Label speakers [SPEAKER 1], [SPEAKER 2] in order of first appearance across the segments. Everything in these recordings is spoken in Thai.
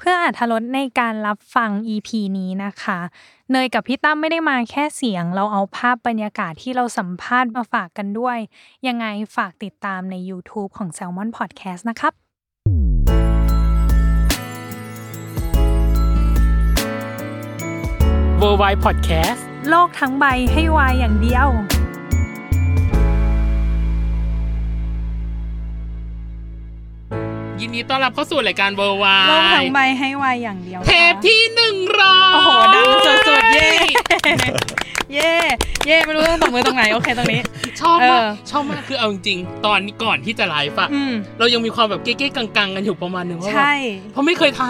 [SPEAKER 1] เพื่ออาธรสในการรับฟัง EP นี้นะคะ เนยกับพี่ตั้มไม่ได้มาแค่เสียง เราเอาภาพบรรยากาศที่เราสัมภาษณ์มาฝากกันด้วย ยังไงฝากติดตามใน YouTube ของ Salmon Podcast นะครับ
[SPEAKER 2] w o r l d w i d e Podcast
[SPEAKER 1] โลกทั้งใบให้วายอย่างเดียว
[SPEAKER 2] ยินดีต้อนรับเข้าสู่รายการ w o r l d w i
[SPEAKER 1] โลกทั้
[SPEAKER 2] d
[SPEAKER 1] ง
[SPEAKER 2] e
[SPEAKER 1] ใบให้วายอย่างเดียว
[SPEAKER 2] เทปที่หนึ่งร้อย
[SPEAKER 1] โอ้โห ดังสุดๆ เย่ เย่ เย่ไม่รู้ต้องตบมือตรงไหน โอเคตรงนี้
[SPEAKER 2] ชอบมาก
[SPEAKER 1] เออ
[SPEAKER 2] ชอบมากคือเอาจริงๆตอนก่อนที่จะไลฟ์อะ
[SPEAKER 1] อืม
[SPEAKER 2] เรายังมีความแบบเก๊ๆกังๆ กันอยู่ประมาณนึงว่าแบบ
[SPEAKER 1] ใช่
[SPEAKER 2] เพราะไม่เคยท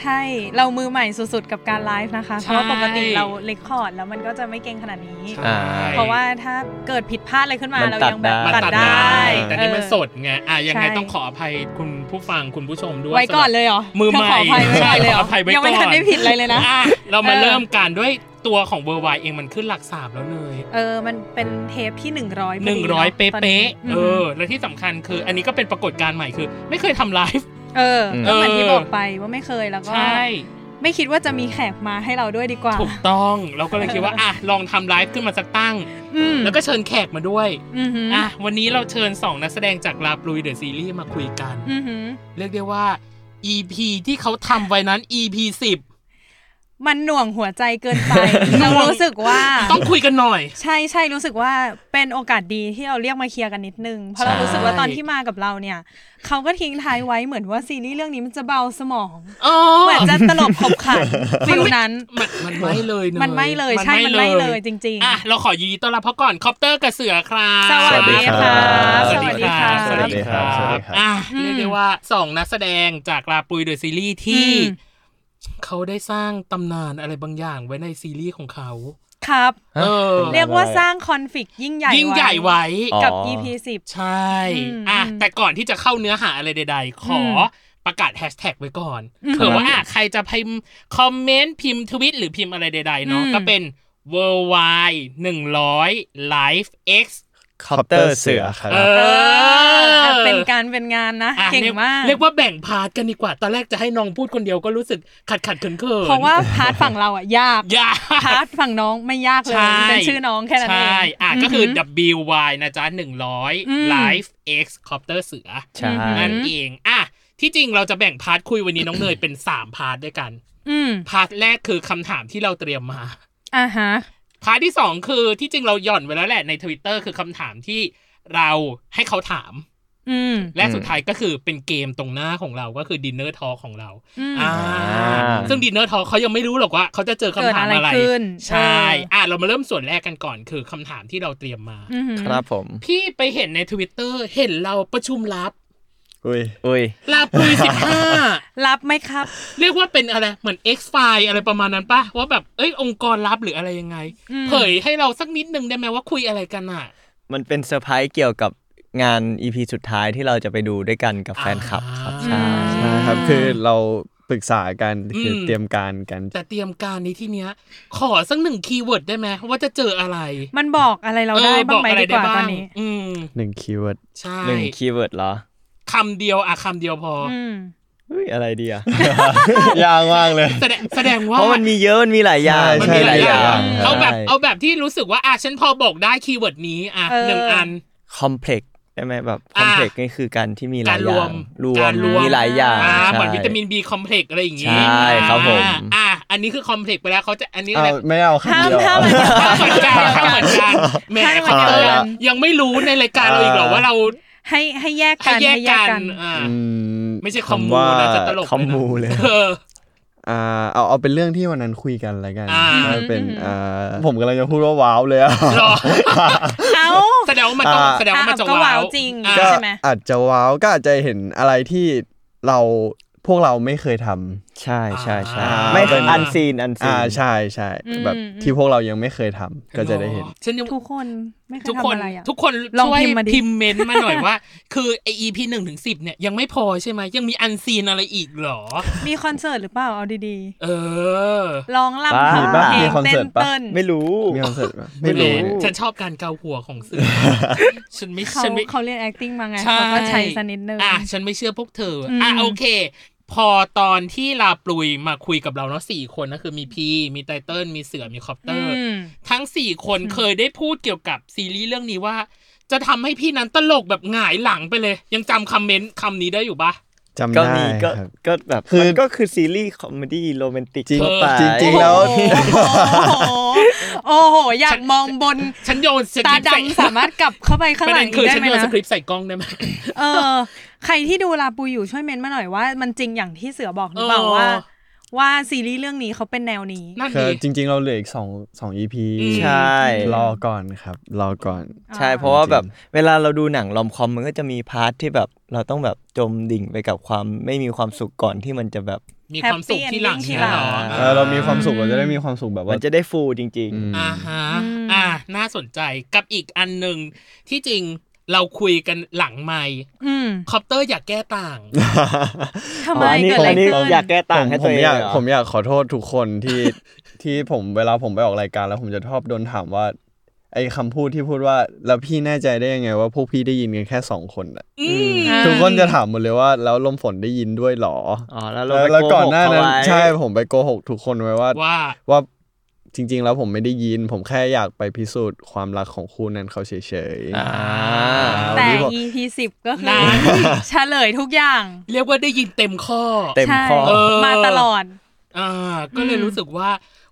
[SPEAKER 1] ใช่ เรามือใหม่สุดๆ กับการไลฟ์นะคะ
[SPEAKER 2] ใช่
[SPEAKER 1] เพราะว่าปกติเราเลคคอร์ดแล้วมันก็จะไม่เก่งขนาดนี้
[SPEAKER 2] ำใช่
[SPEAKER 3] อ่า
[SPEAKER 1] เพราะว่าถ้าเกิดผิดพลาดอะไรขึ้นมา
[SPEAKER 3] มัน
[SPEAKER 1] เรา
[SPEAKER 3] ตัด
[SPEAKER 1] ยังแบบ
[SPEAKER 3] ได้
[SPEAKER 2] มัน
[SPEAKER 1] ตัด
[SPEAKER 2] ตัด
[SPEAKER 1] ได้
[SPEAKER 2] ได้แต่นี่มัน
[SPEAKER 1] เออ
[SPEAKER 2] สดไงอ่ะยังไง
[SPEAKER 1] ใช่
[SPEAKER 2] ต้องขออภัยคุณผู้ฟังคุณผู้ชมด้วย
[SPEAKER 1] ไว้ก่อนเลยเหรอ
[SPEAKER 2] มือใหม่
[SPEAKER 1] ขออภัยไว้ก่อนเลยเหร
[SPEAKER 2] ขออภัยไว้
[SPEAKER 1] ยังไม่
[SPEAKER 2] ก่อ
[SPEAKER 1] ทันได้ผิดอะไรเลยนะ
[SPEAKER 2] อ่เรามา
[SPEAKER 1] เออ
[SPEAKER 2] เริ่มกันด้วยตัวของเวอร์ไวเองมันขึ้นหลักสามแล้วเนย
[SPEAKER 1] เออ มันเป็นเทปที่ 100พ
[SPEAKER 2] หนึ่ง
[SPEAKER 1] ดี
[SPEAKER 2] ร้อย
[SPEAKER 1] ะ
[SPEAKER 2] เป๊
[SPEAKER 1] ตนนี้
[SPEAKER 2] ะๆเออ
[SPEAKER 1] ม
[SPEAKER 2] และที่สำคัญคือ อันนี้ก็เป็นปรากฏการณ์ใหม่คือ ไม่เคยทำไลฟ์
[SPEAKER 1] เออก็เหมือน
[SPEAKER 2] เออ
[SPEAKER 1] ที่บอกไปว่าไม่เคยแล้วก็
[SPEAKER 2] ใช่
[SPEAKER 1] ไม่คิดว่าจะมีแขกมาให้เราด้วยดีกว่า
[SPEAKER 2] ถูกต้องเราก็เลยคิดว่า อ่ะ ลองทำไลฟ์ขึ้นมาสักตั้ง
[SPEAKER 1] อืม
[SPEAKER 2] แล้วก็เชิญแขกมาด้วย
[SPEAKER 1] อือหืออ
[SPEAKER 2] อ่ะ วันนี้เราเชิญ 2 นักแสดงจากลาบลุยเดอะซีรีส์มาคุยกัน
[SPEAKER 1] อือหือ
[SPEAKER 2] เรียกได้ว่า EP ที่เขาทำไว้นั้น EP 10
[SPEAKER 1] มันหน่วงหัวใจเกินไป
[SPEAKER 2] หน่
[SPEAKER 1] เรา
[SPEAKER 2] วง
[SPEAKER 1] รู้สึกว่า
[SPEAKER 2] ต้องคุยกันหน่อย
[SPEAKER 1] ใช่ใช่รู้สึกว่าเป็นโอกาสดีที่เราเรียกมาเคลียร์กันนิดนึง เพราะ
[SPEAKER 3] ใช่
[SPEAKER 1] เรารู้สึกว่าตอนที่มากับเราเนี่ย เขาก็ทิ้งท้ายไว้เหมือนว่าซีรีส์เรื่องนี้มันจะเบาสมอง
[SPEAKER 2] อ๋อ
[SPEAKER 1] เหมือนจะตลบขบ ขันฟิลนั้น
[SPEAKER 2] มันมันไม่เลยเนย
[SPEAKER 1] มันไม่เลยใช่มันไม่เลยจริง
[SPEAKER 2] อ่ะ เราขอยินดีต้อนรับพ่อก่อนคอปเตอร์กับเสือครับ
[SPEAKER 1] สวัสดีค่ะ
[SPEAKER 2] ส
[SPEAKER 3] ส
[SPEAKER 2] วัส
[SPEAKER 3] วัส
[SPEAKER 2] ดี
[SPEAKER 3] ดี
[SPEAKER 2] ค่ะ
[SPEAKER 3] ค่ะ
[SPEAKER 2] ส
[SPEAKER 3] ส
[SPEAKER 2] วั
[SPEAKER 3] วั
[SPEAKER 2] ส
[SPEAKER 3] ส
[SPEAKER 2] ดี
[SPEAKER 3] ดี
[SPEAKER 2] ค
[SPEAKER 3] ค
[SPEAKER 2] รั
[SPEAKER 3] รับ บ
[SPEAKER 2] อ่ะ
[SPEAKER 1] อืม
[SPEAKER 2] เรียกได้ว่าสองนักแสดงจากลาปุยเดอะซีรีส์
[SPEAKER 1] อ
[SPEAKER 2] ที่
[SPEAKER 1] ืม
[SPEAKER 2] เขาได้สร้างตำนานอะไรบางอย่างไว้ในซีรีส์ของเขา
[SPEAKER 1] ๆ ครับ
[SPEAKER 2] เออ
[SPEAKER 1] เรียกว่าสร้างคอนฟ lict ยิ่งใหญ่
[SPEAKER 2] ยิ่งใหญ่ไว้
[SPEAKER 3] อ๋อ
[SPEAKER 1] กับ EP 10
[SPEAKER 2] ใช่
[SPEAKER 1] อืม
[SPEAKER 2] อ่ะ
[SPEAKER 1] อืม
[SPEAKER 2] แต่ก่อนที่จะเข้าเนื้อหาอะไรใดๆ ขออ
[SPEAKER 1] ม
[SPEAKER 2] ประกาศแฮชแท็กไว้ก่อน
[SPEAKER 1] อืม
[SPEAKER 2] เผื่อว่าอ่ะใครจะพิมพ์คอมเมนต์พิมพ์ทวิตหรือพิมพ์อะไรใดๆเนาะ
[SPEAKER 1] อืม
[SPEAKER 2] ก็เป็น w o r l d w i d e หนึ่งร้อย life x
[SPEAKER 3] คอปเตอร์เสือครับ
[SPEAKER 2] เอ
[SPEAKER 1] เอ
[SPEAKER 2] อ
[SPEAKER 1] อเป็นการเป็นงานนะ
[SPEAKER 2] อ่ะ
[SPEAKER 1] เก่งมาก
[SPEAKER 2] เรียกเรียกว่าแบ่งพาร์ทกันดีกว่า ตอนแรกจะให้น้องพูดคนเดียวก็รู้สึกขัดขัดเขินเขิน
[SPEAKER 1] เพราะว่าพาร์ทฝั่งเราอ่ะ ยาก
[SPEAKER 2] อยา
[SPEAKER 1] พาร์ทฝั่งน้องไม่ยากเลย
[SPEAKER 2] ใช่
[SPEAKER 1] เป็นชื่อน้องแค่นั้นเอง
[SPEAKER 2] ใช่อ่ะก็คือ W Y นะจ๊ะหนึ่งร้อย
[SPEAKER 1] อืม
[SPEAKER 2] ไลฟ์ X คอปเตอร์เสือ
[SPEAKER 3] ใช่
[SPEAKER 2] นั่นเองอ่ะที่จริงเราจะแบ่งพาร์ทคุยวันนี้น้องเนยเป็น 3 พาร์ทด้วยกัน
[SPEAKER 1] อืม
[SPEAKER 2] พาร์ทแรกคือคำถามที่เราเตรียมมา
[SPEAKER 1] อ่าฮะ
[SPEAKER 2] พาร์ทที่ 2 คือที่จริงเราหย่อนไว้แล้วแหละใน Twitter คือคำถามที่เราให้เขาถาม
[SPEAKER 1] อืม
[SPEAKER 2] และสุดท้ายก็คือเป็นเกมตรงหน้าของเราก็คือดินเนอร์ทอของเรา
[SPEAKER 1] อืม
[SPEAKER 2] อ่าซึ่งดินเนอร์ทอเขายังไม่รู้หรอกว่า เขาจะเจอคำถาม
[SPEAKER 1] เกิดอะ
[SPEAKER 2] อะ
[SPEAKER 1] ไร ไรขึ้น
[SPEAKER 2] ใช่
[SPEAKER 1] เอออ่
[SPEAKER 2] อ่ะเรามาเริ่มส่วนแรกกันก่อนคือคำถามที่เราเตรียมมา
[SPEAKER 1] อือหือ
[SPEAKER 3] ครับผม
[SPEAKER 2] พี่ไปเห็นในทวิตเตอร์เห็นเราประชุมลับ
[SPEAKER 4] อุ้ย
[SPEAKER 3] อุ้ย
[SPEAKER 2] ลาปุยสิบห้า
[SPEAKER 1] รับไหมครับ
[SPEAKER 2] เรียกว่าเป็นอะไร เหมือน X file อะไรประมาณนั้นปะว่าแบบเอ้ยองค์กรลับหรืออะไรยังไง
[SPEAKER 1] อืม
[SPEAKER 2] เผยให้เราสักนิดนึงได้ไหมว่าคุยอะไรกันอ่ะ
[SPEAKER 3] มันเป็นเซอร์ไพรส์เกี่ยวกับงาน EP สุดท้ายที่เราจะไปดูด้วยกันกับแฟนคลับครับ ใช่
[SPEAKER 4] ใช่ครับ คือเราปรึกษากัน คืออ
[SPEAKER 2] ม
[SPEAKER 4] เตรียมการกัน
[SPEAKER 2] แต่เตรียมการในที่เนี้ย ขอสักหนึ่งคีย์เวิร์ดได้ไหมว่าจะเจออะไร
[SPEAKER 1] มันบอกอะไรเราได้บ้างไหมดีกว่าตอนนี้
[SPEAKER 2] อืม
[SPEAKER 4] หนึ่งคีย์เวิร์ด
[SPEAKER 2] ใช่
[SPEAKER 3] หนึ่งคีย์เวิร์ดเหรอ
[SPEAKER 2] คำเดียวอะคำเดียวพออ
[SPEAKER 1] อืม
[SPEAKER 3] อุ้ยอะไรดี อะ
[SPEAKER 4] ยากมากเลย
[SPEAKER 2] แสดงแสดงว่า
[SPEAKER 3] เพราะมันมีเยอะ มันมีหลายอย่าง
[SPEAKER 4] ใช่
[SPEAKER 2] มัน
[SPEAKER 4] มีหลายอย่าง
[SPEAKER 2] เอาแบบ
[SPEAKER 3] ใช่
[SPEAKER 2] เอาแบบที่รู้สึกว่าอะฉันพอบอกได้คีย์เวิร์ดนี้อะ
[SPEAKER 1] เออ
[SPEAKER 2] หนึ่งอัน
[SPEAKER 3] complex
[SPEAKER 5] ใช่ไหมแบบค
[SPEAKER 2] อ่า
[SPEAKER 5] อมเพล็กซ์นี่คือการที่มีหลาย
[SPEAKER 2] การ
[SPEAKER 5] อ
[SPEAKER 2] รว
[SPEAKER 5] ย่ามงรว
[SPEAKER 2] การ
[SPEAKER 5] ม
[SPEAKER 2] รวม
[SPEAKER 5] มีหลายอย่าง
[SPEAKER 2] อ่า
[SPEAKER 5] ใช่
[SPEAKER 2] เหมือนวิตามินบีคอมเพล็กอะไรอย่างงี้
[SPEAKER 5] ใช่ครับผม
[SPEAKER 2] อ่าอันนี้คือคอมเพล็กไปแล้วเขาจะอันนี้
[SPEAKER 3] เอา
[SPEAKER 2] อะไร
[SPEAKER 3] ไม่เอาคำเดียว
[SPEAKER 6] ห้าม
[SPEAKER 3] เหรอ
[SPEAKER 6] ห้าม
[SPEAKER 2] ข้ามเหมือนกันข้ามเหมือนกันแหม
[SPEAKER 6] ข้ามเหมื
[SPEAKER 2] ขอ
[SPEAKER 6] อนกัน
[SPEAKER 2] โทษยังไม่รู้ในรายการเราอีกเหรอ
[SPEAKER 3] เออ
[SPEAKER 2] ว่าเรา
[SPEAKER 6] ให้ให้แยก
[SPEAKER 2] ให้
[SPEAKER 6] กัน
[SPEAKER 2] แยกกันอ่า
[SPEAKER 3] อืม
[SPEAKER 2] ไม่ใช่คอมมูนะ
[SPEAKER 3] ำว่า
[SPEAKER 2] จะตลก
[SPEAKER 5] คอมมูเลย
[SPEAKER 2] เออ
[SPEAKER 3] อ่าเอาเอาเป็นเรื่องที่วันนั้นคุยกันแล้วกัน
[SPEAKER 2] อ่า
[SPEAKER 3] ว่าเป็นอ่าผมกำลังจะพูดว่าว้าวเลยอะ
[SPEAKER 2] หร อ
[SPEAKER 6] เอ้า
[SPEAKER 2] แสดงว่ามันต้อง
[SPEAKER 3] อ่า
[SPEAKER 2] แสดงว่ามันจะ
[SPEAKER 6] อ่ะก็ว้า
[SPEAKER 2] ว้าว ว
[SPEAKER 6] จริง
[SPEAKER 2] อ่ะ
[SPEAKER 3] ก็
[SPEAKER 6] ใช่ไหม
[SPEAKER 3] อาจจะว้าวก็อาจจะเห็นอะไรที่เราพวกเราไม่เคยทำ
[SPEAKER 5] ใช่ใช่ใช่
[SPEAKER 3] อ่า
[SPEAKER 5] ไม่อันซีนอันซี
[SPEAKER 3] อ่าน ใช่ใช่
[SPEAKER 6] อืม
[SPEAKER 3] แบบที่พวกเรายังไม่เคยทำก็จะได้เห็น
[SPEAKER 2] ฉันยัง
[SPEAKER 6] ทุกคนไม่เคย
[SPEAKER 2] ทุก
[SPEAKER 6] ทำ
[SPEAKER 2] คน
[SPEAKER 6] อะไรอ่ะ
[SPEAKER 2] ทุกคน
[SPEAKER 6] ลอง
[SPEAKER 2] ช่วย
[SPEAKER 6] พิมพ์มาดิ
[SPEAKER 2] พิมพ์เมนต์มาหน่อย ว่า คือไอ EP หนึ่งถึงสิบเนี่ยยังไม่พอใช่ไหมยังมีอันซีนอะไรอีกเหรอ
[SPEAKER 6] มีคอนเสิร์ตหรือเปล่าเอาดี
[SPEAKER 2] เออ
[SPEAKER 6] ๆร้อง
[SPEAKER 5] บ้า
[SPEAKER 6] ลำทำเพล
[SPEAKER 3] มี
[SPEAKER 6] ง
[SPEAKER 3] คอน
[SPEAKER 6] เต้
[SPEAKER 3] เสิร์
[SPEAKER 6] น
[SPEAKER 3] ตปะ
[SPEAKER 6] เต้น
[SPEAKER 5] ไม่รู้
[SPEAKER 3] มีคอนเสิร์ตปะ
[SPEAKER 5] ไม่
[SPEAKER 3] ไม่
[SPEAKER 5] รู้
[SPEAKER 3] รู้
[SPEAKER 2] ฉันชอบการเกาหัวของ สื่อฉันไม่
[SPEAKER 6] เขา
[SPEAKER 2] ฉันไม่
[SPEAKER 6] เขาเรียน acting มาไง
[SPEAKER 2] ใช่
[SPEAKER 6] เขาก็ใช้สกนิดนึง
[SPEAKER 2] อ่ะฉันไม่เชื่อพวกเธออ
[SPEAKER 6] ม
[SPEAKER 2] อ่ะโอเค พอตอนที่ลาปลุยมาคุยกับเราเนาะสี่คนนะคือมีพีมีไตเติ้ลมีเสือมีคอปเตอ
[SPEAKER 6] อื
[SPEAKER 2] ร์
[SPEAKER 6] ม
[SPEAKER 2] ทั้งสี่คนเคยได้พูดเกี่ยวกับซีรีส์เรื่องนี้ว่า จะทำให้พี่นั้นตลกแบบหงายหลังไปเลย ยังจำคำเมนต์คำนี้ได้อยู่ปะ
[SPEAKER 3] จำ
[SPEAKER 5] ก็
[SPEAKER 3] ได้
[SPEAKER 5] มี
[SPEAKER 3] ค
[SPEAKER 5] ก็
[SPEAKER 3] รับ
[SPEAKER 5] ก็แบบ
[SPEAKER 3] คือ
[SPEAKER 5] มันก็คือซีรีส์คอมเมดี้โรแมนติก
[SPEAKER 3] จริง
[SPEAKER 5] ทั่วไป
[SPEAKER 3] จริงๆแล้ว
[SPEAKER 6] โอ้โหโอ้โห อยากมองบน
[SPEAKER 2] ฉันโยนสค
[SPEAKER 6] ตา
[SPEAKER 2] ริปต์ใส่
[SPEAKER 6] ดำสามารถกลับเข้าไปข้าง
[SPEAKER 2] ประ
[SPEAKER 6] หลั
[SPEAKER 2] เด็
[SPEAKER 6] ง
[SPEAKER 2] นคือ
[SPEAKER 6] นี้ได้
[SPEAKER 2] ฉัน
[SPEAKER 6] ไหม
[SPEAKER 2] โยนส
[SPEAKER 6] นะ
[SPEAKER 2] คริปต์ใส่กล้องได้ไหม
[SPEAKER 6] เออ ใครที่ดูลาปูอยู่ช่วยเมนต์มาหน่อยว่า มันจริงอย่างที่เสือบอกหรือเปล่า
[SPEAKER 2] เออ
[SPEAKER 6] ว่า ว่าซีรีส์เรื่องนี้เขาเป็นแนวนี้
[SPEAKER 2] นั่น
[SPEAKER 3] คือ
[SPEAKER 2] ดี
[SPEAKER 3] จริง ๆ เราเหลืออีกสองสองอีพี
[SPEAKER 2] อืม
[SPEAKER 5] ใช่
[SPEAKER 3] รอก่อนครับ รอก่อน
[SPEAKER 5] ใช่เพราะว่าแบบเวลาเราดูหนังรอมคอมมันก็จะมีพาร์ทที่แบบเราต้องแบบจมดิ่งไปกับความไม่มีความสุขก่อนที่มันจะแบบ
[SPEAKER 2] มีความสุขที่หลัง
[SPEAKER 6] Happy
[SPEAKER 2] ที่
[SPEAKER 6] ending
[SPEAKER 2] หลัง
[SPEAKER 3] เออเรามีความสุขเราจะได้มีความสุขแบบ
[SPEAKER 5] มั
[SPEAKER 3] ว่าน
[SPEAKER 5] จะได้ฟูลจริง
[SPEAKER 3] อืม
[SPEAKER 2] อ่าฮะ
[SPEAKER 6] อืม
[SPEAKER 2] อ่า น่าสนใจกับอีกอันหนึ่งที่จริงเราคุยกันหลังไม่
[SPEAKER 6] อืม
[SPEAKER 2] คอปเตอร์อยากแก้ต่าง
[SPEAKER 6] ทำไม
[SPEAKER 5] อันนี้
[SPEAKER 6] เกิดอะไร
[SPEAKER 5] อันนี้
[SPEAKER 6] ขึ้น
[SPEAKER 5] อยากแก้ต่างให้
[SPEAKER 3] ผ
[SPEAKER 5] ตัว
[SPEAKER 3] ม
[SPEAKER 5] เอง
[SPEAKER 3] อยาก
[SPEAKER 5] เหรอ
[SPEAKER 3] ผมอยากขอโทษทุกคนที่ ที่ผมเวลาผมไปออกรายการแล้วผมจะชอบโดนถามว่า ไอ้คำพูดที่พูดว่า แล้วพี่แน่ใจได้ยังไงว่าพวกพี่ได้ยินกันแค่สองคนน่ะ
[SPEAKER 2] อืม
[SPEAKER 3] ทุกคนจะถามหมดเลยว่า แล้วลมฝนได้ยินด้วยเหรอ
[SPEAKER 5] อ๋อแล้วเราไป
[SPEAKER 3] แล้วแล้ว
[SPEAKER 5] โก
[SPEAKER 3] ก่อ
[SPEAKER 5] ห
[SPEAKER 3] น
[SPEAKER 5] ก
[SPEAKER 3] หน้า
[SPEAKER 5] เขา
[SPEAKER 3] นั้น
[SPEAKER 5] ไว้
[SPEAKER 3] ใช่ผมไปโกหกทุกคนไว้ว่า
[SPEAKER 2] ว่า
[SPEAKER 3] ว่าจริง ๆ แล้วผมไม่ได้ยิน ผมแค่อยากไปพิสูจน์ความรักของคู่นั้นเขาเฉยๆ
[SPEAKER 5] อ่า
[SPEAKER 6] แต่
[SPEAKER 3] วันนี้บอก
[SPEAKER 6] EP สิบก็คื
[SPEAKER 2] นั่
[SPEAKER 6] อน เฉลยทุกอย่าง
[SPEAKER 2] เรียกว่าได้ยินเต็มข้อ
[SPEAKER 5] เต็ม
[SPEAKER 6] ใช่
[SPEAKER 5] ข้อ
[SPEAKER 2] เออ
[SPEAKER 6] มาตลอด
[SPEAKER 2] อ่า ก็เลย
[SPEAKER 6] อืม
[SPEAKER 2] รู้สึกว่า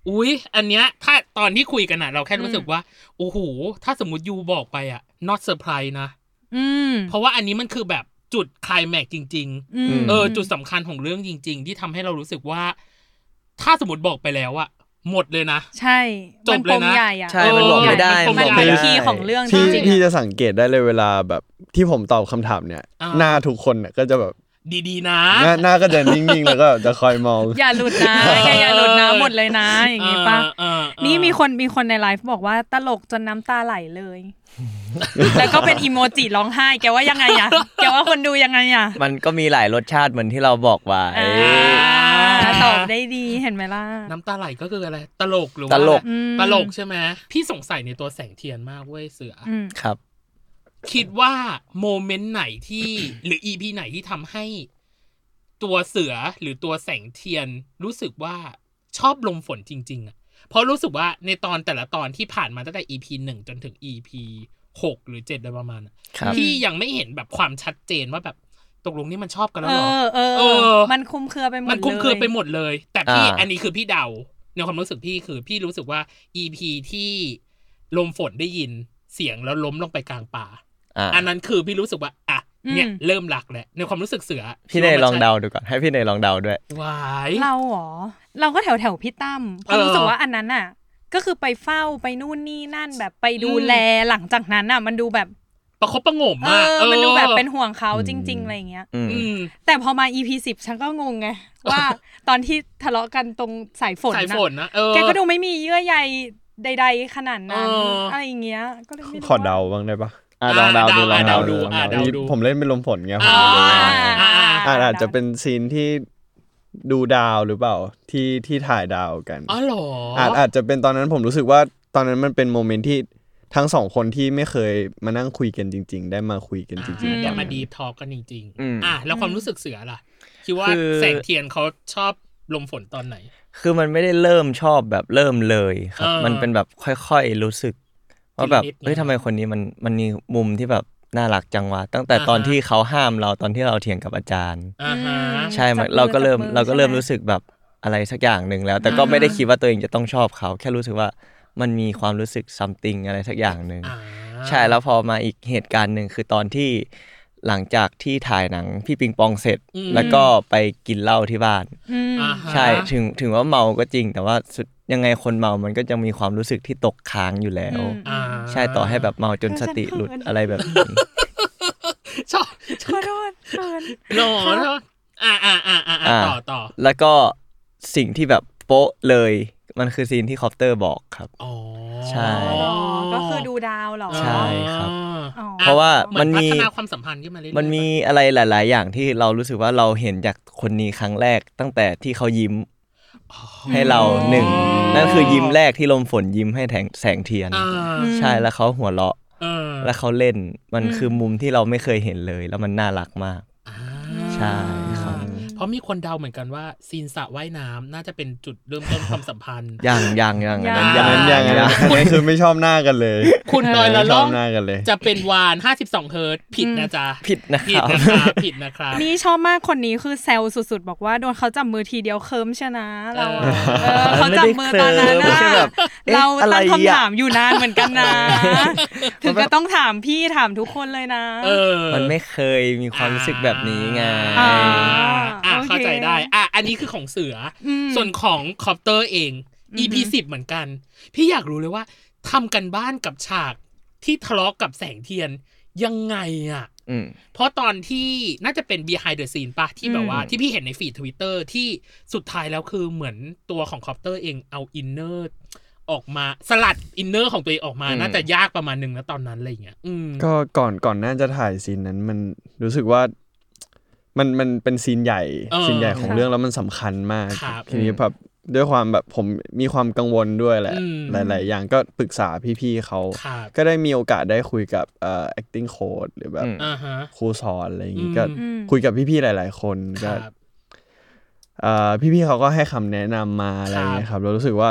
[SPEAKER 2] อุ๊ย อันเนี้ย ถ้าตอนที่คุยกันอะเราแค่รู้สึกว่า โอ้โห ถ้าสมมติยูบอกไปอะ not surprise นะ
[SPEAKER 6] ืม
[SPEAKER 2] เพราะว่าอันนี้มันคือแบบจุดไคลายแม็กซ์จริง
[SPEAKER 6] อืม
[SPEAKER 2] ๆ เออ จุดสำคัญของเรื่องจริง ๆ ที่ทำให้เรารู้สึกว่า ถ้าสมมติบอกไปแล้วอะหมดเลยนะ
[SPEAKER 6] ใช่
[SPEAKER 2] จ
[SPEAKER 6] มัน
[SPEAKER 2] บ
[SPEAKER 6] ป
[SPEAKER 2] เลย
[SPEAKER 6] ม
[SPEAKER 2] นะ
[SPEAKER 6] ใหญ่อะ
[SPEAKER 5] ใช่มันบอกไม่ได้
[SPEAKER 2] เออ
[SPEAKER 6] มัน
[SPEAKER 5] บอก
[SPEAKER 6] เป็
[SPEAKER 5] ไม่
[SPEAKER 6] น
[SPEAKER 5] ได้
[SPEAKER 6] คีย์ของเรื่องจ
[SPEAKER 3] ที่
[SPEAKER 6] ริงๆ
[SPEAKER 3] ที่
[SPEAKER 6] อะ
[SPEAKER 3] จะสังเกตได้เลยเวลาแบบที่ผมตอบคำถามเนี่ย
[SPEAKER 2] อ่า
[SPEAKER 3] หน้าทุกคนน่ะก็จะแบบ
[SPEAKER 2] ดีๆ นะ
[SPEAKER 3] หน้าหน้าก็จะนิ่งๆ แล้วก็ จะคอยมอง
[SPEAKER 6] อย่าหลุดนะอย่าอย่าหลุด นะหมดเลยนะ อย่างงี้ปะ
[SPEAKER 2] เออเออเออ
[SPEAKER 6] นี่มีคนมีคนในไลฟ์บอกว่าตลกจนน้ำตาไหลเลย แล้วก็เป็นอีโมจิร้องไห้ แกว่ายังไงอะแกว่าคนดูยังไงอะ
[SPEAKER 5] มันก็มีหลายรสชาติเหมือนที่เราบอกไว้
[SPEAKER 6] อ่าตอบได้ดีเห็นไหมล่ะ
[SPEAKER 2] น้ำตาไหลก็คืออะไร ตลกหรือว่า
[SPEAKER 5] ตลก
[SPEAKER 2] อะไรตลกใช่ไหมพี่สงสัยในตัวแสงเทียนมากเว้ยเสืออ
[SPEAKER 6] อืม
[SPEAKER 5] ครับ
[SPEAKER 2] คิดว่าโมเมนต์ไหนที่ หรืออีพีไหนที่ทำให้ตัวเสือหรือตัวแสงเทียนรู้สึกว่าชอบลมฝนจริง ๆอะเพราะรู้สึกว่าในตอนแต่ละตอนที่ผ่านมาตั้งแต่ EP หนึ่งจนถึง EP หกหรือเจ็ดโดยประมาณอะ
[SPEAKER 5] ครับ
[SPEAKER 2] ที่ยังไม่เห็นแบบความชัดเจนว่าแบบตกลงนี่มันชอบกันแล้ว
[SPEAKER 6] เอ
[SPEAKER 2] เหรอ
[SPEAKER 6] อเอ
[SPEAKER 2] เอ
[SPEAKER 6] อ
[SPEAKER 2] อ
[SPEAKER 6] มันคลุมเครือไปหมด
[SPEAKER 2] มันคุ้มเครือไปหมดเลย แต่พี่
[SPEAKER 5] อ่า
[SPEAKER 2] อันนี้คือพี่เดาในความรู้สึกพี่คือพี่รู้สึกว่า EP ที่ลมฝนได้ยินเสียงแล้วล้มลงไปกลางป่า
[SPEAKER 5] อ่า
[SPEAKER 2] อันนั้นคือพี่รู้สึกว่า อ่ะ เนี่ย เริ่มหลักแล้วในความรู้สึกเสือ
[SPEAKER 5] พี่เนยลองเดาดูก่อนให้พี่เนยลองเดาด้วย
[SPEAKER 2] วาย
[SPEAKER 6] เราเหรอ เราก็แถวแถวๆพี่ตั้มเพราะ
[SPEAKER 2] เออ
[SPEAKER 6] รู้สึกว่าอันนั้นอะก็คือไปเฝ้าไปนู่นนี่นั่นแบบไปดู
[SPEAKER 2] อืม
[SPEAKER 6] แลหลังจากนั้นอะมันดูแบบ
[SPEAKER 2] ประคบประหงม
[SPEAKER 6] เอ
[SPEAKER 2] มาก
[SPEAKER 6] อ มันดูแบบเป็
[SPEAKER 2] อ
[SPEAKER 6] น
[SPEAKER 2] อ
[SPEAKER 6] ห่วงเขาจริง ๆ
[SPEAKER 3] อืม
[SPEAKER 6] อะไรอย่างเงี้ย
[SPEAKER 5] อืม
[SPEAKER 2] อืม
[SPEAKER 6] แต่พอมา EP สิบฉันก็งง ไง ว่าตอนที่ทะเลาะกันตรงสายฝน
[SPEAKER 2] สาย
[SPEAKER 6] นะ
[SPEAKER 2] ฝนนะเออ
[SPEAKER 6] แกก็ดูไม่มีเยื่อใยใด ๆ ขนาดนั้น
[SPEAKER 2] เอออ
[SPEAKER 6] อะไรอย่างเงี้ย ก็เลย ไม่รู้
[SPEAKER 3] ขอเดา
[SPEAKER 6] ว่
[SPEAKER 3] บ้างได้ปะ
[SPEAKER 5] อ่ะลองเดาดูลอ
[SPEAKER 2] อ่ะ
[SPEAKER 5] งเดาดู
[SPEAKER 2] เดาดูอ่ะเดาดู
[SPEAKER 3] ผมเล่นเป็นลมฝนไงผม
[SPEAKER 2] อ่า
[SPEAKER 3] ไม่
[SPEAKER 6] อ่า
[SPEAKER 3] รู้
[SPEAKER 2] อ่า
[SPEAKER 3] อ่าอาจจะเป็นซีนที่ดูดาวหรือเปล่าที่ที่ถ่ายดาวกัน
[SPEAKER 2] อ๋อเหรอ
[SPEAKER 3] อาจอาจจะเป็นตอนนั้นผมรู้สึกว่าตอนนั้นมันเป็นโมเมนต์ที่ทั้งสองคนที่ไม่เคยมานั่งคุยกันจริง ๆ ได้มาคุยกันจริง
[SPEAKER 2] อ่า
[SPEAKER 3] ๆ
[SPEAKER 2] ได้มา
[SPEAKER 3] ตอนนั้น
[SPEAKER 2] ดีทอล์กกันจริง
[SPEAKER 5] อืม
[SPEAKER 2] อ่ะแล้วความรู้สึกเสือล่ะ คิดว่า
[SPEAKER 5] คือ
[SPEAKER 2] แสงเทียนเขาชอบลมฝนตอนไหน
[SPEAKER 5] คือมันไม่ได้เริ่มชอบแบบเริ่มเลยครับ
[SPEAKER 2] เออ
[SPEAKER 5] มันเป็นแบบค่อยๆรู้สึก ว่าแบบ
[SPEAKER 2] ทีละนิด
[SPEAKER 5] เฮ้ย
[SPEAKER 2] เนี่ย
[SPEAKER 5] ทำไมคนนี้มันมันมีมุมที่แบบ
[SPEAKER 3] น่ารักจังวะตั้งแต่
[SPEAKER 2] อ่าฮะ
[SPEAKER 3] ตอนที่เขาห้ามเราตอนที่เราเถียงกับอาจารย์
[SPEAKER 2] อ่าฮะ
[SPEAKER 7] อืม
[SPEAKER 3] ใช่มั
[SPEAKER 7] จับ
[SPEAKER 3] น
[SPEAKER 7] มือ
[SPEAKER 3] เราก็เริ่ม
[SPEAKER 7] จับมือ
[SPEAKER 3] เราก็เริ่ม
[SPEAKER 7] ใช่ไหม
[SPEAKER 3] รู้สึกแบบอะไรสักอย่างหนึ่งแล้ว แต่ก็
[SPEAKER 2] อ่า
[SPEAKER 3] ไม่ได้คิดว่าตัวเองจะต้องชอบเขา แค่รู้สึกว่ามันมีความรู้สึก something อะไรสักอย่างหนึ่ง
[SPEAKER 2] อ่า
[SPEAKER 3] ใช่แล้วพอมาอีกเหตุการณ์หนึ่งคือตอนที่หลังจากที่ถ่ายหนังพี่ปิงปองเสร็จ แล้วก็ไปกินเหล้าที่บ้าน
[SPEAKER 7] อืม
[SPEAKER 2] อ่าฮะ
[SPEAKER 3] ใช่ถึงถึงว่าเมาก็จริง แต่ว่าสุดยังไงคนเมามันก็จะมีความรู้สึกที่ตกค้างอยู่แล้ว
[SPEAKER 7] อืม
[SPEAKER 2] อ่า
[SPEAKER 3] ใช่ต่อให้แบบเมาจนสติหลุดอะไรแบบนี้
[SPEAKER 2] ชอบช
[SPEAKER 7] ข
[SPEAKER 2] อ
[SPEAKER 7] อบ โทษเขิน
[SPEAKER 2] หรอชอบอ่าอ่าอ่าอ่าอ่าต่อต่อ
[SPEAKER 3] แล้วก็สิ่งที่แบบโป๊ะเลย มันคือซีนที่คอปเตอร์บอกครับ
[SPEAKER 2] อ๋อ
[SPEAKER 3] ใช่
[SPEAKER 7] อ๋อ ก็คือดูดาวเหรอ
[SPEAKER 3] ใช่ครับ
[SPEAKER 7] อ๋อ
[SPEAKER 3] เพราะว่า
[SPEAKER 2] เห
[SPEAKER 3] มั
[SPEAKER 2] มัน
[SPEAKER 3] น
[SPEAKER 2] พั
[SPEAKER 3] มี
[SPEAKER 2] ฒนาความสัมพันธ์ขึ้นมาเรื่อยๆ
[SPEAKER 3] มันมีอะไรหลาย ๆ อย่างที่เรารู้สึกว่าเราเห็นจากคนนี้ครั้งแรก ตั้งแต่ที่เขายิ้มให้เราหนึ่งนั่นคือยิ้มแรกที่ลมฝนยิ้มให้แสงแสงเทียน
[SPEAKER 2] อ่า
[SPEAKER 3] ใช่แล้วเขาหัวเราะ
[SPEAKER 2] เออ
[SPEAKER 3] แล้วเขาเล่นมัน
[SPEAKER 7] อืม
[SPEAKER 3] คือมุมที่เราไม่เคยเห็นเลย แล้วมันน่ารักมาก
[SPEAKER 2] อ่า
[SPEAKER 3] ใช่ครับ
[SPEAKER 2] เพราะมีคนเดาเหมือนกันว่าซีนสระว่ายน้ำน่าจะเป็นจุดเริ่มต้นความสัมพันธ์
[SPEAKER 3] อย่างอย่างอย่าง
[SPEAKER 7] อย่าง
[SPEAKER 6] อันนั้นยังไงนะอันนั้นคือไม่ชอบหน้ากันเลย
[SPEAKER 2] คุณนอยละ
[SPEAKER 6] ไม่ช
[SPEAKER 2] ล่
[SPEAKER 6] อ
[SPEAKER 2] อบ ง
[SPEAKER 6] หน้ากันเลย
[SPEAKER 2] จะเป็นวาน 52 เฮิร์ตซ์ผิดนะจ๊ะ
[SPEAKER 3] ผิดนะค
[SPEAKER 2] ผิด
[SPEAKER 3] ร
[SPEAKER 2] นะครั
[SPEAKER 3] ับ
[SPEAKER 2] บผิดนะครับ
[SPEAKER 7] นี่ชอบมากคนนี้คือแซลสุดๆ บอกว่าโดนเขาจับมือทีเดียวเคิมชนะเรา
[SPEAKER 2] เออ
[SPEAKER 7] เออเขาจับมือตอนนั้น
[SPEAKER 3] ไม่ได้
[SPEAKER 7] นะ
[SPEAKER 3] เคิ้มแบบเอ๊ะ
[SPEAKER 7] เรา
[SPEAKER 3] อะไร
[SPEAKER 7] ตั้ง
[SPEAKER 3] อ่ะ
[SPEAKER 7] คำถามอยู่นานเหมือนกันนะ ถึงก็ต้องถามพี่ถามทุกคนเลยนะ
[SPEAKER 2] เออ
[SPEAKER 3] มันไม่เคยมีความรู้สึกแบบนี้ไง
[SPEAKER 7] อ่า
[SPEAKER 2] อ่า
[SPEAKER 7] โอเค
[SPEAKER 2] เข้าใจได้ อ่ะ อันนี้คือของเสืออ
[SPEAKER 7] ม
[SPEAKER 2] ส่วนของคอปเตอร์เอง
[SPEAKER 7] อือ
[SPEAKER 2] EP สิบเหมือนกัน พี่อยากรู้เลยว่าทำกันบ้านกับฉากที่ทะเลาะกับแสงเทียนยังไงอ่ะ
[SPEAKER 3] อืม
[SPEAKER 2] เพราะตอนที่น่าจะเป็น behind the scene ปะที่แบบว่า
[SPEAKER 3] อืม
[SPEAKER 2] ที่พี่เห็นในฟีดทวิตเตอร์ที่สุดท้ายแล้วคือเหมือนตัวของคอปเตอร์เองเอาอินเนอร์ออกมาสลัดอินเนอร์ของตัวเองออกมาน่าจะยากประมาณหนึงนะตอนนั้นอะไรอย่างเงี้ยอืม
[SPEAKER 6] ก็ก่อนก่อนหน่าจะถ่ายซีนนั้นมันรู้สึกว่ามันมันเป็นซีนใหญ่
[SPEAKER 2] เออ
[SPEAKER 6] ซีนใหญ่ของ
[SPEAKER 7] ค่ะ
[SPEAKER 6] เรื่องแล้วมันสำคัญมาก
[SPEAKER 2] ครับ
[SPEAKER 6] ทีนี้แบบด้วยความแบบผมมีความกังวลด้วยแหละ
[SPEAKER 2] อืม
[SPEAKER 6] หลาย ๆ อย่างก็ปรึกษาพี่ ๆเขา
[SPEAKER 2] ครับ
[SPEAKER 6] ก็ได้มีโอกาสได้คุยกับเอ่อ acting coach หรือแบบ
[SPEAKER 3] อืม
[SPEAKER 2] อ่าฮะ
[SPEAKER 6] ครูสอนอะไรอย่าง
[SPEAKER 2] อื
[SPEAKER 6] งี้
[SPEAKER 2] ม
[SPEAKER 6] ก็
[SPEAKER 7] อืม
[SPEAKER 6] คุยกับพี่ ๆ หลาย ๆ คน
[SPEAKER 2] ค
[SPEAKER 6] ก็
[SPEAKER 2] รับ
[SPEAKER 6] เอ่อพี่ ๆเขาก็ให้คำแนะนำมาอะไรอย่างเงี้ยครับเรารู้สึกว่า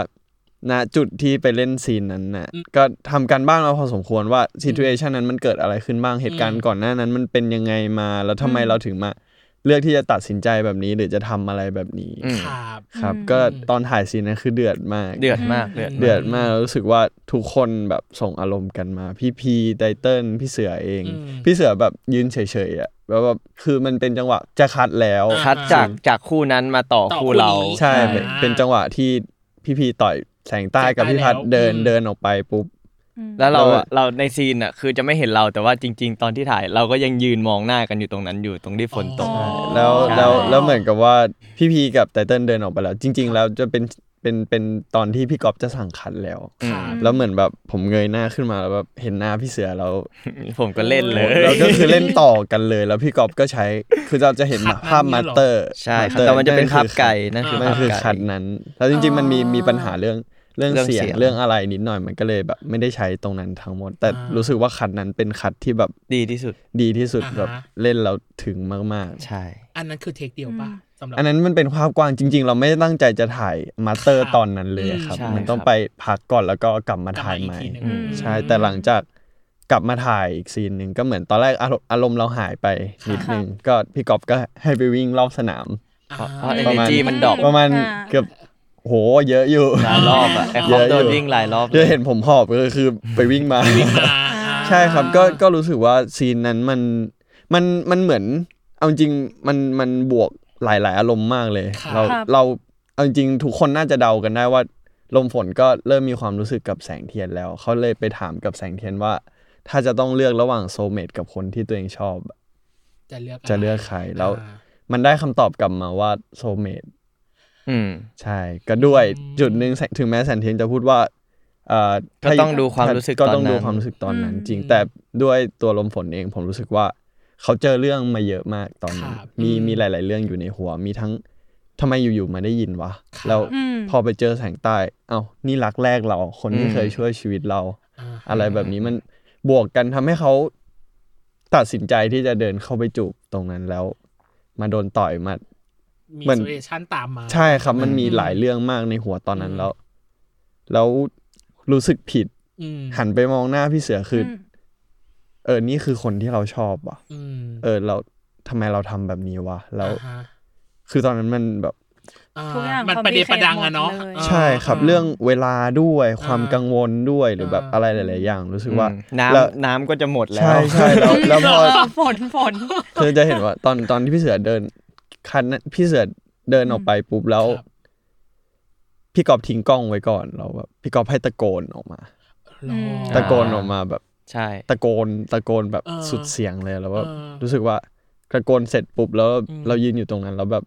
[SPEAKER 6] ณจุดที่ไปเล่นซีนนั้นน่ะ
[SPEAKER 2] อืม
[SPEAKER 6] ก็ทำการบ้านมาพอสมควรว่าซีทูเอชันนั้นมันเกิดอะไรขึ้นบ้างเหตุการณ์ก่อนหน้านั้นมันเป็นยังไงมา แล้วทำไมเราถึงมาเลือกที่จะตัดสินใจแบบนี้หรือจะทำอะไรแบบนี้
[SPEAKER 3] อืม
[SPEAKER 2] ครับ
[SPEAKER 6] ครับ ก็ตอนถ่ายซีนนั้นคือเดือดมาก
[SPEAKER 3] เดือดมากเดือด
[SPEAKER 6] เดือดมากแล้วรู้สึกว่าทุกคนแบบส่งอารมณ์กันมา พี่พีไตเติ้ลพี่เสือเอง
[SPEAKER 2] อืม
[SPEAKER 6] พี่เสือแบบยืนเฉยๆอ่ะแล้วแบบคือมันเป็นจังหวะจะคัดแล้ว
[SPEAKER 3] คัดจากจากคู่นั้นมาต่อ
[SPEAKER 2] ต่อ
[SPEAKER 3] คู่
[SPEAKER 2] คู่
[SPEAKER 3] เรา
[SPEAKER 2] นี้
[SPEAKER 6] ใช่เป็น
[SPEAKER 2] อ่า
[SPEAKER 6] เป็นจังหวะที่พี่พีต่อยแสงใต้กับพี่พัด
[SPEAKER 2] แสงใต้แล้ว
[SPEAKER 6] เดิน
[SPEAKER 2] อืม
[SPEAKER 6] เดินออกไปปุ๊บ
[SPEAKER 3] แล้วเราอะ
[SPEAKER 6] แล้ว
[SPEAKER 3] เราในซีนอ่ะคือจะไม่เห็นเราแต่ว่าจริง ๆ ตอนที่ถ่ายเราก็ยังยืนมองหน้ากันอยู่ตรงนั้นอยู่ตรงที่ฝนตก
[SPEAKER 2] อ๋อ
[SPEAKER 6] แล้ว
[SPEAKER 3] ใช่
[SPEAKER 6] แล้วแล้วเหมือนกับว่าพี่พีกับไตเติ้ลเดินออกไปแล้ว จริง ๆ แล้วจะเป็นเป็นเป็นตอนที่พี่ก๊อฟจะสั่งคัดแล้ว
[SPEAKER 2] ครับ
[SPEAKER 6] แล้วเหมือนแบบผมเงยหน้าขึ้นมาแล้วแบบเห็นหน้าพี่เสือแล้ว
[SPEAKER 3] ผมก็เล่นเลย
[SPEAKER 6] แล้วก็คือเล่นต่อกันเลย แล้วพี่กอบก็ใช้ คือเราจะเห็นแบบภาพมาสเตอร์
[SPEAKER 3] ใช่ครั
[SPEAKER 6] า
[SPEAKER 3] บ
[SPEAKER 6] สอ
[SPEAKER 3] แต่มันจะเป็นภาพไก่นั่นคือ
[SPEAKER 6] นั่นคือ
[SPEAKER 3] ภาพไก่
[SPEAKER 6] ขัดนั้น แล้วจริงๆมันมีมีปัญหาเรื่องเรื่อง
[SPEAKER 3] เรื่อง
[SPEAKER 6] เสียง
[SPEAKER 3] เสียง
[SPEAKER 6] เรื่องอะไรนิดหน่อยมันก็เลยแบบไม่ได้ใช้ตรงนั้นทั้งหมด แต่
[SPEAKER 2] อ่ารู้
[SPEAKER 6] รู้สึกว่าขัดนั้นเป็นขัดที่แบบ
[SPEAKER 3] ดีที่สุด
[SPEAKER 6] ดีที่สุดแบบ
[SPEAKER 2] อ่าฮะ
[SPEAKER 6] เล่นแล้วถึงมาก
[SPEAKER 3] ใช่
[SPEAKER 2] อันนั้นคือเทคเดียวป่ะสำหรับ
[SPEAKER 6] ๆ อันนั้นมันเป็นภาพกว้างจริง ๆ เราไม่ได้ตั้งใจจะถ่ายมาสเตอร์
[SPEAKER 2] ครับ
[SPEAKER 6] ตอนนั้นเลยครับ
[SPEAKER 2] ใช่
[SPEAKER 6] มันต้องไปพักก่อนแล้วก็กลับมาก
[SPEAKER 2] ลับ
[SPEAKER 6] ถ่าม
[SPEAKER 2] าย อีกที
[SPEAKER 6] ใหม่
[SPEAKER 2] หนึ่ง
[SPEAKER 7] อืม
[SPEAKER 6] ใช่แต่หลังจากกลับมาถ่ายอีกซีนหนึ่งก็เหมือนตอนแรกอารมณ์อารมณ์เราหายไปนิดนึงก็พี่ก๊อฟก็ให้ไปวิ่งรอบสนาม
[SPEAKER 2] อ่า
[SPEAKER 3] เพ
[SPEAKER 6] ป
[SPEAKER 3] ราะเอ
[SPEAKER 6] ระ
[SPEAKER 3] เน
[SPEAKER 6] มาณ
[SPEAKER 3] จีมันดรอป
[SPEAKER 6] ประมาณ
[SPEAKER 7] อ่า
[SPEAKER 6] เกือบโหเยอะอยู่
[SPEAKER 3] หลายรอบอะไอ้ค
[SPEAKER 6] เย
[SPEAKER 3] อม
[SPEAKER 6] อะอยู่
[SPEAKER 3] โดนวิ่งหลายรอบ
[SPEAKER 6] จะเห็นผมหอบก็คือไปวิ่งมา
[SPEAKER 2] อ่าอ่า
[SPEAKER 6] ใช่ครับก็ก็รู้สึกว่าซีนนั้นมันมันมันเหมือนเอาจริงมันมันบวกหลาย ๆ อารมณ์มากเลย
[SPEAKER 2] ครับ
[SPEAKER 6] เรา
[SPEAKER 7] ครับ
[SPEAKER 6] เราเอาจริงทุกคนน่าจะเดากันได้ว่า ลมฝนก็เริ่มมีความรู้สึกกับแสงเทียนแล้ว เขาเลยไปถามกับแสงเทียนว่า ถ้าจะต้องเลือกระหว่างโซลเมตกับคนที่ตัวเองชอบ
[SPEAKER 2] จะเลือก
[SPEAKER 6] จะเลือกใครแล้ว
[SPEAKER 2] อ่า
[SPEAKER 6] มันได้คำตอบกลับมาว่าโซลเมต
[SPEAKER 3] อืม
[SPEAKER 6] ใช่ ก็ด้วย
[SPEAKER 2] อืม
[SPEAKER 6] จุดหนึ่งแสงถึงแม้แสงเทียนจะพูดว่าเอ่อ
[SPEAKER 3] ก็ต้องดูความรู้สึก
[SPEAKER 6] ก็ต้อง
[SPEAKER 3] ตอนนั้น
[SPEAKER 6] ดูความรู้สึกตอนนั้น
[SPEAKER 7] อืม
[SPEAKER 6] จริง แต่ด้วยตัวลมฝนเองผมรู้สึกว่า เขาเจอเรื่องมาเยอะมากตอนนั้น
[SPEAKER 2] ครับ
[SPEAKER 6] มี
[SPEAKER 2] อืม
[SPEAKER 6] มีหลาย ๆ เรื่องอยู่ในหัว มีทั้งทำไมอยู่ๆมาได้ยินวะ
[SPEAKER 2] ครับ
[SPEAKER 6] แล้ว
[SPEAKER 7] อืม
[SPEAKER 6] พอไปเจอแสงใต้ เอ้านี่รักแรกเราคนที่เคยช่วยชีวิตเรา
[SPEAKER 2] อ่า
[SPEAKER 6] อะไรแบบนี้มันบวกกันทำให้เขาตัดสินใจที่จะเดินเข้าไปจูบตรงนั้นแล้ว มาโดนต่อยมา
[SPEAKER 2] มี
[SPEAKER 6] เหมือน
[SPEAKER 2] โซลูชันตามมา
[SPEAKER 6] ใช่ครับมันมี
[SPEAKER 2] อืม
[SPEAKER 6] หลายเรื่องมากในหัวตอนนั้น
[SPEAKER 2] อืม
[SPEAKER 6] แล้ว แล้วรู้สึกผิด
[SPEAKER 2] อืม
[SPEAKER 6] หันไปมองหน้าพี่เสือคืออ
[SPEAKER 7] ม
[SPEAKER 4] เออนี่คือคนที่เราชอบว่ะ
[SPEAKER 2] อืม
[SPEAKER 4] เออเราทำไมเราทำแบบนี้วะแล้ว
[SPEAKER 2] อ่าฮะ
[SPEAKER 4] คือตอนนั้นมันแบบ
[SPEAKER 2] อ่า
[SPEAKER 6] ทุกอย่าง
[SPEAKER 2] มันประเดประดังอะเนาะ
[SPEAKER 6] complicated หมดเลย
[SPEAKER 4] ใช่ครับ
[SPEAKER 2] า
[SPEAKER 4] เรื่องเวลาด้วยความ
[SPEAKER 2] อ่า
[SPEAKER 4] กังวลด้วยหรือแบบ
[SPEAKER 2] อ่า
[SPEAKER 4] อะไรหลาย ๆ อย่าง รู้สึกว่า
[SPEAKER 3] น้
[SPEAKER 4] แล้ว
[SPEAKER 3] ำน้ำก็จะหมดแล้ว
[SPEAKER 4] ใช่ใช่แล้วแล้วพอ
[SPEAKER 6] เออฝนฝน
[SPEAKER 4] คือจะเห็นว่าตอนตอนที่พี่เสือเดินคันนั้นพี่เสือเดินออกไปปุ๊บแล้ว
[SPEAKER 2] ครับ
[SPEAKER 4] พี่กอบทิ้งกล้องไว้ก่อนเราแบบพี่กอบให้ตะโกนออกมา
[SPEAKER 2] หรอ
[SPEAKER 6] ม
[SPEAKER 4] ตะโกนออกมาแบบ
[SPEAKER 3] ใช่
[SPEAKER 4] ตะโกนตะโกนแบบ
[SPEAKER 2] เออ
[SPEAKER 4] สุดเสียงเลยแล้วแบบ
[SPEAKER 2] เออ
[SPEAKER 4] รู้สึกว่าตะโกนเสร็จปุ๊บแล้ว
[SPEAKER 2] อืม
[SPEAKER 4] เรายืนอยู่ตรงนั้นแล้วแบบ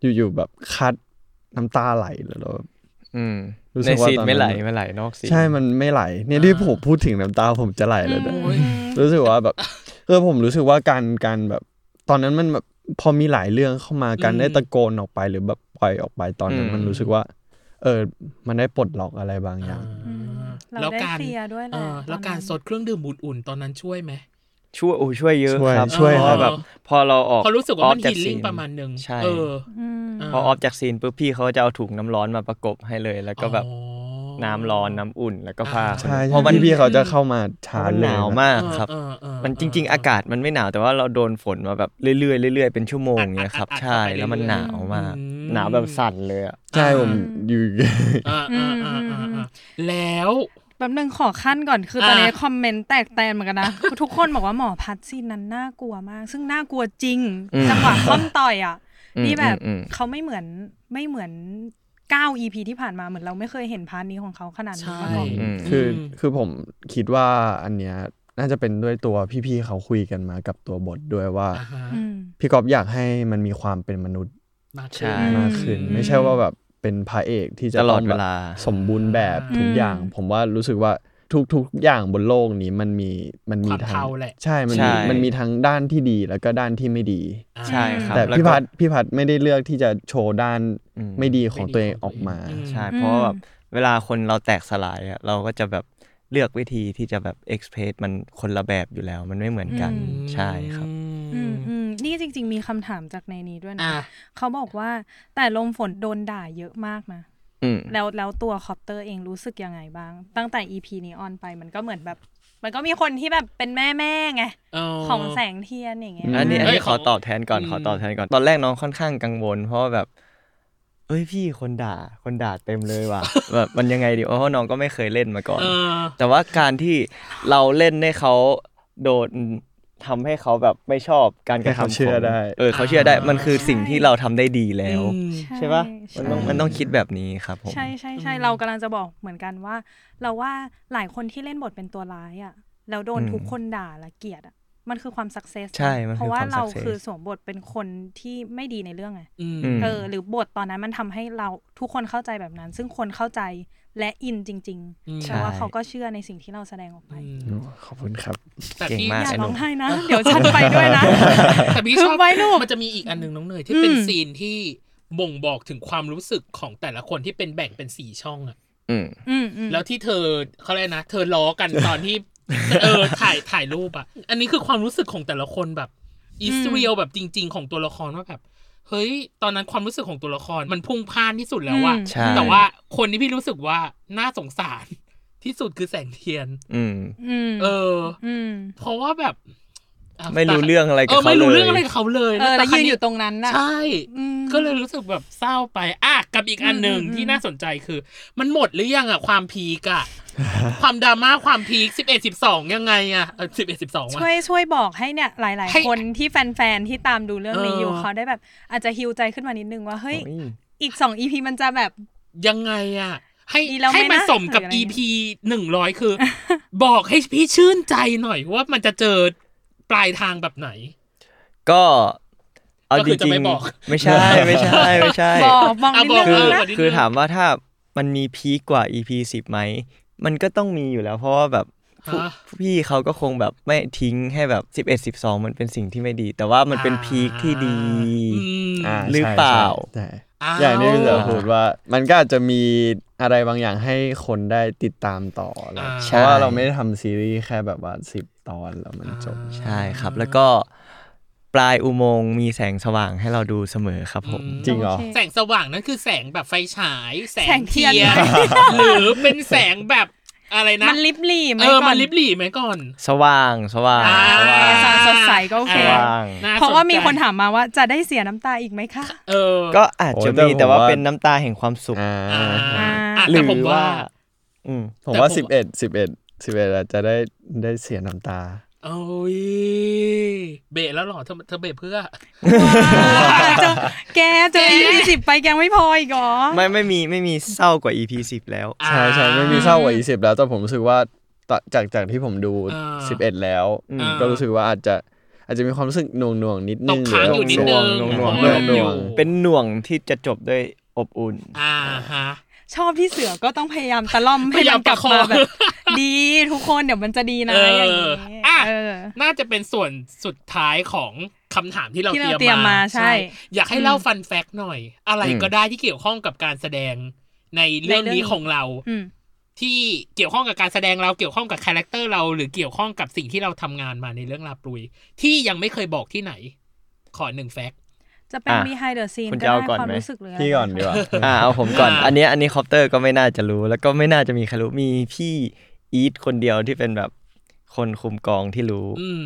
[SPEAKER 4] อยู่ๆแบบคัดน้ำตาไหลแล้วเราแบบ
[SPEAKER 3] อืม
[SPEAKER 4] รู้สึ
[SPEAKER 3] ใน
[SPEAKER 4] กว่า
[SPEAKER 3] ซีน
[SPEAKER 4] ตอนนั้น
[SPEAKER 3] ไม่ไหลไม่ไหลนอกซีน
[SPEAKER 4] ใช่มันไม่ไหล เนี่ยที่ผมพูดถึงน้ำตาผมจะไหลเลยนะ
[SPEAKER 2] โอ้ย
[SPEAKER 4] รู้สึกว่าแบบเออผมรู้สึกว่าการการแบบ ตอนนั้นมันแบบพอมีหลายเรื่องเข้ามาการ
[SPEAKER 2] อืม
[SPEAKER 4] ได้ตะโกนออกไปหรือแบบปล่อยออกไปตอนนั้นมันรู้สึกว่า เออ มันได้ปลดล็อกอะไรบางอย่าง
[SPEAKER 6] อืมเรา
[SPEAKER 2] แล้ว
[SPEAKER 6] ได้
[SPEAKER 2] การ
[SPEAKER 6] เคลียร์ด้วยแห
[SPEAKER 2] เอ
[SPEAKER 6] ละ
[SPEAKER 2] อแล้วการ
[SPEAKER 6] ตอนนั้น
[SPEAKER 2] สดเครื่องดื่มอุ่นๆตอนนั้นช่วยไหม
[SPEAKER 3] ช่วยโอ้ช่วยเยอะ
[SPEAKER 4] ช่วย
[SPEAKER 3] ครับ
[SPEAKER 4] ช่วย
[SPEAKER 3] เพ
[SPEAKER 4] ครั
[SPEAKER 3] ราะ
[SPEAKER 4] บ
[SPEAKER 3] แบบ พอเราออก
[SPEAKER 2] พอรู้สึกว่ามัน
[SPEAKER 3] จ
[SPEAKER 2] ฮีล
[SPEAKER 3] ซี
[SPEAKER 2] ลิ่งประมาณหนึ่ง
[SPEAKER 3] ใช่
[SPEAKER 2] เออ
[SPEAKER 6] อืม
[SPEAKER 3] พอออฟจากซีนปุ๊บพี่เขาจะเอาถุงน้ำร้อนมาประกบให้เลย แล้วก็แบบ
[SPEAKER 2] อ๋อ
[SPEAKER 3] น้ำร้อนน้ำอุ่นแล้วก็ผ้า
[SPEAKER 4] ใช่
[SPEAKER 3] เพ
[SPEAKER 4] ใช่
[SPEAKER 3] ราะมัน
[SPEAKER 4] พี่พี่ๆเขาจะเข้ามา
[SPEAKER 3] เพราะ
[SPEAKER 4] ชาร์จ
[SPEAKER 3] มัน
[SPEAKER 4] เลย
[SPEAKER 3] หนาว
[SPEAKER 4] นะ
[SPEAKER 3] มากครับ
[SPEAKER 2] เออเออเออ
[SPEAKER 3] มันจริง
[SPEAKER 2] เออ
[SPEAKER 3] ๆอากาศมันไม่หนาวแต่ว่าเราโดนฝนมาแบบเรื่อยๆเรื่อยๆเป็นชั่วโมง
[SPEAKER 2] อัดๆ
[SPEAKER 3] เนี้ยครับ
[SPEAKER 2] อัดๆ
[SPEAKER 3] ใช่
[SPEAKER 2] เข้าไป
[SPEAKER 3] แล้วมัน
[SPEAKER 2] เรื่
[SPEAKER 3] ห
[SPEAKER 2] อยๆ
[SPEAKER 3] นาวมาก
[SPEAKER 2] อืม
[SPEAKER 3] หนาวแบบสั่นเลยอะ
[SPEAKER 4] ใช่ผมอยู่
[SPEAKER 2] อ่าอ่าอ่าอ่าอ่าแล้ว
[SPEAKER 6] แป๊บนึงขอขั้นก่อนคือตอนนี้
[SPEAKER 2] อ่ะ
[SPEAKER 6] คอมเมนต์แตกแตนเหมือนกันนะ ทุกคนบอกว่าหมอพัดซีนนั้นน่ากลัวมาก ซึ่งน่ากลัวจริงจังหวะคล่อมต่อยอ่ะ
[SPEAKER 3] อืม
[SPEAKER 6] นี่แบบ
[SPEAKER 3] อืมอืม
[SPEAKER 6] เขาไม่เหมือนไม่เหมือน9 EP ที่ผ่านมาเหมือนเราไม่เคยเห็นพาร์ทนี้ของเขาขนาดนี้มาก่อน
[SPEAKER 2] ใช่
[SPEAKER 3] อืม
[SPEAKER 4] คือ
[SPEAKER 2] อืม
[SPEAKER 4] คือผมคิดว่าอันเนี้ยน่าจะเป็นด้วยตัวพี่ๆเขาคุยกันมากับตัวบทด้วยว่า
[SPEAKER 2] อ่าฮะ
[SPEAKER 6] อืม
[SPEAKER 4] พี่กอฟอยากให้มันมีความเป็นมนุษย์
[SPEAKER 2] มาก
[SPEAKER 3] ใช่
[SPEAKER 2] ขึ้น
[SPEAKER 3] อืม
[SPEAKER 4] มากขึ้น
[SPEAKER 6] อืม
[SPEAKER 4] ไม่ใช่ว่าแบบเป็นพระเอกที่จะ
[SPEAKER 3] ตลอด
[SPEAKER 4] งแบบ
[SPEAKER 3] เวลา
[SPEAKER 4] สมบูรณ์แบบ
[SPEAKER 2] อืม
[SPEAKER 4] ทุกอย่าง ผมว่ารู้สึกว่าทุกทุกอย่างบนโลกนี้มันมีมันมี
[SPEAKER 2] ความ
[SPEAKER 4] ทั้ง
[SPEAKER 2] เทาแหละ
[SPEAKER 4] ใช่มันมี
[SPEAKER 3] ใช่
[SPEAKER 4] มันมีทั้งด้านที่ดีแล้วก็ด้านที่ไม่ดี
[SPEAKER 2] อ่า
[SPEAKER 3] ใช่ครับ
[SPEAKER 4] แต่
[SPEAKER 3] ล้ว
[SPEAKER 4] พี่
[SPEAKER 3] ก็
[SPEAKER 4] พัดพี่พัดไม่ได้เลือกที่จะโชว์ด้าน
[SPEAKER 3] อืม
[SPEAKER 4] ไม่ดีของตัวเองออกมา
[SPEAKER 2] อืม
[SPEAKER 3] ใช่
[SPEAKER 6] อืม
[SPEAKER 3] เพราะว่าแบบเวลาคนเราแตกสลายอะเราก็จะแบบเลือกวิธีที่จะแบบเอ็กเพรสมันคนละแบบอยู่แล้ว มันไม่เหมือนกัน
[SPEAKER 6] อืม
[SPEAKER 3] ใช่ครับ
[SPEAKER 6] อืมอืมนี่จริง ๆ มีคำถามจากในนี้ด้วยนะ
[SPEAKER 2] อ่ะ
[SPEAKER 6] เขาบอกว่าแต่ลมฝนโดนด่าเยอะมากนะ
[SPEAKER 3] อืม
[SPEAKER 6] แล้วแล้วตัวคอปเตอร์เองรู้สึกยังไงบ้าง ตั้งแต่ EP นี้ออนไปมันก็เหมือนแบบ มันก็มีคนที่แบบเป็นแม่แม่ๆไง ของแสงเทียนอย่างเงี้ย
[SPEAKER 3] อันนี้อัน
[SPEAKER 2] เอ้ย
[SPEAKER 3] นี้ขอตอบแทนก่อน
[SPEAKER 2] อืม
[SPEAKER 3] ขอตอบแทนก่อนตอนแรกน้องค่อนข้างกังวล เพราะว่าแบบ เอ้ยพี่คนด่าคนด่าเต็มเลยว่ะ แบบมันยังไงดีเพราะว่าน้องก็ไม่เคยเล่นมาก่อน
[SPEAKER 2] เออ
[SPEAKER 3] แต่ว่าการที่เราเล่นให้เขาโดนทำให้เขาแบบไม่ชอบการกระทำ
[SPEAKER 4] ให้เขาเชื่อ
[SPEAKER 3] ขง
[SPEAKER 4] ได้
[SPEAKER 3] เออเขาเชื่อได้มันคือสิ่งที่เราทำได้ดีแล้ว
[SPEAKER 2] อืม
[SPEAKER 3] ใช่ปะมันต้องมันต้องคิดแบบนี้ครับผม
[SPEAKER 6] ใช่ใช่ใช่เรากำลังจะบอกเหมือนกันว่า เราว่าหลายคนที่เล่นบทเป็นตัวร้ายอ่ะแล้วโดน
[SPEAKER 3] อืม
[SPEAKER 6] ทุกคนด่าและเกลียดอ่ะมันคือความสักเซส
[SPEAKER 3] ใช่มันคือ
[SPEAKER 6] เพราะว่า
[SPEAKER 3] ความ
[SPEAKER 6] เรา
[SPEAKER 3] success
[SPEAKER 6] คือสวมบทเป็นคนที่ไม่ดีในเรื่องไง
[SPEAKER 2] อืม
[SPEAKER 3] อืม
[SPEAKER 6] เออหรือบทตอนนั้นมันทำให้เราทุกคนเข้าใจแบบนั้น ซึ่งคนเข้าใจและอินจริง
[SPEAKER 2] อืม
[SPEAKER 6] ๆแต่ว่า
[SPEAKER 3] ใช่
[SPEAKER 6] เขาก็เชื่อในสิ่งที่เราแสดงออกไป
[SPEAKER 4] ขอบคุณครับ
[SPEAKER 2] แต่
[SPEAKER 3] เก่ง
[SPEAKER 2] พี่
[SPEAKER 3] มาก
[SPEAKER 6] อย่า
[SPEAKER 3] สนุ
[SPEAKER 6] ร้องไห้นะ เดี๋ยวฉันไปด้วย นะ
[SPEAKER 2] แต่พี่ชอบ
[SPEAKER 6] ไว้ลูก
[SPEAKER 2] มันจะมีอีกอันหนึงน้องเนยที่เป็น
[SPEAKER 6] อืม
[SPEAKER 2] ซีนที่บ่งบอกถึงความรู้สึกของแต่ละคนที่เป็นแบ่งเป็นสี่ช่องอะ
[SPEAKER 3] อืม
[SPEAKER 6] อืมอืม
[SPEAKER 2] แล้วที่เธอเขาเรียกนะ เธอล้อกันตอนที่ เออถ่ายถ่ายรูปอ่ะ อันนี้คือความรู้สึกของแต่ละคนแบบอิสเรียลแบบจริง ๆ ของตัวละครว่าแบบเฮ้ย ตอนนั้นความรู้สึกของตัวละครมันพุ่งพล่านที่สุดแล้วว่ะ
[SPEAKER 6] อืม
[SPEAKER 3] ใช่
[SPEAKER 2] แต่ว่าคนที่พี่รู้สึกว่าน่าสงสารที่สุดคือแสงเทียน
[SPEAKER 3] อืม
[SPEAKER 6] อืม
[SPEAKER 2] เออ
[SPEAKER 6] อืม
[SPEAKER 2] เพราะว่าแบบอ่ะ
[SPEAKER 3] ไม่รู้เรื่องอะไร
[SPEAKER 2] เอ
[SPEAKER 3] กับ
[SPEAKER 2] อ
[SPEAKER 3] เขา
[SPEAKER 2] ไม่
[SPEAKER 3] เลย
[SPEAKER 2] รู้เรื่องอะไรกับเขาเลย
[SPEAKER 6] เออแล้ว
[SPEAKER 2] ค
[SPEAKER 6] ยื
[SPEAKER 2] รั้
[SPEAKER 6] น
[SPEAKER 2] ง
[SPEAKER 6] อยู่ตรงนั้นน่ะ
[SPEAKER 2] ใช่
[SPEAKER 6] อืม
[SPEAKER 2] ก็เลยรู้สึกแบบเศร้าไป อ่ะ กับอีกอันหนึ่ง
[SPEAKER 6] อืมอืม
[SPEAKER 2] ที่น่าสนใจคือ มันหมดหรือยังอ่ะ ความพีกอ่ะ ความดราม่าความพีกสิบเอ็ดสิบสองยังไงอ่ะสิบเอ็ดสิบสอง
[SPEAKER 6] ช่วยช่วยบอกให้เนี่ยหลาย
[SPEAKER 2] ให้
[SPEAKER 6] ๆ คนที่แฟน ๆ ที่ตามดูเรื่องนี้อยู่
[SPEAKER 2] เออ
[SPEAKER 6] เขาได้แบบอาจจะฮิวใจขึ้นมานิดนึงว่า เฮ้ย
[SPEAKER 3] โอ้ย
[SPEAKER 6] อีกสองอีพีมันจะแบบ
[SPEAKER 2] ยังไงอ่ะ ให้
[SPEAKER 6] ดีแล้วไหม
[SPEAKER 2] ให้มัน
[SPEAKER 6] นะ
[SPEAKER 2] สมกับ
[SPEAKER 6] หรืออะไร
[SPEAKER 2] EP หนึ่งร้อยคือ บอกให้พี่ชื่นใจหน่อยว่ามันจะเจอปลายทางแบบไหน
[SPEAKER 3] ก็เอา
[SPEAKER 2] ก็
[SPEAKER 3] จ
[SPEAKER 2] คือจะ
[SPEAKER 3] ริง
[SPEAKER 2] ไม่บอก
[SPEAKER 3] ๆไม่ใช่ ไม่ใช่ไม่ใช่
[SPEAKER 6] บอกบอก
[SPEAKER 2] อ่ะ
[SPEAKER 6] นิด
[SPEAKER 2] บ
[SPEAKER 6] นึ
[SPEAKER 2] อก
[SPEAKER 6] ง
[SPEAKER 2] เออ
[SPEAKER 6] นะ
[SPEAKER 3] คือคือถามว่าถ้ามันมีพีคกว่า EP สิบไหม มันก็ต้องมีอยู่แล้ว เพราะว่าแบบผู้
[SPEAKER 2] ฮะ
[SPEAKER 3] พี่เขาก็คงแบบไม่ทิ้งให้แบบ 11 12 มันเป็นสิ่งที่ไม่ดี แต่ว่ามันเป็นพีคที่ดี
[SPEAKER 2] อืม
[SPEAKER 4] อ่า
[SPEAKER 3] หรือเปล่า
[SPEAKER 4] ใช่ใช่
[SPEAKER 2] อ้ว
[SPEAKER 4] อย่างที่พี่เสือพูดว่า มันก็อาจจะมีอะไรบางอย่างให้คนได้ติดตามต่ออะไร
[SPEAKER 2] อ่า
[SPEAKER 4] เพราะว่าเราไม่ได้ทำซีรีส์แค่แบบว่าสิบตอนแล้วมันจบ
[SPEAKER 3] ใช่ครับ แล้วก็ปลายอุโมงค์มีแสงสว่างให้เราดูเสมอครับผม
[SPEAKER 4] จริงเหรอ
[SPEAKER 6] โอเค
[SPEAKER 2] แสงสว่างนั่นคือแสงแบบไฟฉาย แส
[SPEAKER 6] แส
[SPEAKER 2] ง
[SPEAKER 6] งเที
[SPEAKER 2] เทีย
[SPEAKER 6] ย
[SPEAKER 2] น
[SPEAKER 6] น
[SPEAKER 2] หรือเป็นแสงแบบ อะไรนะ
[SPEAKER 6] มันลิบหลี่ไหม
[SPEAKER 2] เออ
[SPEAKER 6] ก่
[SPEAKER 2] มั
[SPEAKER 6] อน น
[SPEAKER 2] ลิบหลี่ไหมก่อน
[SPEAKER 3] สว่างสว่าง
[SPEAKER 2] อ่า
[SPEAKER 3] สว่าง
[SPEAKER 6] สดใสก็โอเค
[SPEAKER 2] น่ส
[SPEAKER 3] อ่
[SPEAKER 2] นใจ
[SPEAKER 6] เพราะว่ามีคนถามมาว่าจะได้เสียน้ำตาอีกไหมคะ
[SPEAKER 2] เออ
[SPEAKER 3] ก็อาจจะ
[SPEAKER 4] โอ้แต่
[SPEAKER 3] มีแต่ว่า
[SPEAKER 4] ผมว่า
[SPEAKER 3] เป็นน้ำตาแห่งความสุข
[SPEAKER 4] อ่า
[SPEAKER 2] อ่า
[SPEAKER 6] อ่า
[SPEAKER 2] แต่ผมว่า
[SPEAKER 3] อืม
[SPEAKER 4] ผมว่า
[SPEAKER 2] แต่ผม
[SPEAKER 4] สิบเอ็ดสิบเอ็ดสิบเอ็ดอาจจะได้ได้เสียน้ำตา
[SPEAKER 2] โอ้ยเบะแล้วเหรอเธอเธอเบะเพื่อ
[SPEAKER 6] จะแกจะมีที่สิบไปแกไม่พออีกเหรอ
[SPEAKER 3] ไม่ไม่มีไม่มีเศร้ากว่า EP สิบแล้ว
[SPEAKER 4] ใช่ใช่ไม่มีเศร้ากว่าอีสิบแล้ว แต่ผมรู้สึกว่าตอนจากจากที่ผมดู
[SPEAKER 2] อ่า
[SPEAKER 4] สิบเอ็ดแล้ว
[SPEAKER 3] อืม
[SPEAKER 4] ก็รู้สึกว่าอาจจะอาจจะมีความรู้สึกหน่วงหน่วงๆนิด
[SPEAKER 2] ต
[SPEAKER 4] นึ
[SPEAKER 2] ก
[SPEAKER 4] ง
[SPEAKER 2] ค้างอยู่นิดนึง
[SPEAKER 4] หน่วงหน่วงห
[SPEAKER 2] เพราะ
[SPEAKER 4] น่ว
[SPEAKER 2] ว่า
[SPEAKER 4] หน่ว
[SPEAKER 2] ง มันอยู่
[SPEAKER 4] ง
[SPEAKER 3] เป็นหน่วงที่จะจบด้วยอบอุ่น
[SPEAKER 2] อ่าฮะ
[SPEAKER 6] ชอบที่เสือก็ต้องพยายามตะล่อมให้มันกลับมาแบบ ดีทุกคนเดี๋ยวมันจะดีนะ
[SPEAKER 2] เอออ
[SPEAKER 6] อย่างนี้
[SPEAKER 2] อ่ะ
[SPEAKER 6] เออ
[SPEAKER 2] น่าจะเป็นส่วนสุดท้ายของคำถามที่เรา
[SPEAKER 6] ที่เรา
[SPEAKER 2] เตรียมมา
[SPEAKER 6] เตรียมมาใช่
[SPEAKER 2] อยากให้เล่าฟันแฟกหน่อย อะไรก็ได้ที่เกี่ยวข้องกับการแสดงในเรื่อง
[SPEAKER 6] ในเรื่องนี้
[SPEAKER 2] นี้ของเรา
[SPEAKER 6] อืม
[SPEAKER 2] ที่เกี่ยวข้องกับการแสดงเราเกี่ยวข้องกับคาแรคเตอร์เรา หรือเกี่ยวข้องกับสิ่งที่เราทำงานมาในเรื่องลาปลุย ที่ยังไม่เคยบอกที่ไหน ขอหนึ่งแฟก
[SPEAKER 6] จะเป็น
[SPEAKER 3] อ่ะ
[SPEAKER 6] behind the scene
[SPEAKER 3] คุณ
[SPEAKER 6] ก็
[SPEAKER 3] จะเอา
[SPEAKER 6] ได้
[SPEAKER 3] ก่อน
[SPEAKER 6] ความ
[SPEAKER 3] ไหม
[SPEAKER 6] รู้สึกเลย
[SPEAKER 4] พี่ก่อนดีกว่า
[SPEAKER 3] อ่าเอาผมก่อน
[SPEAKER 2] อ่า
[SPEAKER 3] อันเนี้ยอันนี้คอปเตอร์ก็ไม่น่าจะรู้ แล้วก็ไม่น่าจะมีใครรู้มีพี่อีทคนเดียวที่เป็นแบบคนคุมกองที่รู้
[SPEAKER 2] อืม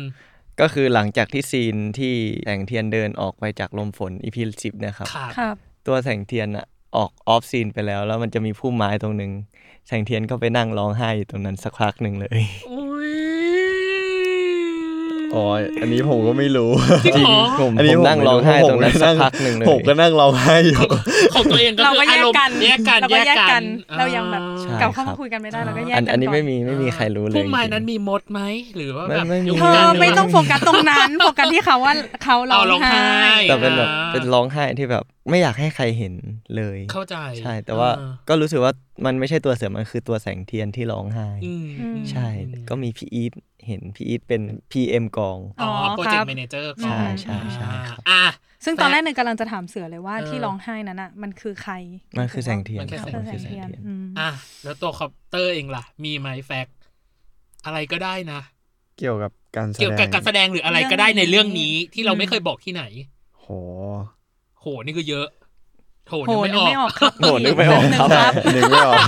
[SPEAKER 3] ก็คือหลังจากที่ซีนที่แสงเทียนเดินออกไปจากลมฝน EP สิบเนะครับ
[SPEAKER 2] ครับ
[SPEAKER 6] ครับ
[SPEAKER 3] ตัวแสงเทียนอะออกออฟซีนไปแล้ว แล้วมันจะมีพุ่มไม้ตรงหนึ่งแสงเทียนก็ไปนั่งร้องไห้อยู่ตรงนั้นสักพักหนึ่งเลย
[SPEAKER 2] อุ้ย
[SPEAKER 4] อ๋ออันนี้ผมก็ไม่รู้
[SPEAKER 2] จริงเหรอ
[SPEAKER 3] ผมผมนั่งร้องไห้ตรงนั้นสักพักหนึ่งเลย
[SPEAKER 4] ผมก็นั่งร้องไห้อยู่
[SPEAKER 2] ของตัวเองก็
[SPEAKER 6] เรา
[SPEAKER 2] คือ
[SPEAKER 6] ก็
[SPEAKER 2] อา
[SPEAKER 6] แย
[SPEAKER 2] ร
[SPEAKER 6] ก
[SPEAKER 2] มณ์
[SPEAKER 6] กัน
[SPEAKER 2] แยกกัน
[SPEAKER 6] เราก็แยกกัน
[SPEAKER 2] อ่
[SPEAKER 6] เรายังแบบ
[SPEAKER 3] ใช่
[SPEAKER 6] กลับเข้า
[SPEAKER 3] ครั
[SPEAKER 6] มา
[SPEAKER 3] บ
[SPEAKER 6] คุยกันไม่ได้เราก็แยก
[SPEAKER 3] อั
[SPEAKER 6] กัน น
[SPEAKER 3] อันนี้
[SPEAKER 6] ก่
[SPEAKER 3] ไม่มีไม่มีใครรู้เลย
[SPEAKER 2] พุ่มไม้
[SPEAKER 3] จริงๆ
[SPEAKER 2] นั้นมีมดไหมหรือว่า
[SPEAKER 3] ไม่
[SPEAKER 2] แบบ
[SPEAKER 3] ไม่มี
[SPEAKER 2] ยุง
[SPEAKER 6] เธอ
[SPEAKER 2] กัดหรื
[SPEAKER 6] ไม่ต้องโฟกัสตรงนั้น โฟกัสที่เขาว่าเขาร้
[SPEAKER 2] เอาร้
[SPEAKER 6] อ
[SPEAKER 2] อง
[SPEAKER 6] ง
[SPEAKER 2] ไห้
[SPEAKER 6] ไห้
[SPEAKER 3] แต่เป็นแบบ
[SPEAKER 2] อ่า
[SPEAKER 3] เป็นร้องไห้ที่แบบไม่อยากให้ใครเห็นเลย
[SPEAKER 2] เข้าใจ
[SPEAKER 3] ใช่ แต่ว่า
[SPEAKER 2] อ่
[SPEAKER 3] ก็รู้สึกว่ามันไม่ใช่ตัวเสือมันคือตัวแสงเทียนที่ร้องไห้
[SPEAKER 2] อืม
[SPEAKER 3] ใช่ก็มีพี่อีทเห็นพี่อีทเป็น PM กอง
[SPEAKER 2] อ๋อโปร
[SPEAKER 6] ค
[SPEAKER 2] เจก
[SPEAKER 6] รับ
[SPEAKER 2] ต์แมเนเจอร์
[SPEAKER 3] ใช่ใช่ใช่ครับ
[SPEAKER 2] อ่ะ
[SPEAKER 6] ซึ่งตอนแรกหนึ่งกำลังจะถามเสือเลยว่า
[SPEAKER 2] เออ
[SPEAKER 6] ที่ร้องไห้นั้นอ่ะมันคือใคร
[SPEAKER 3] มันคือแสงเทียน
[SPEAKER 2] มันคือ
[SPEAKER 3] ครับ
[SPEAKER 6] เอ
[SPEAKER 3] มั
[SPEAKER 6] อน แส
[SPEAKER 3] คือง แสง
[SPEAKER 6] เทียน
[SPEAKER 3] เทียน
[SPEAKER 6] อืม
[SPEAKER 2] อ่ะแล้วตัวคอปเตอร์เองล่ะ มีไหมแฟกอะไรก็ได้นะ
[SPEAKER 4] เกี่ยวกับการแสดง
[SPEAKER 2] เกี่ยวกับการแสดงหรืออะไรก็ได้ในเรื่องนี้ที่เราไม่เคยบอกที่ไหน
[SPEAKER 4] โห
[SPEAKER 2] โหนี่คือเยอะโห
[SPEAKER 6] โห
[SPEAKER 2] นึ
[SPEAKER 6] นึ
[SPEAKER 2] ก
[SPEAKER 6] ก
[SPEAKER 2] ไม่
[SPEAKER 6] ไม่
[SPEAKER 2] อ
[SPEAKER 6] อ
[SPEAKER 2] อ
[SPEAKER 6] อก กครับ
[SPEAKER 3] โหนึกไม่ออกครับ
[SPEAKER 6] แป๊บห
[SPEAKER 4] ห
[SPEAKER 6] นึ่
[SPEAKER 4] นึ่
[SPEAKER 6] ง
[SPEAKER 4] ง
[SPEAKER 6] ค
[SPEAKER 4] ไม่
[SPEAKER 6] รับ
[SPEAKER 4] ออก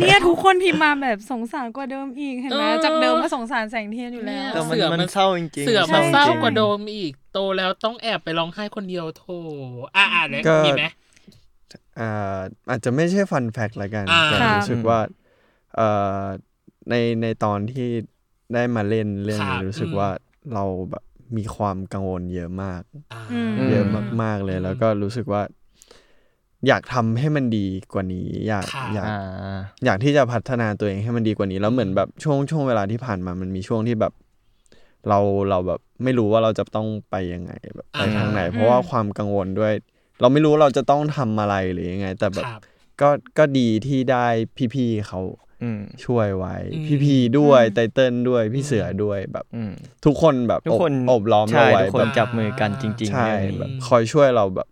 [SPEAKER 6] เนี่ยทุกคนพิมพ์มาแบบสงสารกว่าเดิมอีกเห็นไหม
[SPEAKER 2] เออ
[SPEAKER 6] จากเดิมก็สงสารแสงเทียนอยู่แล้
[SPEAKER 2] เนี่
[SPEAKER 6] วย
[SPEAKER 3] แต่มัน
[SPEAKER 2] เสือมั
[SPEAKER 3] มัน นเศร้าจริงๆ
[SPEAKER 2] เสือมัน
[SPEAKER 3] จงๆ
[SPEAKER 2] เศร้ากว่าโดมอีกโตแล้วต้องแอบไปร้องไห้คนเดียวโถอ่ะอ่ะแล้ว
[SPEAKER 4] ก็
[SPEAKER 2] มีไหม
[SPEAKER 4] อ่าอาจจะไม่ใช่ฟันแฟกละกัน
[SPEAKER 2] อ่า
[SPEAKER 4] แต่รู้สึกว่าเอ่อในในตอนที่ได้มาเล่นเรื่อง
[SPEAKER 2] ครั
[SPEAKER 4] นี้
[SPEAKER 2] บ
[SPEAKER 4] รู้สึก
[SPEAKER 2] อืม
[SPEAKER 4] ว่าเราแบบมีความกังวลเยอะมาก
[SPEAKER 2] อ่า
[SPEAKER 6] ม
[SPEAKER 4] เยอะมาก ๆเลย แล้วก็รู้สึกว่า อยากทำให้มันดีกว่านี้ อยาก
[SPEAKER 2] ครับ
[SPEAKER 4] อยาก
[SPEAKER 3] อ่า
[SPEAKER 4] อยากที่จะพัฒนาตัวเองให้มันดีกว่านี้แล้วเหมือนแบบช่วงช่วงเวลาที่ผ่านมามันมีช่วงที่แบบ เราเราแบบ ไม่รู้ว่าเราจะต้องไปยังไงแบบไป
[SPEAKER 2] อ่า
[SPEAKER 4] ทางไหน เพราะว่าความกังวลด้วย เราไม่รู้เราจะต้องทำอะไรหรือยังไง แต่แบบ
[SPEAKER 2] ครับ
[SPEAKER 4] ก็ก็ดีที่ได้พี่ๆเขา
[SPEAKER 3] อืม
[SPEAKER 4] ช่วยไว้
[SPEAKER 2] อืม
[SPEAKER 4] พี่ๆด้วยไตเติ้ลด้วยพี่เสือด้วยแบบ
[SPEAKER 3] อืม
[SPEAKER 4] ทุกคนแบบ
[SPEAKER 3] ทุกคน
[SPEAKER 4] อบอบล้อม
[SPEAKER 3] ใช่
[SPEAKER 4] เราไว้
[SPEAKER 3] ทุกค
[SPEAKER 4] แบ
[SPEAKER 3] น
[SPEAKER 4] บ
[SPEAKER 3] จับมือกันจริงๆ
[SPEAKER 4] ใช่
[SPEAKER 3] เรื่องนี้
[SPEAKER 4] แบบคอยช่วยเราแบบ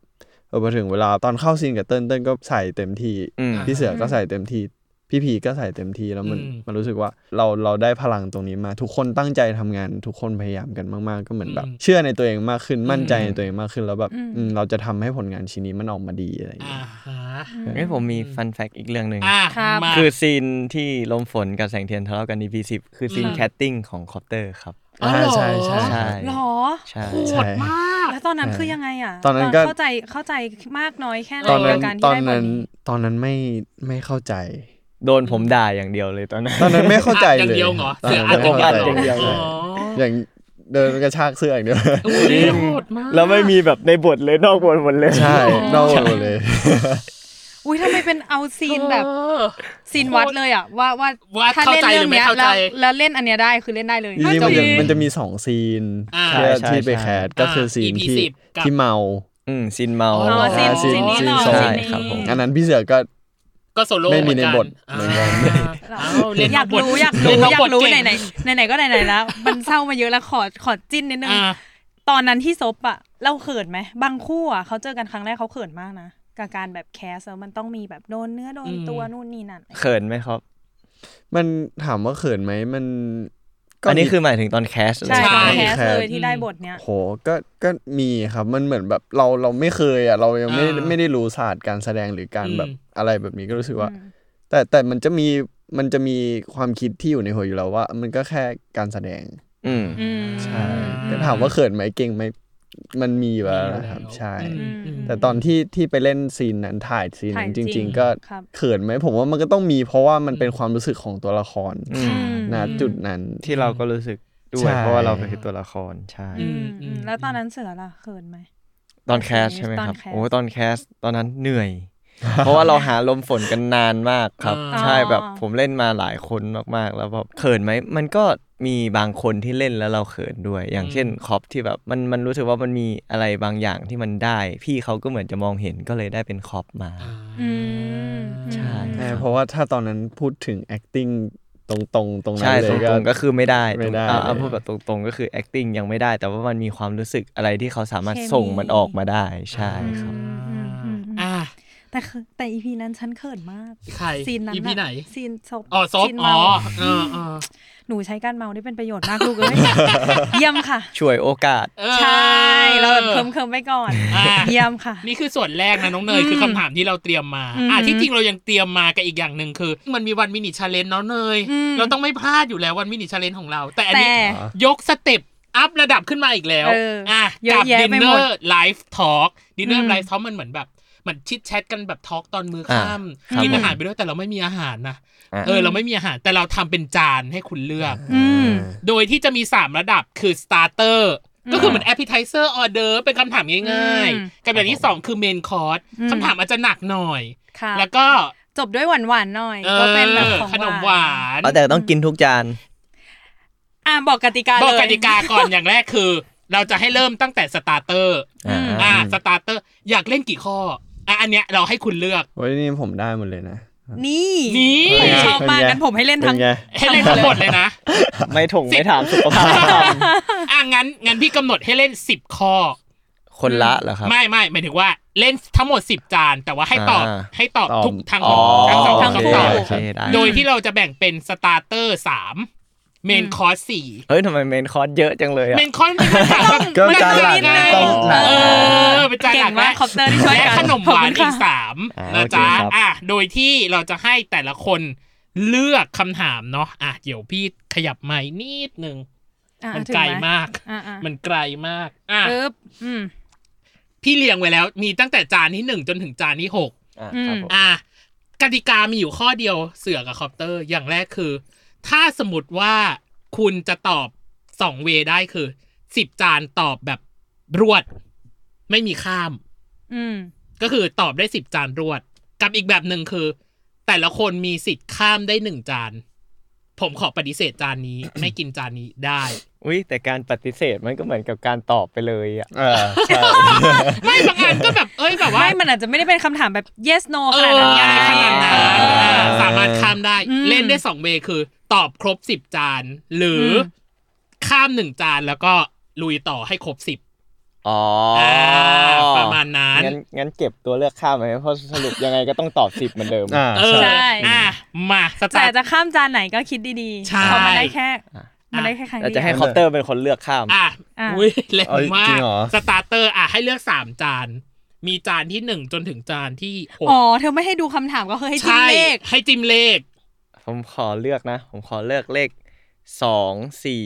[SPEAKER 4] เออพอถึงเวลาตอนเข้าซีนกับเติ้ลเติ้ลก็ใส่เต็มที่
[SPEAKER 3] อืม
[SPEAKER 4] พี่เสือก็ใส่เต็มที่ พี่พีก็ใส่เต็มที่แล้วมัน
[SPEAKER 2] อืม
[SPEAKER 4] มันรู้สึกว่าเราเราได้พลังตรงนี้มา ทุกคนตั้งใจทำงาน ทุกคนพยายามกันมาก ๆ ก็เหมือนแบบ เชื่อในตัวเองมากขึ้นมั่นใจในตัวเองมากขึ้น แล้วแบบอืมเราจะทำให้ผลงานชิ้นนี้มันออกมาดีอะไรอย่าง
[SPEAKER 2] อ่า
[SPEAKER 4] เงี้ย
[SPEAKER 2] ฮะ
[SPEAKER 3] งั้นผมมีฟันแฟกอีกเรื่องหนึ่ง
[SPEAKER 2] อ่ะ
[SPEAKER 6] ครับ
[SPEAKER 2] มา
[SPEAKER 3] คือซีนที่ลมฝนกับแสงเทียนทะเลาะกัน EP สิบคือซีน
[SPEAKER 2] ค่ะ
[SPEAKER 3] แคตติ้งของคอปเตอร์ครับ
[SPEAKER 2] อ๋อเหรอ
[SPEAKER 4] ใช่ใช่
[SPEAKER 3] ใช่
[SPEAKER 6] หรอ
[SPEAKER 3] ใช่
[SPEAKER 2] โหดมาก
[SPEAKER 6] แล้วตอนนั้นคือยังไงอ่ะ
[SPEAKER 4] ตอนนั้นก็
[SPEAKER 6] เข้าใจเข้าใจมากน้อยแค่ไหน
[SPEAKER 4] ตอนนั้น
[SPEAKER 6] กับการที่
[SPEAKER 4] ตอน
[SPEAKER 6] ได้บท
[SPEAKER 4] นั้น
[SPEAKER 6] นี้
[SPEAKER 4] ตอนนั้นไม่ไม่เข้าใจ
[SPEAKER 3] โดนผมด่าอย่างเดียวเลยตอนนั้น
[SPEAKER 4] ตอนนั้นไม่เข้าใจ
[SPEAKER 2] อัดอย่า
[SPEAKER 4] เล
[SPEAKER 2] ง
[SPEAKER 4] ย
[SPEAKER 2] เดียวเหรอ
[SPEAKER 4] ตอนนั้น
[SPEAKER 2] เสืออัด
[SPEAKER 4] ไม่เข้าใจ
[SPEAKER 3] อย่างเดียวเหรอ
[SPEAKER 4] ใช่อย่างเดินกระชากเสื้ออย่างเดียว
[SPEAKER 3] จริง
[SPEAKER 2] โหดมาก
[SPEAKER 3] แล้วไม่มีแบบในบทเลยนอกบทหมดเลย
[SPEAKER 4] ใช่นอกหมดเลย
[SPEAKER 6] อุ้ยทำไมเป็นเอาซีนแบบซีนวัดเลยอ่ะว่าว่า
[SPEAKER 2] ว่า
[SPEAKER 6] ถ้า
[SPEAKER 2] เข้า
[SPEAKER 6] เล่น
[SPEAKER 2] ใจหรือ
[SPEAKER 6] เรื่
[SPEAKER 2] อง ไม่
[SPEAKER 6] เนี้ย
[SPEAKER 2] เข้าใจ
[SPEAKER 6] แล้วแล้วเล่นอันเนี้ยได้คือเล่นได้เลย
[SPEAKER 4] จริงๆมันจะมันจะมีสองซีน
[SPEAKER 2] อ่า
[SPEAKER 4] ที่
[SPEAKER 3] ใช่
[SPEAKER 4] ที่ไป
[SPEAKER 3] ใช่
[SPEAKER 4] แคสก็คือซีน
[SPEAKER 2] EP
[SPEAKER 4] ที่
[SPEAKER 2] 10กับ
[SPEAKER 4] ที่เมา
[SPEAKER 3] อืมซีนเมา
[SPEAKER 2] อ๋อ
[SPEAKER 6] อ๋อซีน
[SPEAKER 4] ซี
[SPEAKER 6] ซีนนี้
[SPEAKER 4] ซี
[SPEAKER 6] เหรอ
[SPEAKER 4] สอง
[SPEAKER 6] ซี
[SPEAKER 3] ใช่
[SPEAKER 6] น
[SPEAKER 3] ครับผม
[SPEAKER 6] นี้
[SPEAKER 4] อันนั้นพี่เสือก็
[SPEAKER 2] ก็โซโล่
[SPEAKER 4] ไม่มี
[SPEAKER 2] เหอกั
[SPEAKER 4] ในบท
[SPEAKER 2] อ่าเอาเล่น
[SPEAKER 6] อยาก
[SPEAKER 2] บท
[SPEAKER 6] รู้อยาก
[SPEAKER 2] เล่
[SPEAKER 6] รู้
[SPEAKER 2] น
[SPEAKER 6] อยากรู้
[SPEAKER 2] บท
[SPEAKER 6] ไหน
[SPEAKER 2] เก่ง
[SPEAKER 6] ไหนไหนไหนๆก็ไหนไหนๆแล้ว มันเศร้ามาเยอะแล้วขอขอจิ้นนิดนึง
[SPEAKER 2] อ่า
[SPEAKER 6] ตอนนั้นที่ซบอะเราเขินไหมบางคู่อะเขาเจอกันครั้งแรกเขาเขินมากนะกับการแบบแคสแล้วมันต้องมีแบบโดนเนื้อโดนตัวนู่นนี่นั่น
[SPEAKER 3] เขินไหมครับ
[SPEAKER 4] มันถามว่าเขินไหมมันก็
[SPEAKER 3] อันนี้คือหมายถึงตอนแคสเลย
[SPEAKER 6] ใช่
[SPEAKER 3] ไหม
[SPEAKER 6] ตอนแคสเลยที่ได้บทเนี้ย
[SPEAKER 4] โหก็ก็มีครับมันเหมือนแบบเราเราไม่เคยอ่ะเรายังไม่
[SPEAKER 2] อ่า
[SPEAKER 4] ไม่ได้รู้ศาสตร์การแสดงหรือการ
[SPEAKER 2] อืม
[SPEAKER 4] แบบอะไรแบบนี้ก็รู้สึกว่า แต่แต่มันจะมี มันจะมีความคิดที่อยู่ในหัวอยู่แล้วว่า มันก็แค่การแสดง
[SPEAKER 3] อืม
[SPEAKER 6] อืม
[SPEAKER 4] ใช่ก็ถามว่าเขินไหมเก่งไหมมันมีอยู่แล้ว
[SPEAKER 2] มีอยู่
[SPEAKER 4] นะครับ
[SPEAKER 2] แล้ว
[SPEAKER 4] ใช่
[SPEAKER 2] อืมอืม
[SPEAKER 4] แต่ตอนที่ที่ไปเล่นซีนนั้นถ่ายซีน
[SPEAKER 6] ถ่า
[SPEAKER 4] นั้
[SPEAKER 6] ย
[SPEAKER 4] น
[SPEAKER 6] จ
[SPEAKER 4] จ
[SPEAKER 6] ริง
[SPEAKER 4] ริง ๆ ก็
[SPEAKER 6] ครับ
[SPEAKER 4] เขินไหมผมว่ามันก็ต้องมี เพราะว่ามันเป็นความรู้สึกของตัวละคร
[SPEAKER 3] อืม
[SPEAKER 6] อืม
[SPEAKER 4] นะจุดนั้น
[SPEAKER 8] ที่เราก็รู้สึกด้
[SPEAKER 4] ใช่
[SPEAKER 8] วย เพราะว่าเราเป็นตัวละครใช่
[SPEAKER 6] อืม
[SPEAKER 2] อืม
[SPEAKER 6] แล้วตอนนั้นเสือล่ะเขินไหม
[SPEAKER 3] ตอนแคสใช่ไหม
[SPEAKER 6] ตอน
[SPEAKER 3] ครับ
[SPEAKER 6] แคส
[SPEAKER 3] โอ้ตอนแคสตอนนั้นเหนื่อย เพราะว่าเราหาลมฝนกันนานมากครับ
[SPEAKER 2] อ่า
[SPEAKER 3] ใช่แบบผมเล่นมาหลายคนมากๆ แล้วแบบเขินไหมมันก็มีบางคนที่เล่นแล้วเราเขินด้วย อย่างเช่นคอปที่แบบมันมันรู้สึกว่ามันมีอะไรบางอย่างที่มันได้ พี่เขาก็เหมือนจะมองเห็นก็เลยได้เป็นคอปมา
[SPEAKER 6] อืม
[SPEAKER 3] ใช่
[SPEAKER 4] เอ
[SPEAKER 3] ค
[SPEAKER 4] อ
[SPEAKER 3] รับ
[SPEAKER 4] เพราะว่าถ้าตอนนั้นพูดถึง acting ตรงๆ ตรงนั้
[SPEAKER 3] ใช่
[SPEAKER 4] นเล
[SPEAKER 3] ต
[SPEAKER 4] ย
[SPEAKER 3] รงๆก็คือไม่ได้
[SPEAKER 4] ไม่ได้
[SPEAKER 3] อ่ะอ่ะพูดแบบตรงๆก็คือ acting ยังไม่ได้ แต่ว่ามันมีความรู้สึกอะไรที่เขาสามารถส่งมันออกมาได้ใช่ครับ
[SPEAKER 6] อืมอืมอืม
[SPEAKER 2] อ่า
[SPEAKER 6] แต่คือแต่อีพีนั้นฉันเขินมาก
[SPEAKER 2] ใคร
[SPEAKER 6] ซีนนั้น
[SPEAKER 2] EP
[SPEAKER 6] อะ
[SPEAKER 2] ไหน
[SPEAKER 6] ซีนศพ
[SPEAKER 2] อ๋อซอฟ
[SPEAKER 6] ซีน
[SPEAKER 2] อ๋
[SPEAKER 6] เมา
[SPEAKER 2] อเออเออ
[SPEAKER 6] หนูใช้การเมาได้เป็นประโยชน์มากลูกเอ้ ยเยี่ยมค่ะ
[SPEAKER 3] ช่วยโอกาส
[SPEAKER 2] เออ
[SPEAKER 6] ใช่ เราแบบเคิมเคิมๆไปก่อน
[SPEAKER 2] อ่ะ
[SPEAKER 6] เยี่ยมค่ะ
[SPEAKER 2] นี่คือส่วนแรกนะน้องเนย
[SPEAKER 6] อืม
[SPEAKER 2] คือคำถามที่เราเตรียมมา
[SPEAKER 6] อืม
[SPEAKER 2] อ่ะที่จริงเรายังเตรียมมากับอีกอย่างหนึ่งคือ มันมีวันมินิชาเลนเนาะเนย
[SPEAKER 6] อืม
[SPEAKER 2] เราต้องไม่พลาดอยู่แล้ววันมินิชาเลนของเรา แต่อันนี้
[SPEAKER 6] แต่
[SPEAKER 2] ยกสเต็ปอัพระดับขึ้นมาอีกแล้ว
[SPEAKER 6] เอออ่
[SPEAKER 2] อ่ะ
[SPEAKER 6] เยอะ
[SPEAKER 2] กับ
[SPEAKER 6] แยะ
[SPEAKER 2] ดิน
[SPEAKER 6] ไป
[SPEAKER 2] เน
[SPEAKER 6] หม
[SPEAKER 2] อ
[SPEAKER 6] ด
[SPEAKER 2] ร์ไลฟ์ทอล์กดินเนอ
[SPEAKER 6] อื
[SPEAKER 2] ร์
[SPEAKER 6] ม
[SPEAKER 2] ไลฟ์ทอล์กมันเหมือนแบบเหมันชิดแชทกันแบบทอล์กตอนมือค่
[SPEAKER 3] ครั
[SPEAKER 2] ำ
[SPEAKER 3] บ
[SPEAKER 2] กิน
[SPEAKER 3] ผม
[SPEAKER 2] อาหารไปด้วยแต่เราไม่มีอาหารนะ
[SPEAKER 3] อ่ะ
[SPEAKER 2] เออเราไม่มีอาหารแต่เราทำเป็นจานให้คุณเลือก
[SPEAKER 6] อืม
[SPEAKER 2] โดยที่จะมี 3 ระดับคือ starter ก็คือเหมือน appetizer order เป็นคำถามง่าย
[SPEAKER 6] อืม
[SPEAKER 2] ๆ กับอย่างที่ 2 คือ main course
[SPEAKER 6] อืม
[SPEAKER 2] คำถามอาจจะหนักหน่อย
[SPEAKER 6] ค่ะ
[SPEAKER 2] แล้วก็
[SPEAKER 6] จบด้วยหวานหวานๆหน่อย
[SPEAKER 2] เอ
[SPEAKER 6] ก็
[SPEAKER 2] อ
[SPEAKER 6] เป็นแบบของ
[SPEAKER 2] ขนมหวาน
[SPEAKER 3] เอาแต่ต้องกินทุกจาน
[SPEAKER 6] อ่ะบอกกติกาเลย
[SPEAKER 2] บอกกติกาก่อนอย่างแรกคือ เราจะให้เริ่มตั้งแต่ starter
[SPEAKER 6] อืม
[SPEAKER 2] อ่า starter อยากเล่นกี่ข้ออ่ะอันเนี้ยเราให้คุณเลือก
[SPEAKER 4] วันนี้ผมได้หมดเลยนะ
[SPEAKER 6] นี่
[SPEAKER 2] นี่
[SPEAKER 6] ผมชอบมาก
[SPEAKER 4] เป็นไง
[SPEAKER 6] งั้นผมให้เล่น
[SPEAKER 4] เป็
[SPEAKER 6] ทั้ง
[SPEAKER 4] นไง
[SPEAKER 2] ให้เล่นทั้งหมดเลยนะ
[SPEAKER 3] ไม่ถงไม่ถามสุขภาพ
[SPEAKER 2] อ่ะงั้นงั้นพี่กำหนดให้เล่น 10 ข้อ
[SPEAKER 3] คนละเหรอครับ
[SPEAKER 2] ไม่ไม่หมายถึงว่าเล่นทั้งหมด 10 จาน แต่ว่าให้ตอบ
[SPEAKER 3] อ่า
[SPEAKER 2] ให้ตอบ
[SPEAKER 4] ตอบ
[SPEAKER 2] ทุกทั้ง
[SPEAKER 3] อ๋อ
[SPEAKER 2] ทั้งสอง
[SPEAKER 6] ทั้ง
[SPEAKER 2] คำ
[SPEAKER 3] โอ
[SPEAKER 2] ตอบ
[SPEAKER 3] เคโอเคได้
[SPEAKER 2] โดยที่เราจะแบ่งเป็นสตาร์เตอร์สามเมนคอร์สสี่
[SPEAKER 3] เฮ้ยทำไมเมนคอร์สเยอะจังเลยอ่ะ
[SPEAKER 2] เมนคอร์สเป็นคำถามแบบ
[SPEAKER 4] ก็จานหลัก
[SPEAKER 2] ไง
[SPEAKER 4] นะต้องหลัก
[SPEAKER 2] เออเป็นจาน
[SPEAKER 6] เก่
[SPEAKER 2] หลั
[SPEAKER 6] ง
[SPEAKER 2] ก
[SPEAKER 6] มาก
[SPEAKER 2] และ
[SPEAKER 6] คอปเตอร์ที่ช่วย
[SPEAKER 2] และ
[SPEAKER 6] กัน
[SPEAKER 2] ขนมหวาน
[SPEAKER 6] ขบ
[SPEAKER 2] อี
[SPEAKER 6] คุณค่ะ
[SPEAKER 2] กสาม
[SPEAKER 3] อ่า
[SPEAKER 2] นะจ๊ะ
[SPEAKER 3] โอเคครับ
[SPEAKER 2] อ่ะโดยที่เราจะให้แต่ละคนเลือกคำถามเนาะอ่ะเดี๋ยวพี่ขยับไม้นิดนึง
[SPEAKER 6] อ่ะ
[SPEAKER 2] มัน
[SPEAKER 6] ถึง
[SPEAKER 2] ไกล
[SPEAKER 6] ไห
[SPEAKER 2] มาก
[SPEAKER 6] อ่ะอ่ะ
[SPEAKER 2] มันไกลมากอ่ะ
[SPEAKER 6] ปึ๊บอืม
[SPEAKER 2] พี่เรียงไว้แล้ว มีตั้งแต่จานที่หนึ่งจนถึงจานที่หก
[SPEAKER 3] อ่ะ
[SPEAKER 6] อืม
[SPEAKER 3] ครับผม
[SPEAKER 2] อ่ะกติกามีอยู่ข้อเดียวเสือกับคอปเตอร์ อย่างแรกคือ ถ้าสมมติว่าคุณจะตอบสองเวได้คือสิบจานตอบแบบรวด ไม่มีข้าม
[SPEAKER 6] อืม
[SPEAKER 2] ก็คือตอบได้สิบจานรวด กับอีกแบบหนึ่งคือ แต่ละคนมีสิทธิ์ข้ามได้หนึ่งจาน ผมขอปฏิเสธจานนี้ ไม่กินจานนี้ได้
[SPEAKER 3] อุ้ยแต่การปฏิเสธมันก็เหมือนกับการตอบไปเลยอ่ะ
[SPEAKER 4] เออใช่
[SPEAKER 2] ไม่บางอันก็แบบเอ้ยแบบว่า
[SPEAKER 6] ไม่มันอาจจะไม่ได้เป็นคำถามแบบ yes no
[SPEAKER 2] เอ
[SPEAKER 6] ข
[SPEAKER 2] อ
[SPEAKER 6] นาดนั้นไง
[SPEAKER 2] ขนาดนั้น
[SPEAKER 3] อ่า
[SPEAKER 2] อ่าสามารถข้ามได้
[SPEAKER 6] อืม
[SPEAKER 2] เล่นได้สองเวย์คือ ตอบครบสิบจาน หรืออ
[SPEAKER 6] ม
[SPEAKER 2] ข้ามหนึ่งจานแล้วก็ลุยต่อให้ครบสิบ
[SPEAKER 3] อ๋ออ่
[SPEAKER 2] าประมาณนั้น
[SPEAKER 3] งั้นงั้นเก็บตัวเลือกข้ามไว้เพราะสรุปยังไงก็ต้องตอบสิบเหมือนเดิม
[SPEAKER 4] อ่า
[SPEAKER 2] เออ
[SPEAKER 6] ใช่
[SPEAKER 2] อ่ะมาสตา
[SPEAKER 6] แต่
[SPEAKER 2] ร์ท
[SPEAKER 6] จะข้ามจานไหนก็คิดดี
[SPEAKER 2] ใช่
[SPEAKER 6] ๆเพราะมันได้แค่ มันได้แค่ครั้ง
[SPEAKER 3] เรา
[SPEAKER 6] เดี
[SPEAKER 3] จะให้
[SPEAKER 6] ยว
[SPEAKER 3] คอปเตอร์เป็นคนเลือกข้าม
[SPEAKER 2] อ่ะ
[SPEAKER 6] อ่ะ
[SPEAKER 2] อุ้ยเล่น
[SPEAKER 4] เอ้ย
[SPEAKER 2] มาก
[SPEAKER 4] จริงเหรอ
[SPEAKER 2] สตาร์เตอร์ อ่ะให้เลือกสามจาน มีจานที่หนึ่งจนถึงจานที่หก
[SPEAKER 6] อ๋อ เธอไม่ให้ดูคำถามก็คือให้จิ้ม
[SPEAKER 2] ใช่
[SPEAKER 6] เลข
[SPEAKER 2] ให้จิ้มเลข
[SPEAKER 3] ผมขอเลือกนะ ผมขอเลือกเลขสองสี่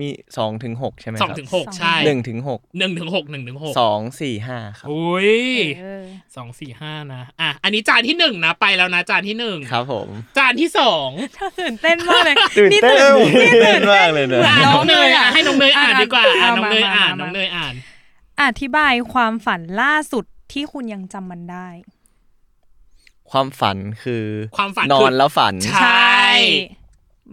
[SPEAKER 3] มีสองถึงหกใช่ไหมค
[SPEAKER 2] ส
[SPEAKER 3] รั
[SPEAKER 2] อง
[SPEAKER 3] บ
[SPEAKER 2] ถึงหก
[SPEAKER 6] สอง
[SPEAKER 2] ใช่
[SPEAKER 3] หนึ่งถึงหก
[SPEAKER 2] หนึ่งถึงหกหนึ่งถึงหก
[SPEAKER 3] สองสี่ห้าครับ
[SPEAKER 2] อุ้ย
[SPEAKER 6] เออ
[SPEAKER 2] สองสี่ห้านะอ่ะอันนี้จานที่หนึ่งนะไปแล้วนะจานที่หนึ่ง
[SPEAKER 3] ครับผม
[SPEAKER 2] จานที่สอง
[SPEAKER 6] เธอตื่นเต้นมากเลย
[SPEAKER 3] ตื่นเต้น
[SPEAKER 6] นี่
[SPEAKER 4] เล่
[SPEAKER 6] ตื่
[SPEAKER 4] น
[SPEAKER 6] นเต้
[SPEAKER 4] มาน กเลยนะ
[SPEAKER 6] อ่ะน้
[SPEAKER 2] น้อ
[SPEAKER 6] อง ง
[SPEAKER 2] เน
[SPEAKER 6] เน
[SPEAKER 2] ย
[SPEAKER 6] ย
[SPEAKER 2] อ่ะ
[SPEAKER 6] อ่ะ
[SPEAKER 2] ให้น้องเนยอ่าน
[SPEAKER 6] อ่ะ
[SPEAKER 2] ดีกว่าอ่ะน้องเนยอ่านน้
[SPEAKER 6] เอามา
[SPEAKER 2] องเนยอ่าน
[SPEAKER 6] อธิบายความฝันล่าสุดที่คุณยังจำมันได้
[SPEAKER 3] ความฝันคือ
[SPEAKER 2] ความฝัน
[SPEAKER 3] นอ
[SPEAKER 2] คื
[SPEAKER 3] น
[SPEAKER 2] อ
[SPEAKER 3] แล้วฝัน
[SPEAKER 2] ใช่
[SPEAKER 6] ใช่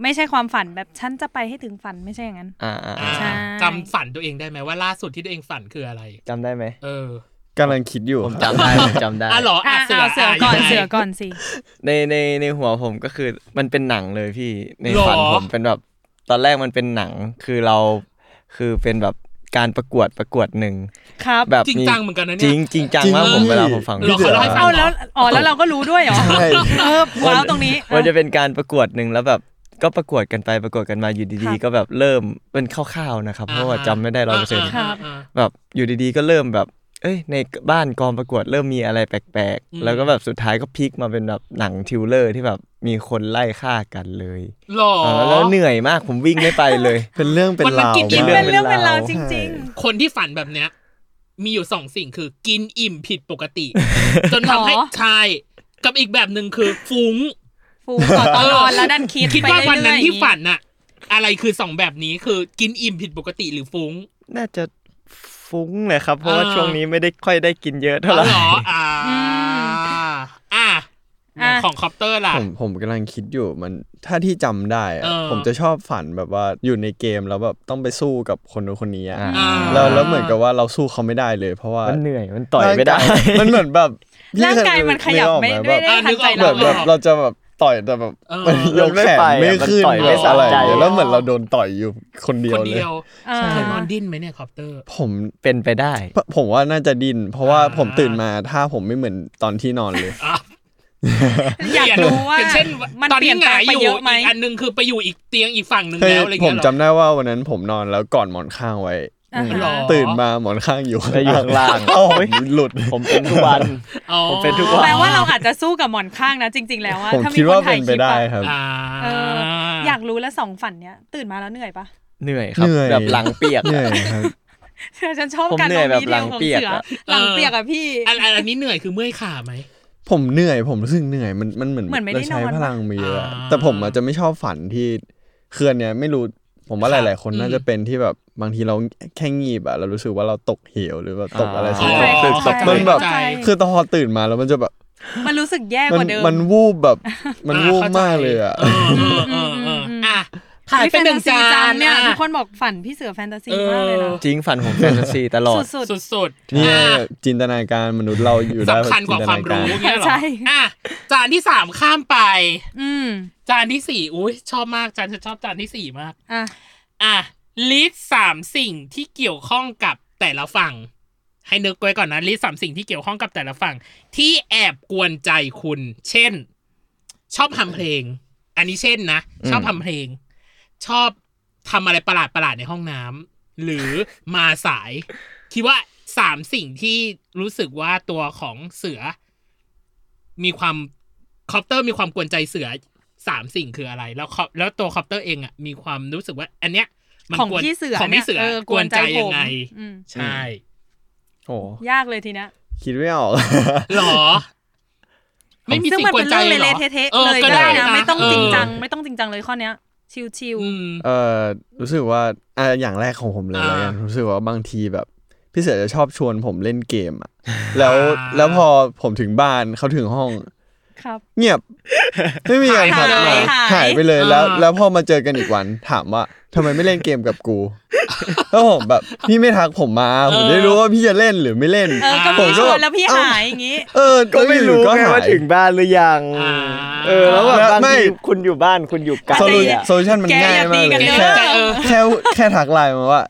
[SPEAKER 6] ไม่ใช่ความฝันแบบฉันจะไปให้ถึงฝันไม่ใช่อย่างนั้น
[SPEAKER 3] อ่าอ่าอ่า
[SPEAKER 6] ใช่
[SPEAKER 2] จำฝันตัวเองได้ไหมว่าล่าสุดที่ตัวเองฝันคืออะไร
[SPEAKER 3] จำได้ไหม
[SPEAKER 2] เออก
[SPEAKER 4] ำลังคิดอยู่
[SPEAKER 3] ผมจำได้ผมจำได้
[SPEAKER 2] อ่ะเหรออ่ะ
[SPEAKER 6] อ่ะ
[SPEAKER 2] เสือ
[SPEAKER 6] เอาเสือก่อน
[SPEAKER 2] ยังไง
[SPEAKER 6] เสือก่อนสิ
[SPEAKER 3] ในในในหัวผมก็คือมันเป็นหนังเลยพี่ใน
[SPEAKER 2] หรอ
[SPEAKER 3] ฝันผมเป็นแบบตอนแรกมันเป็นหนังคือเราคือเป็นแบบการประกวดประกวดหนึ่ง
[SPEAKER 6] ครับ
[SPEAKER 3] แบบ
[SPEAKER 2] จริง
[SPEAKER 3] มี
[SPEAKER 2] จังเหมือนกันนะเนี่ย
[SPEAKER 3] จริงจริงจังมากผมเวลาผมฟัง
[SPEAKER 2] หรอเขาเล่าให้ฟัง
[SPEAKER 6] เอาแล้วอ๋อแล้วเราก็รู้ด้วยเหรอ
[SPEAKER 4] ใช่
[SPEAKER 6] เออว้าวตรงนี้อ่ะ
[SPEAKER 3] มันจะเป็นการประกวดหนึ่งแล้วแบบก็ประกวดกันไปประกวดกันมาอยู่
[SPEAKER 6] ครับ
[SPEAKER 3] ดีๆ ก็แบบเริ่มเป็นคร่าวๆนะครับ เพราะว่าจำไม่ได้ร้อยเปอร์เซ็นต์
[SPEAKER 6] ครับ
[SPEAKER 3] แบบอยู่ดีๆ ก็เริ่มแบบ เอ เอ้ยในบ้านกองประกวดเริ่มมีอะไรแปลก
[SPEAKER 2] อืม
[SPEAKER 3] ๆ แล้วก็แบบสุดท้ายก็พลิกมาเป็นแบบหนังทิวเลอร์ที่แบบมีคนไล่ฆ่ากันเลย
[SPEAKER 2] หรอ
[SPEAKER 3] าแล้วเหนื่อยมากผมวิ่งไม่ไปเลย
[SPEAKER 4] เป็นเรื่องเป็น
[SPEAKER 2] วันละ
[SPEAKER 4] ราว
[SPEAKER 2] กี่
[SPEAKER 4] มาก
[SPEAKER 6] เป็นเรื่องเป็นราวจริง
[SPEAKER 2] คนที่ฝันแบบเนี้ย มีอยู่สองสิ่งคือ กินอิ่มผิดปกติ จนทำให้
[SPEAKER 6] หรอ
[SPEAKER 2] ใช่กับอีกแบบหนึ่งคือฟุ้ง
[SPEAKER 6] ๆ ฟูขอตอนนอนแล้วดันคิด
[SPEAKER 2] คิด
[SPEAKER 6] ไป
[SPEAKER 2] ว่า
[SPEAKER 6] เรื่อยๆ
[SPEAKER 2] วันนั้นที่
[SPEAKER 6] อย่างงี้
[SPEAKER 2] ฝันอะอะไรคือสองแบบนี้คือกินอิ่มผิดปกติหรือฟุ้ง
[SPEAKER 8] น่าจะฟุ้งเลยครับ เพราะว่า
[SPEAKER 2] อ่า
[SPEAKER 8] ช่วงนี้ไม่ได้ค่อยได้กินเยอะเท่าไหร่
[SPEAKER 2] อ๋อเหรออ่า
[SPEAKER 6] อืม
[SPEAKER 2] อ่ะ
[SPEAKER 6] อ่ะ
[SPEAKER 2] ของคอปเตอร์ล่ะ
[SPEAKER 4] ผมผมกำลังคิดอยู่มันถ้าที่จำได้อะ
[SPEAKER 2] เออ
[SPEAKER 4] ผมจะชอบฝันแบบว่าอยู่ในเกมแล้วแบบต้องไปสู้กับคนนู้นคนนี้อะ
[SPEAKER 3] อ่า
[SPEAKER 4] แล้วแล้วเหมือนกับว่าเราสู้เขาไม่ได้เลย เพราะว่า
[SPEAKER 3] มันเหนื่อยมันต่อยไม่ได้
[SPEAKER 4] มันเหมือนแบบ
[SPEAKER 6] ร่างกายมันขยับไม่
[SPEAKER 4] นึกออกห
[SPEAKER 6] ไม่ได้
[SPEAKER 4] แบบ
[SPEAKER 6] ทันใจ
[SPEAKER 4] แบ
[SPEAKER 6] เรา
[SPEAKER 4] บ
[SPEAKER 2] นึ
[SPEAKER 4] แบ
[SPEAKER 2] กออบ ก
[SPEAKER 6] อะ
[SPEAKER 4] เราจะแบบต่อยแต่แบบ
[SPEAKER 2] เออ
[SPEAKER 4] มันยกแขนไม่ขึ้น
[SPEAKER 3] มันต่อยไม่
[SPEAKER 4] แบบ
[SPEAKER 3] สะ
[SPEAKER 4] อะไร
[SPEAKER 3] ใจ
[SPEAKER 4] อย่างเงี้ยแล้วเหมือนเราโดนต่อยอยู่คนเดีย
[SPEAKER 2] ค
[SPEAKER 4] วน เล
[SPEAKER 2] เดี
[SPEAKER 4] ย
[SPEAKER 2] ยว
[SPEAKER 6] อ่า
[SPEAKER 2] เธอนอนดิ้นไหมเนี่ยคอปเตอร์
[SPEAKER 4] ผม
[SPEAKER 3] เป็นไปได้
[SPEAKER 4] ผมว่าน่าจะดิน เพราะว่า
[SPEAKER 2] อ่า
[SPEAKER 4] ผมตื่นมาถ้าผมไม่เหมือนตอนที่นอนเลย
[SPEAKER 6] อยากรู้ว่า
[SPEAKER 2] อย่งเช่น
[SPEAKER 6] มัน
[SPEAKER 2] ตอน
[SPEAKER 6] เปลี่
[SPEAKER 2] นี้ห
[SPEAKER 6] ยนแปล
[SPEAKER 2] งาง ย
[SPEAKER 6] ไป
[SPEAKER 2] อยู่
[SPEAKER 6] เยอะไหม
[SPEAKER 2] อีกอันหนึงคือไปอยู่อีกเตียงอีกฝั่งหนึ่ง
[SPEAKER 4] เคย
[SPEAKER 2] แล้วอะไร
[SPEAKER 4] ผ
[SPEAKER 2] เงี้
[SPEAKER 4] ม
[SPEAKER 2] ยเหรอ
[SPEAKER 4] จำได้ว่าวันนั้นผมนอนแล้วก่อนหมอนข้างไว้
[SPEAKER 6] อ่าฮะ
[SPEAKER 2] หรอ
[SPEAKER 4] ตื่นมาหมอนข้างอยู่
[SPEAKER 3] แล้วอยู่ข้างล่าง
[SPEAKER 4] เอ้ผมหลุด
[SPEAKER 3] ผมเป็นทุกวัน
[SPEAKER 2] อ๋อ
[SPEAKER 3] ผมเป็นทุก
[SPEAKER 6] แปลว่าเราอาจจะสู้กับหมอนข้างนะจริง ๆ แล้วอะ
[SPEAKER 4] ผม
[SPEAKER 6] ถ้ามี
[SPEAKER 4] คิด
[SPEAKER 6] คน
[SPEAKER 4] ว่า
[SPEAKER 6] ถ่า
[SPEAKER 4] เป็
[SPEAKER 6] ย
[SPEAKER 4] นไป
[SPEAKER 6] คลิป
[SPEAKER 4] ได้
[SPEAKER 6] อะ
[SPEAKER 4] ครับ
[SPEAKER 2] อ่า
[SPEAKER 6] เออ อยากรู้แล้วสองฝันเนี้ยตื่นมาแล้วเหนื่อยปะ
[SPEAKER 3] เหนื่อยครับ
[SPEAKER 4] เหนื่อย
[SPEAKER 3] แบบหลังเปียก
[SPEAKER 4] เหนื่อย
[SPEAKER 3] อะ
[SPEAKER 4] ครับ
[SPEAKER 6] เธอฉันชอบ
[SPEAKER 3] ผม
[SPEAKER 6] การ
[SPEAKER 3] เหนื่อย
[SPEAKER 6] เอาดี
[SPEAKER 3] แบบ
[SPEAKER 6] เทลข
[SPEAKER 3] หลัง
[SPEAKER 6] อง
[SPEAKER 3] เปียก
[SPEAKER 6] เสือ
[SPEAKER 3] อะ
[SPEAKER 6] หลังเปียกอะพี่
[SPEAKER 2] อันอันอันนี้เหนื่อยคือเมื่อยขาไหม
[SPEAKER 4] ผมเหนื่อย ผมรู้สึกเหนื่อยมันมันเหมือน
[SPEAKER 6] เหมือนไม่ได้
[SPEAKER 4] เราใช้
[SPEAKER 6] นอน
[SPEAKER 4] พลังมาเยอะ
[SPEAKER 2] อ่า
[SPEAKER 4] แต่ผมอาจจะไม่ชอบฝันที่เคลื่อนเนี่ยไม่รู้ผมว่า
[SPEAKER 2] ค
[SPEAKER 4] ห
[SPEAKER 2] รับ
[SPEAKER 4] ลาย ๆ คนน่าจะเป็นที่แบบบางทีเราแค่งีบอะเรารู้สึกว่าเราตกเหวหรือว่าตกอะไรสัก
[SPEAKER 2] อ๋
[SPEAKER 4] อ
[SPEAKER 2] อ
[SPEAKER 4] ย่าง
[SPEAKER 2] เข้าใจ
[SPEAKER 4] มันแบบ
[SPEAKER 6] เข้าใจ
[SPEAKER 4] คือตอนตื่นมาแล้วมันจะแบบ
[SPEAKER 6] มันรู้สึกแย่ก
[SPEAKER 4] มัน
[SPEAKER 6] ว่าเดิม
[SPEAKER 4] มันวูบแบบมัน
[SPEAKER 2] อ่
[SPEAKER 4] วูบ
[SPEAKER 2] ข้ใจ
[SPEAKER 4] มากเลยอะ
[SPEAKER 2] เออเออเออเออ
[SPEAKER 6] อืม
[SPEAKER 2] อ่ะถ่าย
[SPEAKER 6] อุ๊
[SPEAKER 2] เป็นหนึ่งจาน
[SPEAKER 6] เนี่ย
[SPEAKER 2] อ่ะ
[SPEAKER 6] ทุกคนบอกฝันพี่เสือแฟนตาซี
[SPEAKER 2] เออ
[SPEAKER 6] มากเลยนะ
[SPEAKER 3] จริงฝันผมแฟนตาซีตลอด
[SPEAKER 6] สุด
[SPEAKER 2] สุดๆ
[SPEAKER 4] เนี่ย
[SPEAKER 2] อ่ะ
[SPEAKER 4] จินตนาการมนุษย์เราอยู่ได้
[SPEAKER 2] สำคัญกว่าความรู้
[SPEAKER 4] จินตนก
[SPEAKER 2] เงี้ยเหรอ
[SPEAKER 6] ใช่
[SPEAKER 2] อ่ะจานที่สามข้ามไป
[SPEAKER 6] ๆอืม
[SPEAKER 2] จานที่สี่อุ้ยชอบมากจานฉันชอบจานที่สี่มาก
[SPEAKER 6] อ่ะ
[SPEAKER 2] อ่ะลิสสามสิ่งที่เกี่ยวข้องกับแต่ละฝั่ง ให้นึกไว้ก่อนนะลิสสามสิ่งที่เกี่ยวข้องกับแต่ละฝั่ง ที่แอบกวนใจคุณ เช่น ชอบทำเพลง อันนี้เช่นนะ ชอบทำเพลง ชอบทำอะไรประหลาดประหลาดๆในห้องน้ำหรือมาสาย คิดว่าสามสิ่งที่รู้สึกว่าตัวของเสือ มีความคอปเตอร์มีความกวนใจเสือสามสิ่งคืออะไร แล้วคอปแล้วตัวคอปเตอร์เองอ่ะมีความรู้สึกว่า อันเนี้ยมัน
[SPEAKER 6] ของ
[SPEAKER 2] กวน
[SPEAKER 6] พี่เสือ
[SPEAKER 2] ของ
[SPEAKER 6] นี่
[SPEAKER 2] พี่
[SPEAKER 6] ย
[SPEAKER 2] เสือ
[SPEAKER 6] อก
[SPEAKER 2] ก
[SPEAKER 6] ว
[SPEAKER 2] วน น
[SPEAKER 6] ใจ
[SPEAKER 2] ใจ
[SPEAKER 6] ผ
[SPEAKER 2] ยั
[SPEAKER 6] ม
[SPEAKER 2] งไง
[SPEAKER 6] อืม
[SPEAKER 2] ใช่
[SPEAKER 3] โอ้โห
[SPEAKER 6] ยากเลยทีเนี้ย
[SPEAKER 4] คิดไม่ออก
[SPEAKER 2] หรอ ไม่มี
[SPEAKER 6] ซึ่ง
[SPEAKER 2] สิ่ง
[SPEAKER 6] มัน
[SPEAKER 2] กว
[SPEAKER 6] เป็น น
[SPEAKER 2] ใจ
[SPEAKER 6] เรื่อ
[SPEAKER 2] หร
[SPEAKER 6] ง
[SPEAKER 2] อ
[SPEAKER 6] เละๆเทะ
[SPEAKER 2] อ
[SPEAKER 6] ๆ
[SPEAKER 2] อ
[SPEAKER 6] เลย
[SPEAKER 2] ก็
[SPEAKER 6] ก็ได้นะไม่ต้อง
[SPEAKER 2] เ
[SPEAKER 6] จริงจังไม่ต้องจริงจังเลยข้อเนี้ย ชิว
[SPEAKER 2] อืม
[SPEAKER 4] เออรู้สึกว่าอ่ะอย่างแรกของผมเลย
[SPEAKER 2] อ่า
[SPEAKER 4] แล้วกันรู้สึกว่าบางทีแบบพี่เสือจะชอบชวนผมเล่นเกมอ่ะ แล้ว
[SPEAKER 2] อ่า
[SPEAKER 4] แล้วพอผมถึงบ้านเขาถึงห้อง
[SPEAKER 6] ๆครับ
[SPEAKER 4] เงียบ ไม่มีการ
[SPEAKER 2] หา
[SPEAKER 4] ทัก
[SPEAKER 2] ย
[SPEAKER 4] มา
[SPEAKER 2] ไปเลย
[SPEAKER 6] หาย
[SPEAKER 4] หายไปเลยแล้ว
[SPEAKER 2] อ่า
[SPEAKER 4] แล้วพอมาเจอกันอีกวัน ถามว่าทำไมไม่เล่นเกมกับกู แล้วผมแบบพี่ไม่ทักผมมาผมจะได้รู้ว่าพี่จะเล่นหรือไม่เล่น
[SPEAKER 6] เออก็
[SPEAKER 2] ผ
[SPEAKER 6] พี่
[SPEAKER 2] มก็
[SPEAKER 6] ชวนแล้วพี่
[SPEAKER 4] เอ้า
[SPEAKER 6] หายอย่างงี้
[SPEAKER 4] เออ
[SPEAKER 3] ก็ไม่รู้
[SPEAKER 4] แล้ว
[SPEAKER 3] ไง
[SPEAKER 4] อยู่ๆ
[SPEAKER 3] ว่า
[SPEAKER 4] หย
[SPEAKER 3] ถึงบ้านหรือยัง
[SPEAKER 2] อ่า
[SPEAKER 3] เออแล้วแบบบาง
[SPEAKER 4] ไม่
[SPEAKER 3] ทีคุณอยู่บ้านคุณอยู่ไกล
[SPEAKER 4] โซลู
[SPEAKER 3] อะ
[SPEAKER 4] โซลูชันมัน
[SPEAKER 6] แก
[SPEAKER 4] ง่าย
[SPEAKER 6] อย่าตี
[SPEAKER 4] มาก
[SPEAKER 6] กั
[SPEAKER 4] เล
[SPEAKER 6] น
[SPEAKER 4] ย
[SPEAKER 6] เด้อ
[SPEAKER 4] แค่แค่แค่ทักไลน์มาว่า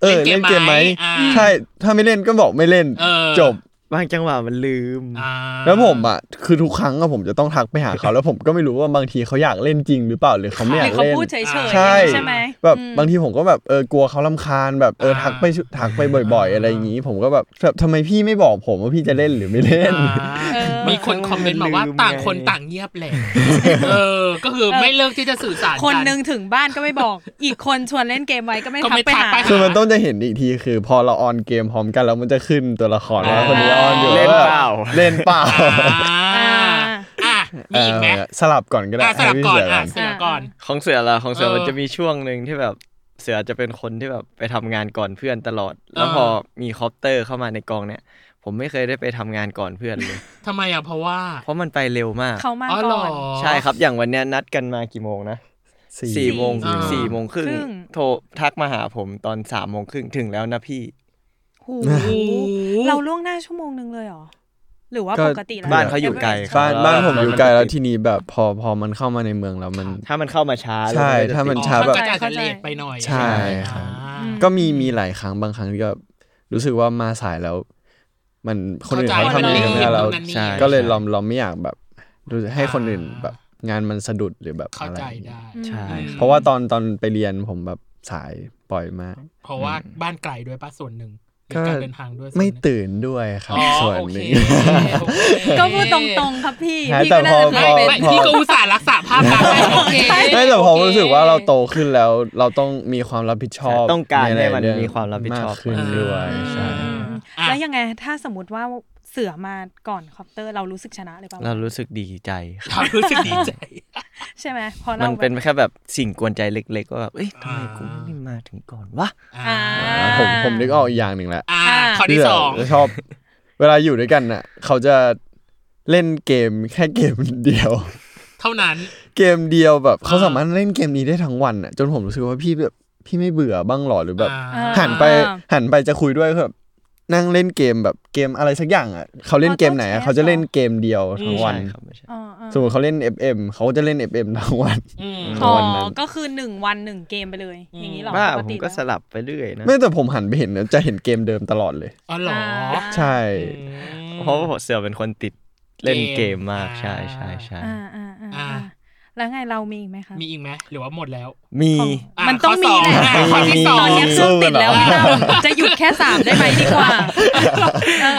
[SPEAKER 4] เออ
[SPEAKER 2] เล่
[SPEAKER 4] เล่
[SPEAKER 2] น
[SPEAKER 4] น
[SPEAKER 2] เก
[SPEAKER 4] เก
[SPEAKER 2] ม
[SPEAKER 4] ม
[SPEAKER 2] ไห
[SPEAKER 4] ไห
[SPEAKER 2] ม
[SPEAKER 4] ม
[SPEAKER 2] อ่า
[SPEAKER 4] ใช่ถ้าไม่เล่นก็บอกไม่เล่น
[SPEAKER 2] เออ
[SPEAKER 4] จบ
[SPEAKER 3] บางจังหวะมันลืม
[SPEAKER 2] อ่า
[SPEAKER 4] แล้วผมอ่ะคือทุกครั้งอะผมจะต้องทักไปหาเขา แล้วผมก็ไม่รู้ว่าบางทีเขาอยากเล่นจริงหรือเปล่าหรือเขาไม่
[SPEAKER 6] ห
[SPEAKER 4] อยา
[SPEAKER 6] รือก เขา
[SPEAKER 4] เล่น
[SPEAKER 6] พูดเฉยๆอย่าง
[SPEAKER 4] ใช่
[SPEAKER 6] งี้ใช่ไหม
[SPEAKER 4] แบบ
[SPEAKER 6] อืม
[SPEAKER 4] บางทีผมก็แบบเออกลัวเขาลำคาญแบบเออ
[SPEAKER 2] อ่า
[SPEAKER 4] ทักไปทักไปบ่อย ๆ อะไรอย่างงี้ ผมก็แบบแบบทำไมพี่ไม่บอกผมว่าพี่จะเล่นหรือไม่เล่น
[SPEAKER 2] อ่า
[SPEAKER 6] เออ
[SPEAKER 2] มีคนคอมเมนต์มาว่า
[SPEAKER 3] ลืมไง
[SPEAKER 2] ต่างคนต่างเงียบ แหละเออ ก็คือไม่เลิกที่จะสื่อสารกั
[SPEAKER 6] คนหนึงถึงบ้านก็ไม่บอก อีกคนชวนเล่นเกมไว้ก็ไม่
[SPEAKER 2] ก็
[SPEAKER 6] ทัก
[SPEAKER 2] ไม่
[SPEAKER 6] ไป
[SPEAKER 2] ทัก
[SPEAKER 6] หา
[SPEAKER 2] ไปหา
[SPEAKER 4] คือมันต้องจะเห็นอีกทีคือ พอเราออนเกมพร้อมกันแล้วมันจะขึ้นตัวละครว่าคนนี้ออนอยู่
[SPEAKER 3] เล่น
[SPEAKER 4] ว่
[SPEAKER 3] เปล่า
[SPEAKER 4] เล่นเปล่า
[SPEAKER 2] อ่าอ่ะมีอีกไหม
[SPEAKER 4] เอ่อสลับก่อนก็ได้
[SPEAKER 2] อ่ะสลับก่อ
[SPEAKER 4] ให้พี่
[SPEAKER 2] น
[SPEAKER 4] เสื
[SPEAKER 2] อ่ะ
[SPEAKER 4] ก่อน
[SPEAKER 2] เสือก่อน
[SPEAKER 3] ของเสือละของเสือ
[SPEAKER 2] เออ
[SPEAKER 3] มันจะมีช่วงหนึ่งที่แบบเสือจะเป็นคนที่แบบไปทำงานก่อนเพื่อนตลอด แล้ว
[SPEAKER 2] เออ
[SPEAKER 3] พอมีคอปเตอร์เข้ามาในกองเนี่ย ผมไม่เคยได้ไปทำงานก่อนเพื่อนเลย
[SPEAKER 2] ทำไมอ่ะเพราะว่า
[SPEAKER 3] เพราะมันไปเร็วมาก
[SPEAKER 6] เขามา
[SPEAKER 2] อ๋อเหร
[SPEAKER 6] ก่อ
[SPEAKER 2] อ
[SPEAKER 6] น
[SPEAKER 3] ใช่ครับอย่างวันเนี้ยนัดกันมากี่โมงนะสี่โมง
[SPEAKER 2] อ่า
[SPEAKER 3] สี่โมงครึ่ง
[SPEAKER 6] ครึ่ง
[SPEAKER 3] โทรทักมาหาผมตอนสามโมงครึ่งถึงแล้วนะพี่
[SPEAKER 6] หู
[SPEAKER 2] โอ้โห
[SPEAKER 6] เราล่วงหน้าชั่วโมงหนึ่งเลยเหรอ หรือว่าปกติแล้ว
[SPEAKER 3] บ้านเขาอยู่ไกล
[SPEAKER 6] เวเรจ
[SPEAKER 4] บ้านบ้านผ
[SPEAKER 3] เออ
[SPEAKER 4] มอยู่ไกลแล้
[SPEAKER 3] มันจะติด
[SPEAKER 4] วทีนี้แบบพอพอมันเข้ามาในเมืองแล้วมัน
[SPEAKER 3] ถ้ามันเข้ามาช้า
[SPEAKER 4] ใช่
[SPEAKER 3] แล้วก็จะ
[SPEAKER 4] ถ้ามัน
[SPEAKER 3] ติด
[SPEAKER 4] ช้าแบบ
[SPEAKER 2] อ๋อเข้าใจจะเลทไปหน่อย
[SPEAKER 4] ใช่ครับ
[SPEAKER 2] อ่า
[SPEAKER 6] อืม
[SPEAKER 4] ก็มีมีหลายครั้งบางครั้งที่ก็รู้สึกว่ามาสายแล้ว มันคนอื่นเขา
[SPEAKER 2] เข้าใจ
[SPEAKER 4] ทำเอง
[SPEAKER 2] มันรีบ
[SPEAKER 4] ไม่ได้แล้ว
[SPEAKER 2] นู่นนั่นนี่
[SPEAKER 4] ใช่
[SPEAKER 2] ใช่
[SPEAKER 4] ก็เลยเราเราไม่อยากแบบรู้สึกให้คนอื่น
[SPEAKER 2] อ่า
[SPEAKER 4] แบบงานมันสะดุดหรือแบบ
[SPEAKER 2] เข้า
[SPEAKER 4] อะไร
[SPEAKER 2] ใจ
[SPEAKER 4] อย่างเงี้ย
[SPEAKER 2] ได้
[SPEAKER 3] ใช่
[SPEAKER 4] เพราะว่าตอนตอนไปเรียนผมแบบสายปล่อยมาก
[SPEAKER 2] เพราะว่าบ้านไกลด้วยป้าส่วนหนึ่ง รือการเดินทางด้วยส่วนห
[SPEAKER 4] ไม่
[SPEAKER 2] นึ่ง
[SPEAKER 4] ตื่นด้วยครับ
[SPEAKER 2] อ๋อ
[SPEAKER 4] ส่วน
[SPEAKER 2] โอ
[SPEAKER 4] ห
[SPEAKER 2] เค
[SPEAKER 4] นึ่ง
[SPEAKER 2] โอเค
[SPEAKER 6] ก็พูดตรงๆครับพี่
[SPEAKER 4] หา
[SPEAKER 6] พี่
[SPEAKER 4] แต่
[SPEAKER 6] ก็น่า
[SPEAKER 4] พ
[SPEAKER 6] จะ
[SPEAKER 4] อ
[SPEAKER 6] ไม่
[SPEAKER 2] ไม่
[SPEAKER 6] เป็น
[SPEAKER 2] ไม่พี่ก็อุตส่าห์รักษาภาพลักษณ์ให้โอเค
[SPEAKER 4] ไม่แต่
[SPEAKER 2] โอ
[SPEAKER 4] พอ
[SPEAKER 2] ค
[SPEAKER 4] รู้สึกว่าเราโตขึ้นแล้วเราต้องมีความรับผิดชอบ
[SPEAKER 3] ใช่ต้องการ
[SPEAKER 4] ใลย
[SPEAKER 3] ให้มัน
[SPEAKER 4] เอง
[SPEAKER 3] มีความรับผิดชอบ
[SPEAKER 4] กขึ้นด้วย
[SPEAKER 2] อ่า
[SPEAKER 4] ใช่
[SPEAKER 2] อืมอ่ะ
[SPEAKER 6] แล้วยังไงถ้าสมมติว่าเสือมาก่อนคอปเตอร์เรารู้สึกชนะเลยป่ะ
[SPEAKER 3] เรารู้สึกดีใจครับ
[SPEAKER 2] เรารู้สึกดีใจ
[SPEAKER 6] ใช่ไหมพอเรา
[SPEAKER 3] มัน
[SPEAKER 6] แบบ
[SPEAKER 3] เป็นแค่แบบสิ่งกวนใจเล็ก ๆ ว่าแบบเอ้ยทำไมกูไม่ได้มาถึงก่อนวะ
[SPEAKER 2] อ่า
[SPEAKER 4] อ่าผมผมนึกออกอีกอย่างหนึ่งแล้ว
[SPEAKER 2] อ่า
[SPEAKER 6] อ่า
[SPEAKER 2] ข้อที่สอง
[SPEAKER 4] ชอบ เวลาอยู่ด้วยกันน่ะ เขาจะเล่นเกมแค่เกมเดียว
[SPEAKER 2] เท่านั้น
[SPEAKER 4] เกมเดียวแบบเขา
[SPEAKER 2] อ่า
[SPEAKER 4] สามารถเล่นเกมนี้ได้ทั้งวันอ่ะจนผมรู้สึกว่าพี่แบบพี่ไม่เบื่อบ้างหรอหรือแบบ
[SPEAKER 2] อ่า
[SPEAKER 4] หันไปหันไปจะคุยด้วยคือแบบนั่งเล่นเกมแบบเกมอะไรสักอย่างอ่ะเขาเล่นเกมไหนอะ
[SPEAKER 6] Auto chess
[SPEAKER 4] เขาจะเล่นเกมเดียวทั้งวัน
[SPEAKER 3] ใช่ครับไม่ใช่
[SPEAKER 6] อ๋ออ๋อ
[SPEAKER 4] สมมติเขาเล่น FM เขาก็จะเล่น FM ทั้งวัน
[SPEAKER 2] อืม
[SPEAKER 4] ข
[SPEAKER 6] อ๋
[SPEAKER 4] วันนั้
[SPEAKER 6] อน ก็คือหนึ่งวันหนึ่งเกมไปเลย
[SPEAKER 2] อืม
[SPEAKER 6] อย่างนี้หรอ
[SPEAKER 3] ว่า
[SPEAKER 6] ป
[SPEAKER 3] ผ
[SPEAKER 6] ติ
[SPEAKER 3] มก็ส
[SPEAKER 6] แล้ว
[SPEAKER 3] ลับไปเรื่อยนะ
[SPEAKER 4] ไม่แต่ผมหันไปเห็นนะจะเห็นเกมเดิมตลอดเลย
[SPEAKER 2] อ๋อเหรอ
[SPEAKER 4] ใช่
[SPEAKER 2] อืม
[SPEAKER 3] เพราะว่าผมเสือเป็นคนติดเล่น
[SPEAKER 2] เก
[SPEAKER 3] เก
[SPEAKER 2] ม
[SPEAKER 3] มมาก
[SPEAKER 2] อ่า
[SPEAKER 3] ใช่ใช่ใช่
[SPEAKER 6] อ่าอ่าอ่าอ่า
[SPEAKER 2] อ่า
[SPEAKER 6] แล้วไงเรามีอีกไหมคะ
[SPEAKER 2] มีอีกไหมหรือว่าหมดแล้ว
[SPEAKER 3] มี
[SPEAKER 6] ของ
[SPEAKER 2] อ่ะ
[SPEAKER 6] มันต้องมีแหละ
[SPEAKER 2] ข้อที่สอง
[SPEAKER 6] ตอนเนี้ย
[SPEAKER 2] อ่ะข้อ
[SPEAKER 6] เค
[SPEAKER 2] ที่สอง
[SPEAKER 6] รื่องติดแล้วพี่ตั้มจะหยุดแค่สามได้ไหมดีกว่าอ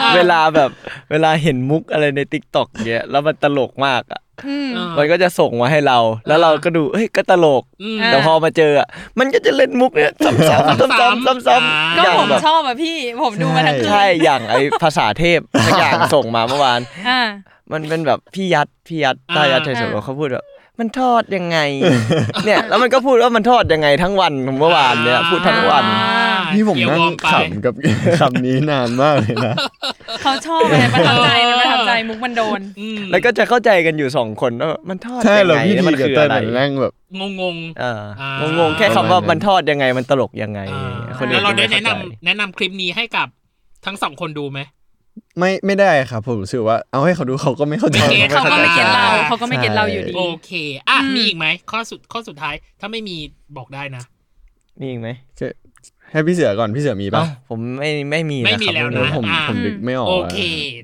[SPEAKER 6] อ
[SPEAKER 3] เวลาแบบเวลาเห็นมุกอะไรในติ๊กต็อกเนี้ยแล้วมันตลกมากอ่ะ
[SPEAKER 6] อืม
[SPEAKER 2] เออ
[SPEAKER 3] มันก็จะส่งมาให้เรา แล้วเราก็ดูเฮ้ยก็ตลก
[SPEAKER 2] อืม
[SPEAKER 3] แต่พอมาเจออ่ะมันก็จะเล่นมุกเนี้ยซ้ำๆซ้ำๆซ้ำๆซ้ำๆ
[SPEAKER 6] ก็
[SPEAKER 3] อย่าง
[SPEAKER 6] ผม
[SPEAKER 3] แบบ
[SPEAKER 6] ชอบอะพี่ผมดูมาทั้งคืน
[SPEAKER 3] ใช่อย่างไอภาษาเทพสักอย่างส่งมาเมื่อวาน
[SPEAKER 6] อ่า
[SPEAKER 3] มันเป็นแบบพี่ยัดพี่ยัด
[SPEAKER 2] อ่า
[SPEAKER 3] ตายัดเฉย
[SPEAKER 6] อ่า
[SPEAKER 3] ๆเขาพูดแบบมันทอดยังไง เนี่ย แล้วมันก็พูดว่ามันทอดยังไงทั้งวันเมื่อวานเนี่ยพูดทั้งวัน
[SPEAKER 2] อ่า
[SPEAKER 4] นี่ผม
[SPEAKER 2] เกี่ยว
[SPEAKER 4] นั่
[SPEAKER 2] วอง ร์ไป
[SPEAKER 4] ขำกับ คำนี้นานมากเลยนะ
[SPEAKER 6] เขาชอบเลยประทับใจมันประทับใจ
[SPEAKER 2] เออ
[SPEAKER 6] มุกมันโดน
[SPEAKER 2] อืม
[SPEAKER 3] แล้วก็จะเข้าใจกันอยู่สองคนว่ามันทอด
[SPEAKER 4] ใช่
[SPEAKER 3] ยัง
[SPEAKER 4] เรา
[SPEAKER 3] ไง
[SPEAKER 4] พี่
[SPEAKER 3] แล้ว
[SPEAKER 4] พี
[SPEAKER 3] มัน
[SPEAKER 4] กับ
[SPEAKER 3] คือ
[SPEAKER 4] เต้
[SPEAKER 3] อะ
[SPEAKER 4] น
[SPEAKER 3] ไร
[SPEAKER 4] นั่งแบบ
[SPEAKER 2] งงง
[SPEAKER 3] เออ
[SPEAKER 2] อ่าง
[SPEAKER 3] งงๆแค่คำว่า
[SPEAKER 4] ประมาณนั้น
[SPEAKER 3] มันทอดยังไงมันตลกยังไง
[SPEAKER 2] ๆอ่า
[SPEAKER 3] คนอื่
[SPEAKER 2] แล้
[SPEAKER 3] น
[SPEAKER 2] วเราได้
[SPEAKER 3] ม่ข้
[SPEAKER 2] แนะนำ
[SPEAKER 3] ใจ
[SPEAKER 2] แนะนำคลิปนี้ให้กับทั้งสองคนดูไหม
[SPEAKER 4] ไม่ไม่ได้ครับ ผมรู้สึกว่าเอาให้เขาดูเขาก็ไม่เข้าใจ
[SPEAKER 2] ไม่เก็ต
[SPEAKER 6] เขาก็ไม่เก็ตเรา
[SPEAKER 2] ใช่
[SPEAKER 6] เขาก็ไม่เก็ตเราอยู่ดี
[SPEAKER 2] โอเค อ่ะ
[SPEAKER 6] อืม
[SPEAKER 2] มีอีกไหมข้อสุดข้อสุดท้าย ถ้าไม่มีบอกได้นะ
[SPEAKER 3] มีอีกไหม
[SPEAKER 4] ให้พี่เสือก่อนพี่เสือมีปะ
[SPEAKER 3] เอ้าผมไม่ไม่มี
[SPEAKER 2] ไม่มี
[SPEAKER 3] ครับ
[SPEAKER 2] แล้วนะ
[SPEAKER 4] ผม
[SPEAKER 2] อ่า
[SPEAKER 4] ผมดึกไม่ออก
[SPEAKER 2] โอเค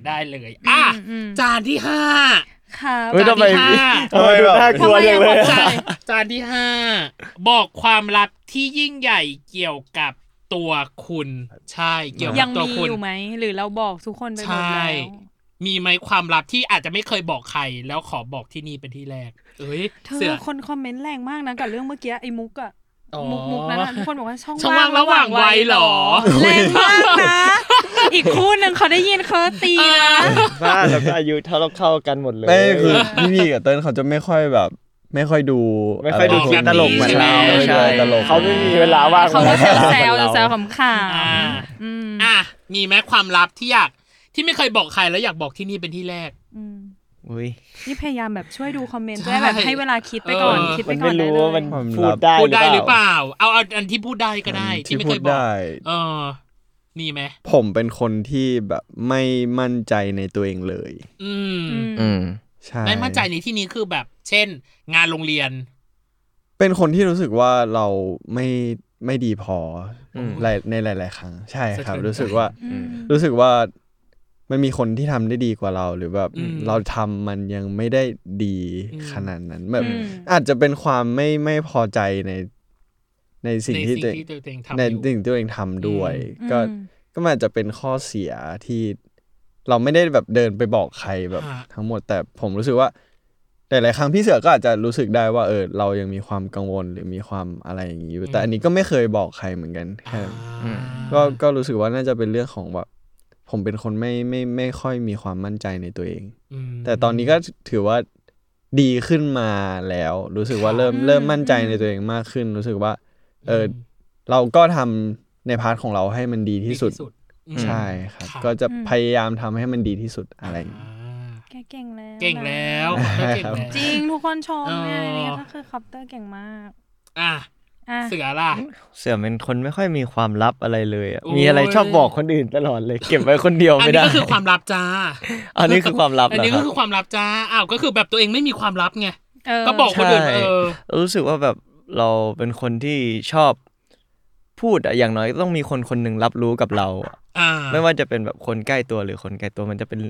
[SPEAKER 2] ได้เลย อ่ะ
[SPEAKER 6] อืม
[SPEAKER 2] จานที่ห้า
[SPEAKER 6] ครับ
[SPEAKER 3] เฮ้ยทำไม
[SPEAKER 2] จานที่ห้า
[SPEAKER 3] ทำไมดูน่ากลัวจังเลย
[SPEAKER 2] จานจานที่ห้าบอกความลับที่ยิ่งใหญ่เกี่ยวกับตัวคุณ ใช่เกี่ยวกั
[SPEAKER 6] ยั
[SPEAKER 2] บ
[SPEAKER 6] ง
[SPEAKER 2] ตัว
[SPEAKER 6] มี
[SPEAKER 2] คุณ
[SPEAKER 6] อยู่ไหม หรือเราบอกทุกคนไปหมด
[SPEAKER 2] ใช่
[SPEAKER 6] แล้ว
[SPEAKER 2] มีไหมความลับที่อาจจะไม่เคยบอกใคร แล้วขอบอกที่นี่เป็นที่แรก เอ้ย
[SPEAKER 6] เธ
[SPEAKER 2] เสือ
[SPEAKER 6] อคนคอมเมนต์แรงมากนะกับเรื่องเมื่อกี้ไอ้มุกอะ
[SPEAKER 2] อ๋อ
[SPEAKER 6] มุกมุกนั้นอะทุกคนบอกว่าช่อง
[SPEAKER 2] ช่องว่างระหว่างวัยเหรอ
[SPEAKER 6] แรงมากนะ อีกคู่หนึ่งเขาได้ยินเขาตีนะ
[SPEAKER 3] บ้านแล้วก็อายุเท่าเราเข้ากันหมดเลย
[SPEAKER 4] ไม่คือพี่พีกับเต้นเขาจะไม่ค่อยแบบ ไม่ค่อยดู
[SPEAKER 3] ไม่ค่อยดู
[SPEAKER 4] ะร
[SPEAKER 3] คลิปตลกเหมือนเรา
[SPEAKER 4] ไม่ค่อยดูตลก
[SPEAKER 3] เขาไม่มีเวลาว่าง
[SPEAKER 6] เขาก็แซวแซวแซวข
[SPEAKER 2] อ่า
[SPEAKER 6] ำๆอืม
[SPEAKER 2] อ่ะ มีไหมความลับที่อยาก ที่ไม่เคยบอกใครแล้วอยากบอกที่นี่เป็นที่แรก
[SPEAKER 6] อืม
[SPEAKER 3] อุ๊ย
[SPEAKER 6] นี่พยายามแบบช่วยดูคอมเมนต์
[SPEAKER 2] ใช่
[SPEAKER 6] จะได้แบบให้เวลาคิดไปก่อน
[SPEAKER 2] เออ
[SPEAKER 6] คิดไป
[SPEAKER 3] มัน
[SPEAKER 6] ก่อ
[SPEAKER 3] ไม่
[SPEAKER 6] นได้
[SPEAKER 3] รู้
[SPEAKER 6] เล
[SPEAKER 3] ว่ามัน
[SPEAKER 6] ย
[SPEAKER 4] ความลับ
[SPEAKER 3] พูดได้
[SPEAKER 2] พูดได้ห
[SPEAKER 3] ห
[SPEAKER 2] รื
[SPEAKER 3] รือ อ
[SPEAKER 2] เป
[SPEAKER 3] เปล่า
[SPEAKER 2] ล่า เอาเอาอันที่พูดได้ก็ได้ ที่ไม่เคยบอก
[SPEAKER 4] พูดด้
[SPEAKER 2] เออ มีไหม
[SPEAKER 4] ผมเป็นคนที่แบบไม่มั่นใจในตัวเองเลย
[SPEAKER 2] อืม
[SPEAKER 6] อืม
[SPEAKER 3] อืม
[SPEAKER 4] ใช่
[SPEAKER 2] ไม่มั่นใจในที่นี้คือแบบ เช่น งานโรงเรียน
[SPEAKER 4] เป็นคนที่รู้สึกว่าเราไม่ไม่ดีพออ
[SPEAKER 3] ม
[SPEAKER 4] หลายในหลาย ๆ ครั้ง ใช่ครับ
[SPEAKER 2] สะเทือนใจ
[SPEAKER 4] รู้สึกว่า
[SPEAKER 6] อืม
[SPEAKER 4] รู้สึกว่ามันมีคนที่ทำได้ดีกว่าเรา หรือแบบ
[SPEAKER 2] อืม
[SPEAKER 4] เราทำมันยังไม่ได้ดี
[SPEAKER 2] อืม
[SPEAKER 4] ขนาดนั้นแบบ
[SPEAKER 6] อืม
[SPEAKER 4] อาจจะเป็นความไม่ไม่พอใจในในสิ่ง
[SPEAKER 2] ใน
[SPEAKER 4] ที่
[SPEAKER 2] สิ่งที่ตัวเองทำอยู่
[SPEAKER 4] ในสิ่งที่ตัวเองทำด้วย
[SPEAKER 6] อืม
[SPEAKER 4] ก็ก็มันอาจจะเป็นข้อเสียที่เราไม่ได้แบบเดินไปบอกใครแบบ
[SPEAKER 2] ฮะ
[SPEAKER 4] ทั้งหมด แต่ผมรู้สึกว่าหลายๆครั้งพี่เสือก็อาจจะรู้สึกได้ว่าเออเรายังมีความกังวลหรือมีความอะไรอย่างนี้อยู่แต่อันนี้ก็ไม่เคยบอกใครเหมือนกันแค่
[SPEAKER 3] อืม
[SPEAKER 4] ก็ก็รู้สึกว่าน่าจะเป็นเรื่องของแบบผมเป็นคนไม่ไม่ไม่ค่อยมีความมั่นใจในตัวเอง
[SPEAKER 2] อืม
[SPEAKER 4] แต่ตอนนี้ก็ถือว่าดีขึ้นมาแล้ว รู้สึกว่า
[SPEAKER 2] ครับ
[SPEAKER 4] เริ่มเริ่มมั่นใจในตัวเองมากขึ้น รู้สึกว่า เออเราก็ทำในพาร์ทของเราให้มันดีที่สุด
[SPEAKER 2] อืม
[SPEAKER 4] ใช่ครับ
[SPEAKER 2] ครับ
[SPEAKER 4] ก็จะพยายามทำให้มันดีที่สุดอะไร
[SPEAKER 2] อ่า
[SPEAKER 6] แกเก่งแล้ว
[SPEAKER 2] เก่งแล้ว
[SPEAKER 4] ใช่
[SPEAKER 2] เก่ง
[SPEAKER 4] ครับ
[SPEAKER 2] แล้ว
[SPEAKER 6] จริงทุกคนชมแม่
[SPEAKER 2] เออ
[SPEAKER 6] เนี่ยก็คือคอปเตอร์เก่งมาก
[SPEAKER 2] อ่ะ
[SPEAKER 6] อ่ะ
[SPEAKER 2] เสือล่ะ
[SPEAKER 3] เสื่อมเป็นคนไม่ค่อยมีความลับอะไรเลยอะ
[SPEAKER 2] โอ้ย
[SPEAKER 3] มีอะไรชอบบอกคนอื่นตลอดเลย เก็บไว้คนเดียว
[SPEAKER 2] อัน
[SPEAKER 3] ไม่
[SPEAKER 2] นี้
[SPEAKER 3] ได้
[SPEAKER 2] ก็คือความลับจ้า
[SPEAKER 3] อันนี้คือความลับ
[SPEAKER 2] อัน
[SPEAKER 3] นะ
[SPEAKER 2] นี้
[SPEAKER 3] ค
[SPEAKER 2] ก็
[SPEAKER 3] รับ
[SPEAKER 2] คือความลับจ้า อ้าว ก็คือแบบตัวเองไม่มีความลับไง
[SPEAKER 6] เออ
[SPEAKER 2] ก็บอกคนอื่น
[SPEAKER 3] ใช่
[SPEAKER 2] เออ
[SPEAKER 3] รู้สึกว่าแบบเราเป็นคนที่ชอบพูดอะอย่างน้อยก็ต้องมีคนคนหนึ่งรับรู้กับเราอะ
[SPEAKER 2] อ่า
[SPEAKER 3] ไม่ว่าจะเป็นแบบคนใกล้ตัวหรือคนไกลตัวมันจะเป็น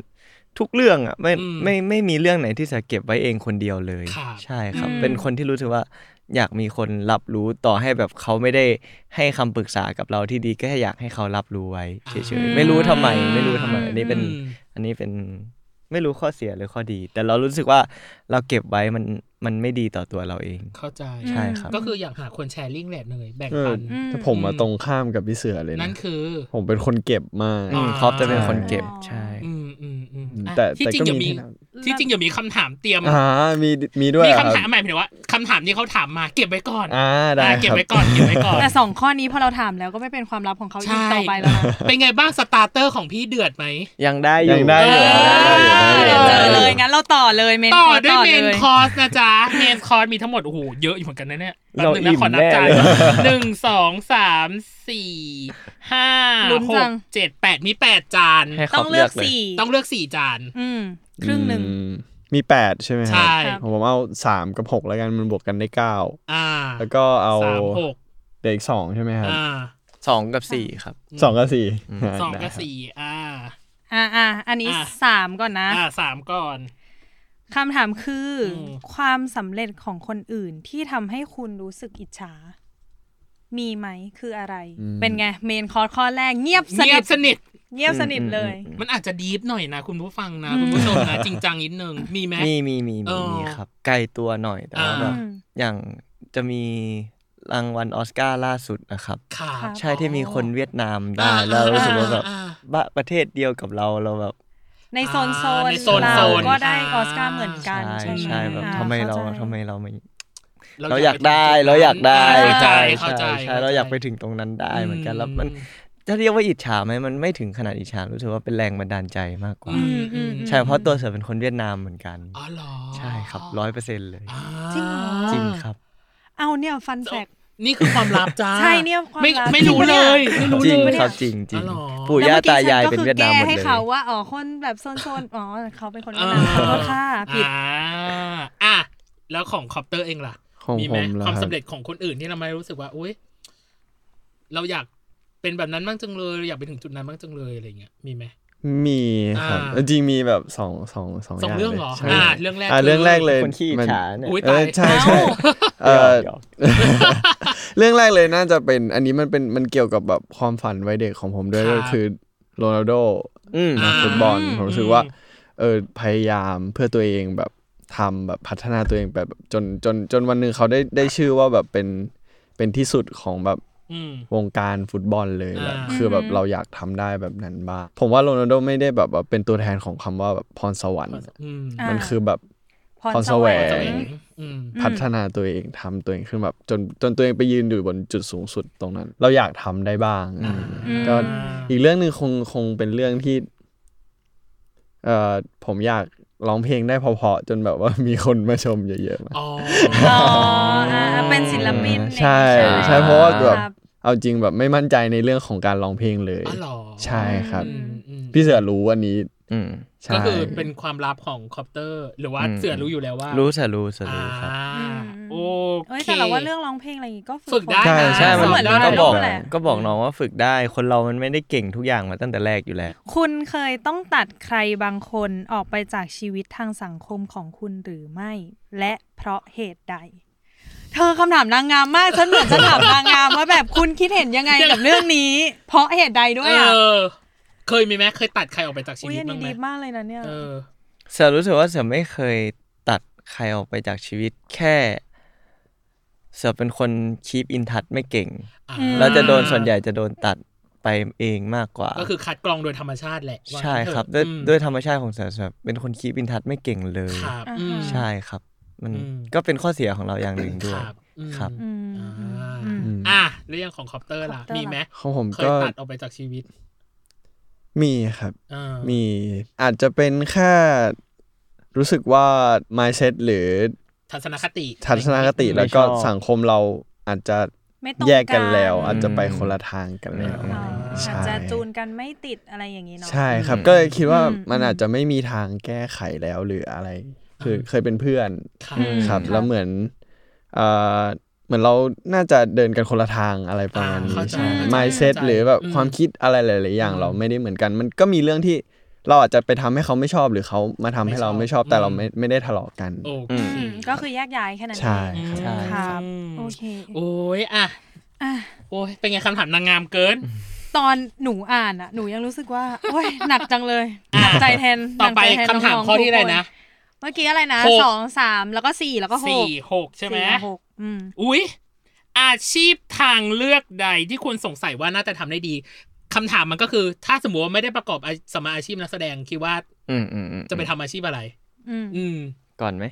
[SPEAKER 3] ทุกเรื่องอะไม่
[SPEAKER 2] อืม
[SPEAKER 3] ไม่ไม่ไม่มีเรื่องไหนที่จะเก็บไว้เองคนเดียวเลย
[SPEAKER 2] ครับ
[SPEAKER 3] ใช่ครับ เป็นคนที่รู้สึกว่า อยากมีคนรับรู้ต่อให้แบบเขาไม่ได้ให้คำปรึกษากับเราที่ดีก็แค่อยากให้เขารับรู้ไว้เฉ
[SPEAKER 2] อื
[SPEAKER 3] ย
[SPEAKER 2] ม
[SPEAKER 3] ๆไม่รู้ทำไม ไม่รู้ทำไม อันนี้เป็น
[SPEAKER 2] อืม
[SPEAKER 3] อันนี้เป็นไม่รู้ข้อเสียหรือข้อดี แต่เรารู้สึกว่าเราเก็บไว้มันมันไม่ดีต่อตัวเราเอง
[SPEAKER 2] เข้าใจ
[SPEAKER 3] ใช่ครับ
[SPEAKER 2] ก็คืออยากหาคนแชร์ลิงก์แหละเนยแบ่ง
[SPEAKER 4] เออ
[SPEAKER 2] ปัน
[SPEAKER 4] แต่ผมมา
[SPEAKER 2] อืม
[SPEAKER 4] ตรงข้ามกับพี่เสือเลย
[SPEAKER 2] นั่
[SPEAKER 4] นะ
[SPEAKER 2] นคือ
[SPEAKER 4] ผมเป็นคนเก็บมาก
[SPEAKER 3] อืม
[SPEAKER 2] อ่า
[SPEAKER 3] ครอบจะเป็นคนเก็บ
[SPEAKER 6] อ๋อ
[SPEAKER 3] ใช่
[SPEAKER 2] อืมอืมอืมอ่ะ
[SPEAKER 4] แต่
[SPEAKER 2] ที่
[SPEAKER 4] แต่
[SPEAKER 2] จริ
[SPEAKER 4] ก็
[SPEAKER 2] งอย่า
[SPEAKER 4] มี
[SPEAKER 2] มี
[SPEAKER 4] ที่นั่น
[SPEAKER 2] ที่จริงอย่ามีคำถามเตรียม
[SPEAKER 4] อ่ามีมีด้วย
[SPEAKER 2] มี
[SPEAKER 4] เหรอ
[SPEAKER 2] คำถาม
[SPEAKER 4] รับ
[SPEAKER 2] หมายถึงว่าคำถามที่เขาถามมาเก็บไว้ก่อน
[SPEAKER 4] อ่าได้
[SPEAKER 2] อ่ะเก็บ
[SPEAKER 4] ครับ
[SPEAKER 2] ไว้ก่อนเก็บไว้ก่อน
[SPEAKER 6] แต่สองข้อนี้พอเราถามแล้วก็ไม่เป็นความลับของเขาอีก
[SPEAKER 2] ใช่
[SPEAKER 6] ต่อไปแล้วนะ
[SPEAKER 2] เป็นไงบ้างสตาร์เตอร์ของพี่เดือดไหม
[SPEAKER 3] ยังได้อยู่
[SPEAKER 4] ยังได้อยู่
[SPEAKER 2] เออ
[SPEAKER 6] เจอเลยงั้นเราต่อเลยเมน
[SPEAKER 2] ต่อ
[SPEAKER 6] คอร์ส
[SPEAKER 2] ด้วย
[SPEAKER 6] ต่อ
[SPEAKER 2] เม
[SPEAKER 6] เล
[SPEAKER 2] น
[SPEAKER 6] ย
[SPEAKER 2] คอร์สนะจ๊ะ เมนคอร์สมีทั้งหมด โอ้โห เยอะอยู่เหมือนกันนะเนี่ยแป๊บ
[SPEAKER 3] เรา
[SPEAKER 2] หนึงนะ
[SPEAKER 3] อิ่ม
[SPEAKER 2] ขอนับจาน
[SPEAKER 3] แน่เลย
[SPEAKER 2] หนึ่งสองสามสี่ห้า
[SPEAKER 6] ลุ้น
[SPEAKER 2] ห
[SPEAKER 6] จั
[SPEAKER 2] ก
[SPEAKER 6] ง
[SPEAKER 2] เจ็ดแปดมีแปดจาน
[SPEAKER 3] ให้คร
[SPEAKER 6] ต้
[SPEAKER 3] อ
[SPEAKER 6] อบ ง
[SPEAKER 3] เลื
[SPEAKER 6] เลื
[SPEAKER 3] อ
[SPEAKER 6] อก ก
[SPEAKER 3] เลย
[SPEAKER 6] สี่
[SPEAKER 2] ต้องเลือกสี่จาน
[SPEAKER 6] อืมครึ่งหนึ่ง
[SPEAKER 4] อืมมี 8 ใช่ไหมฮะ
[SPEAKER 2] ใช่
[SPEAKER 6] ครับ
[SPEAKER 4] ผมเอา 3 กับ 6 แล้วกันมันบวกกันได้
[SPEAKER 2] อ่า
[SPEAKER 4] 9 แล้วก็เอา
[SPEAKER 2] สามหก
[SPEAKER 4] เด็กสองใช่ไหมครับ
[SPEAKER 2] อ่า
[SPEAKER 3] สองกับสี่ครับ
[SPEAKER 4] สองกับสี่า
[SPEAKER 2] สองกับ
[SPEAKER 4] ได้ครับ
[SPEAKER 2] สี่อ่า
[SPEAKER 6] อ่าอ่าอันนี้
[SPEAKER 2] อ่ะ
[SPEAKER 6] สามก่อนนะ
[SPEAKER 2] อ่าสามก่อน
[SPEAKER 6] คำถามคืออ
[SPEAKER 2] ม
[SPEAKER 6] ความสำเร็จของคนอื่นที่ทำให้คุณรู้สึกอิจฉา มีไหมคืออะไร เป็นไงเมนคอร์สข้อแรกเงียบส
[SPEAKER 2] เงี
[SPEAKER 6] นิ
[SPEAKER 2] ย
[SPEAKER 6] ท
[SPEAKER 2] บสนิท
[SPEAKER 6] เงียบสนิทเลย
[SPEAKER 2] มันอาจจะดีฟหน่อยนะ คุณผู้ฟังนะ คุณผู้ชมนะ จริงจังนิดนึง มีไหม
[SPEAKER 3] มีมีมี
[SPEAKER 2] เอ
[SPEAKER 3] มี
[SPEAKER 2] อ
[SPEAKER 3] มีครับไกลตัวหน่อยแต่ว่า
[SPEAKER 2] อ่า
[SPEAKER 3] แบบอย่างจะมีรางวัลออสการ์ล่าสุดนะครับ
[SPEAKER 2] ค่ะ
[SPEAKER 6] ครับ
[SPEAKER 3] ใช่ที่มีคนเวียดนามได้
[SPEAKER 2] อ่
[SPEAKER 3] แล้วเรารู้สึกว่าแบบ
[SPEAKER 2] อ่
[SPEAKER 3] บ้าประเทศเดียวกับเราเราแบบ
[SPEAKER 6] ในโซนโซน
[SPEAKER 2] ในโซน
[SPEAKER 6] เรา
[SPEAKER 2] โซน
[SPEAKER 6] ก็ได้
[SPEAKER 2] อ่า
[SPEAKER 6] ออสการ์เหมือนกั
[SPEAKER 3] ใช่
[SPEAKER 6] นใช่ไหม
[SPEAKER 3] ใช่แบบ
[SPEAKER 6] อ่
[SPEAKER 3] ทำไมเรา
[SPEAKER 6] ข้ใจ
[SPEAKER 3] ทำไมเราไม่ เราอยากได้
[SPEAKER 2] ปถึง
[SPEAKER 3] เราอยากได้
[SPEAKER 2] จุดนั้นเข้าใจ
[SPEAKER 3] ใช่
[SPEAKER 2] เข้าใจ
[SPEAKER 3] ใช่
[SPEAKER 2] ข้
[SPEAKER 3] ใช่
[SPEAKER 2] ใจ
[SPEAKER 3] เราอยากไปถึงตรงนั้นได้เหมือนกันแล้วมัน
[SPEAKER 2] อืม
[SPEAKER 3] จะเรียกว่าอิจฉาไหมมันไม่ถึงขนาดอิจฉารู้สึกว่าเป็นแรงบันดาลใจมากกว่า
[SPEAKER 2] อืมอืม
[SPEAKER 3] ใช่เพราะตัวเสือเป็นคนเวียดนามเหมือนกัน
[SPEAKER 2] อ๋อเหรอ
[SPEAKER 3] ใช่ครับร้อยเปอร์เซ็นต์เลย
[SPEAKER 2] อ่า
[SPEAKER 6] จริงเหรอ
[SPEAKER 3] จริงครับ
[SPEAKER 6] เอาเนี่ยฟันแฟก
[SPEAKER 2] นี่คือความลับจ้า
[SPEAKER 6] ใช่เนี่ยความลับ
[SPEAKER 2] ไม่ไม่รู้
[SPEAKER 6] จริงปะเนี่
[SPEAKER 2] เลย ย ไม่รู้
[SPEAKER 3] จริง
[SPEAKER 2] เลย
[SPEAKER 3] ครับจริงจริง
[SPEAKER 2] อ๋อเหรอ
[SPEAKER 3] ปู่ย่าตายายเป็นเวียดนามหมด
[SPEAKER 6] แล้เอกี้ฉันก็คือแก้ให้
[SPEAKER 3] เลย
[SPEAKER 6] เขาว่าอ๋อคนแบบโซนโซนๆอ๋อเขาเป็นคนเวียดนามขอโทษค่ะผิด
[SPEAKER 2] อ่าอ่ะแล้วของคอปเตอร์เองล่ะ
[SPEAKER 4] ของ
[SPEAKER 2] มี
[SPEAKER 4] ผ
[SPEAKER 2] ไหม
[SPEAKER 4] มแล้ว
[SPEAKER 2] ความ
[SPEAKER 4] ค
[SPEAKER 2] สำ
[SPEAKER 4] รับ
[SPEAKER 2] เร็จของคนอื่นที่เราไม่รู้สึกว่าอุ้ยเราอยากเป็นแบบนั้นบ้างจังเลยเราอยากไปถึงจุดนั้นบ้างจังเลยอะไรเงี้ยมีไหม
[SPEAKER 4] มีครับ
[SPEAKER 2] อ่า
[SPEAKER 4] จริงมีแบบสองสองสอง
[SPEAKER 2] สอง
[SPEAKER 4] ย่าง
[SPEAKER 2] เรื่อง
[SPEAKER 4] เลย
[SPEAKER 2] เหรอ
[SPEAKER 4] ใช่
[SPEAKER 2] อ่าเรื่องแรก
[SPEAKER 4] อ่าเรื่องแรกเลย
[SPEAKER 3] คนขี้อิจ
[SPEAKER 4] มัน
[SPEAKER 3] ฉาเนี่ย
[SPEAKER 2] อุ้ย
[SPEAKER 4] เอ
[SPEAKER 2] ตา
[SPEAKER 4] อย ใช่ใช่เออ
[SPEAKER 3] หยอก
[SPEAKER 4] เรื่องแรกเลยน่าจะเป็นอันนี้มันเป็นมันเกี่ยวกับแบบความฝันวัยเด็กของผมด้วย
[SPEAKER 2] ครับ
[SPEAKER 4] ก็คือโรนัลโด
[SPEAKER 3] ๆอืม
[SPEAKER 2] อ่า
[SPEAKER 4] ฟุตบอลผมรู้สึกว่า
[SPEAKER 2] อืม
[SPEAKER 4] เออพยายามเพื่อตัวเองแบบทำแบบพัฒนาตัวเองแบบจนจนจนวันหนึ่งเขาได้ได้ชื่อว่าแบบเป็นเป็นที่สุดของแบบ
[SPEAKER 2] อืม
[SPEAKER 4] วงการฟุตบอลเลยแบบ
[SPEAKER 2] อ่า
[SPEAKER 4] คือแบบเราอยากทำได้แบบนั้นบ้างผมว่าโรนัลโดไม่ได้แบบว่าเป็นตัวแทนของคำว่าแบบพรสวรรค์
[SPEAKER 2] อืม
[SPEAKER 6] อ่ามั
[SPEAKER 4] มันคือแบบ พรแสวง
[SPEAKER 2] ตัวเองอืม
[SPEAKER 4] พัฒนาตัวเองทำตัวเองขึ้นแบบจนจนตัวเองไปยืนอยู่บนจุดสูงสุดตรงนั้น เราอยากทำได้บ้างอืม
[SPEAKER 6] อืม
[SPEAKER 4] ก็ อีกเรื่องหนึ่งคงคงเป็นเรื่องที่ เอ่อผมอยากร้องเพลงได้เพอๆจนแบบว่ามีคนมาชมเยอะๆมา
[SPEAKER 2] อ๋อ
[SPEAKER 6] อ๋ออ่าเป็นศิลปินเนี่ย
[SPEAKER 4] ใช่
[SPEAKER 6] ไหม
[SPEAKER 4] ใช่เพราะว่าแบบ
[SPEAKER 6] ครับ
[SPEAKER 4] เอาจริงแบบไม่มั่นใจในเรื่องของการร้องเพลงเลย
[SPEAKER 2] อ๋อเหรอ
[SPEAKER 4] ใช่ครับ
[SPEAKER 2] อืมอืม
[SPEAKER 4] พี่เสือรู้อันนี้
[SPEAKER 3] อืม
[SPEAKER 4] ใช่
[SPEAKER 2] ก็คือเป็นความลับของคอปเตอร์ หรือว่า
[SPEAKER 3] อืม
[SPEAKER 2] เสือรู้อยู่แล้วว่า
[SPEAKER 3] รู้
[SPEAKER 2] รู้
[SPEAKER 3] สะรู้สะรู้ครับ
[SPEAKER 2] โอ
[SPEAKER 6] เอ้ย
[SPEAKER 2] เค
[SPEAKER 6] แต่เราว่าเรื่องร้องเพลงอะไรอย่างงี้ก็
[SPEAKER 2] ฝึกได้
[SPEAKER 4] ใช่
[SPEAKER 2] นะ
[SPEAKER 3] ใช่มัน
[SPEAKER 6] เหมือน
[SPEAKER 2] ได้
[SPEAKER 3] ก็
[SPEAKER 6] เรียน
[SPEAKER 3] บอก
[SPEAKER 6] รู้แหละ
[SPEAKER 3] ก็บอกน้องว่าฝึกได้ คนเรามันไม่ได้เก่งทุกอย่างมาตั้งแต่แรกอยู่แล้ว
[SPEAKER 6] คุณเคยต้องตัดใครบางคนออกไปจากชีวิตทางสังคมของคุณหรือไม่ และเพราะเหตุใด เธอคำถามนางงามมากฉันเหมือนฉันถามนางงามว่าแบบคุณคิดเห็นยังไงกับเรื่องนี้ เพราะเหตุใดด้วย
[SPEAKER 2] เอ
[SPEAKER 6] อ่ะ
[SPEAKER 2] อ เคยมีไหมเคยตัดใครออกไปจากชี
[SPEAKER 6] อุ้ย
[SPEAKER 2] วิต
[SPEAKER 6] อัน
[SPEAKER 2] บ้าง
[SPEAKER 6] นี้
[SPEAKER 2] ไหม
[SPEAKER 6] ดีมากเลยนะเนี่ย
[SPEAKER 2] เออ
[SPEAKER 3] เสือรู้สึกว่าเสือไม่เคยตัดใครออกไปจากชีวิตแค่ เสือเป็นคนคีปอินทัชไม่เก่ง
[SPEAKER 2] อ่า
[SPEAKER 3] แล้วจะโดนส่วนใหญ่จะโดนตัดไปเองมากกว่า
[SPEAKER 2] ก็คือคัดกรองโดยธรรมชาติแหละว่า
[SPEAKER 3] ใช่
[SPEAKER 2] งั้นเถอะ
[SPEAKER 3] ครับ ด้วย
[SPEAKER 2] อืม
[SPEAKER 3] ด้วยธรรมชาติของเสือเสือเป็นคนคีปอินทัชไม่เก่งเลย
[SPEAKER 2] ครับ
[SPEAKER 6] อ่า
[SPEAKER 2] อืม
[SPEAKER 3] ใช่ครับ มัน
[SPEAKER 2] อืม
[SPEAKER 3] ก็เป็นข้อเสียของเราอย่างหนึ่งด้วย
[SPEAKER 2] ครับอืม
[SPEAKER 3] ครับ
[SPEAKER 6] อืมอืมอืม
[SPEAKER 4] อืม
[SPEAKER 2] อ่ะเรื่องของคอปเตอร์ล่ะ
[SPEAKER 6] คอปเตอร์
[SPEAKER 2] มีไหม
[SPEAKER 4] ของผม
[SPEAKER 2] เคย
[SPEAKER 4] ก็
[SPEAKER 2] ตัดออกไปจากชีวิต
[SPEAKER 4] มีครับ
[SPEAKER 2] เออ
[SPEAKER 4] มีอาจจะเป็นแค่รู้สึกว่า mindset หรือ
[SPEAKER 2] ทัศนคติ
[SPEAKER 4] ทัศนคติ
[SPEAKER 3] ไม่
[SPEAKER 4] แล้วก็
[SPEAKER 3] ชอบ
[SPEAKER 4] สังคมเราอาจจะ
[SPEAKER 6] ไม่ตรง
[SPEAKER 4] แยกกันแล้ว
[SPEAKER 6] น
[SPEAKER 4] อาจจะไปคนละทางกันแล้ว
[SPEAKER 6] อ๋อ
[SPEAKER 4] ใช่
[SPEAKER 6] อาจจะจูนกันไม่ติดอะไรอย่างนี้เนาะ
[SPEAKER 4] ใช่ครับ
[SPEAKER 3] อืม
[SPEAKER 4] ก็เลยคิดว่า
[SPEAKER 6] อืม
[SPEAKER 4] มันอาจจะไม่มีทางแก้ไขแล้วหรืออะไร คือเคยเป็นเพื่อน
[SPEAKER 2] ครับ
[SPEAKER 6] อืม
[SPEAKER 4] ครับ
[SPEAKER 6] ค่ะ
[SPEAKER 4] แล้วเหมือนเอ่อเหมือนเราน่าจะเดินกันคนละทางอะไรประมาณ
[SPEAKER 2] อ่
[SPEAKER 4] นี้
[SPEAKER 2] เข้ใจ
[SPEAKER 4] ใช่
[SPEAKER 2] ข้าใจ
[SPEAKER 4] mindset
[SPEAKER 2] ข้าใจ
[SPEAKER 4] หรือแบบ
[SPEAKER 2] ม
[SPEAKER 4] ความคิดอะไรหลาย ๆ อย่าง
[SPEAKER 2] อืม
[SPEAKER 4] เราไม่ได้เหมือนกัน มันก็มีเรื่องที่ เราอาจจะไปทำให้เขาไม่ชอบหรือเขามาทำให้เรา
[SPEAKER 2] ไม่
[SPEAKER 4] ไม่
[SPEAKER 2] ช
[SPEAKER 4] ช
[SPEAKER 2] อ
[SPEAKER 4] อบ บแต่เราไม่ไม่ได้ทะเลาะกัน
[SPEAKER 2] โอ
[SPEAKER 3] อื
[SPEAKER 2] เค
[SPEAKER 3] ม
[SPEAKER 6] อืมก็คือแยกย้ายแค่นั้นเอง
[SPEAKER 4] ใช่
[SPEAKER 3] ใช่
[SPEAKER 6] ครับโอเค
[SPEAKER 2] โอ้ยอ่ะ
[SPEAKER 6] อ่ะ
[SPEAKER 2] โอ้ยเป็นไงคำถามนางงามเกิน
[SPEAKER 6] ตอนหนูอ่านอะหนูยังรู้สึกว่า โอ้ยหนักจังเลย
[SPEAKER 2] อ่ะ
[SPEAKER 6] หนักใจแทน
[SPEAKER 2] ต่อไป
[SPEAKER 6] หนักใจแทน
[SPEAKER 2] คำถาม
[SPEAKER 6] น้งๆ
[SPEAKER 2] ข้อที่อะไรนะ
[SPEAKER 6] เมื่อกี้อะไรนะ
[SPEAKER 2] หก
[SPEAKER 6] สองสามแล้วก็สี่แล้วก็หก
[SPEAKER 2] สี่หกใช่ไหม
[SPEAKER 6] สี่กับหกอืม
[SPEAKER 2] อุ๊ย อาชีพทางเลือกใดที่คุณสงสัยว่าน่าจะทำได้ดีคำถามมันก็คือ ถ้าสมมติว่าไม่ได้ประกอบอาสมมาอาชีพนักแสดงคิดว่า
[SPEAKER 3] อืมอืมอืม
[SPEAKER 2] จะไปทำอาชีพอะไร
[SPEAKER 6] อืม
[SPEAKER 2] อืม
[SPEAKER 3] ก่อนไหม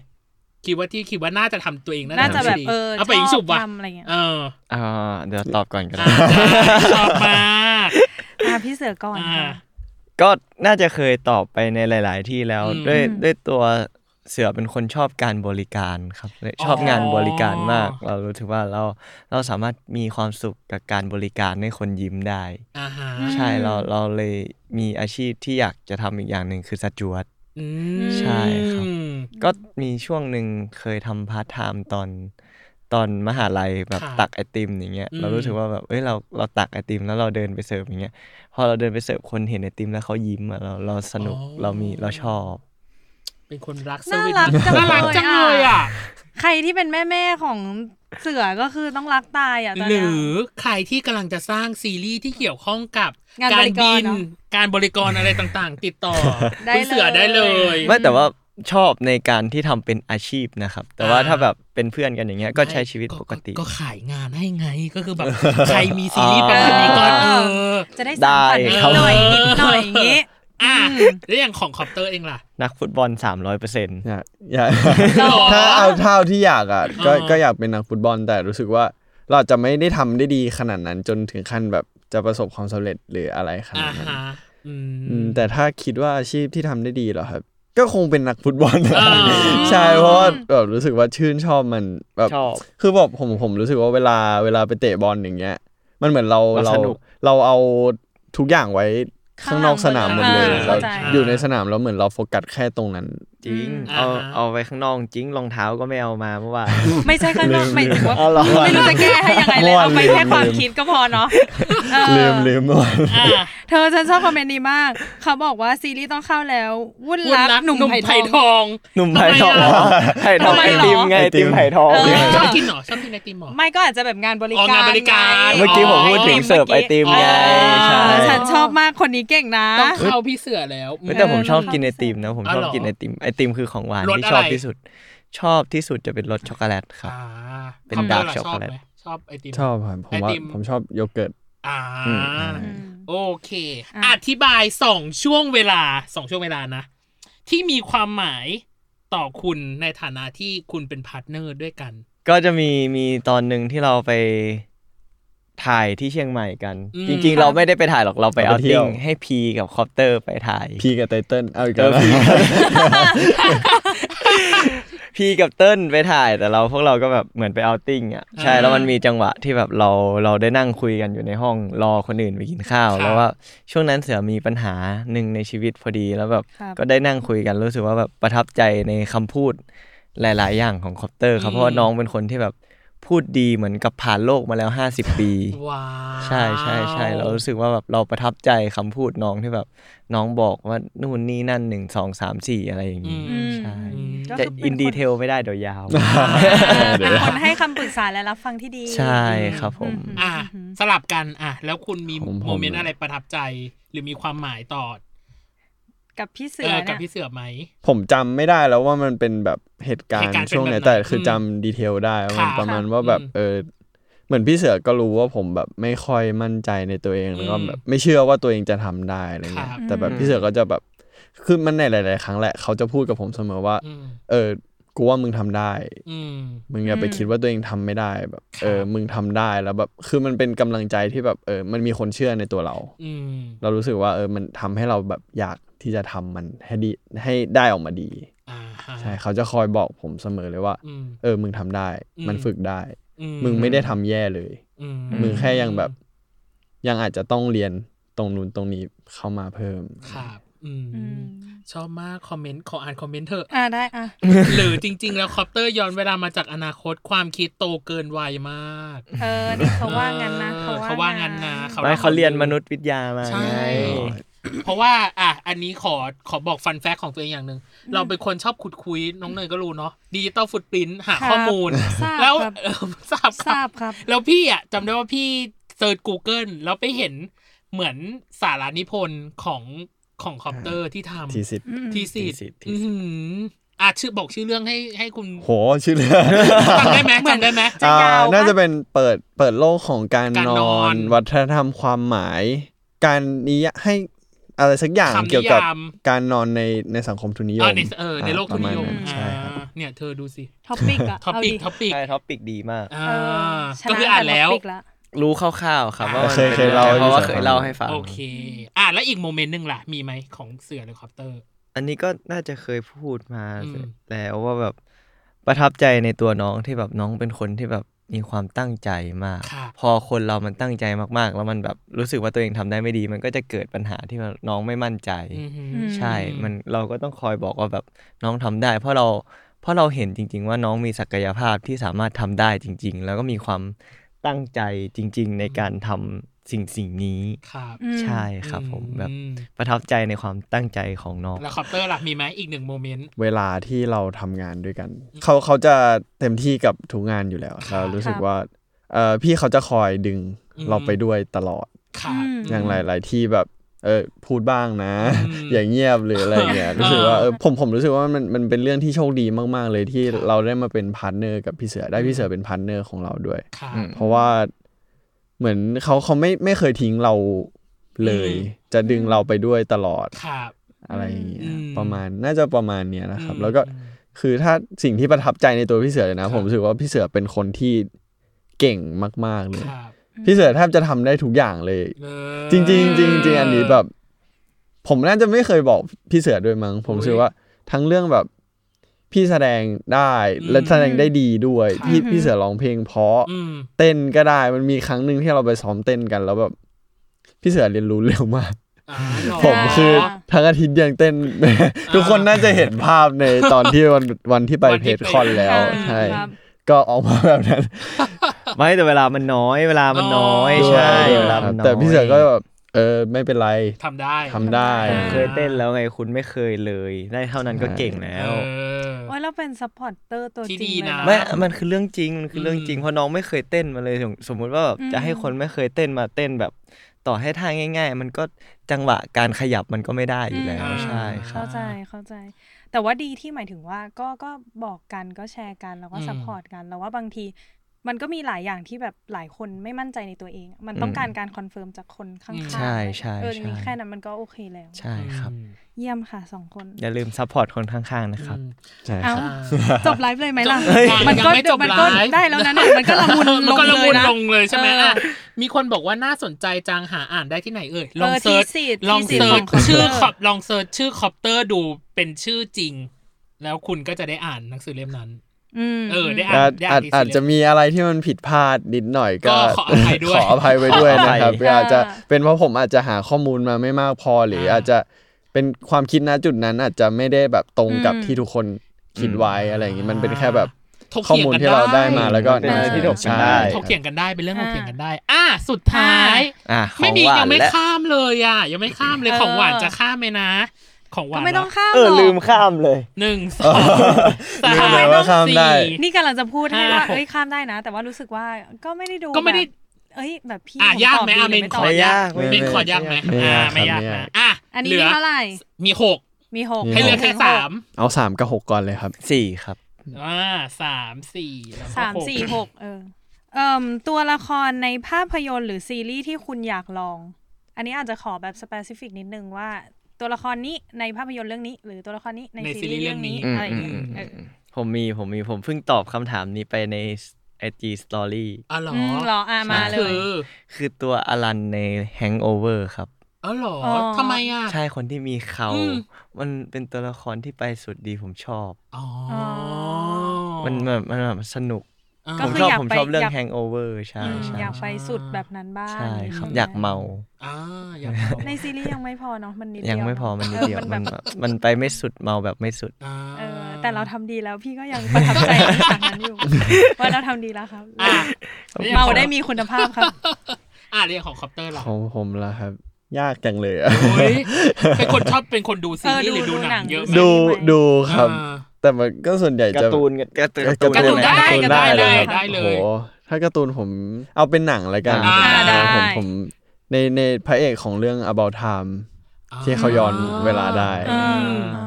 [SPEAKER 2] คิ
[SPEAKER 3] คิด
[SPEAKER 2] ดว่าที่คิดว่าน่าจะทำตัวเอง
[SPEAKER 6] น่าจะ
[SPEAKER 2] ทำ
[SPEAKER 6] แบ
[SPEAKER 2] ได้
[SPEAKER 6] บ
[SPEAKER 2] ดี
[SPEAKER 6] เออ
[SPEAKER 2] เอาไปอีก
[SPEAKER 6] ช
[SPEAKER 2] สุ
[SPEAKER 6] อบบ
[SPEAKER 2] ว่ะ
[SPEAKER 6] ทำอะไรเงี้ย
[SPEAKER 2] เออ
[SPEAKER 3] อ่าเดี๋ยวตอบก่อนก็
[SPEAKER 2] อ่ะ
[SPEAKER 3] ได้
[SPEAKER 2] ชอบมาก
[SPEAKER 6] อ่ะพี่เสือก่อน
[SPEAKER 2] อ่า
[SPEAKER 6] ค่ะ
[SPEAKER 3] ก็น่าจะเคยตอบไปในหลาย ๆ ที่แล้ว
[SPEAKER 2] อืม
[SPEAKER 3] ด้วย
[SPEAKER 6] อืม
[SPEAKER 3] ด้วยตัวเสือเป็นคนชอบการบริการครับเลยชอบงานบริการมาก
[SPEAKER 2] อ๋อ
[SPEAKER 3] เรารู้สึกว่าเราเราสามารถมีความสุขกับการบริการให้คนยิ้มได้
[SPEAKER 2] อ่าฮะ
[SPEAKER 3] ใช่
[SPEAKER 6] อืม
[SPEAKER 3] เราเราเลยมีอาชีพที่อยากจะทำอีกอย่างหนึ่งคือสจวต
[SPEAKER 2] อืม
[SPEAKER 3] ใช่ครับ ก็มีช่วงหนึ่งเคยทำพาร์ทไทม์ตอนตอนมหาลัยแบบ
[SPEAKER 2] ค่ะ
[SPEAKER 3] ตักไอติมอย่างเงี้ย
[SPEAKER 2] อืม
[SPEAKER 3] เรารู้สึกว่าแบบเอ้ยเราเราตักไอติมแล้วเราเดินไปเสิร์ฟอย่างเงี้ยพอเราเดินไปเสิร์ฟคนเห็นไอติมแล้วเขายิ้มอะเราเราสนุกเรามีเราชอบ
[SPEAKER 2] เป็นคนรัก
[SPEAKER 6] น่ารัก
[SPEAKER 2] เซอ
[SPEAKER 6] จัง
[SPEAKER 2] วิสน่ารัก
[SPEAKER 6] เลย
[SPEAKER 2] จังเลย
[SPEAKER 6] อ่ะ
[SPEAKER 2] อ่ะ
[SPEAKER 6] ใครที่เป็นแม่แม่ๆของเสือก็คือต้องรักตายอ่ะตอน
[SPEAKER 2] หรื
[SPEAKER 6] เนี้ย
[SPEAKER 2] อใครที่กำลังจะสร้างซีรีส์ที่เกี่ยวข้องกับ
[SPEAKER 6] งานบริกร
[SPEAKER 2] บิน
[SPEAKER 6] เนอะ
[SPEAKER 2] การบริกรอะไรต่างๆ ติดต่อ
[SPEAKER 6] ได้
[SPEAKER 2] คุณเสือ
[SPEAKER 6] เลย
[SPEAKER 2] ได้เลย
[SPEAKER 3] ไม่แต่ว่าชอบในการที่ทำเป็นอาชีพนะครับ แต่ว่าถ้าแบบเป็นเพื่อนกันอย่างเงี้ยก็ใช้ชีวิตปกติ
[SPEAKER 2] ก็ขายงานให้ไงก็คือแบบ ใครมีซีรีส์เป็นแบบนี้ก็เออ
[SPEAKER 6] จะได้สานฝันนิด
[SPEAKER 3] ได้ครับ
[SPEAKER 6] หน่อยนิดหน่อยอย่างงี้
[SPEAKER 2] อ่ะ
[SPEAKER 6] อืม
[SPEAKER 2] แล้วอย่างของคอปเตอร์เองล่ะ
[SPEAKER 3] นักฟุตบอล 300เปอร์เซ็นต์
[SPEAKER 4] อยากอยาก
[SPEAKER 6] หรอ
[SPEAKER 4] ถ้าเอาเท่าที่อยากอ่ะก็
[SPEAKER 2] อ่า
[SPEAKER 4] ก็อยากเป็นนักฟุตบอลแต่รู้สึกว่าเราอาจจะไม่ได้ทำได้ดีขนาดนั้นจนถึงขั้นแบบจะประสบความสำเร็จหรืออะไรขนา
[SPEAKER 2] อ่า
[SPEAKER 4] ดนั้น
[SPEAKER 2] ฮะอื
[SPEAKER 4] อื
[SPEAKER 2] ม
[SPEAKER 4] มแต่ถ้าคิดว่าอาชีพที่ทำได้ดีเหรอครับ ก็คงเป็นนักฟุตบอลนะ
[SPEAKER 2] อ่า
[SPEAKER 4] ใช่เพราะว่าแบบรู้สึกว่าชื่นชอบมันแบบ
[SPEAKER 3] ชอบ
[SPEAKER 4] คือแบบผมผมรู้สึกว่าเวลาเวลาไปเตะบอลอย่างเงี้ย มันเหมือนเรา
[SPEAKER 3] มัน
[SPEAKER 4] เรา
[SPEAKER 3] สนุก
[SPEAKER 4] เราเอาทุกอย่างไว้ข้างนอกสนามหมดเลย
[SPEAKER 6] อ่า
[SPEAKER 4] เรา
[SPEAKER 6] เข้าใจ
[SPEAKER 4] อยู่ในสนามแล้วเหมือนเราโฟกัสแค่ตรงนั้น
[SPEAKER 3] จริง
[SPEAKER 2] อืม
[SPEAKER 3] เอา
[SPEAKER 2] อ่าฮะ
[SPEAKER 3] เอาไปข้างนอกจริงรองเท้าก็ไม่เอามาเพราะว่า
[SPEAKER 6] ไม่ใช่ข้างนอกไม่ถึงว่า
[SPEAKER 4] อ๋อเหรอ
[SPEAKER 6] ไม่รู้จะแก้ให้ยังไงเลยเอาไปแค่ความ
[SPEAKER 4] ลืม
[SPEAKER 6] คิดก็พอเนาะเออ
[SPEAKER 4] ลืมลืมหน่อย
[SPEAKER 2] อ่ะ
[SPEAKER 6] เธอฉันชอบคอมเมนต์นี้มาก เขาบอกว่าซีรีส์ต้องเข้าแล้ว วุ่น
[SPEAKER 2] วุ่น
[SPEAKER 6] รัก
[SPEAKER 2] รัก
[SPEAKER 6] หนุ่มไผ่ท
[SPEAKER 2] ท
[SPEAKER 6] อง
[SPEAKER 2] อง
[SPEAKER 3] หนุ่มไผ่ทอ
[SPEAKER 2] ทำไม
[SPEAKER 3] ง
[SPEAKER 2] อ่ะ
[SPEAKER 3] ไผ่ทอง
[SPEAKER 6] ทำไม
[SPEAKER 3] ไอ
[SPEAKER 6] เหรอ
[SPEAKER 3] ติมไงไอติมไผ่ทอง
[SPEAKER 6] เออ
[SPEAKER 2] ชอบกินเหรอชอบกินไอติมเหรอ
[SPEAKER 6] ไม่ก็อาจจะแบบงานบ
[SPEAKER 2] อ๋อ
[SPEAKER 6] ริาง
[SPEAKER 2] การ นบริการ
[SPEAKER 6] ไง
[SPEAKER 3] เมื่อกี้ผมพูดถึง
[SPEAKER 6] อ๋อ
[SPEAKER 3] เสิร์ฟไอติมไงใช่
[SPEAKER 6] เออฉันชอบมากคนนี้เก่งนะ
[SPEAKER 2] ต้องเข้าพี่เสือแล้ว
[SPEAKER 3] เฮ้ยแต่ผมชอบกินไอติมนะผม
[SPEAKER 2] อ๋อ
[SPEAKER 3] ช
[SPEAKER 2] เหร
[SPEAKER 3] อบ
[SPEAKER 2] อ
[SPEAKER 3] กินไอติมไอติมคือของหวาน
[SPEAKER 2] รส
[SPEAKER 3] ที่ชอบ
[SPEAKER 2] อะไร
[SPEAKER 3] ที่สุด ชอบที่สุดจะเป็นรสช็อกโกแลตครับ
[SPEAKER 2] อ่า
[SPEAKER 3] เป็น
[SPEAKER 2] คอปตอ
[SPEAKER 3] dark
[SPEAKER 2] ร์ะ
[SPEAKER 3] chocolate
[SPEAKER 2] ไหมชอบไอติม
[SPEAKER 4] ชอบครับผม
[SPEAKER 2] ไอ
[SPEAKER 4] ว่า
[SPEAKER 2] ติม
[SPEAKER 4] ผมชอบโยเกิร์ต
[SPEAKER 2] อ่า
[SPEAKER 3] อืมอืม
[SPEAKER 2] โอเค
[SPEAKER 6] อ่ะ
[SPEAKER 2] อธิบายสองช่วงเวลาสองช่วงเวลานะ ที่มีความหมายต่อคุณในฐานะที่คุณเป็นพาร์ทเนอร์ด้วยกัน
[SPEAKER 3] ก็จะมีมีตอนหนึ่งที่เราไปถ่ายที่เชียงใหม่กัน
[SPEAKER 2] อืม
[SPEAKER 3] จริง ๆ เราไม่ได้ไปถ่ายหรอกเราไป
[SPEAKER 4] เรา
[SPEAKER 3] เอา
[SPEAKER 4] ไปเที่
[SPEAKER 3] ติ้
[SPEAKER 4] ยว
[SPEAKER 3] งให้พีกับคอปเตอร์ไปถ่าย
[SPEAKER 4] พีกับไตเติ้ลเอาอีก
[SPEAKER 3] เอ
[SPEAKER 4] แล้ว
[SPEAKER 3] อพี พีกับเติ้ลไปถ่ายแต่เราพวกเราก็แบบเหมือนไปเอาติ้งอ่ะใช่
[SPEAKER 2] อ่า
[SPEAKER 3] แล้วมันมีจังหวะที่แบบเราเราได้นั่งคุยกันอยู่ในห้องรอคนอื่นไปกินข้าว
[SPEAKER 2] ครับ
[SPEAKER 3] แล้วว่าช่วงนั้นเสือมีปัญหาหนึ่งในชีวิตพอดีแล้วแบบ
[SPEAKER 6] ครับ
[SPEAKER 3] ก็ได้นั่งคุยกันรู้สึกว่าแบบประทับใจในคำพูดหลาย ๆ อย่างของคอปเตอร์ครับเพราะว่าน้องเป็นคนที่แบบพูดดีเหมือนกับผ่านโลกมาแล้ว 50 ปี
[SPEAKER 2] ว้าว
[SPEAKER 3] ใช่ใช่ใช่เรารู้สึกว่าแบบเราประทับใจคำพูดน้องที่แบบน้องบอกว่านู่นนี่นั่นหนึ่งสองสามสี่อะไรอย่าง
[SPEAKER 2] อื
[SPEAKER 3] นี้
[SPEAKER 6] อื
[SPEAKER 2] ม
[SPEAKER 6] ม
[SPEAKER 3] ใช่
[SPEAKER 6] ก็
[SPEAKER 3] จะ
[SPEAKER 6] คืเป็
[SPEAKER 3] อินดี
[SPEAKER 6] ค
[SPEAKER 3] เทลไม่ได้เดี๋ยวยาว
[SPEAKER 6] เป็นคนให้คำปรึกษาและรับฟังที่ดี
[SPEAKER 3] ใช่ครับผม
[SPEAKER 6] อืม
[SPEAKER 2] อ่ะสลับกันอ่ะแล้วคุณมี
[SPEAKER 4] ของผม
[SPEAKER 2] โมเมนต์อะไรประทับใจ หรือมีความหมายต่อ
[SPEAKER 6] กับพี่เสื
[SPEAKER 2] เอ
[SPEAKER 6] อ
[SPEAKER 2] อกับ
[SPEAKER 6] เนี่ย
[SPEAKER 2] พี่เสือไหม
[SPEAKER 4] ผมจำไม่ได้แล้วว่ามันเป็นแบบเหตุการ
[SPEAKER 2] เหตุ
[SPEAKER 4] ณ์
[SPEAKER 2] การณ์เป็น
[SPEAKER 4] ช่วงไหน
[SPEAKER 2] แบบไหน
[SPEAKER 4] แต่คืออ
[SPEAKER 2] ม
[SPEAKER 4] จำดีเทลได้ว่ามัน
[SPEAKER 2] ค่ะ
[SPEAKER 4] ประมาณ
[SPEAKER 6] ค่ะ
[SPEAKER 4] ว่าแบบ
[SPEAKER 2] อืม
[SPEAKER 4] เออเหมือนพี่เสือก็รู้ว่าผมแบบไม่ค่อยมั่นใจในตัวเองแล้วก็
[SPEAKER 2] อืม
[SPEAKER 4] แบบไม่เชื่อว่าตัวเองจะทำได้อะไรเงี้
[SPEAKER 2] ครั
[SPEAKER 4] ย
[SPEAKER 2] บ
[SPEAKER 4] แต่แบบ
[SPEAKER 3] อืม
[SPEAKER 4] พี่เสือก็จะแบบคือมันในหลาย ๆ ครั้งแหละเขาจะพูดกับผมเสมอว่า
[SPEAKER 2] อืม
[SPEAKER 4] เออกูว่ามึงทำได้
[SPEAKER 2] อืม
[SPEAKER 4] มึงอย่าไป
[SPEAKER 6] อืม
[SPEAKER 4] คิดว่าตัวเองทำไม่ได้แบบ เออ
[SPEAKER 2] ครับ
[SPEAKER 4] มึงทำได้แล้วแบบคือมันเป็นกำลังใจที่แบบเออมันมีคนเชื่อในตัวเรา
[SPEAKER 2] อืม
[SPEAKER 4] เรารู้สึกว่าเออมันทำให้เราแบบอยากที่จะทำมันให้ดีให้ได้ออกมาดี
[SPEAKER 2] อ่าฮะ
[SPEAKER 4] ใช่เขาจะคอยบอกผมเสมอเลยว่า
[SPEAKER 2] อืม
[SPEAKER 4] เออมึงทำได้
[SPEAKER 2] อืม
[SPEAKER 4] มันฝึกได้
[SPEAKER 2] อื
[SPEAKER 4] มึงไม่ได้ทำแย่เลย
[SPEAKER 2] อืม
[SPEAKER 4] มึงแค่ยังแบบ ยังอาจจะต้องเรียนตรงนู้นตรงนี้เข้ามาเพิ่ม
[SPEAKER 2] ครับอืม
[SPEAKER 6] อืม
[SPEAKER 2] ชอบมาก คอมเมนต์ ขออ่านคอมเมนต์เถ อะ
[SPEAKER 6] อ่าได้อ่ะ
[SPEAKER 2] หรือจริง ๆ แล้วคอปเตอร์ย้อนเวลามาจากอนาคตความคิดโตเกินวัยมาก
[SPEAKER 6] เอ อนี่เขาว่างั้นนะ
[SPEAKER 2] ออเขาว่างั้นนะ
[SPEAKER 6] เขา
[SPEAKER 3] ไม่
[SPEAKER 2] ล่
[SPEAKER 3] เขาเรียน
[SPEAKER 2] ให้
[SPEAKER 3] มนุษยวิทยามา
[SPEAKER 2] ใช่
[SPEAKER 3] ไง
[SPEAKER 2] เพราะว่า อ่ะ อันนี้ขอขอบอกฟันแฟกของตัวเองอย่างหนึ่งเราเป็นคนชอบขุดคุยน้องเนยก็รู้เนาะดิจิตอลฟุตปรินหาข้อมูล
[SPEAKER 6] ทราบ
[SPEAKER 2] แล้ว
[SPEAKER 6] ครับ
[SPEAKER 2] เออ ทราบค
[SPEAKER 6] ทรา
[SPEAKER 2] รับ
[SPEAKER 6] บครับ
[SPEAKER 2] แล้วพี่อ่ะจำได้ว่าพี่เซิร์ช Google แล้วไปเห็นเหมือนสารานิพนธ์ของของคอปเตอร์ที่ทำ
[SPEAKER 4] ทีสิบ
[SPEAKER 2] ทีสิท
[SPEAKER 4] ทีสิทธิ์
[SPEAKER 2] ธิ์อื้อหืออ่ะชื่อบอกชื่อเรื่องให้ให้คุณ
[SPEAKER 4] โหชื่อเรื่อง
[SPEAKER 2] จำได้ไหมจำได้ไหม
[SPEAKER 4] อ่าย
[SPEAKER 6] าวปะ
[SPEAKER 4] น่าจะเป็นเปิดเปิดโลกของการ
[SPEAKER 2] การ
[SPEAKER 4] น
[SPEAKER 2] น
[SPEAKER 4] อ
[SPEAKER 2] อน น
[SPEAKER 4] วัฒนธรรมความหมาย การนิยามให้อะไรสักอย่าง
[SPEAKER 2] คำนิ
[SPEAKER 4] เกี่ยวกับ
[SPEAKER 2] ยาม
[SPEAKER 4] การนอนในในสังคมทุนนิยม
[SPEAKER 2] อ่าในเออในโลก
[SPEAKER 4] ป
[SPEAKER 2] ทุ
[SPEAKER 4] ระ
[SPEAKER 2] น
[SPEAKER 4] มา
[SPEAKER 2] นิ
[SPEAKER 4] ณ
[SPEAKER 2] ยม
[SPEAKER 4] ใช่ครับ
[SPEAKER 2] อ่าเนี่ยเธอดูสิ
[SPEAKER 6] ท็อปิก อะ
[SPEAKER 2] ท็อ
[SPEAKER 6] เอา
[SPEAKER 2] ปิก
[SPEAKER 6] ดิ
[SPEAKER 2] ท็อปิก
[SPEAKER 3] ใช่ท็อปิกดีมาก
[SPEAKER 2] อ่า
[SPEAKER 6] เออช
[SPEAKER 2] ก็คืออ่านแล้ว
[SPEAKER 6] กับ topic ละ
[SPEAKER 3] รู้คร่าวๆครับว่ามัน
[SPEAKER 4] เคยเคย
[SPEAKER 3] ป็น
[SPEAKER 4] เล่าให้
[SPEAKER 3] เพราะว่า
[SPEAKER 4] ฟัง
[SPEAKER 3] เคยเล่าให้ฟัง
[SPEAKER 2] โอเค อ่ะแล้วอีกโมเมนต์หนึ่งล่ะ มีไหมของเสือหรือคอปเตอร์
[SPEAKER 3] อันนี้ก็น่าจะเคยพูดมา
[SPEAKER 2] อืม
[SPEAKER 3] แล้วว่าแบบประทับใจในตัวน้องที่แบบน้องเป็นคนที่แบบมีความตั้งใจมาก
[SPEAKER 2] ค่ะ
[SPEAKER 3] พอคนเรามันตั้งใจมากๆ แล้วมันแบบรู้สึกว่าตัวเองทำได้ไม่ดี มันก็จะเกิดปัญหาที่ว่าน้องไม่มั่นใจ
[SPEAKER 2] อือหือ
[SPEAKER 3] ใช่
[SPEAKER 2] อืม
[SPEAKER 3] มันเราก็ต้องคอยบอกว่าแบบน้องทำได้ เพราะเราเพราะเราเห็นจริง ๆ ว่าน้องมีศักยภาพที่สามารถทำได้จริง ๆ แล้วก็มีความตั้งใจจริง ๆ ในการทำสิ่งสิ่งนี้
[SPEAKER 2] ครับ
[SPEAKER 3] ใช่ครับผม
[SPEAKER 2] อื
[SPEAKER 3] แบบประทับใจในความตั้งใจของน้อง
[SPEAKER 2] แล้วคอปเตอร์ล่ะมีไหมอีกหนึ่งโมเมนต์
[SPEAKER 4] เวลาที่เราทำงานด้วยกัน เขาเขาจะเต็มที่กับทุกงานอยู่แล้ว
[SPEAKER 2] ครับ
[SPEAKER 4] เรารู้สึก
[SPEAKER 6] ครับ
[SPEAKER 4] ว่าเออพี่เขาจะคอยดึง
[SPEAKER 2] อืม
[SPEAKER 4] เราไปด้วยตลอด
[SPEAKER 2] ค่ะ
[SPEAKER 6] อืม
[SPEAKER 4] อย่างหลาย ๆ ที่แบบเออพูดบ้างนะ
[SPEAKER 2] อืม
[SPEAKER 4] อย่างเงียบหรืออะไรเงี้ย
[SPEAKER 2] เออ
[SPEAKER 4] รู้สึกว่าเออผมผมรู้สึกว่ามันมันเป็นเรื่องที่โชคดีมาก ๆ เลยที่เราได้มาเป็นพาร์ทเนอร์กับพี่เสือได้พี่เสือเป็นพาร์ทเนอร์ของเราด้วย
[SPEAKER 2] ค่ะ
[SPEAKER 3] อืม
[SPEAKER 4] เพราะว่าเหมือนเขาเขาไม่ไม่เคยทิ้งเราเลย
[SPEAKER 2] อื
[SPEAKER 4] จะดึงเราไปด้วยตลอด
[SPEAKER 2] ครับ
[SPEAKER 4] อะไรอย่างเงี้
[SPEAKER 2] อื
[SPEAKER 4] ย
[SPEAKER 2] ม
[SPEAKER 4] ประมาณน่าจะประมาณเนี้ยนะครับ
[SPEAKER 2] อืม
[SPEAKER 4] แล้วก็
[SPEAKER 2] อืม
[SPEAKER 4] คือถ้าสิ่งที่ประทับใจในตัวพี่เสือเลย
[SPEAKER 2] ครั
[SPEAKER 4] นะ
[SPEAKER 2] บ
[SPEAKER 4] ผมรู้สึกว่าพี่เสือเป็นคนที่เก่งมาก ๆ เลย
[SPEAKER 2] ครับ
[SPEAKER 4] พี่เสือแทบจะทำได้ทุกอย่างเลย
[SPEAKER 2] เออ
[SPEAKER 4] จริงๆจริงๆจริงๆอันนี้แบบ ผมน่าจะไม่เคยบอกพี่เสือด้วยมั้งผม
[SPEAKER 2] อุ๊ย
[SPEAKER 4] รู้สึกว่าทั้งเรื่องแบบพี่แสดงได้
[SPEAKER 2] อืม
[SPEAKER 4] และแสดงได้ดีด้วย
[SPEAKER 2] ค่ะ
[SPEAKER 4] พี่พี่เสือร้องเพลงเพราะ
[SPEAKER 2] อืม
[SPEAKER 4] เต้นก็ได้มันมีครั้งหนึ่งที่เราไปซ้อมเต้นกัน แล้วแบบพี่เสือเรียนรู้เร็วมาก
[SPEAKER 2] อ่าหรอ
[SPEAKER 4] ผมคือทั้งอาทิตย์ยังเต้น ทุกคนน่าจะเห็นภาพในตอนที่วันวันที่ไป
[SPEAKER 2] วัน
[SPEAKER 4] เพ
[SPEAKER 2] ที่
[SPEAKER 4] จคอน
[SPEAKER 2] ไป
[SPEAKER 4] แล้ว
[SPEAKER 6] อ่า
[SPEAKER 4] ใช่
[SPEAKER 6] ครับ
[SPEAKER 4] ก็ออกมาแบบนั้น
[SPEAKER 3] ไม่แต่เวลามันน้อย เวลามันน้อย
[SPEAKER 2] อ๋อ
[SPEAKER 3] ใช่
[SPEAKER 4] ด้วย
[SPEAKER 3] เวลา
[SPEAKER 4] ครั
[SPEAKER 3] มั
[SPEAKER 4] บ
[SPEAKER 3] นน้อย
[SPEAKER 4] แต่พี่เสือก็แบบเออไม่เป็นไร
[SPEAKER 2] ทำได้
[SPEAKER 4] ทำได้
[SPEAKER 6] ทำได้
[SPEAKER 3] เคยเต้นแล้วไงคุณไม่เคยเลย ได้เท่านั้นก็เก่ง
[SPEAKER 2] เอ
[SPEAKER 3] แล้ว
[SPEAKER 2] อ
[SPEAKER 6] โอ้ยเราเป็นซัพพอร์ตเตอร์ตัวจ
[SPEAKER 2] ที่
[SPEAKER 6] ริง
[SPEAKER 2] ดี
[SPEAKER 6] เลย
[SPEAKER 2] นะ
[SPEAKER 6] นะ
[SPEAKER 3] ไม่ มันคือเรื่องจริง มันคือเรื่องจริง
[SPEAKER 2] อืม
[SPEAKER 3] เพราะน้องไม่เคยเต้นมาเลย สมสมมุติว่าแบบ
[SPEAKER 6] อืม
[SPEAKER 3] จะให้คนไม่เคยเต้นมาเต้นแบบ ต่อให้ท่าง่าย ๆ มันก็จังหวะการขยับมันก็ไม่ได้อยู่แล้ว ใช่ครั
[SPEAKER 6] เข้า
[SPEAKER 3] บ
[SPEAKER 6] ใจเข้าใจ แต่ว่าดีที่หมายถึงว่าก็ก็บอกกันก็แชร์กันแล้วก็
[SPEAKER 2] อืม
[SPEAKER 6] ซัพพอร์ตกันแล้วว่าบางที มันก็มีหลายอย่างที่แบบหลายคนไม่มั่นใจในตัวเองอะมันต้องการการคอนเฟิร์มจากคนข้างๆ
[SPEAKER 3] ใช่ใช่
[SPEAKER 6] เออจริง
[SPEAKER 3] ใช่
[SPEAKER 6] ๆแค่นั้นมันก็โอเคแล้ว
[SPEAKER 3] ใช่ครับ
[SPEAKER 6] เยี่ยมค่ะสองคน
[SPEAKER 3] อย่าลืมซัพพอร์ตคนข้างๆ นะครับ
[SPEAKER 2] อืม
[SPEAKER 4] ใช่ค
[SPEAKER 6] เอา
[SPEAKER 4] รับ
[SPEAKER 6] จบไลฟ์เลยไหมล่ะ
[SPEAKER 2] เฮ้ย
[SPEAKER 6] มันก็
[SPEAKER 2] ยังไม่จบ
[SPEAKER 6] มันก็
[SPEAKER 2] ไลฟ์
[SPEAKER 6] ได้แล้วนะเนี่ยมันก็ละมุน
[SPEAKER 2] มั
[SPEAKER 6] ลง
[SPEAKER 2] ก็ละ
[SPEAKER 6] เล
[SPEAKER 2] มุ
[SPEAKER 6] ย
[SPEAKER 2] น
[SPEAKER 6] นะ
[SPEAKER 2] ลงเลยใช่ไหม
[SPEAKER 6] เอออ่
[SPEAKER 2] ะมีคนบอกว่าน่าสนใจจังหาอ่านได้ที่ไหนเอ่ยลอง
[SPEAKER 6] เออ
[SPEAKER 2] เซิร์ช
[SPEAKER 6] ที่สิทธิ์
[SPEAKER 2] ลอง
[SPEAKER 6] ที่สิทธิ์
[SPEAKER 2] เซิร์ชชื่อ
[SPEAKER 6] ของคอปเตอร์
[SPEAKER 2] คอปลองเซิร์ชชื่อคอปเตอร์ดูเป็นชื่อจริง แล้วคุณก็จะได้อ่านหนังสือเล่มนั้น
[SPEAKER 6] ม
[SPEAKER 2] เออได้อ่าน
[SPEAKER 4] อาจอาจ
[SPEAKER 2] ที่
[SPEAKER 4] อาจจะ
[SPEAKER 2] เสีย
[SPEAKER 4] มีอะไรที่มันผิดพลาดนิดหน่อยก็
[SPEAKER 2] ก็ขออภัยด้วย
[SPEAKER 4] ขออภัยไว้ด้วย
[SPEAKER 3] ขออภั
[SPEAKER 4] นะ
[SPEAKER 3] ย
[SPEAKER 4] ครับก็อาจจะ
[SPEAKER 6] ค่ะ
[SPEAKER 4] เป็นเพราะผมอาจจะหาข้อมูลมาไม่มากพอหรืออาจจะเป็นความคิดนะจุดนั้น อาจจะไม่ได้แบบตรงกับที่ทุกคนคิดไว้อะไรอย่างนี้มันเป็นแค่แบบ
[SPEAKER 2] ถก
[SPEAKER 4] ข้อ
[SPEAKER 2] เถียง
[SPEAKER 4] มูล
[SPEAKER 2] กัน
[SPEAKER 4] ที่เราได้มา
[SPEAKER 2] ได้
[SPEAKER 4] แล้วก็
[SPEAKER 3] เป็นอะไรที่ถกกันได้
[SPEAKER 4] ใช่
[SPEAKER 2] ถกเถียงกันได้เป็นเรื่องถ
[SPEAKER 6] อ่าก
[SPEAKER 2] เถียงกันได้ อ่ะสุดท้าย
[SPEAKER 3] อ่ะ
[SPEAKER 2] ไม่มี
[SPEAKER 3] ของหวาน
[SPEAKER 2] ยังไม่
[SPEAKER 3] และ
[SPEAKER 2] ข้ามเลยอ่ะ ยังไม่ข้ามเลย
[SPEAKER 6] เออ
[SPEAKER 2] ของหวานจะข้ามไหมนะ ของหวา
[SPEAKER 6] ก็
[SPEAKER 2] น
[SPEAKER 6] ไม่ต้องข้าม
[SPEAKER 3] เอ
[SPEAKER 6] ห
[SPEAKER 3] อ
[SPEAKER 6] รอก
[SPEAKER 3] ลืมข้ามเลย
[SPEAKER 2] ห นึ่งสองสา
[SPEAKER 4] ลืมเลย
[SPEAKER 2] ม
[SPEAKER 4] ว่าข้ามได้
[SPEAKER 2] สี่
[SPEAKER 6] นี่กำลังจะพูดให้ว่า
[SPEAKER 2] ห้าหก
[SPEAKER 6] เอ้ยข้ามได้นะ แต่ว่ารู้สึกว่าก็ไม่ได้ดู
[SPEAKER 2] ก็ไม่ได้
[SPEAKER 6] แบบเอ้ยแบบพี่
[SPEAKER 2] อ่ะ
[SPEAKER 6] ผ
[SPEAKER 2] ยาก
[SPEAKER 6] ตบ
[SPEAKER 2] ไหม
[SPEAKER 6] ดี
[SPEAKER 2] อ่ะ
[SPEAKER 6] ห
[SPEAKER 2] เม
[SPEAKER 6] รื
[SPEAKER 2] น
[SPEAKER 6] ไม่
[SPEAKER 2] ข
[SPEAKER 6] ตอ
[SPEAKER 2] อบ
[SPEAKER 3] ไม่
[SPEAKER 2] ยาย
[SPEAKER 3] าก กไม่
[SPEAKER 2] เมนขอยากไหม
[SPEAKER 4] ไม่
[SPEAKER 2] อ่าย
[SPEAKER 4] าก
[SPEAKER 2] ไม่ยาก
[SPEAKER 4] ไม่
[SPEAKER 2] นะ
[SPEAKER 4] ยาก
[SPEAKER 2] อ่ะ
[SPEAKER 6] อันนี้
[SPEAKER 2] เหลื
[SPEAKER 6] มีเท่าไหร่
[SPEAKER 2] มีหก
[SPEAKER 6] มีหก
[SPEAKER 2] ให้เลือกแค่
[SPEAKER 6] หก
[SPEAKER 2] สาม
[SPEAKER 4] เอาสามกับหกก่อนเลยครับ
[SPEAKER 3] สี่ครับ
[SPEAKER 2] อ่าสามสี่แล้วก็
[SPEAKER 6] สาม
[SPEAKER 2] หก
[SPEAKER 6] สี่หกเออเอ่มตัวละครในภาพยนตร์หรือซีรีส์ที่คุณอยากลอง อันนี้อาจจะขอแบบสเปซิฟิกนิดนึงว่า ตัวละครนี้ในภาพยนตร์เรื่องนี้ หรือตัวละครนี้ในซีรีส์เรื่องนี้อะไรอย่างเงี้ยเออ
[SPEAKER 3] ผมมีผมมีผมเพิ่งตอบคำถามนี้ไปใน IG Story
[SPEAKER 2] อ๋อเหรอ
[SPEAKER 6] อืมเหรออ่ะมาเล
[SPEAKER 2] คื
[SPEAKER 6] ย
[SPEAKER 2] อ
[SPEAKER 3] คือตัวอลันใน Hangover ครับ
[SPEAKER 2] อ๋อเหรอ
[SPEAKER 6] อ๋อ
[SPEAKER 2] ทำไมอ่ะ
[SPEAKER 3] ใช่คนที่มีเขา
[SPEAKER 2] อืม
[SPEAKER 3] มันเป็นตัวละครที่ไปสุดดีผมชอบ
[SPEAKER 2] อ๋อ
[SPEAKER 3] มันแบบมันแบบสนุก
[SPEAKER 2] อ่า
[SPEAKER 6] ก็คื
[SPEAKER 3] ผมชอบ
[SPEAKER 6] ยาก
[SPEAKER 3] ผม
[SPEAKER 6] ไป
[SPEAKER 3] ชอบเรื่อง
[SPEAKER 6] อยาก
[SPEAKER 3] Hangover ใช่
[SPEAKER 6] อืม
[SPEAKER 3] ใช่
[SPEAKER 6] อยากไปสุดแบบนั้นบ้าง
[SPEAKER 3] ใช่ครับ
[SPEAKER 6] ะไงเงี้
[SPEAKER 3] อยากเมา
[SPEAKER 2] อ่าอยากบอก
[SPEAKER 6] ในซีรีส์ยังไม่พอเนาะมันนิดเดียว
[SPEAKER 3] ยังไม่พอมันนิดเดียว
[SPEAKER 6] ออมั
[SPEAKER 3] มั
[SPEAKER 6] น น
[SPEAKER 3] แบ
[SPEAKER 6] แบบ
[SPEAKER 3] บมันไปไม่สุดเมาแบบไม่สุด
[SPEAKER 2] อ่า
[SPEAKER 6] เออแต่เราทำดีแล้วพี่ก็ยังประทับใจในฉาก นั้นอยู่ ว่าเราทำดีแล้วครับ
[SPEAKER 2] อ่ะ
[SPEAKER 6] เราได้มีคุณภาพครับ
[SPEAKER 2] อ่ะเรียนของคอปเตอร์เหรอ
[SPEAKER 4] ของผมละครับ ยากจังเลยอะ
[SPEAKER 2] โอ้ยเป็นคนชอบเป็นคนดูซีรีส์หรือดูหนังเยอะไหม
[SPEAKER 4] ดูดูครับ
[SPEAKER 2] อ่า
[SPEAKER 4] แต่มันก็ส่วนใหญ่
[SPEAKER 3] กา
[SPEAKER 4] จะ
[SPEAKER 3] ร์ตูนการ์ตูน
[SPEAKER 4] การ์ตูน
[SPEAKER 3] อะ
[SPEAKER 2] ได้
[SPEAKER 3] ร
[SPEAKER 2] การ์ตูนได้
[SPEAKER 4] เลยค
[SPEAKER 2] ได้
[SPEAKER 4] รับ
[SPEAKER 2] เลย
[SPEAKER 4] โอ้โหถ้าการ์ตูนผมเอาเป็นหนังละกัน
[SPEAKER 2] อ่
[SPEAKER 4] เป็นหนั
[SPEAKER 2] า
[SPEAKER 4] ง
[SPEAKER 6] ได้
[SPEAKER 4] ผมผมในในพระเอกของเรื่อง about time ที่เขาย้อนเวลาได้
[SPEAKER 6] อ่า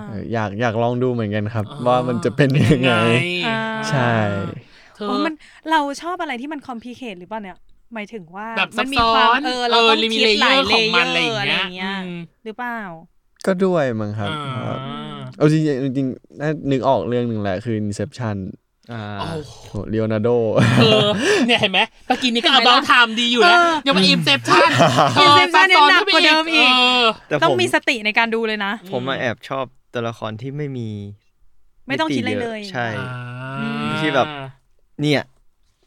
[SPEAKER 4] เอออยากอยากลองดูเหมือนกันครับ
[SPEAKER 2] อ่
[SPEAKER 4] ว่ามันจะเป็นยังไง
[SPEAKER 6] อ่า
[SPEAKER 4] ใช่
[SPEAKER 2] เธ
[SPEAKER 6] โอ้
[SPEAKER 2] อ
[SPEAKER 6] มันเราชอบอะไรที่มันคอมพลีเคทหรือเปล่าเนี่ย หมายถึงว่า
[SPEAKER 2] แบบ
[SPEAKER 6] มัมีความ
[SPEAKER 2] ซับซ้อน
[SPEAKER 6] เออเราต้อง
[SPEAKER 2] เออมี
[SPEAKER 6] คิดหลาย
[SPEAKER 2] เลเยอร์
[SPEAKER 6] เล
[SPEAKER 2] ของมัน
[SPEAKER 6] เยอร์อะ
[SPEAKER 2] อะไรไรอย่
[SPEAKER 6] อา
[SPEAKER 2] ย่าง งเงี้
[SPEAKER 6] เงี้ย
[SPEAKER 2] ย
[SPEAKER 6] หรือเปล่า
[SPEAKER 4] ก็ด้วยมั้งครับ
[SPEAKER 2] อ่า
[SPEAKER 4] ครับเอาจริงๆจริงๆน่านึกออกเรื่องหนึ่งแหละคือ inception
[SPEAKER 3] อ่า
[SPEAKER 2] โอ้โห
[SPEAKER 4] เลโอนาร์โด
[SPEAKER 2] เธอเนี่ยเห็นไหมเมื่อกี้นี้ก็เอา
[SPEAKER 6] เห็นไหม
[SPEAKER 2] เบา
[SPEAKER 6] ล่ะ
[SPEAKER 2] ไทม์ดีอยู่แล้ว
[SPEAKER 6] เออ
[SPEAKER 2] ยังมาอินเซปชั่น
[SPEAKER 6] Inception เนี่ยหนักกว่าเดิมอีก
[SPEAKER 3] แต่
[SPEAKER 6] ต้อ
[SPEAKER 3] ผ
[SPEAKER 6] ง
[SPEAKER 3] ม
[SPEAKER 6] มีสติในการดูเลยนะ
[SPEAKER 3] ผมมาแอบชอบตัวละครที่ไม่มี
[SPEAKER 6] ไม่ต้องคิดอะไร
[SPEAKER 3] มิ
[SPEAKER 6] เลย
[SPEAKER 3] ใช่ ที่แบบ เนี่ย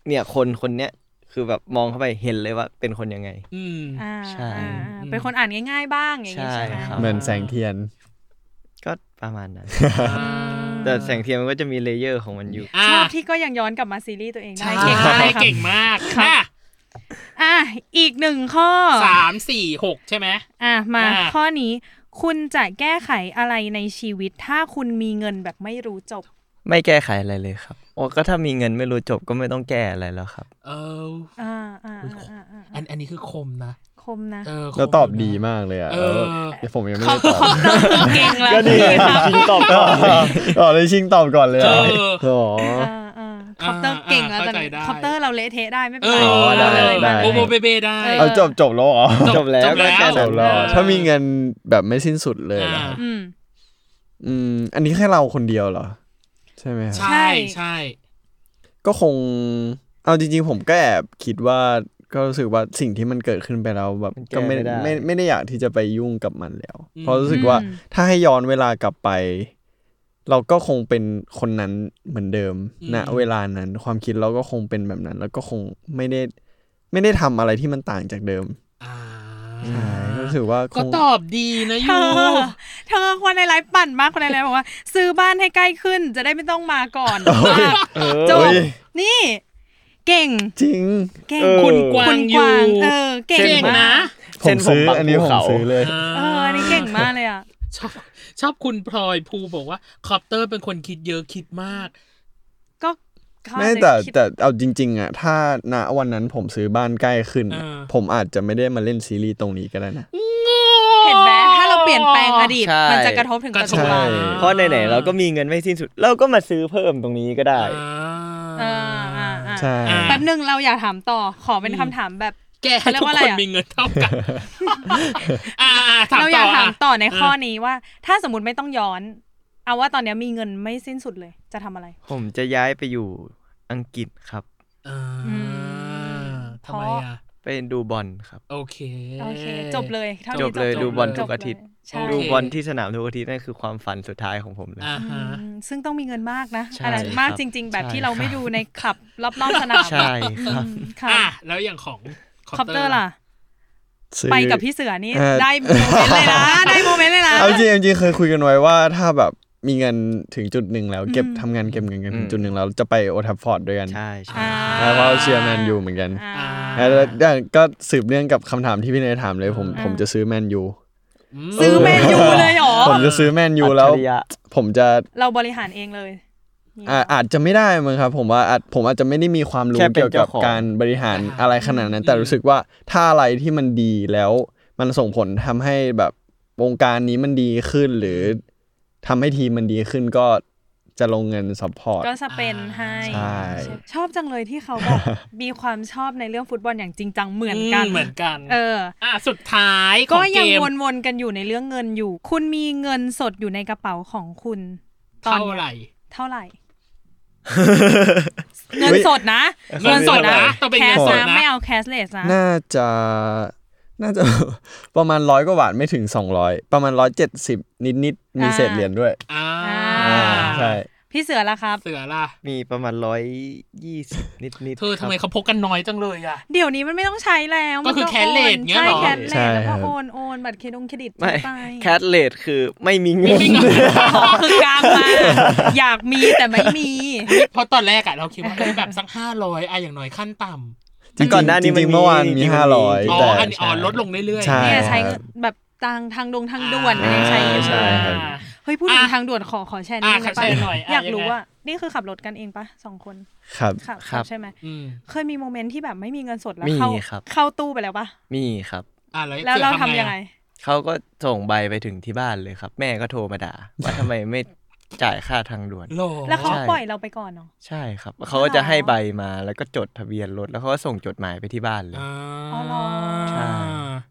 [SPEAKER 3] เนี่ยคนคนเนี้ยคือแบบมองเข้าไปเห็นเลยว่าเป็นคนยังไง
[SPEAKER 2] อืม
[SPEAKER 6] อ่า
[SPEAKER 3] ใช่
[SPEAKER 6] อ่าอ่าเป็นคนอ่านง่าย ๆ บ้างอย่างงี้ใช่ไหม
[SPEAKER 3] ใช่ครับ
[SPEAKER 4] เหมือนแสงเทียน
[SPEAKER 3] ก็ประมาณ นั้น
[SPEAKER 2] อ่า
[SPEAKER 3] แต่แสงเทียนมันก็จะมีเลเยอร์ของมันอยู่
[SPEAKER 2] อ่า
[SPEAKER 6] ชอบที่ก็ยังย้อนกลับมาซีรีส์ตัวเองได้
[SPEAKER 2] ใช่
[SPEAKER 6] เก่งมากครับ
[SPEAKER 2] เก่งมากค่ะ
[SPEAKER 6] อ่ะอีกหนึ่งข้อ
[SPEAKER 2] สามสี่หกใช่ไหม
[SPEAKER 6] อ่ะมา
[SPEAKER 2] อ่ะ
[SPEAKER 6] ข้อนี้ คุณจะแก้ไขอะไรในชีวิต ถ้าคุณมีเงินแบบไม่รู้จบ
[SPEAKER 3] ไม่แก้ไขอะไรเลยครับโอ้ก็ถ้ามีเงินไม่รู้จบก็ไม่ต้องแก้อะไรแล้วครับ
[SPEAKER 2] เออ
[SPEAKER 6] อ่าอ่าอ่าอ่าอ่า
[SPEAKER 2] อันอันนี้คือคมนะ
[SPEAKER 6] คมนะ
[SPEAKER 2] เออคม
[SPEAKER 4] แล้วตอบดี
[SPEAKER 2] นะ
[SPEAKER 4] มากเลยอ่ะ
[SPEAKER 2] เออ
[SPEAKER 4] เดี๋ยวผมยังไม่ได้ตอบ
[SPEAKER 6] เก่งแล้ว
[SPEAKER 4] ชิงตอบก่อนอ๋อเลยชิงตอบก่อนเลยเหรอ
[SPEAKER 2] เออ
[SPEAKER 4] อ๋อ
[SPEAKER 6] อ่าอ่าคอปเตอร์เก่งแล้วตอนนี้
[SPEAKER 2] เข้าใจได้
[SPEAKER 6] คอปเตอร์เราเละเทะได้ไม่เป็
[SPEAKER 2] เอน
[SPEAKER 6] ไร
[SPEAKER 2] อ
[SPEAKER 4] อได้
[SPEAKER 6] มาเลย
[SPEAKER 4] ได้
[SPEAKER 6] มาเล
[SPEAKER 2] โอย โมเบเบได้
[SPEAKER 6] เออ
[SPEAKER 4] เอาจบจบแล้วเหรอ
[SPEAKER 2] จบ
[SPEAKER 3] จบแล้ว
[SPEAKER 2] จบแล้ว
[SPEAKER 3] ก็แก้
[SPEAKER 4] จ
[SPEAKER 3] ไข
[SPEAKER 4] บแล้วเหรอ
[SPEAKER 2] เออ
[SPEAKER 4] ถ้ามีเงินแบบไม่สิ้นสุดเลยเหรอครับ
[SPEAKER 6] อืม
[SPEAKER 4] อืม อันนี้แค่เราคนเดียวเหรอ ใช่ไหมครับ
[SPEAKER 2] ใช่ใช่
[SPEAKER 4] ก็คง เอาจริงๆ ผมก็แอบคิดว่าก็รู้สึกว่าสิ่งที่มันเกิดขึ้นไปแล้วแบบ
[SPEAKER 3] มันแก้
[SPEAKER 4] ก็ไม่
[SPEAKER 3] ไม่ได้
[SPEAKER 4] ไม่ไม่ได้อยากที่จะไปยุ่งกับมันแล้ว
[SPEAKER 2] อืม
[SPEAKER 4] เพราะรู้สึกว่า
[SPEAKER 6] อืม
[SPEAKER 4] ถ้าให้ย้อนเวลากลับไป เราก็คงเป็นคนนั้นเหมือนเดิมณเวลานั้น ความคิดเราก็คงเป็นแบบนั้น แล้วก็คงไม่ได้ ไม่ได้ทำอะไรที่มันต่างจากเดิม
[SPEAKER 2] อ่า
[SPEAKER 4] ใช่ก็รู้สึกว่าค
[SPEAKER 2] ก็
[SPEAKER 4] ง
[SPEAKER 2] ตอบดีนะ
[SPEAKER 6] เธ
[SPEAKER 2] ยู
[SPEAKER 6] อเธอคนในไลฟ์ปั่นมากคนในไลฟ์บอกว่า ซื้อบ้านให้ใกล้ขึ้นจะได้ไม่ต้องมาก่อนจบ
[SPEAKER 4] เอ้ย
[SPEAKER 6] นี่ เก่ง
[SPEAKER 4] จริง
[SPEAKER 6] เก่ง
[SPEAKER 2] คุณกวาง
[SPEAKER 6] คุณ
[SPEAKER 2] อยู่
[SPEAKER 6] กวางเออเก่ง
[SPEAKER 2] เก่ง
[SPEAKER 6] มา
[SPEAKER 2] นะ
[SPEAKER 6] ก
[SPEAKER 4] ผ
[SPEAKER 3] เส้
[SPEAKER 4] ม
[SPEAKER 3] นผม
[SPEAKER 4] ซื้อ
[SPEAKER 3] บาง
[SPEAKER 4] อันนี้
[SPEAKER 3] ภู
[SPEAKER 4] ผม
[SPEAKER 3] เขา
[SPEAKER 4] ซื้อเลย
[SPEAKER 6] เอออันนี้เก่งมากเลยอ่ะ
[SPEAKER 2] ชอบชอบคุณพลอยภูบอกว่าคอปเตอร์เป็นคนคิดเยอะคิดมาก
[SPEAKER 6] ก็เขา
[SPEAKER 4] ไม่
[SPEAKER 6] อาจจะ
[SPEAKER 4] แต่
[SPEAKER 6] คิด
[SPEAKER 4] แต่เอาจริง ๆอะถ้าณวันนั้นผมซื้อบ้านใกล้ขึ้นอะ
[SPEAKER 2] อ่า
[SPEAKER 4] ผมอาจจะไม่ได้มาเล่นซีรีส์ตรงนี้ก็ได้นะ
[SPEAKER 6] เห็นไหมถ้าเราเปลี่ยนแปลงอดีต
[SPEAKER 3] ใช่
[SPEAKER 6] มันจะกระทบถึง
[SPEAKER 2] กระ
[SPEAKER 6] ปัจ
[SPEAKER 2] ทบ
[SPEAKER 6] จุบัน
[SPEAKER 4] ใช่
[SPEAKER 3] เพราะไหนๆเราก็มีเงินไม่สิ้นสุด เราก็มาซื้อเพิ่มตรงนี้ก็ได้
[SPEAKER 2] อ่า
[SPEAKER 6] เอออ่าอ่า
[SPEAKER 4] ใช่
[SPEAKER 2] อ่า
[SPEAKER 6] แป๊บหนึ่งเราอยากถามต่อ ขอเป็นคำถามแบบ
[SPEAKER 2] แกให้
[SPEAKER 6] เขาเรียก
[SPEAKER 2] ทุก
[SPEAKER 6] ว่าอะไร
[SPEAKER 2] คน
[SPEAKER 6] อะ
[SPEAKER 2] มีเงินเท่า กัน อ่าอ่าถาม
[SPEAKER 6] เราอ
[SPEAKER 2] ต่
[SPEAKER 6] ยา
[SPEAKER 2] อก
[SPEAKER 6] ถาม
[SPEAKER 2] อ่ะ
[SPEAKER 6] ต่อในข้อ
[SPEAKER 2] เออ
[SPEAKER 6] นี้ว่า ถ้าสมมติไม่ต้องย้อน เอาว่าตอนเนี้ยมีเงินไม่สิ้นสุดเลย จะทำอะไร
[SPEAKER 3] ผมจะย้ายไปอยู่อังกฤษครับ
[SPEAKER 2] อ่า
[SPEAKER 6] อ
[SPEAKER 2] ทำไม
[SPEAKER 6] เพราะ
[SPEAKER 2] อ่ะ
[SPEAKER 3] ไปดูบอลครับ
[SPEAKER 2] โอเค
[SPEAKER 6] โอเค จบเลยท่านี้
[SPEAKER 3] จบเลยดูบอลทุกอาทิตย์
[SPEAKER 6] ใช่
[SPEAKER 2] โอเค
[SPEAKER 3] ดูบอลที่สนามทุกอาทิตย์นั่นคือความฝันสุดท้ายของผมเลย
[SPEAKER 2] อ่าฮะ
[SPEAKER 6] อืมซึ่งต้องมีเงินมากนะ
[SPEAKER 3] ใช่
[SPEAKER 6] อันนั้นมาก
[SPEAKER 3] ครับ
[SPEAKER 6] จริง ๆ แบบ
[SPEAKER 3] ใช่
[SPEAKER 6] ที่เรา
[SPEAKER 3] ครับ
[SPEAKER 6] ไม่ดูในคลับรอบๆสนาม
[SPEAKER 3] ใช่ครับ
[SPEAKER 6] อืมค่ะ
[SPEAKER 2] อ่ะแล้วอย่างของ
[SPEAKER 6] คอปเตอร์ล่ะ
[SPEAKER 4] ซื้อ
[SPEAKER 6] ไปกับพี่เสือนี่
[SPEAKER 4] เอ่อ
[SPEAKER 6] ได้โมเมนต์เลยนะ ได้โมเมนต์เลยนะ
[SPEAKER 4] เอาจริงๆจริงๆเคยคุยกันไว้ว่าถ้าแบบมีเงินถึงจุดหนึ่งแล้วเก็บทำงานเก็บเงินกันถึง
[SPEAKER 3] อืม
[SPEAKER 4] จุดหนึ่งแล้วจะไปโอทัฟฟอร์ดด้วยกัน
[SPEAKER 3] ใช่ใช่
[SPEAKER 6] อ่า
[SPEAKER 4] ใช่เพราะเราเชียร์แมนยูเหมือนกัน
[SPEAKER 6] อ่า
[SPEAKER 4] แล้วแล้วก็สืบเนื่องกับคำถามที่พี่เนยถามเลยผม
[SPEAKER 6] อ่า
[SPEAKER 4] ผมจะซื้อแมนยู
[SPEAKER 6] ซื้อแมนยูเลยเหรอ
[SPEAKER 4] ผมจะซื้อแมนยูแล้ว
[SPEAKER 3] อัจฉริยะ
[SPEAKER 4] ผมจะ
[SPEAKER 6] เราบริหารเองเลย
[SPEAKER 4] อ่าอาจจะไม่ได้มั้งครับ ผมว่าอาจผมอาจจะไม่ได้มีความรู้
[SPEAKER 3] แค่เป็น
[SPEAKER 4] เกี่ยวกับ
[SPEAKER 3] เจ้าของ
[SPEAKER 4] การบริหารอะไรขนาดนั้น แต่รู้สึกว่าถ้าอะไรที่มันดีแล้วมันส่งผลทำให้แบบวงการนี้มันดีขึ้น หรือทำให้ทีมมันดีขึ้นก็จะลงเงินซัพพอร์ต
[SPEAKER 6] ก็สเปนให้
[SPEAKER 4] ใช่
[SPEAKER 6] ชอบจังเลยที่เขาแบบมีความชอบในเรื่องฟุตบอลอย่างจริงจังเหมือนกัน
[SPEAKER 2] เหมือนกัน
[SPEAKER 6] เออ
[SPEAKER 2] อ่ะสุดท้ายข
[SPEAKER 6] ก็
[SPEAKER 2] อเ
[SPEAKER 6] ยัง
[SPEAKER 2] ม
[SPEAKER 6] วนๆกันอยู่ในเรื่องเงินอยู่ คุณมีเงินสดอยู่ในกระเป๋าของคุณตอน
[SPEAKER 2] เท่า
[SPEAKER 6] นี้ย
[SPEAKER 2] ไหร่
[SPEAKER 6] เท่าไหร่ เงินสดนะ
[SPEAKER 2] เงินสดนะต้องเป็น
[SPEAKER 6] แค
[SPEAKER 2] เงิ
[SPEAKER 6] ส
[SPEAKER 2] นสด
[SPEAKER 6] นะ
[SPEAKER 2] นะ
[SPEAKER 6] ไม่เอาแคสเลสนะ
[SPEAKER 4] น่าจะน่าจะ ประมาณร้อยกว่าบาทไม่ถึง 200 ประมาณ 170 นิดนิดๆมี
[SPEAKER 6] อ่า
[SPEAKER 4] เศษเหรียญด้วย
[SPEAKER 2] อ่า
[SPEAKER 6] อ่า
[SPEAKER 4] ใช่
[SPEAKER 6] พี่เสือละครับ
[SPEAKER 2] เสือล่ะ
[SPEAKER 3] มีประมาณร้อยยี่สิบนิดนิด
[SPEAKER 2] เธอทำไมเขาพกกันน้อยจังเลยอ่ะ
[SPEAKER 6] เดี๋ยวนี้มันไม่ต้องใช้แล้ว
[SPEAKER 2] ก็คือ
[SPEAKER 6] มันโน
[SPEAKER 2] cashless เงี้ย
[SPEAKER 6] ใช่
[SPEAKER 2] เหรอ
[SPEAKER 6] แคสเลสแล้วก็โอนโอนบัตรเครดิตเครดิต
[SPEAKER 3] ไม่
[SPEAKER 6] ไป
[SPEAKER 3] แคทเลดคือไม่มีเงิน
[SPEAKER 6] ขอคือกลางมา อยากมีแต่ไม่มี
[SPEAKER 2] เพราะตอนแรกอะเราคิดว่าเอ้ยแบบสักห้าร้อยอะอย่างน้อยขั้นต่ำ
[SPEAKER 4] จริงๆ
[SPEAKER 3] ก่อนหน้านี้
[SPEAKER 4] จริงๆเมื่อวานมี
[SPEAKER 3] จริงๆ
[SPEAKER 4] ห้าร้อย
[SPEAKER 2] อ๋อ
[SPEAKER 4] แต่
[SPEAKER 2] อันนี้อ๋อ
[SPEAKER 4] ใช่
[SPEAKER 2] ลดลงเรื่อยๆ
[SPEAKER 4] ใช่
[SPEAKER 6] เนี่ยใช้
[SPEAKER 4] ครับ
[SPEAKER 6] แบบทางทางดงทางด่วนอะไร
[SPEAKER 3] อ่า
[SPEAKER 6] ใช้
[SPEAKER 3] ใช่ครับ
[SPEAKER 2] อ่า
[SPEAKER 6] เฮ้ยพูดถึง
[SPEAKER 2] อ่ะ
[SPEAKER 6] ทางด่วนขอขอแชร์นิด
[SPEAKER 2] อ่ะ
[SPEAKER 6] นึง
[SPEAKER 2] ข
[SPEAKER 6] ได้
[SPEAKER 2] อแชร์
[SPEAKER 6] ปะ
[SPEAKER 2] หน่อยอ่ะ
[SPEAKER 6] อยากรู้
[SPEAKER 2] ยังไง
[SPEAKER 6] ว่า นี่คือขับรถกันเองปะสองคน
[SPEAKER 4] ครับ
[SPEAKER 6] ขับ
[SPEAKER 3] ครับ
[SPEAKER 6] ใช่ไหม
[SPEAKER 2] อืม
[SPEAKER 6] เคยมีโมเมนต์ที่แบบไม่มีเงินสดแล้ว
[SPEAKER 3] มี
[SPEAKER 6] เข้า
[SPEAKER 3] ครับ
[SPEAKER 6] เข้าตู้ไปแล้วปะ
[SPEAKER 3] มีครับ
[SPEAKER 2] อ่าแล้ว
[SPEAKER 6] แล้วเราทำ
[SPEAKER 2] สือ
[SPEAKER 6] ยังไง
[SPEAKER 2] อะ
[SPEAKER 3] เขาก็ส่งใบไปถึงที่บ้านเลยครับ แม่ก็โทรมาด่า ว่าทำไมไม่จ่ายค่าทางด่วน
[SPEAKER 2] โหล
[SPEAKER 6] แล้วเขา
[SPEAKER 3] ใช่
[SPEAKER 6] ปล่อยเราไปก่อนเนาะ
[SPEAKER 3] ใช่ครับเขาก็จะให้
[SPEAKER 6] อ๋อ
[SPEAKER 3] ใบมาแล้วก็จดทะเบียนรถแล้วเขาก็ส่งจดหมายไปที่บ้านเลย
[SPEAKER 2] อ่า
[SPEAKER 6] อ๋อเหรอ
[SPEAKER 3] ใช่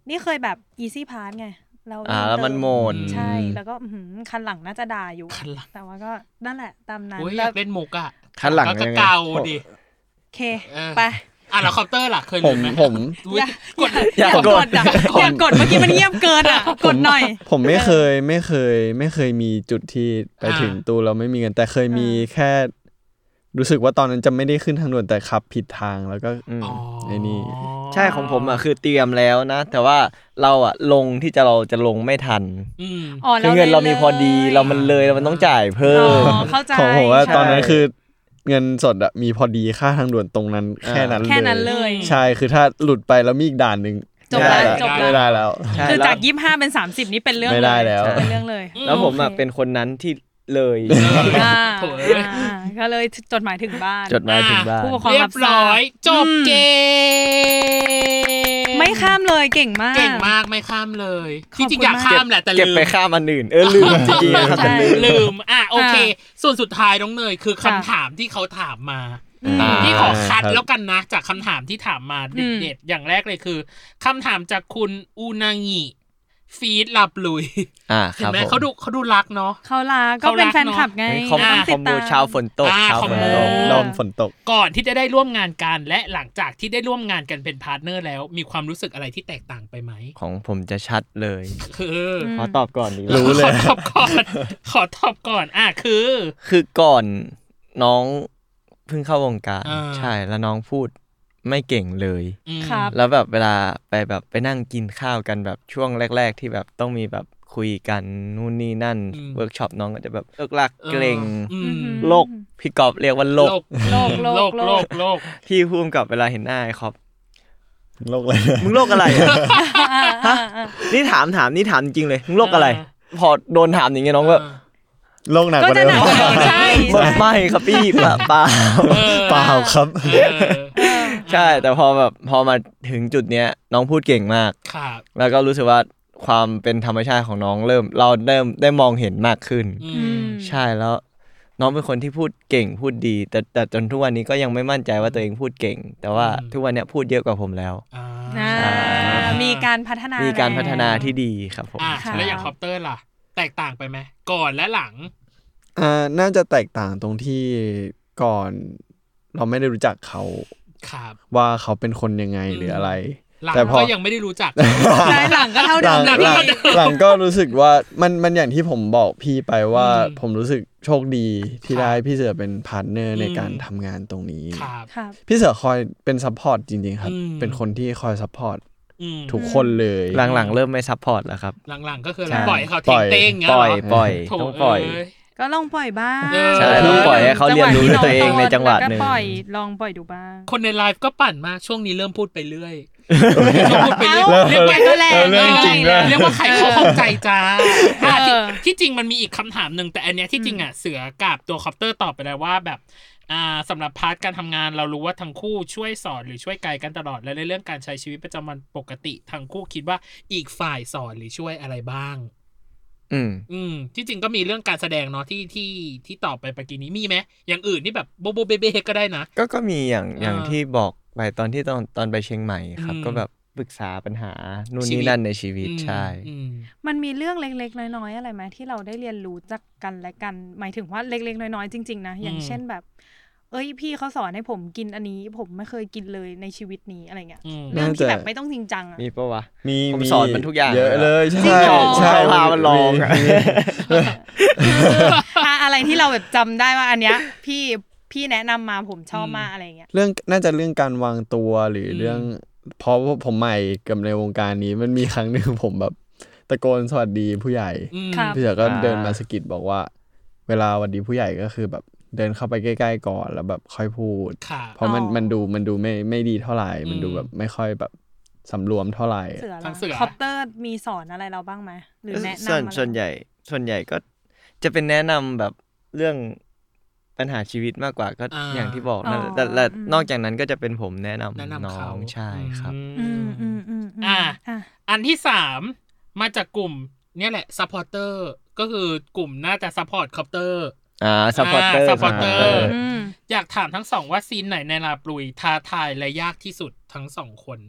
[SPEAKER 6] นี่เคยแบบ easy pass ไงเรา
[SPEAKER 3] อ่า
[SPEAKER 6] เริ่
[SPEAKER 3] แล้วมัน
[SPEAKER 6] เติ
[SPEAKER 3] โหมด
[SPEAKER 6] ใช่แล้วก็อื้อหือคันหลังน่าจะด่าอยู่
[SPEAKER 2] คันหลัง
[SPEAKER 6] แต่ว่าก็นั่นแหละตามนั้น
[SPEAKER 2] โอ้ยอ
[SPEAKER 6] แล้
[SPEAKER 2] ยาว กเล่นมุกอ่ะ
[SPEAKER 3] คันหลัง
[SPEAKER 2] ก็จะ
[SPEAKER 3] ยังไง
[SPEAKER 2] เก่าดิ
[SPEAKER 6] โอเค
[SPEAKER 2] เออ
[SPEAKER 6] ไป
[SPEAKER 2] อ่ะแล้วคอปเตอร์ล่ะเคย
[SPEAKER 4] ผ
[SPEAKER 2] ลื
[SPEAKER 4] ม
[SPEAKER 2] มไหม
[SPEAKER 4] ผม
[SPEAKER 2] อุ๊ย
[SPEAKER 6] อย่าก
[SPEAKER 2] ด
[SPEAKER 6] อย่ากดอ่ะ
[SPEAKER 4] ผม
[SPEAKER 6] อย่ากดเมื่อกี้มันเงียบเกินอ่ะกดหน่อย
[SPEAKER 4] ผมไม่เคยไม่เคย ไม่เคยมีจุดที่ไปถึงตู้เราไม่มีเงินแต่เคยมี
[SPEAKER 6] อ่า
[SPEAKER 4] แค่ รู้สึกว่าตอนนั้นจะไม่ได้ขึ้นทางด่วนแต่ขับผิดทางแล้วก็
[SPEAKER 3] อืม
[SPEAKER 2] อ๋อ
[SPEAKER 4] ไอ้นี่
[SPEAKER 3] ใช่ของผมอ่ะคือเตรียมแล้วนะ แต่ว่าเราอ่ะลงที่จะเราจะลงไม่ทัน
[SPEAKER 2] อืม
[SPEAKER 6] อ๋อ
[SPEAKER 3] คือเงินเรามีพอดี
[SPEAKER 6] เลย
[SPEAKER 3] เรามันเลยเรามันต้องจ่ายเพิ่
[SPEAKER 6] อ๋
[SPEAKER 3] ม
[SPEAKER 6] อเข้าใจ
[SPEAKER 4] ของผมว่า
[SPEAKER 6] ใช่
[SPEAKER 4] ตอนนั้นคือ เงินสดอะมีพอดีค่าทางด่วนตรงนั้น แค่นั้นเลย
[SPEAKER 6] แค่นั้นเลย
[SPEAKER 4] ใช่คือถ้าหลุดไปแล้วมีอีกด่านหนึ่ง
[SPEAKER 6] จบ
[SPEAKER 4] ไม่
[SPEAKER 6] ละ
[SPEAKER 4] ได้
[SPEAKER 6] จบละ
[SPEAKER 4] ไม่ได้แล้ว
[SPEAKER 3] ใช่
[SPEAKER 6] คือจากยี่ห้าเป็นสามสิบนี่เป็นเรื่อง
[SPEAKER 4] ไม่ได้
[SPEAKER 6] เย
[SPEAKER 4] แล้ว
[SPEAKER 6] เป็นเรื่องเลย
[SPEAKER 3] แล้วผมอ่ะเป็นคนนั้นที่เลย
[SPEAKER 6] อ่า
[SPEAKER 2] โถ่
[SPEAKER 6] อ่าก็เลยจดหมายถึงบ้าน
[SPEAKER 3] จดหมายถึงบ้าน
[SPEAKER 6] ผู้ปกครอง
[SPEAKER 2] เรีย
[SPEAKER 6] รั
[SPEAKER 2] บบ
[SPEAKER 6] ทรา
[SPEAKER 2] ร้อบ ย จบ
[SPEAKER 6] อืม
[SPEAKER 2] เกม
[SPEAKER 6] ไม่ข้ามเลยเก่งมาก
[SPEAKER 2] เก่งมากไม่ข้ามเลย
[SPEAKER 6] ขอบคุณ
[SPEAKER 2] ที่จริงอยากข้ามแหละแต่
[SPEAKER 3] เก็บ
[SPEAKER 2] ลืม
[SPEAKER 3] ไปข้ามอันอื่น เออลืมจริงๆครับ
[SPEAKER 6] ใช่
[SPEAKER 3] ลืม
[SPEAKER 2] ลืมอ่ะโอเค ส่วนสุดท้ายน้องเนยคือคำ
[SPEAKER 6] ค่ะ
[SPEAKER 2] ถามที่เขาถามมา
[SPEAKER 6] อืม
[SPEAKER 3] อ่า
[SPEAKER 2] ที่ขอคัด
[SPEAKER 4] ครับ
[SPEAKER 2] แล้วกันนะ จากคำถามที่ถามมา
[SPEAKER 6] อืม
[SPEAKER 2] เด็ดๆอย่างแรกเลยคือคำถามจากคุณอูนางิฟีดลับลุย
[SPEAKER 3] อ่าค
[SPEAKER 2] เห็น
[SPEAKER 3] รับ
[SPEAKER 2] ไหม
[SPEAKER 3] ผม
[SPEAKER 2] เขาดูเขาดูรักเนาะ
[SPEAKER 6] เขาลาก็เป็นแฟนคลับไง
[SPEAKER 3] เฮ้ยคอม
[SPEAKER 6] ต้ง
[SPEAKER 3] ค
[SPEAKER 6] ติ
[SPEAKER 3] อม
[SPEAKER 6] ด
[SPEAKER 3] โบ
[SPEAKER 6] ตาม
[SPEAKER 3] ชาวฝนตก
[SPEAKER 2] อ่า
[SPEAKER 3] ชาว
[SPEAKER 2] คอม
[SPEAKER 3] ฝน
[SPEAKER 2] โบ
[SPEAKER 3] ตก
[SPEAKER 4] ลมฝนตก
[SPEAKER 2] ก่อนที่จะได้ร่วมงานกันและหลังจากที่ได้ร่วมงานกันเป็นพาร์ทเนอร์แล้ว มีความรู้สึกอะไรที่แตกต่างไปไหม
[SPEAKER 3] ของผมจะชัดเลย
[SPEAKER 2] คืออ
[SPEAKER 6] ม
[SPEAKER 3] ขอตอบก่อนดีก
[SPEAKER 4] รู้
[SPEAKER 3] ว่า
[SPEAKER 4] เลย
[SPEAKER 2] ขอตอบ ก่อน ขอตอบก่อน อ่ะคือ
[SPEAKER 3] คือก่อนน้องเพิ่งเข้าวงการ
[SPEAKER 2] อ่า
[SPEAKER 3] ใช่แล้วน้องพูดไม่เก่งเลย
[SPEAKER 2] อืม
[SPEAKER 6] ครับ
[SPEAKER 3] แล้วแบบเวลาไปแบบไปนั่งกินข้าวกันแบบช่วงแรก ๆ ที่แบบต้องมีแบบคุยกันนู่นนี่นั่นเวิร์กช็อปน้องก็จะแบบเลิกลักเกรง
[SPEAKER 2] อืม
[SPEAKER 3] โลกพี่กอบเรียกว่าโลก
[SPEAKER 2] โลก
[SPEAKER 6] โล
[SPEAKER 2] โล
[SPEAKER 6] ก
[SPEAKER 2] ก
[SPEAKER 6] โล
[SPEAKER 2] โล
[SPEAKER 6] ก
[SPEAKER 2] กโลก
[SPEAKER 3] พี่พูมกับเวลาเห็นหน้าไอ้คอบ
[SPEAKER 4] โลกเลย
[SPEAKER 3] มึงโลกอะไรอะ
[SPEAKER 6] อ่าอ่าอ่า
[SPEAKER 3] นี่ถามถามนี่ถามจริงเลย มึงโลกอะไร
[SPEAKER 2] อ่า
[SPEAKER 3] พอโดนถามอย่างเงี้ยน้องก็
[SPEAKER 4] โลกหนัก
[SPEAKER 6] ก็
[SPEAKER 4] กว่า
[SPEAKER 6] จะ
[SPEAKER 4] เดิม
[SPEAKER 6] หนักกว่าเดิมใช่
[SPEAKER 3] ไม่
[SPEAKER 6] ใช่
[SPEAKER 3] ไม่ครับพี่ ปะปะ
[SPEAKER 2] เออ
[SPEAKER 4] เปล่าครับ
[SPEAKER 2] เออ
[SPEAKER 6] เออ
[SPEAKER 3] ใช่ แต่พอแบบพอมาถึงจุดเนี้ยน้องพูดเก่งมาก
[SPEAKER 2] ครับ
[SPEAKER 3] แล้วก็รู้สึกว่าความเป็นธรรมชาติของน้องเริ่ม เราเริ่มได้มองเห็นมากขึ้น
[SPEAKER 2] อื
[SPEAKER 6] อื
[SPEAKER 2] ม
[SPEAKER 6] ม
[SPEAKER 3] ใช่แล้ว น้องเป็นคนที่พูดเก่งพูดดี แต่แต่จนทุกวันนี้ก็ยังไม่มั่นใจว่าตัวเองพูดเก่ง แต่ว่าทุกวันเนี้ยพูดเยอะกว่าผมแล้ว
[SPEAKER 2] อ่า
[SPEAKER 6] อ่ามีการพัฒนา
[SPEAKER 3] มี
[SPEAKER 6] มี
[SPEAKER 3] การพัฒนาที่ดีครับผม
[SPEAKER 2] อ่ะ
[SPEAKER 6] ค่ะ
[SPEAKER 2] แล้วอย่างคอปเตอร์ล่ะ แตกต่างไปไหมก่อนและหลัง
[SPEAKER 4] อ่าน่าจะแตกต่างตรงที่ก่อนเราไม่ได้รู้จักเขา
[SPEAKER 2] ครับ
[SPEAKER 4] ว่าเขาเป็นคนยังไงหรืออะไร
[SPEAKER 2] หลัง
[SPEAKER 4] แต่พอ
[SPEAKER 2] ก็ยังไม่ได้รู้จัก
[SPEAKER 6] ใช่หลังก็เท่า
[SPEAKER 4] ห
[SPEAKER 6] เดิ
[SPEAKER 4] ลั
[SPEAKER 6] ม
[SPEAKER 4] งห
[SPEAKER 6] นะ
[SPEAKER 4] ลั
[SPEAKER 6] พี่
[SPEAKER 4] งหลังก็รู้สึกว่ามันมันอย่างที่ผมบอกพี่ไปว่า
[SPEAKER 2] อืม
[SPEAKER 4] ผมรู้สึกโชคดีที่
[SPEAKER 2] ครับ
[SPEAKER 4] ได้พี่เสือเป็นพาร์ทเนอร์ใน
[SPEAKER 2] อืม
[SPEAKER 4] การทำงานตรงนี้
[SPEAKER 2] ครับ
[SPEAKER 6] ครับ
[SPEAKER 4] พี่เสือคอยเป็นซัพพอร์ตจริง ๆ ครับ
[SPEAKER 2] อืม
[SPEAKER 4] เป็นคนที่คอยซัพพอร์ต
[SPEAKER 2] อืม
[SPEAKER 4] ทุกคนเลย
[SPEAKER 3] หลังๆเริ่มไม่ซัพพอร์ตแล้วครับ
[SPEAKER 2] หลังๆก็คือ
[SPEAKER 3] ใช่
[SPEAKER 2] ปล่อยให้เขาเท่งเต้งเงี้ยเห
[SPEAKER 3] ป
[SPEAKER 2] ร
[SPEAKER 3] ล่อยปล่อย
[SPEAKER 2] โถ่
[SPEAKER 3] ต้องปล่อย
[SPEAKER 2] เย
[SPEAKER 6] ก็ลองปล่อยบ้าง
[SPEAKER 2] เออ
[SPEAKER 3] ใช่ต้องปล่อยให้เขาเรียนรู้ด้วยตัวเองในจังหวะหนึ่ง
[SPEAKER 6] แล้วก็ปล่อยลองปล่อยดูบ้าง
[SPEAKER 2] คนในไลฟ์ก็ปั่นมากช่วงนี้เริ่มพูดไปเรื่อย เริ่มพูดไปเรื่อย
[SPEAKER 6] เอ้า
[SPEAKER 2] เรียกว่า
[SPEAKER 6] เริ่มแรง
[SPEAKER 2] เรียกว่า
[SPEAKER 6] เริ่มจริงด้วย
[SPEAKER 2] เรียกว่าใครเขาเข้าใจ จ้า
[SPEAKER 6] เอออ่
[SPEAKER 2] ะที่ที่จริงมันมีอีกคำถามหนึ่งแต่อันเนี้ยที่จริงอ่ะเสือกับตัวคอปเตอร์ตอบไปแล้วว่าแบบอ่าสำหรับพาร์ทการทำงานเรารู้ว่าทั้งคู่ช่วยสอนหรือช่วยไกด์กันตลอด และในเรื่องการใช้ชีวิตประจำวันปกติทั้งคู่คิดว่าอีกฝ่ายสอนหรือช่วยอะไรบ้าง
[SPEAKER 3] อืม
[SPEAKER 2] อืมที่จริงก็มีเรื่องการแสดงเนาะที่ที่ที่ตอบไปปกี้นี้มีไหมอย่างอื่นที่แบบโบโบเบเบก็ได้นะ
[SPEAKER 3] ก็ก็มีอย่างอย่าง
[SPEAKER 2] อ่า
[SPEAKER 3] ที่บอกไปตอนที่ตอนตอนไปเชียงใหม่ครับ
[SPEAKER 2] อืม
[SPEAKER 3] ก็แบบปรึกษาปัญหานู่น
[SPEAKER 2] ชีวิ
[SPEAKER 3] นี่
[SPEAKER 2] ต
[SPEAKER 3] นั่นในชีวิตใช่
[SPEAKER 2] อืม
[SPEAKER 6] มันมีเรื่องเล็ก ๆ น้อยๆอะไรไหมที่เราได้เรียนรู้จากกันและกัน หมายถึงว่าเล็ก ๆ น้อยๆจริงๆนะอย่าง
[SPEAKER 2] อืม
[SPEAKER 6] เช่นแบบ เอ้ยพี่เขาสอนให้ผมกินอันนี้ ผมไม่เคยกินเลยในชีวิตนี้อะไรเงี้ย
[SPEAKER 2] อืม
[SPEAKER 6] เรื่องที่แบบไม่ต้องจริงจังอะ
[SPEAKER 3] มีปะวะ
[SPEAKER 4] มี
[SPEAKER 3] ผมสอนมันทุกอย่าง
[SPEAKER 4] เยอะเลย
[SPEAKER 3] จริง
[SPEAKER 4] ใช่
[SPEAKER 3] เหรอ
[SPEAKER 4] ใช่
[SPEAKER 3] เขาพามันลองอะ
[SPEAKER 4] มีมี
[SPEAKER 6] อ่ะอะไรที่เราแบบจำได้ว่าอันเนี้ย พี่พี่แนะนำมาผมชอบมากอะไรเงี้ย
[SPEAKER 4] เรื่องน่าจะเรื่องการวางตัวหรืออ
[SPEAKER 2] ม
[SPEAKER 4] เรื่องเพราะว่าผมใหม่กับในวงการนี้มันมีครั้งหนึ่ง ผมแบบตะโกนสวัสดีผู้ใหญ่
[SPEAKER 2] อืม
[SPEAKER 6] ครับ
[SPEAKER 4] พี่เสือก็
[SPEAKER 3] อ่า
[SPEAKER 4] เดินมาสะกิดบอกว่า เวลาสวัสดีผู้ใหญ่ก็คือแบบ เดินเข้าไปใกล้ ๆ ก่อนแล้วแบบค่อยพูด
[SPEAKER 2] ค่ะ
[SPEAKER 4] เพราะมัน
[SPEAKER 1] อ๋อ
[SPEAKER 4] มันดูมันดูไม่ไม่ดีเท่าไหร่
[SPEAKER 2] อืม
[SPEAKER 4] มันดูแบบไม่ค่อยแบบสำรวมเท่าไหร่
[SPEAKER 6] เสือ
[SPEAKER 2] ทางเสือ
[SPEAKER 6] คอปเตอร์มีสอนอะไรเราบ้างไหมหรือแนะนำ
[SPEAKER 3] ส่วน
[SPEAKER 6] อะไร
[SPEAKER 3] ส่วนใหญ่ส่วนใหญ่ก็จะเป็นแนะนำแบบเรื่องปัญหาชีวิตมากกว่าก็
[SPEAKER 2] อ่า
[SPEAKER 3] อย่างที่บอกนั่นแหละ
[SPEAKER 6] อ๋อ
[SPEAKER 3] แต่แต่
[SPEAKER 6] อืม
[SPEAKER 3] นอกจากนั้นก็จะเป็นผมแนะนำ
[SPEAKER 2] แนะนำ
[SPEAKER 3] น้อ
[SPEAKER 2] เขา
[SPEAKER 3] งใช่ครับ
[SPEAKER 6] อื
[SPEAKER 2] อื
[SPEAKER 6] ม
[SPEAKER 2] ม
[SPEAKER 6] อืมอืมม
[SPEAKER 2] อ่ะ
[SPEAKER 6] อ่ะ
[SPEAKER 2] อันที่สามมาจากกลุ่มเนี่ยแหละซัพพอร์เตอร์ก็คือกลุ่มน่าจะซัพพอร์ตคอปเตอร์
[SPEAKER 3] อ่าซัพพอร์เตอร์
[SPEAKER 2] อ่า supporter
[SPEAKER 6] อืม
[SPEAKER 2] อยากถามทั้งสองว่าซีนไหนในลาปลุยท้าทายและยากที่สุดทั้งสองคน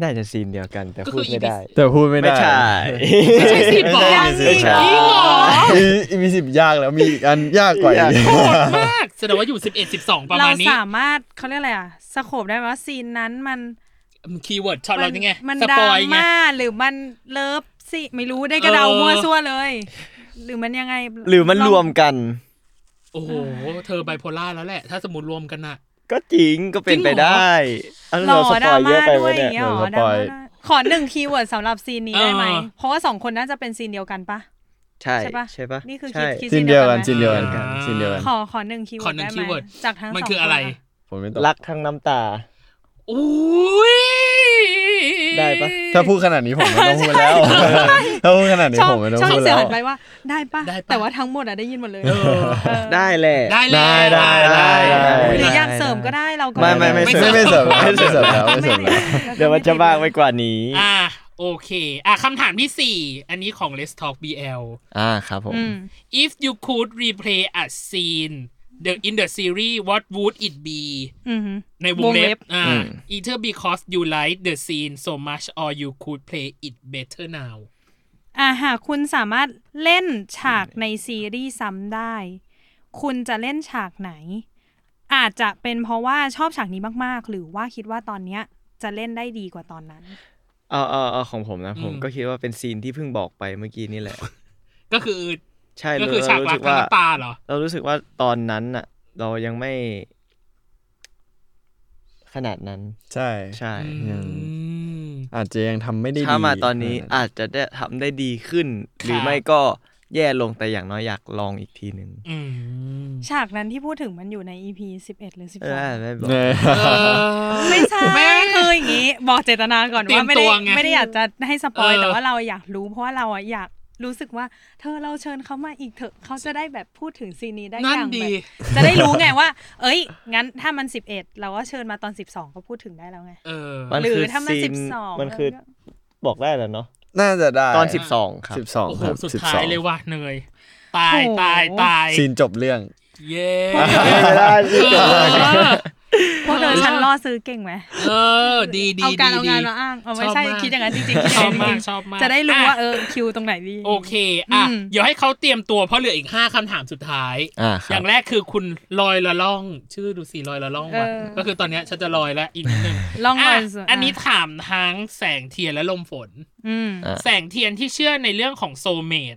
[SPEAKER 3] น่าจะซีนเดียวกันแต่
[SPEAKER 2] ก็
[SPEAKER 3] พู
[SPEAKER 2] คื
[SPEAKER 3] ด
[SPEAKER 2] ออีพี
[SPEAKER 3] ไม่ได้
[SPEAKER 4] แต่พูดไม่ได้
[SPEAKER 3] ไม่ใช่
[SPEAKER 2] ไม่ใช่ซีนบอก
[SPEAKER 6] ไม่
[SPEAKER 2] จริง
[SPEAKER 6] ใช่ซีน
[SPEAKER 3] ไม่ใช่
[SPEAKER 2] เหรอ
[SPEAKER 4] อีอีมีสิบยากแล้วมีอีกอันยากกว่าอีก
[SPEAKER 3] ยาก
[SPEAKER 2] โหดมากแสดงว่าอยู่สิบเอ็ดสิบสองประ
[SPEAKER 6] เรา
[SPEAKER 2] มาณนี้
[SPEAKER 6] สามารถเขาเรียกอะไรอ่ะสโคบได้ไหมว่าซีนนั้นมัน
[SPEAKER 2] คีย์เวิร์ดช็อต
[SPEAKER 6] มั
[SPEAKER 2] เรานี่ไง
[SPEAKER 6] มัน
[SPEAKER 2] ส
[SPEAKER 6] ดรา
[SPEAKER 2] ปอยไง
[SPEAKER 6] ม่าหรือมันเลิฟสิไม่รู้ได้กระเดา
[SPEAKER 2] เออ
[SPEAKER 6] มั่วซั่วเลย หรือมันยังไง
[SPEAKER 3] หรือมัน
[SPEAKER 6] ลง
[SPEAKER 3] รวมกัน
[SPEAKER 2] โอ้โห เธอไบโพล่าแล้วแหละ ถ้าสมมติรวมกันน่ะ
[SPEAKER 3] ก็จริงก็เป็นไปได้อัน
[SPEAKER 6] หล่
[SPEAKER 3] เรา
[SPEAKER 6] อ
[SPEAKER 3] ส
[SPEAKER 6] ด
[SPEAKER 3] ป
[SPEAKER 6] รา
[SPEAKER 3] อยเย
[SPEAKER 6] ม่า
[SPEAKER 3] อะไป
[SPEAKER 6] ด้ว
[SPEAKER 3] วะ
[SPEAKER 6] ยอ
[SPEAKER 3] เนี่
[SPEAKER 6] ย่าย งเงี้ยหรอ
[SPEAKER 4] เดี๋ยวสปอย
[SPEAKER 6] ดราม่าด้วยขอหนึ่งคีย์เวิร์ดสำหรับซีนนี้ได้ไหม
[SPEAKER 2] เออ
[SPEAKER 6] เพราะว่าสองคนน่าจะเป็นซีนเดียวกันปะ
[SPEAKER 3] ใช่
[SPEAKER 6] ใช่ปะ
[SPEAKER 3] ใช่ปะ
[SPEAKER 6] นี่คือ
[SPEAKER 3] ใช่
[SPEAKER 6] คิด
[SPEAKER 4] สิ้นเดียวกัน
[SPEAKER 6] ซี
[SPEAKER 4] สิ้น
[SPEAKER 6] นเดี
[SPEAKER 4] เดีย
[SPEAKER 6] ยว ว
[SPEAKER 4] กัน
[SPEAKER 6] กัน
[SPEAKER 4] กัน
[SPEAKER 2] อ่า
[SPEAKER 4] สิ้นเดียวกัน
[SPEAKER 6] ขอขอหนึ่งคีย์เวิ
[SPEAKER 2] ขอ
[SPEAKER 6] ร์ด
[SPEAKER 2] หนึ่ง
[SPEAKER 6] ได้ไหม
[SPEAKER 2] keyword
[SPEAKER 6] จากทั้งสอง
[SPEAKER 2] มันคืออะไร
[SPEAKER 6] น
[SPEAKER 4] ผมไม่ตอบ
[SPEAKER 3] รักทั้งน้ำตา
[SPEAKER 2] อุ้ย
[SPEAKER 3] ได้ปะ
[SPEAKER 4] ถ้าพูดขนาดนี้ผมไม่ต้องพูดแล้วถ้าพูดขนาด
[SPEAKER 6] ะ
[SPEAKER 4] นี้
[SPEAKER 6] ชอบ
[SPEAKER 4] ผมไม่ต้อง
[SPEAKER 6] ชอบ
[SPEAKER 4] พูด
[SPEAKER 6] เสื
[SPEAKER 4] แล้
[SPEAKER 6] อ
[SPEAKER 4] ว
[SPEAKER 6] หันไปว่าได้ปะ
[SPEAKER 2] ได้ปะ
[SPEAKER 6] แต่ว่าทั้งหมดอะได้ยินหมดเลย
[SPEAKER 2] เออ
[SPEAKER 6] เออ
[SPEAKER 3] ได้แหละ
[SPEAKER 2] ได้แล้ว
[SPEAKER 4] ได้ได้ได้
[SPEAKER 6] หรืออยากเสริมก็ได้เราก็
[SPEAKER 3] ไม่ไม่ไม่
[SPEAKER 4] ไม่เสริมไม่เสริมไม่เสริมแล้วไม่เสริมแล้ว
[SPEAKER 3] เดี๋ยวมันจะมากไปกว่านี้
[SPEAKER 2] อ่าโอเค อ่ะคำถามที่สี่อันนี้ของ Let's Talk BL
[SPEAKER 3] อ่าครับผม
[SPEAKER 6] อืม
[SPEAKER 2] if you could replay a scene the in the series what would it be
[SPEAKER 6] อือหือ
[SPEAKER 2] ในวงเล็บอ่า
[SPEAKER 3] อืม
[SPEAKER 2] either because you like the scene so much or you could play it better now
[SPEAKER 6] อ่าหากคุณสามารถเล่นฉากในซีรีส์ซ้ำได้ คุณจะเล่นฉากไหน อาจจะเป็นเพราะว่าชอบฉากนี้มากๆ หรือว่าคิดว่าตอนเนี้ยจะเล่นได้ดีกว่าตอนนั้น
[SPEAKER 3] เอาเอาเอาของผมนะผม
[SPEAKER 2] อืม
[SPEAKER 3] ก็คิดว่าเป็นซีนที่เพิ่งบอกไปเมื่อกี้นี่แหละ
[SPEAKER 2] ก็คือ
[SPEAKER 3] ใช่
[SPEAKER 2] ก็คือ
[SPEAKER 3] เร
[SPEAKER 2] ฉาก
[SPEAKER 3] รู้
[SPEAKER 2] รั
[SPEAKER 3] สึ
[SPEAKER 2] กทั้ง
[SPEAKER 3] ว่
[SPEAKER 2] น้ำตาเหรอ
[SPEAKER 3] เรารู้สึกว่าตอนนั้นน่ะ เรายังไม่ ขนาดนั้น
[SPEAKER 4] ใช่
[SPEAKER 3] ใช่
[SPEAKER 2] อื
[SPEAKER 4] ยัง
[SPEAKER 2] ม
[SPEAKER 4] อาจจะยังทำไม่ได้ดี
[SPEAKER 3] ถ้ามาตอนนี้
[SPEAKER 4] ขด
[SPEAKER 3] อาจจะได้ทำได้ดีขึ้น หรือ
[SPEAKER 2] ค่ะ
[SPEAKER 3] ไม่ก็แย่ลงแต่อย่างน้อยอยากลองอีกทีหนึ่ง
[SPEAKER 2] อืม
[SPEAKER 6] ฉากนั้นที่พูดถึงมันอยู่ใน EP 11 หรือ
[SPEAKER 3] เออไม่บอก
[SPEAKER 2] เออ
[SPEAKER 6] 12 ไม่ใช่
[SPEAKER 2] ไม่
[SPEAKER 6] คืออย่างนี้ บอกเจตนาก่อน
[SPEAKER 2] เตรีย
[SPEAKER 6] ว่าม ไม่ได้
[SPEAKER 2] ตัวไง
[SPEAKER 6] ไม่ได้อยากจะให้สปอ
[SPEAKER 2] เอ
[SPEAKER 6] ย
[SPEAKER 2] อ
[SPEAKER 6] แต่ว่าเราอยากรู้เพราะว่าเราอะอยากรู้สึกว่า เธอเราเชิญเขามาอีกเถอะเขาจะได้แบบพูดถึงซีนนี้ได้
[SPEAKER 2] นั่
[SPEAKER 6] อน ย่างแบ
[SPEAKER 2] ดี
[SPEAKER 6] บ จะได้รู้ไงว่า เอ้ย งั้นถ้ามัน 11 เราก็เชิญมาตอน 12 ก็พูดถึงได้แล้วไง
[SPEAKER 2] เออ
[SPEAKER 3] มัน
[SPEAKER 6] หรือ
[SPEAKER 3] คือ
[SPEAKER 6] ถ้ามัน
[SPEAKER 3] ซีน
[SPEAKER 6] สิบสอง
[SPEAKER 3] มันคือ
[SPEAKER 6] แล้วก็
[SPEAKER 3] บอกได้แล้วเนาะ
[SPEAKER 4] น่าจะได้
[SPEAKER 3] ตอนสิบสองครับ
[SPEAKER 4] สิบสอง
[SPEAKER 2] โอ้โห
[SPEAKER 4] ครับ
[SPEAKER 2] สุด
[SPEAKER 4] สิบ
[SPEAKER 2] ท้า
[SPEAKER 4] สอย ง
[SPEAKER 2] เลยว่ะเนย ตายตายตาย
[SPEAKER 4] ซีนจบเรื่อง
[SPEAKER 2] เย้
[SPEAKER 3] ไม่ได้สิ
[SPEAKER 2] เออ
[SPEAKER 6] พวกเธอฉันล่อซื้อเก่งไหม
[SPEAKER 2] เออ ดีดี
[SPEAKER 6] เอา
[SPEAKER 2] ดี
[SPEAKER 6] การเอา
[SPEAKER 2] ดี
[SPEAKER 6] งานมาอ้างเอาไม่
[SPEAKER 2] บ
[SPEAKER 6] ใช่
[SPEAKER 2] มก
[SPEAKER 6] คิดอย่างนั้นจริงๆคิด
[SPEAKER 2] ชอย่บ
[SPEAKER 6] อาง
[SPEAKER 2] มาก
[SPEAKER 6] นั้น
[SPEAKER 2] ช
[SPEAKER 6] จริง
[SPEAKER 2] อบมาก
[SPEAKER 6] ๆจะได้รู้ว่า
[SPEAKER 2] อ่ะ
[SPEAKER 6] เออ คิวตรงไหนดี
[SPEAKER 2] โอเค อ่ะ
[SPEAKER 6] อืม
[SPEAKER 2] เดี๋ยวให้เขาเตรียมตัวเพราะเหลืออีกห้าคำถามสุดท้าย
[SPEAKER 3] อ่า
[SPEAKER 2] อย่างแรกคือคุณลอยละล่อง ชื่อดูสิลอยละล่องวะ
[SPEAKER 6] เออ
[SPEAKER 2] ก็คือตอนเนี้ยฉันจะลอยแล้วอีกนิดนึง
[SPEAKER 6] ลอง
[SPEAKER 2] อ่ะ
[SPEAKER 6] มาสิ
[SPEAKER 2] อันนี้ถามทั้งแสงเทียนและลมฝน
[SPEAKER 6] อืม
[SPEAKER 3] อ่ะ
[SPEAKER 2] แสงเทียนที่เชื่อในเรื่องของโซลเมด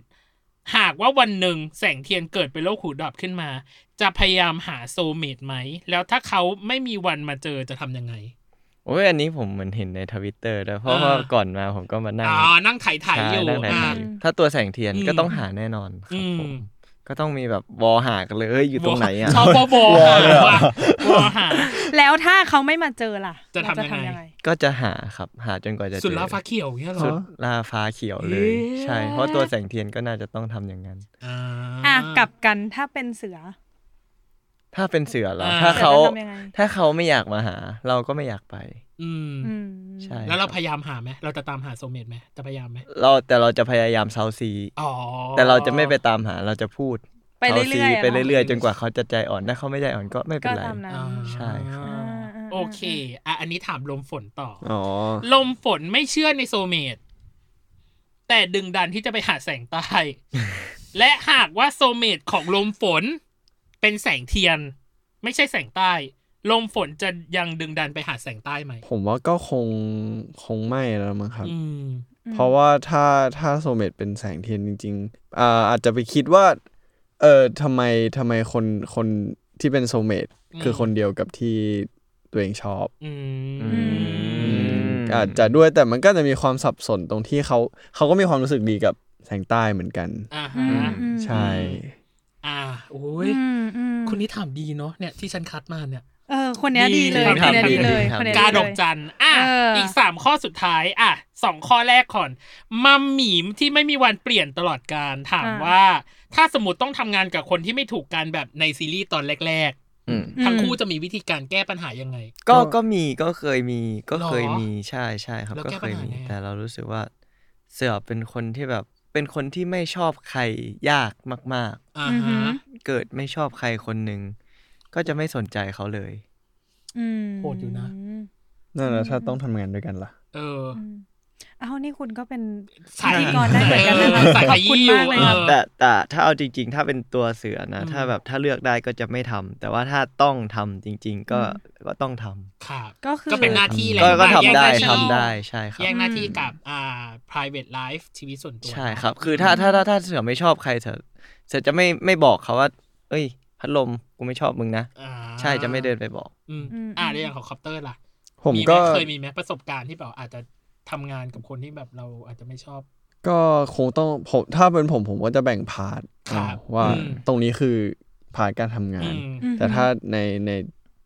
[SPEAKER 2] หากว่าวันหนึ่งแสงเทียนเกิดเป็นโรคหูดับขึ้นมา จะพยายามหาโซลเมดไหม แล้วถ้าเขาไม่มีวันมาเจอจะทำยังไง
[SPEAKER 3] โอ้ยอันนี้ผมเหมือนเห็นในทวิตเตอร์ด้วยเพราะ
[SPEAKER 2] อ่า
[SPEAKER 3] ว่าก่อนมาผมก็มานั่ง
[SPEAKER 2] อ๋อ นั่งไถ่ไถ่
[SPEAKER 3] ใช่
[SPEAKER 2] อยู่
[SPEAKER 3] นั่งไหน
[SPEAKER 2] อ่า
[SPEAKER 3] ๆถ้าตัวแสงเทียน
[SPEAKER 2] อืม
[SPEAKER 3] ก็ต้องหาแน่นอนครับ
[SPEAKER 2] อื
[SPEAKER 3] ผม ม ก็ต้องมีแบบวอหากันเลยเอ้ยอยู่ตรงไหนอ่ะ
[SPEAKER 2] ชอบวอวอหาว่ะวอหา
[SPEAKER 6] แล้วถ้าเขาไม่มาเจอล่ะ
[SPEAKER 2] จะทำ
[SPEAKER 6] เรา
[SPEAKER 2] ยังไง
[SPEAKER 3] ก็จะหาครับหาจนกว่าจะเจอ
[SPEAKER 2] สุดลาฟ้าเขียวเงี้ยเหร
[SPEAKER 3] สุ
[SPEAKER 2] อ
[SPEAKER 3] ดล่าฟ้าเขียวเลย
[SPEAKER 2] เอ๊ะ
[SPEAKER 3] ใช่ เพราะตัวแสงเทียนก็น่าจะต้องทำอย่างนั้น
[SPEAKER 2] อ่า
[SPEAKER 6] อ่ะกลับกันถ้าเป็นเสือ
[SPEAKER 3] ถ้าเป็นเสือเหรอ
[SPEAKER 2] อ่า
[SPEAKER 3] ถ้าเขา
[SPEAKER 6] สือจะทำยังไง
[SPEAKER 3] ถ้าเขาไม่อยากมาหา เราก็ไม่อยากไป
[SPEAKER 2] อืม
[SPEAKER 6] อืม
[SPEAKER 3] ใช่
[SPEAKER 2] แล้วเราพ
[SPEAKER 3] คบ
[SPEAKER 2] ยายามหาไหมเราจะตามหาโซลเมดไหมจะพยายามไหม
[SPEAKER 3] เราแต่เราจะพยายามเซาซี
[SPEAKER 2] อ๋อ
[SPEAKER 3] แต่เราจะไม่ไปตามหาเราจะพูด
[SPEAKER 6] ไปเรื่
[SPEAKER 3] เซาซี
[SPEAKER 6] อยๆ
[SPEAKER 3] ไปเรื่อยๆ จนกว่าเขาจะใจอ่อนถ้าเขาไม่ใจอ่อนก็ไม่เป็
[SPEAKER 6] ก็
[SPEAKER 3] นไร
[SPEAKER 6] ตามนั้น
[SPEAKER 2] อ่า
[SPEAKER 3] ใช่ครับ
[SPEAKER 2] โอเค อ่ะอันนี้ถามลมฝนต่อ
[SPEAKER 4] อ๋อ
[SPEAKER 2] ลมฝนไม่เชื่อในโซลเมตแต่ดึงดันที่จะไปหาแสงใต้ และหากว่าโซลเมตของลมฝน เป็นแสงเทียน ไม่ใช่แสงใต้ ลมฝนจะยังดึงดันไปหาแสงใต้ไหม
[SPEAKER 4] ผมว่าก็คงคงไม่แล้วมั้งครับ
[SPEAKER 2] อืม
[SPEAKER 4] เพราะว่าถ้าถ้าโซเมตเป็นแสงเทียนจริงๆอ่าอาจจะไปคิดว่า เออทำไมทำไมคนคนที่เป็นโซเมต
[SPEAKER 2] อืม
[SPEAKER 4] คือคนเดียวกับที่ตัวเองชอบ
[SPEAKER 2] อืม
[SPEAKER 3] อืม
[SPEAKER 4] อาจจะด้วยแต่มันก็จะมีความสับสนตรงที่เขาเขาก็มีความรู้สึกดีกับแสงใต้เหมือนกัน
[SPEAKER 2] อ่า
[SPEAKER 6] อื
[SPEAKER 2] ฮะ
[SPEAKER 6] มอืม
[SPEAKER 4] ใช่
[SPEAKER 2] อื อ่าโอ้ย
[SPEAKER 6] อืมอืม
[SPEAKER 2] คนนี้ถามดีเนาะเนี่ยที่ฉันคัดมาเนี่ย
[SPEAKER 6] เออ คนเนี้ยดีเลย
[SPEAKER 2] ดี
[SPEAKER 6] คนเนี้ย
[SPEAKER 2] ครับ
[SPEAKER 6] ดีเลย
[SPEAKER 3] ครับ
[SPEAKER 6] คนเนี้ย
[SPEAKER 2] กาดอก
[SPEAKER 6] เลย
[SPEAKER 2] จันอ่ะ
[SPEAKER 6] เอออี
[SPEAKER 2] อีกสามข้อสุดท้าย อ่ะสองข้อแรกก่อน มัมหมีมที่ไม่มีวันเปลี่ยนตลอดการถามว่า ถ้าสมมติต้องทำงานกับคนที่ไม่ถูกกันแบบในซีรีส์ตอนแรก
[SPEAKER 3] อืม
[SPEAKER 6] อืม
[SPEAKER 2] ๆ ทั้งคู่จะมีวิธีการแก้ปัญหายังไง
[SPEAKER 3] ก็
[SPEAKER 8] ก็
[SPEAKER 3] ก็มีก็เคยมีก็เคย
[SPEAKER 2] หรอ
[SPEAKER 3] มีใช่ใช่ครับ
[SPEAKER 2] แล้ว
[SPEAKER 3] ก็
[SPEAKER 2] แก้
[SPEAKER 3] เค
[SPEAKER 2] ปัญ
[SPEAKER 3] ย
[SPEAKER 2] หา
[SPEAKER 3] มี
[SPEAKER 2] ไง
[SPEAKER 3] แต่เรารู้สึกว่าเสือเป็นคนที่แบบเป็นคนที่ไม่ชอบใครยากมาก
[SPEAKER 2] อ่า
[SPEAKER 6] อือหื
[SPEAKER 2] ฮะ
[SPEAKER 6] อ
[SPEAKER 3] ๆ เกิดไม่ชอบใครคนหนึ่งก็จะไม่สนใจเขาเลย
[SPEAKER 6] อืม
[SPEAKER 2] โหดอยู่นะ
[SPEAKER 4] นั่นแหละถ้าต้องทำงานด้วยกันล่ะ
[SPEAKER 2] เออ
[SPEAKER 6] อืมเอ้านี่คุณก็เป็น
[SPEAKER 2] สาย
[SPEAKER 6] พิธีกรได้เหมือนกันนะคะ
[SPEAKER 2] สาย
[SPEAKER 6] ขอบคุณมากเลยครับ
[SPEAKER 2] เออ
[SPEAKER 3] แต่แต่ถ้าเอาจริง ๆ ถ้าเป็นตัวเสือนะ
[SPEAKER 2] อืม
[SPEAKER 3] ถ้าแบบถ้าเลือกได้ก็จะไม่ทำแต่ว่าถ้าต้องทำจริง ๆ ก็
[SPEAKER 6] อืม
[SPEAKER 3] ก็ต้องทำ
[SPEAKER 2] ครับ
[SPEAKER 6] ก็คือ
[SPEAKER 2] ก็เป็นหน้าที่แหละ
[SPEAKER 3] ก็ก็ทำ
[SPEAKER 2] แยห
[SPEAKER 3] ได้
[SPEAKER 2] น้าที่
[SPEAKER 3] ทำได้ใช่ครับ
[SPEAKER 2] แยกหน้าที่กับอ่า private life ชีวิตส่วนตัว
[SPEAKER 3] ใช่ครับ คือถ้าถ้าถ้าถ้าเสือไม่ชอบใครเสือเสือจะไม่ไม่บอกเขาว่า เอ้ย พัดลมกูไม่ชอบมึงนะ
[SPEAKER 2] อ่า
[SPEAKER 3] ใช่จะไม่เดินไปบอก
[SPEAKER 2] อืม
[SPEAKER 6] อืม
[SPEAKER 2] อ่าเรื่องของคอปเตอร์ล่ะ
[SPEAKER 4] ผมก็
[SPEAKER 2] ไหเคยมีไหมประสบการณ์ที่แบบอาจจะทำงานกับคนที่แบบเราอาจจะไม่ชอบ
[SPEAKER 4] ก็คงต้องผมถ้าเป็นผมผมก็จะแบ่งพาร์ท
[SPEAKER 2] ครับ
[SPEAKER 4] เอาว่า
[SPEAKER 2] อืม
[SPEAKER 4] ตรงนี้คือพาร์ทการทำงาน
[SPEAKER 2] อืม
[SPEAKER 6] อืม
[SPEAKER 4] แต่ถ้าในใน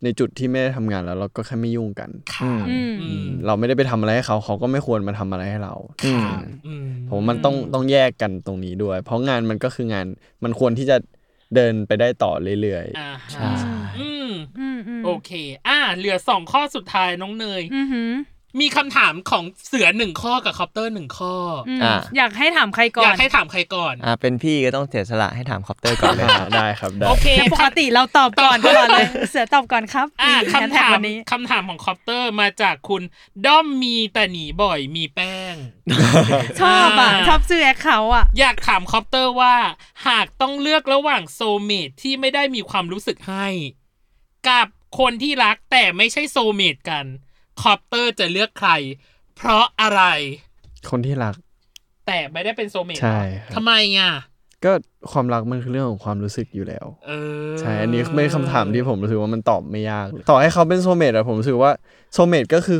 [SPEAKER 4] ในจุดที่ไม่ได้ทำงานแล้วเราก็แค่ไม่ยุ่งกัน
[SPEAKER 2] ขา
[SPEAKER 4] อื
[SPEAKER 2] ด
[SPEAKER 4] ม
[SPEAKER 6] อืม
[SPEAKER 2] อืม
[SPEAKER 4] เราไม่ได้ไปทำอะไรให้เขาเขาก็ไม่ควรมาทำอะไรให้เราอืม
[SPEAKER 2] ขาดอืม
[SPEAKER 4] ผมว่ามันต้องต้องแยกกันตรงนี้ด้วย เพราะงานมันก็คืองานมันควรที่จะเดินไปได้ต่อเรื่อย
[SPEAKER 2] อ่า
[SPEAKER 4] ๆ
[SPEAKER 2] ฮะ
[SPEAKER 4] ใช่
[SPEAKER 2] อืม
[SPEAKER 6] อืมอืม
[SPEAKER 2] โอเค อ่า เหลือสองข้อสุดท้ายน้องเนย
[SPEAKER 6] อือหือ
[SPEAKER 2] มีคำถามของเสือหนึ่งข้อกับคอปเตอร์หนึ่งข้ออ
[SPEAKER 6] อืม
[SPEAKER 3] อ่ะ
[SPEAKER 6] อยากให้ถามใครก่อย
[SPEAKER 2] อาก
[SPEAKER 6] น
[SPEAKER 2] ให้ถามใครก่อน
[SPEAKER 3] อ่าเป็นพี่ก็ต้องเสียสละให้ถามคอปเตอร์ก่อนเลย
[SPEAKER 4] อ่าได้ครับได้
[SPEAKER 2] โอเค
[SPEAKER 6] แต่ปกติเราตอบก่อนตลอด เลย เสือตอบก่อนครับ
[SPEAKER 2] อ่า
[SPEAKER 6] นี่
[SPEAKER 2] คำถา
[SPEAKER 6] แฮชแท็ก
[SPEAKER 2] ม
[SPEAKER 6] วันนี้
[SPEAKER 2] คำถามของคอปเตอร์มาจากคุณด้อมมีแต่หนีบ่อยมีแป้ง
[SPEAKER 6] ชอบอ่ะ
[SPEAKER 2] อ่า
[SPEAKER 6] ชอบชื่อแอคเขาท์อ่ะ
[SPEAKER 2] อยากถามคอปเตอร์ว่า หากต้องเลือกระหว่างโซลเมตที่ไม่ได้มีความรู้สึกให้ กับคนที่รักแต่ไม่ใช่โซลเมตกันคอปเตอร์จะเลือกใคร เพราะอะไร
[SPEAKER 4] คนที่รัก
[SPEAKER 2] แต่ไม่ได้เป็นโซลเมต
[SPEAKER 4] ใช่
[SPEAKER 2] เหร
[SPEAKER 4] ค
[SPEAKER 2] อ
[SPEAKER 4] รับ
[SPEAKER 2] ทำไมอ่ะ
[SPEAKER 4] ก็ความรักมันคือเรื่องของความรู้สึกอยู่แล้ว
[SPEAKER 2] เออ
[SPEAKER 4] ใช่ อันนี้เป็นคำถามที่ผมรู้สึกว่ามันตอบไม่ยากเลยต่อให้เขาเป็นโซลเมตอะผมรู้สึกว่าโซลเมตก็คือ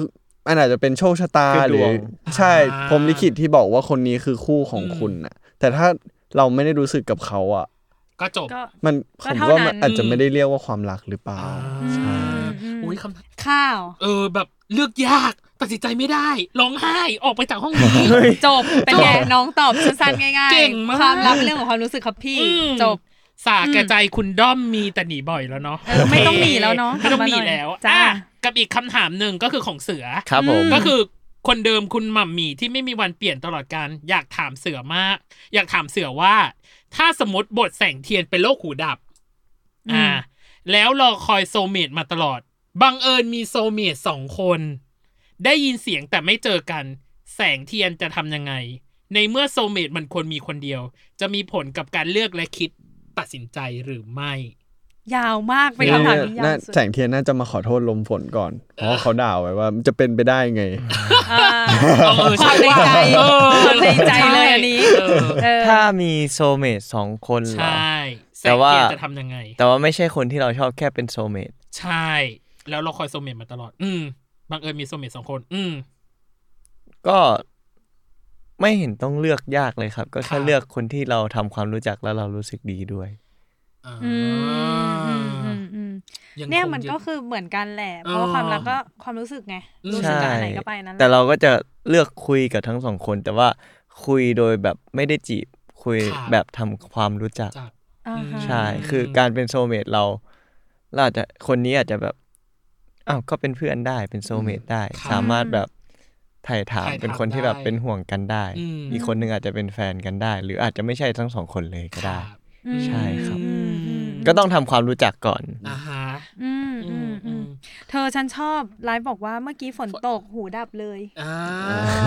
[SPEAKER 4] อันอาจจะเป็นโชคชะตา
[SPEAKER 3] คื
[SPEAKER 4] ห
[SPEAKER 3] อด
[SPEAKER 4] รื
[SPEAKER 3] ว
[SPEAKER 4] อง ใช่ผมลิขิตที่บอกว่าคนนี้คือคู่ของคุณน่ะ แต่ถ้าเราไม่ได้รู้สึกกับเขาอะ
[SPEAKER 2] ก็จบ
[SPEAKER 6] ก็
[SPEAKER 4] มัน
[SPEAKER 6] ก็
[SPEAKER 4] ผม
[SPEAKER 6] เท่า
[SPEAKER 4] ว่า
[SPEAKER 6] นั้
[SPEAKER 4] มัน นอาจจะไม่ได้เรียกว่าความรักหรือเปล่า
[SPEAKER 2] ใช่
[SPEAKER 6] อืม
[SPEAKER 2] อุ้ยคำถาม
[SPEAKER 6] ข้าว
[SPEAKER 2] เออแบบเลือกยากตัดสินใจไม่ได้ร้องไห้ออกไปจากห้องนี้
[SPEAKER 6] จบเป็นไงน้องตอบสั้นๆง่ายๆ
[SPEAKER 2] เก่งมาก
[SPEAKER 6] ความลับเป็นเรื่องของความรู้สึกครับพี่
[SPEAKER 2] อืม
[SPEAKER 6] จบ
[SPEAKER 2] สาแก่ใจคุณด้อมมีแต่หนีบ่อยแล้วเนาะ
[SPEAKER 6] เออไม่ต้องหนีแล้วเนอะ
[SPEAKER 2] ไม่ต้อง
[SPEAKER 6] กลับมา
[SPEAKER 2] หนีแล้ว
[SPEAKER 6] หน่อยจ้า
[SPEAKER 2] อ่ะกับอีกคำถามหนึ่งก็คือของเสือ
[SPEAKER 3] ครับผม
[SPEAKER 2] ก็คือคนเดิมคุณหม่ำหมีที่ไม่มีวันเปลี่ยนตลอดการอยากถามเสือมาก อยากถามเสือว่า ถ้าสมมติบทแสงเทียนเป็นโรคหูดับ อ่า แล้วรอคอยโซลเมตมาตลอด บังเอิญมีโซลเมตสองคน ได้ยินเสียงแต่ไม่เจอกัน แสงเทียนจะทำยังไง ในเมื่อโซลเมตมันควรมีคนเดียว จะมีผลกับการเลือกและคิดตัดสินใจหรือไม่
[SPEAKER 6] ยาวมากเป็นคำถามที่ยา
[SPEAKER 4] น่าว
[SPEAKER 6] สุด
[SPEAKER 4] แสงเทียนน่าจะมาขอโทษลมฝนก่อน เพราะว่าเขาด่าไว้ว่ามันจะเป็นไปได้ไง
[SPEAKER 6] อ่า
[SPEAKER 2] เออใช่
[SPEAKER 6] ความใน
[SPEAKER 2] เออ
[SPEAKER 6] ใจความในใจเลยอันนี้
[SPEAKER 2] เออ
[SPEAKER 6] เออ
[SPEAKER 3] ถ้ามีโซลเมตสองคนเหรอ
[SPEAKER 2] ใช่แส
[SPEAKER 3] แต่
[SPEAKER 2] ง
[SPEAKER 3] ว่า
[SPEAKER 2] เทียนจะทำยังไง
[SPEAKER 3] แต่ว่าไม่ใช่คนที่เราชอบแค่เป็นโซลเมต
[SPEAKER 2] ใช่ แล้วเราคอยโซลเมตมาตลอด อืมบังเอิญมีโซลเมตสองคน อืม
[SPEAKER 3] ก็ไม่เห็นต้องเลือกยากเลยครับ ก็
[SPEAKER 2] ครั
[SPEAKER 3] แค่
[SPEAKER 2] บ
[SPEAKER 3] เลือกคนที่เราทำความรู้จักแล้วเรารู้สึกดีด้วย
[SPEAKER 2] อ่า
[SPEAKER 6] อืมอืมอืมอืม
[SPEAKER 2] งคง
[SPEAKER 6] เนี่ยมันก็คือเหมือนกันแหละ เพราะว่า
[SPEAKER 2] เออ
[SPEAKER 6] ความรักก็ความรู้สึกไง
[SPEAKER 2] อืม
[SPEAKER 6] รู้สึกกับอันไหนก็ไปนั้นหละ
[SPEAKER 3] แต่เราก็จะเลือกคุยกับทั้งสองคน แต่ว่าคุยโดยแบบไม่ได้จีบคุย
[SPEAKER 2] ครับ
[SPEAKER 3] แบบทำความรู้จัก
[SPEAKER 2] จาก
[SPEAKER 6] อ่าฮะ
[SPEAKER 3] ใช่
[SPEAKER 2] อืม
[SPEAKER 3] คือการเป็นโซลเมตเราเราอาจจะคนนี้อาจจะแบบอ้าวก็เป็นเพื่อนได้เป็นโซลเมตได้
[SPEAKER 2] ครับ
[SPEAKER 3] สามารถแบบถ่ายถาม
[SPEAKER 2] ถ่ายถาม
[SPEAKER 3] เป็นคนที่แบบ
[SPEAKER 2] ได้
[SPEAKER 3] เป็นห่วงกันได้
[SPEAKER 2] อืม
[SPEAKER 3] อีกคนหนึ่งอาจจะเป็นแฟนกันได้ หรืออาจจะไม่ใช่ทั้งสองคนเลยก็ได้
[SPEAKER 2] ครับ
[SPEAKER 3] ใช่ครับ
[SPEAKER 6] อืมอืมม
[SPEAKER 3] ก็ต้องทำความรู้จักก่อน
[SPEAKER 2] อ่าฮะ
[SPEAKER 6] อืมอืมอืมเธอฉันชอบไลฟ์บอกว่าเมื่อกี้ฝนตกหูดับเลย
[SPEAKER 2] อ่า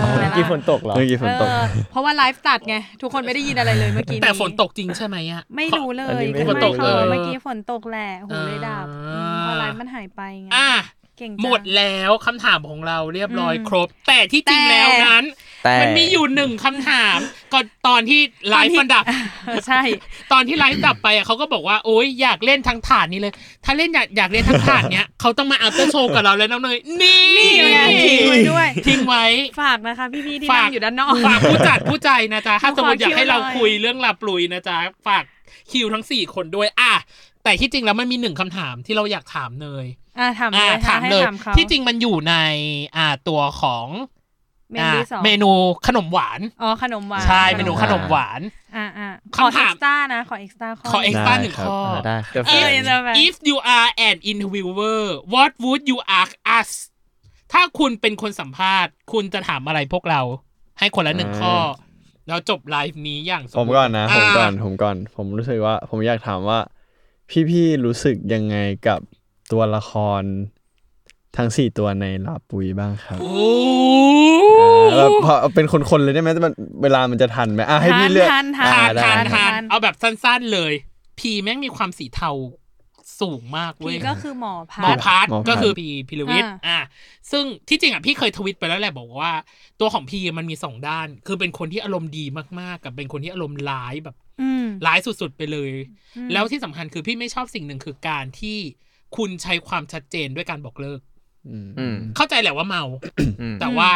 [SPEAKER 3] เมื่อกี้ฝนตกเหรอ
[SPEAKER 4] เมื่อกี้ฝนตก
[SPEAKER 6] เออเพราะว่าไลฟ์ตัดไง ทุกคนไม่ได้ยินอะไรเลยเมื่อกี้
[SPEAKER 2] แต่ฝนตกจริงใช่ไหมอ่ะ
[SPEAKER 6] ไม่รู้เล
[SPEAKER 3] อัน
[SPEAKER 6] ย
[SPEAKER 3] นี้
[SPEAKER 6] ไม่
[SPEAKER 3] ไม่รู้
[SPEAKER 6] เขาบอก
[SPEAKER 3] เลย
[SPEAKER 6] เมื่อกี้ฝนตกแหละหูเลยดับ
[SPEAKER 2] อ่า
[SPEAKER 6] อืมเพอไลฟ์มันหายไปไง
[SPEAKER 2] อ่ะ
[SPEAKER 6] เก่ง
[SPEAKER 2] หมด
[SPEAKER 6] จัง
[SPEAKER 2] แล้วคำถามของเราเรียบร้อย
[SPEAKER 6] อืม
[SPEAKER 2] ครบ แต่ที่จริงแล้ว
[SPEAKER 6] แต่
[SPEAKER 2] นั้น
[SPEAKER 3] แต่
[SPEAKER 2] มันมีอยู่หนึ่งคำถามก่อนตอนที่ไลฟ์มันดับ
[SPEAKER 6] เออใช่
[SPEAKER 2] ตอนที่ไลฟ์ดับไปอะเขาก็บอกว่าโอ๊ยอยากเล่นทั้งถาดนี้เลย ถ้าเล่นอยากอยากเล่นทั้งถาดเนี้ย เขาต้องมาอัพเตอร์โชว์กับเราแล้วน้องเนยนี่
[SPEAKER 6] นี่ไงทิ้งไว้ด้วย
[SPEAKER 2] ทิ้งไว้
[SPEAKER 6] ฝากนะคะ พี่ๆที่
[SPEAKER 2] ฝา
[SPEAKER 6] นั่
[SPEAKER 2] ก
[SPEAKER 6] งอยู่ด้านนอก
[SPEAKER 2] ฝากผู้จัดผู้ใจนะจ๊ะ ถ้าสมมติอยากให้เรา
[SPEAKER 6] ขอคิวหน่อย
[SPEAKER 2] คุยเรื่องลับลุยนะจ๊ะ ฝาก คิวทั้งสี่คนด้วย อ่ะ แต่ที่จริงแล้วมันมีหนึ่งคำถามที่เราอยากถามเนย
[SPEAKER 6] อ่ะถามเล
[SPEAKER 2] อ่ะ
[SPEAKER 6] ยค่ะ
[SPEAKER 2] ถาม
[SPEAKER 6] ให้
[SPEAKER 2] เลย
[SPEAKER 6] ถามเขา
[SPEAKER 2] ที่จริงมันอยู่ในอ่าตัวของ
[SPEAKER 6] เมนู
[SPEAKER 2] อ่ะ
[SPEAKER 6] ที่สอง
[SPEAKER 2] เมนูขนมหวาน
[SPEAKER 6] อ๋อขนมหวาน
[SPEAKER 2] ใช่เมนูขนมหวาน
[SPEAKER 6] อ่าอ่าขอ
[SPEAKER 2] คำ
[SPEAKER 6] เอ็
[SPEAKER 2] ถาม
[SPEAKER 6] กซ์ต้านะ ขอเอ็กซ์ต้าข้อ
[SPEAKER 2] ขอเอ็กซ์ต้าหนึ่ง
[SPEAKER 3] ครับ
[SPEAKER 2] ข้อ
[SPEAKER 3] าได้ครับ
[SPEAKER 6] เออจะแบบ
[SPEAKER 2] if you are an interviewer what would you ask us ถ้าคุณเป็นคนสัมภาษณ์ คุณจะถามอะไรพวกเรา ให้คนละหนึ่งข้อ แล้วจบไลฟ์นี้อย่างส
[SPEAKER 4] ผม
[SPEAKER 2] บูรณ์
[SPEAKER 4] ก่อนนะ ผมก่อนา ผมก่อน ผมรู้สึกว่า ผมอยากถามว่า พี่ๆรู้สึกยังไงกับตัวละคร ทั้งสี่ตัวในลาปุยบ้างครับ
[SPEAKER 2] โอ้
[SPEAKER 4] อ่าแบบพอเป็นคนๆเลยได้ไหมมันเวลามันจะทันไหมอ่ะให้พี่เลือก
[SPEAKER 6] ทันทัน
[SPEAKER 4] อ่
[SPEAKER 2] ทา
[SPEAKER 6] ทัน
[SPEAKER 2] น
[SPEAKER 4] ได้
[SPEAKER 2] ทาน
[SPEAKER 4] ครับ
[SPEAKER 2] ทาน
[SPEAKER 6] ทาน
[SPEAKER 2] เอาแบบสั้นๆเลย พีแม่งมีความสีเทาสูงมากเว้
[SPEAKER 6] พี่
[SPEAKER 2] ย
[SPEAKER 6] ก็คือหมอพั
[SPEAKER 2] หมอ
[SPEAKER 6] ด
[SPEAKER 2] พัทก็คือพีพิรวิทย์อ่าซึ่งที่จริงอ่ะพี่เคยทวิตไปแล้วแหละบอกว่า ตัวของพีมันมีสองด้าน คือเป็นคนที่อารมณ์ดีมากๆ กับเป็นคนที่อารมณ์ร้ายแบบ
[SPEAKER 6] อืม
[SPEAKER 2] ร้ายสุดๆไปเลย
[SPEAKER 6] อืม
[SPEAKER 2] แล้วที่สำคัญคือพี่ไม่ชอบสิ่งหนึ่งคือการที่คุณใช้ความชัดเจนด้วยการบอกเลิก
[SPEAKER 4] อืม
[SPEAKER 3] อืม
[SPEAKER 2] เข้าใจแหละว่าเมา
[SPEAKER 3] อืม
[SPEAKER 2] แต่ว่า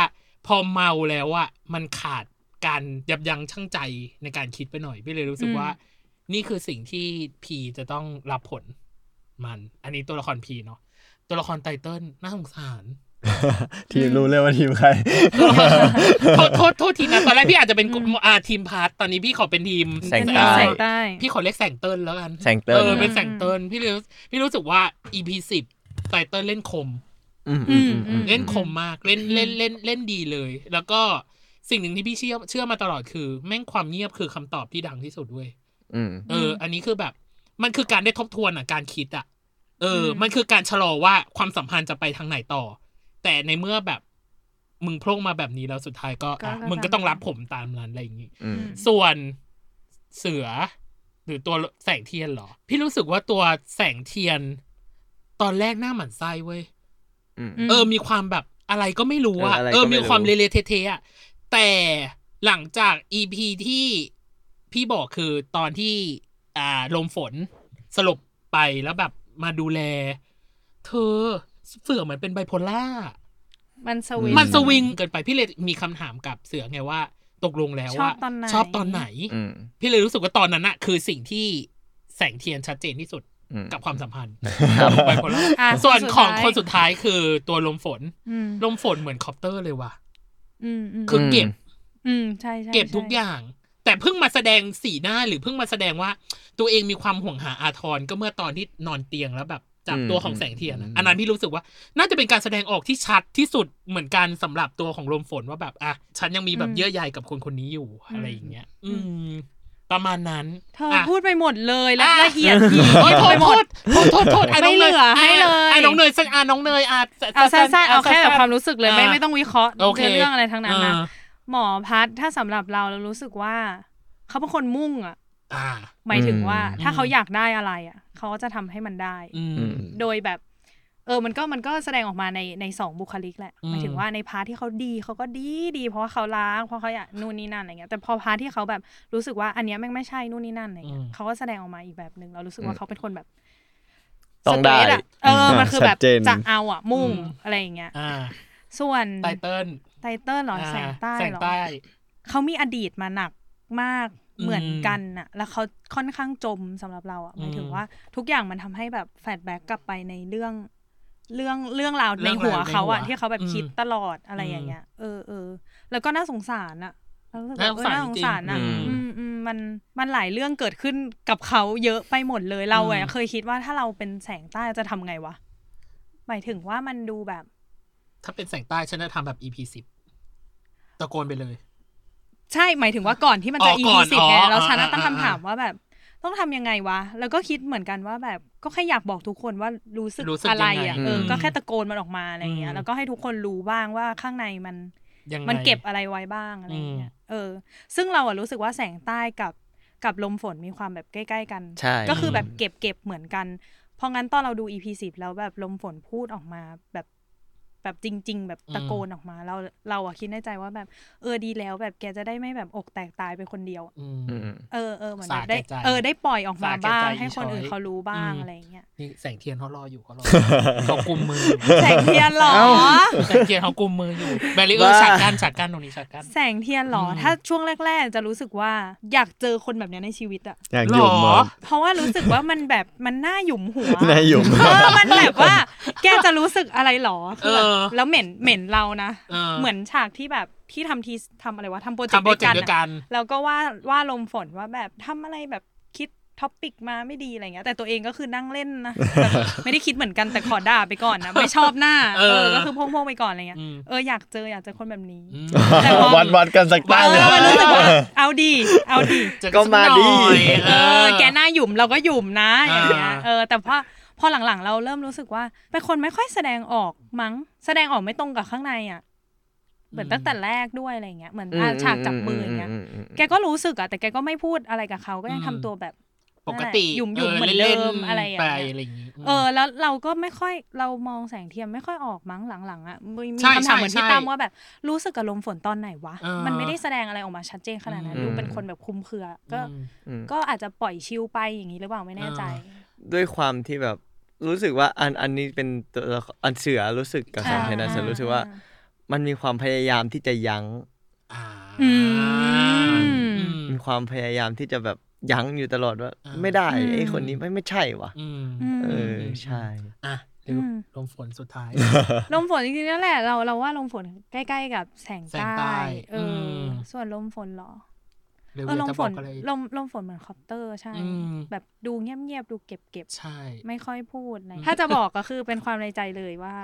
[SPEAKER 2] พอเมาแล้วอ่ะมันขาดการยับยั้งชั่งใจในการคิดไปหน่อยพี่เลยรู้สึกว่า นี่คือสิ่งที่พีจะต้องรับผลมัน อันนี้ตัวละครพีเนาะตัวละครไตเติ้ลน่าสงสาร
[SPEAKER 4] ทีมรู้เลยว่าทีมใคร
[SPEAKER 2] โทษโทษโทษทีนะตอนแรกพี่อาจจะเป็นกลุ่มอาทีมพาร์ตตอนนี้พี่ขอเป็นทีม
[SPEAKER 3] แสง
[SPEAKER 6] ใต้
[SPEAKER 3] ใต้
[SPEAKER 6] แสงใต้
[SPEAKER 2] พี่ขอเรียกแสงเติ้ลแล้วกัน
[SPEAKER 3] แสงเติ้ล
[SPEAKER 2] ออเป็นแสงเติ้ลพี่รู้พี่รู้สึกว่า EP สิบไตเติ้ลเล่นคม
[SPEAKER 3] อืมอืมอืมอืม
[SPEAKER 2] เล่นคมมากเล่นเล่นเล่นเล่นดีเลย แล้วก็สิ่งหนึ่งที่พี่เชื่อเชื่อมาตลอดคือ แม่งความเงียบคือคำตอบที่ดังที่สุดเว้ย
[SPEAKER 3] อืม
[SPEAKER 2] เออ
[SPEAKER 6] ม
[SPEAKER 2] อันนี้คือแบบ มันคือการได้ทบทวนอ่ะ การคิดอ่ะ เอออ
[SPEAKER 6] ม
[SPEAKER 2] มันคือการชะลอว่าความสัมพันธ์จะไปทางไหนต่อ แต่ในเมื่อแบบมึงโพร่งมาแบบนี้แล้วสุดท้ายก็อ่ะมึงก็ต้องรับผมตามนั้นอะไรอย่างงี้
[SPEAKER 3] อืม
[SPEAKER 2] ส่วนเสือ หรือตัวแสงเทียนเหรอ พี่รู้สึกว่าตัวแสงเทียน ตอนแรกหน้าหมันไส้เว้ย
[SPEAKER 3] อืม
[SPEAKER 2] เออ มีความแบบอะไรก็ไม่รู้อะ
[SPEAKER 3] เอออะไรก็
[SPEAKER 2] เออ
[SPEAKER 3] ไม่
[SPEAKER 2] มี
[SPEAKER 3] รู้
[SPEAKER 2] ความเละเละเทะเทะอะแต่หลังจากอีพีที่พี่บอกคือตอนที่ อ่า ลมฝนสลบไปแล้วแบบมาดูแล เธอเสือเหมือนเป็นไบโพล่า
[SPEAKER 6] มันสวิง
[SPEAKER 2] มันสวิงเกินไปพี่เลยมีคำถามกับเสือไงว่า ตกลงแล้วว่า
[SPEAKER 6] ชอบตอนไหน
[SPEAKER 2] ชอบตอนไหน
[SPEAKER 3] อืม
[SPEAKER 2] พี่เลยรู้สึกว่าตอนนั้นอะคือสิ่งที่แสงเทียนชัดเจนที่สุด
[SPEAKER 3] อืม
[SPEAKER 2] กับความสัมพันธ์
[SPEAKER 3] ครับ
[SPEAKER 2] ไบโพล่า
[SPEAKER 6] อ่ะ
[SPEAKER 2] ส่วนของ
[SPEAKER 6] าย
[SPEAKER 2] คนสุดท้ายคือตัวลมฝน
[SPEAKER 6] อืม
[SPEAKER 2] ลมฝนเหมือนคอปเตอร์เลยว่ะ
[SPEAKER 6] อืมอืม
[SPEAKER 2] คือเก็บ
[SPEAKER 6] อืมใช่ใช่
[SPEAKER 2] เก็บทุก
[SPEAKER 6] ใช่
[SPEAKER 2] อย่าง แต่เพิ่งมาแสดงสีหน้าหรือเพิ่งมาแสดงว่า ตัวเองมีความห่วงหาอาทรก็เมื่อตอนที่นอนเตียงแล้วแบบจับ
[SPEAKER 3] อืม
[SPEAKER 2] ตัวของแสงเทียนอะอันนั้นพี่รู้สึกว่า น่าจะเป็นการแสดงออกที่ชัดที่สุดเหมือนกันสำหรับตัวของลมฝนว่าแบบอ่ะฉันยังมีแบบ
[SPEAKER 6] อืม
[SPEAKER 2] เยื่อใยกับคนคนนี้อยู่อะไรอย่างเงี้ย อื
[SPEAKER 6] อื
[SPEAKER 2] ม ประมาณนั้น
[SPEAKER 6] เธออะ พูดไปหมดเลยและ
[SPEAKER 2] อ่ะ
[SPEAKER 6] ละเอียดยิบ
[SPEAKER 2] โอ้ยโทษโทษโทษโทษโทษอ่ะ
[SPEAKER 6] ไม่
[SPEAKER 2] น้องเนย
[SPEAKER 6] เหลือให้เลย
[SPEAKER 2] อ่ะอ่ะน้องเนยสักอ่ะน้องเนยอ่ะสัก
[SPEAKER 6] เอา
[SPEAKER 2] สัก
[SPEAKER 6] สั้นๆเอาแค่แบบ
[SPEAKER 2] สั้นๆ
[SPEAKER 6] ความรู้สึกเลยไม่
[SPEAKER 2] อ่ะ
[SPEAKER 6] ไม่ต้องวิเคราะห์
[SPEAKER 2] โอเค
[SPEAKER 6] ในเรื่องอะไรทั้งนั้นนะ
[SPEAKER 2] อ่า
[SPEAKER 6] หมอพัดถ้าสำหรับเราเรารู้สึกว่า เขาเป็นคนมุ่งอ่ะ
[SPEAKER 2] อ่า
[SPEAKER 6] หมายถึง
[SPEAKER 3] อืม
[SPEAKER 6] ว่าถ้าเขาอยากได้อะไรอ่ะ เขาก็จะทำให้มันได้
[SPEAKER 2] อื
[SPEAKER 3] อื
[SPEAKER 2] ม
[SPEAKER 3] ม
[SPEAKER 6] โดยแบบ เออมันก็มันก็แสดงออกมาในในสองบุคลิกแหละ
[SPEAKER 2] อืม
[SPEAKER 6] หมายถึงว่าในพาร์ทที่เขาดีเขาก็ดีดี เพราะว่าเขาล้างเพราะเขาอยากนู่นนี่นั่นอะไรเงี้ยแต่พอพาร์ทที่เขาแบบรู้สึกว่าอันเนี้ยแม่งไม่ใช่นู่นนี่นั่นอะไรเงี้ยเขาก็แสดงออกมาอีกแบบหนึ่งเรารู้สึกว่าเขาเป็นคนแบบ
[SPEAKER 3] ต้องได้
[SPEAKER 6] สเปซะเออมันคือแบบ
[SPEAKER 4] ชัดเจน
[SPEAKER 6] จะเอาอ่ะมุ่งอะไรอย่างเงี้ย
[SPEAKER 2] อ่า
[SPEAKER 6] ส่วน
[SPEAKER 2] ไตเติ้ล
[SPEAKER 6] ไตเติ้ลเหรอแสงใต้
[SPEAKER 2] แสง
[SPEAKER 6] เหรอ
[SPEAKER 2] ใต้
[SPEAKER 6] เขามีอดีตมาหนักมาก
[SPEAKER 2] อืม
[SPEAKER 6] เหมือนกันน่ะ แล้วเขาค่อนข้างจมสำหรับเราอ่ะหมายถึง
[SPEAKER 2] อืม
[SPEAKER 6] ว่าทุกอย่างมันทำให้แบบแฟลชแบ็กกลับไปในเรื่อง เรื่องเรื่องราว
[SPEAKER 2] เรื่อ
[SPEAKER 6] ใน
[SPEAKER 2] งราว
[SPEAKER 6] หัวเขาอ่ะ
[SPEAKER 2] ในหัว
[SPEAKER 6] ที่เขาแบบคิด
[SPEAKER 2] อืม
[SPEAKER 6] ตลอดอะไรอย่างเงี้ยเออเออแล้วก็น่าสงสารอ่ะเรารู้สึกว่าเออ
[SPEAKER 2] น่า
[SPEAKER 6] น่า
[SPEAKER 2] ส
[SPEAKER 6] ส
[SPEAKER 2] ง
[SPEAKER 6] ง
[SPEAKER 2] สา
[SPEAKER 6] สาร
[SPEAKER 2] จริง
[SPEAKER 6] รอ่ะ
[SPEAKER 2] อืม
[SPEAKER 6] อืมอืมมันมันหลายเรื่องเกิดขึ้นกับเขาเยอะไปหมดเลยเรา
[SPEAKER 2] อื
[SPEAKER 6] อ่ะ
[SPEAKER 2] ม
[SPEAKER 6] เคยคิดว่าถ้าเราเป็นแสงใต้จะทำไงวะหมายถึงว่ามันดูแบบ
[SPEAKER 2] ถ้าเป็นแสงใต้ฉันจะทำแบบ EP สิบตะโกนไปเลย
[SPEAKER 6] ใช่ หมายถึงว่าก่อนที่มันจะ
[SPEAKER 2] อ๋อ
[SPEAKER 6] EP
[SPEAKER 2] ก่อน
[SPEAKER 6] สิบไง
[SPEAKER 2] อ๋อ
[SPEAKER 6] แล้วฉันน่ะ
[SPEAKER 2] อ่า
[SPEAKER 6] ตั้ง
[SPEAKER 2] อ่า
[SPEAKER 6] คำถามว่าแบบ ต้องทำยังไงวะ แล้วก็คิดเหมือนกันว่าแบบก็แค่อยากบอกทุกคนว่ารู้สึก
[SPEAKER 2] รู้สึก
[SPEAKER 6] อะไร
[SPEAKER 2] ยังง
[SPEAKER 6] อ่ะเอออ
[SPEAKER 2] ม
[SPEAKER 6] ก็แค่ตะโกนมันออกมาอะไรอย่างเงี้
[SPEAKER 2] อื
[SPEAKER 6] ย
[SPEAKER 2] ม
[SPEAKER 6] แล้วก็ให้ทุกคนรู้บ้างว่าข้างในมัน
[SPEAKER 2] ยังไง
[SPEAKER 6] มันเก็บอะไรไว้บ้างอะไรอย่างเงี้ยเออ ซึ่งเราอ่ะรู้สึกว่าแสงใต้กับกับลมฝนมีความแบบใกล้ ๆ กัน
[SPEAKER 3] ใช่
[SPEAKER 6] ก็คือแบบเก็บเก็บเหมือนกัน เพราะงั้นตอนเราดู EP สิบแล้วแบบลมฝนพูดออกมาแบบแ แบบจริง ๆ แบบตะโกนออกมา เราเราอะคิดในใจว่าแบบเออดีแล้วแบบแกจะได้ไม่แบบอกแตกตายไปคนเดียวอะ
[SPEAKER 2] อืม
[SPEAKER 3] อืม
[SPEAKER 6] เออเออเหมือนแบบได้
[SPEAKER 2] สาแก่ใจ
[SPEAKER 6] เออได้ปล่อยออกมา
[SPEAKER 2] สาแก่
[SPEAKER 6] บ้าง
[SPEAKER 2] ใจ
[SPEAKER 6] ให้คนอื่น
[SPEAKER 2] อีช้อย
[SPEAKER 6] เขารู้บ้าง
[SPEAKER 2] อืม
[SPEAKER 6] อะไรอย่างเงี้ย
[SPEAKER 2] นี่แสงเทียนเขารออยู่เขารอเขากุมมืออยู่
[SPEAKER 6] แสงเทียนเหรอ
[SPEAKER 2] แสงเทียนเขากุมมืออยู่แบรีเออร์ฉากกั้นฉากกั้นตรงนี้ฉากกั้น
[SPEAKER 6] แสงเทียนเหรอ
[SPEAKER 2] อืม
[SPEAKER 6] ถ้าช่วงแรก ๆ จะรู้สึกว่าอยากเจอคนแบบเนี้ยในชีวิตอะ
[SPEAKER 4] อยากหยุ่ม
[SPEAKER 2] หร
[SPEAKER 4] มั
[SPEAKER 2] อ
[SPEAKER 4] น
[SPEAKER 6] เพราะว่ารู้สึกว่ามันแบบมันน่าหยุมหัว
[SPEAKER 4] นายหยุ่ม
[SPEAKER 6] เออ มันแบบว่า แกจะรู้สึกอะไรหรอคือแบบ
[SPEAKER 2] เออ
[SPEAKER 6] แล้วเหม็นเหม็นเรานะ
[SPEAKER 2] เออ
[SPEAKER 6] เหมือนฉากที่แบบที่ทำทีทำอะไรวะทำโปรเจก
[SPEAKER 2] ทำ
[SPEAKER 6] ต์
[SPEAKER 2] โปร
[SPEAKER 6] ด้วย
[SPEAKER 2] เจก
[SPEAKER 6] กัน
[SPEAKER 2] ต์ด้วย
[SPEAKER 6] อะ
[SPEAKER 2] กัน
[SPEAKER 6] แล้วก็ว่าว่าลมฝนว่าแบบทำอะไรแบบคิดท็อปปิกมาไม่ดีอะไรเงี้ย แต่ตัวเองก็คือนั่งเล่นนะ แบบไม่ได้คิดเหมือนกันแต่ขอด่าไปก่อนนะไม่ชอบหน้า
[SPEAKER 2] เอ
[SPEAKER 6] เอ
[SPEAKER 2] อ
[SPEAKER 6] อก็คือพงๆไปก่อนอะไรเงี้ย
[SPEAKER 2] อืม
[SPEAKER 6] เอออยากเจออยากเจอคนแบบนี้
[SPEAKER 2] อืม
[SPEAKER 6] แต่พอ
[SPEAKER 4] วัดวัดกันสักตั้ง
[SPEAKER 6] เออมันรู้สึกว่าเอาดี เอาดี
[SPEAKER 2] จะ
[SPEAKER 8] ก็มาดิ
[SPEAKER 2] สักหน่อยเอ
[SPEAKER 6] เออ
[SPEAKER 2] อ
[SPEAKER 6] แกหน้าหยุมเราก็หยุมนะอย่างเงี้ย
[SPEAKER 2] อ่า
[SPEAKER 6] เออ แต่พอพอหลังๆ เราเริ่มรู้สึกว่าเป็นคนไม่ค่อยแสดงออกมั้ง แสดงออกไม่ตรงกับข้างในอ่ะ เหมือนตั้งแต่แรกด้วยอะไรเงี้ย เหมือนอ่ะฉากจับมืออย่างเงี้ย แกก็รู้สึกอ่ะ แต่แกก็ไม่พูดอะไรกับเขา ก็ยังทำตัวแบบ
[SPEAKER 2] ปกติ
[SPEAKER 6] นั่นแหละหยุมหยุมเหมือน
[SPEAKER 2] ล่
[SPEAKER 6] เดิ
[SPEAKER 2] ๆ
[SPEAKER 6] มอะไรอย่าง
[SPEAKER 2] ไป
[SPEAKER 6] เงี้ย
[SPEAKER 2] อะไรอย่างงี้ม
[SPEAKER 6] เออ แล้วเราก็ไม่ค่อยเรามองแสงเทียมไม่ค่อยออกมั้งหลังๆอ่ะมีมี
[SPEAKER 2] ใช่
[SPEAKER 6] คำถามเหมือนพี่
[SPEAKER 2] ใช่
[SPEAKER 6] ตั้มว่าแบบรู้สึกกับลมฝนตอนไหนวะ
[SPEAKER 2] เออ
[SPEAKER 6] มันไม่ได้แสดงอะไรออกมาชัดเจนขนาดนั้น
[SPEAKER 2] อืม
[SPEAKER 6] ดูเป็นคนแบบคลุมเครือ ก็
[SPEAKER 2] อืม
[SPEAKER 3] อืม
[SPEAKER 6] ก็อาจจะปล่อยชิลไปอย่างนี้หรือเปล่าไม่แน่ใจ
[SPEAKER 3] ด้วยความที่แบบรู้สึกว่าอันอันนี้เป็นตัวละครอันเสือรู้สึกกับ
[SPEAKER 6] อ่า
[SPEAKER 3] แสงเทยนอันเสือรู้สึกว่า
[SPEAKER 6] อ่า
[SPEAKER 3] มันมีความพยายามที่จะยั้ง
[SPEAKER 2] อ่า
[SPEAKER 6] อืม
[SPEAKER 2] อืม
[SPEAKER 3] มีความพยายามที่จะแบบยั้งอยู่ตลอดว่า
[SPEAKER 2] อ่า
[SPEAKER 3] ไม่ได้
[SPEAKER 6] อืม
[SPEAKER 3] ไอ้คนนี้ไม่ไม่ใช่วะ
[SPEAKER 2] อืม
[SPEAKER 6] อืม
[SPEAKER 3] เอออ
[SPEAKER 2] ม
[SPEAKER 3] ใช่
[SPEAKER 2] อ่ะเดี๋ยว
[SPEAKER 6] อืม
[SPEAKER 2] ลมฝนสุดท้าย
[SPEAKER 6] ลมฝนจริงๆนั่นแหละเราเราว่าลมฝนใกล้ๆกับแสง
[SPEAKER 2] แสงใต้
[SPEAKER 6] ใต้เอออ
[SPEAKER 2] ม
[SPEAKER 6] ส่วนลมฝนเหรอ
[SPEAKER 2] เร็ว
[SPEAKER 6] เออลม
[SPEAKER 2] จะ
[SPEAKER 6] ฝ
[SPEAKER 2] บอก
[SPEAKER 6] น
[SPEAKER 2] อะไร
[SPEAKER 6] ลมลมฝนเหมือนคอปเตอร์ใช่
[SPEAKER 2] อืม
[SPEAKER 6] แบบดูเงียบๆดูเก็บ
[SPEAKER 2] ใช่
[SPEAKER 6] ๆไม่ค่อยพูดอะไร
[SPEAKER 2] อืม
[SPEAKER 6] ถ้าจะบอกก็คือเป็นความในใจเลยว่า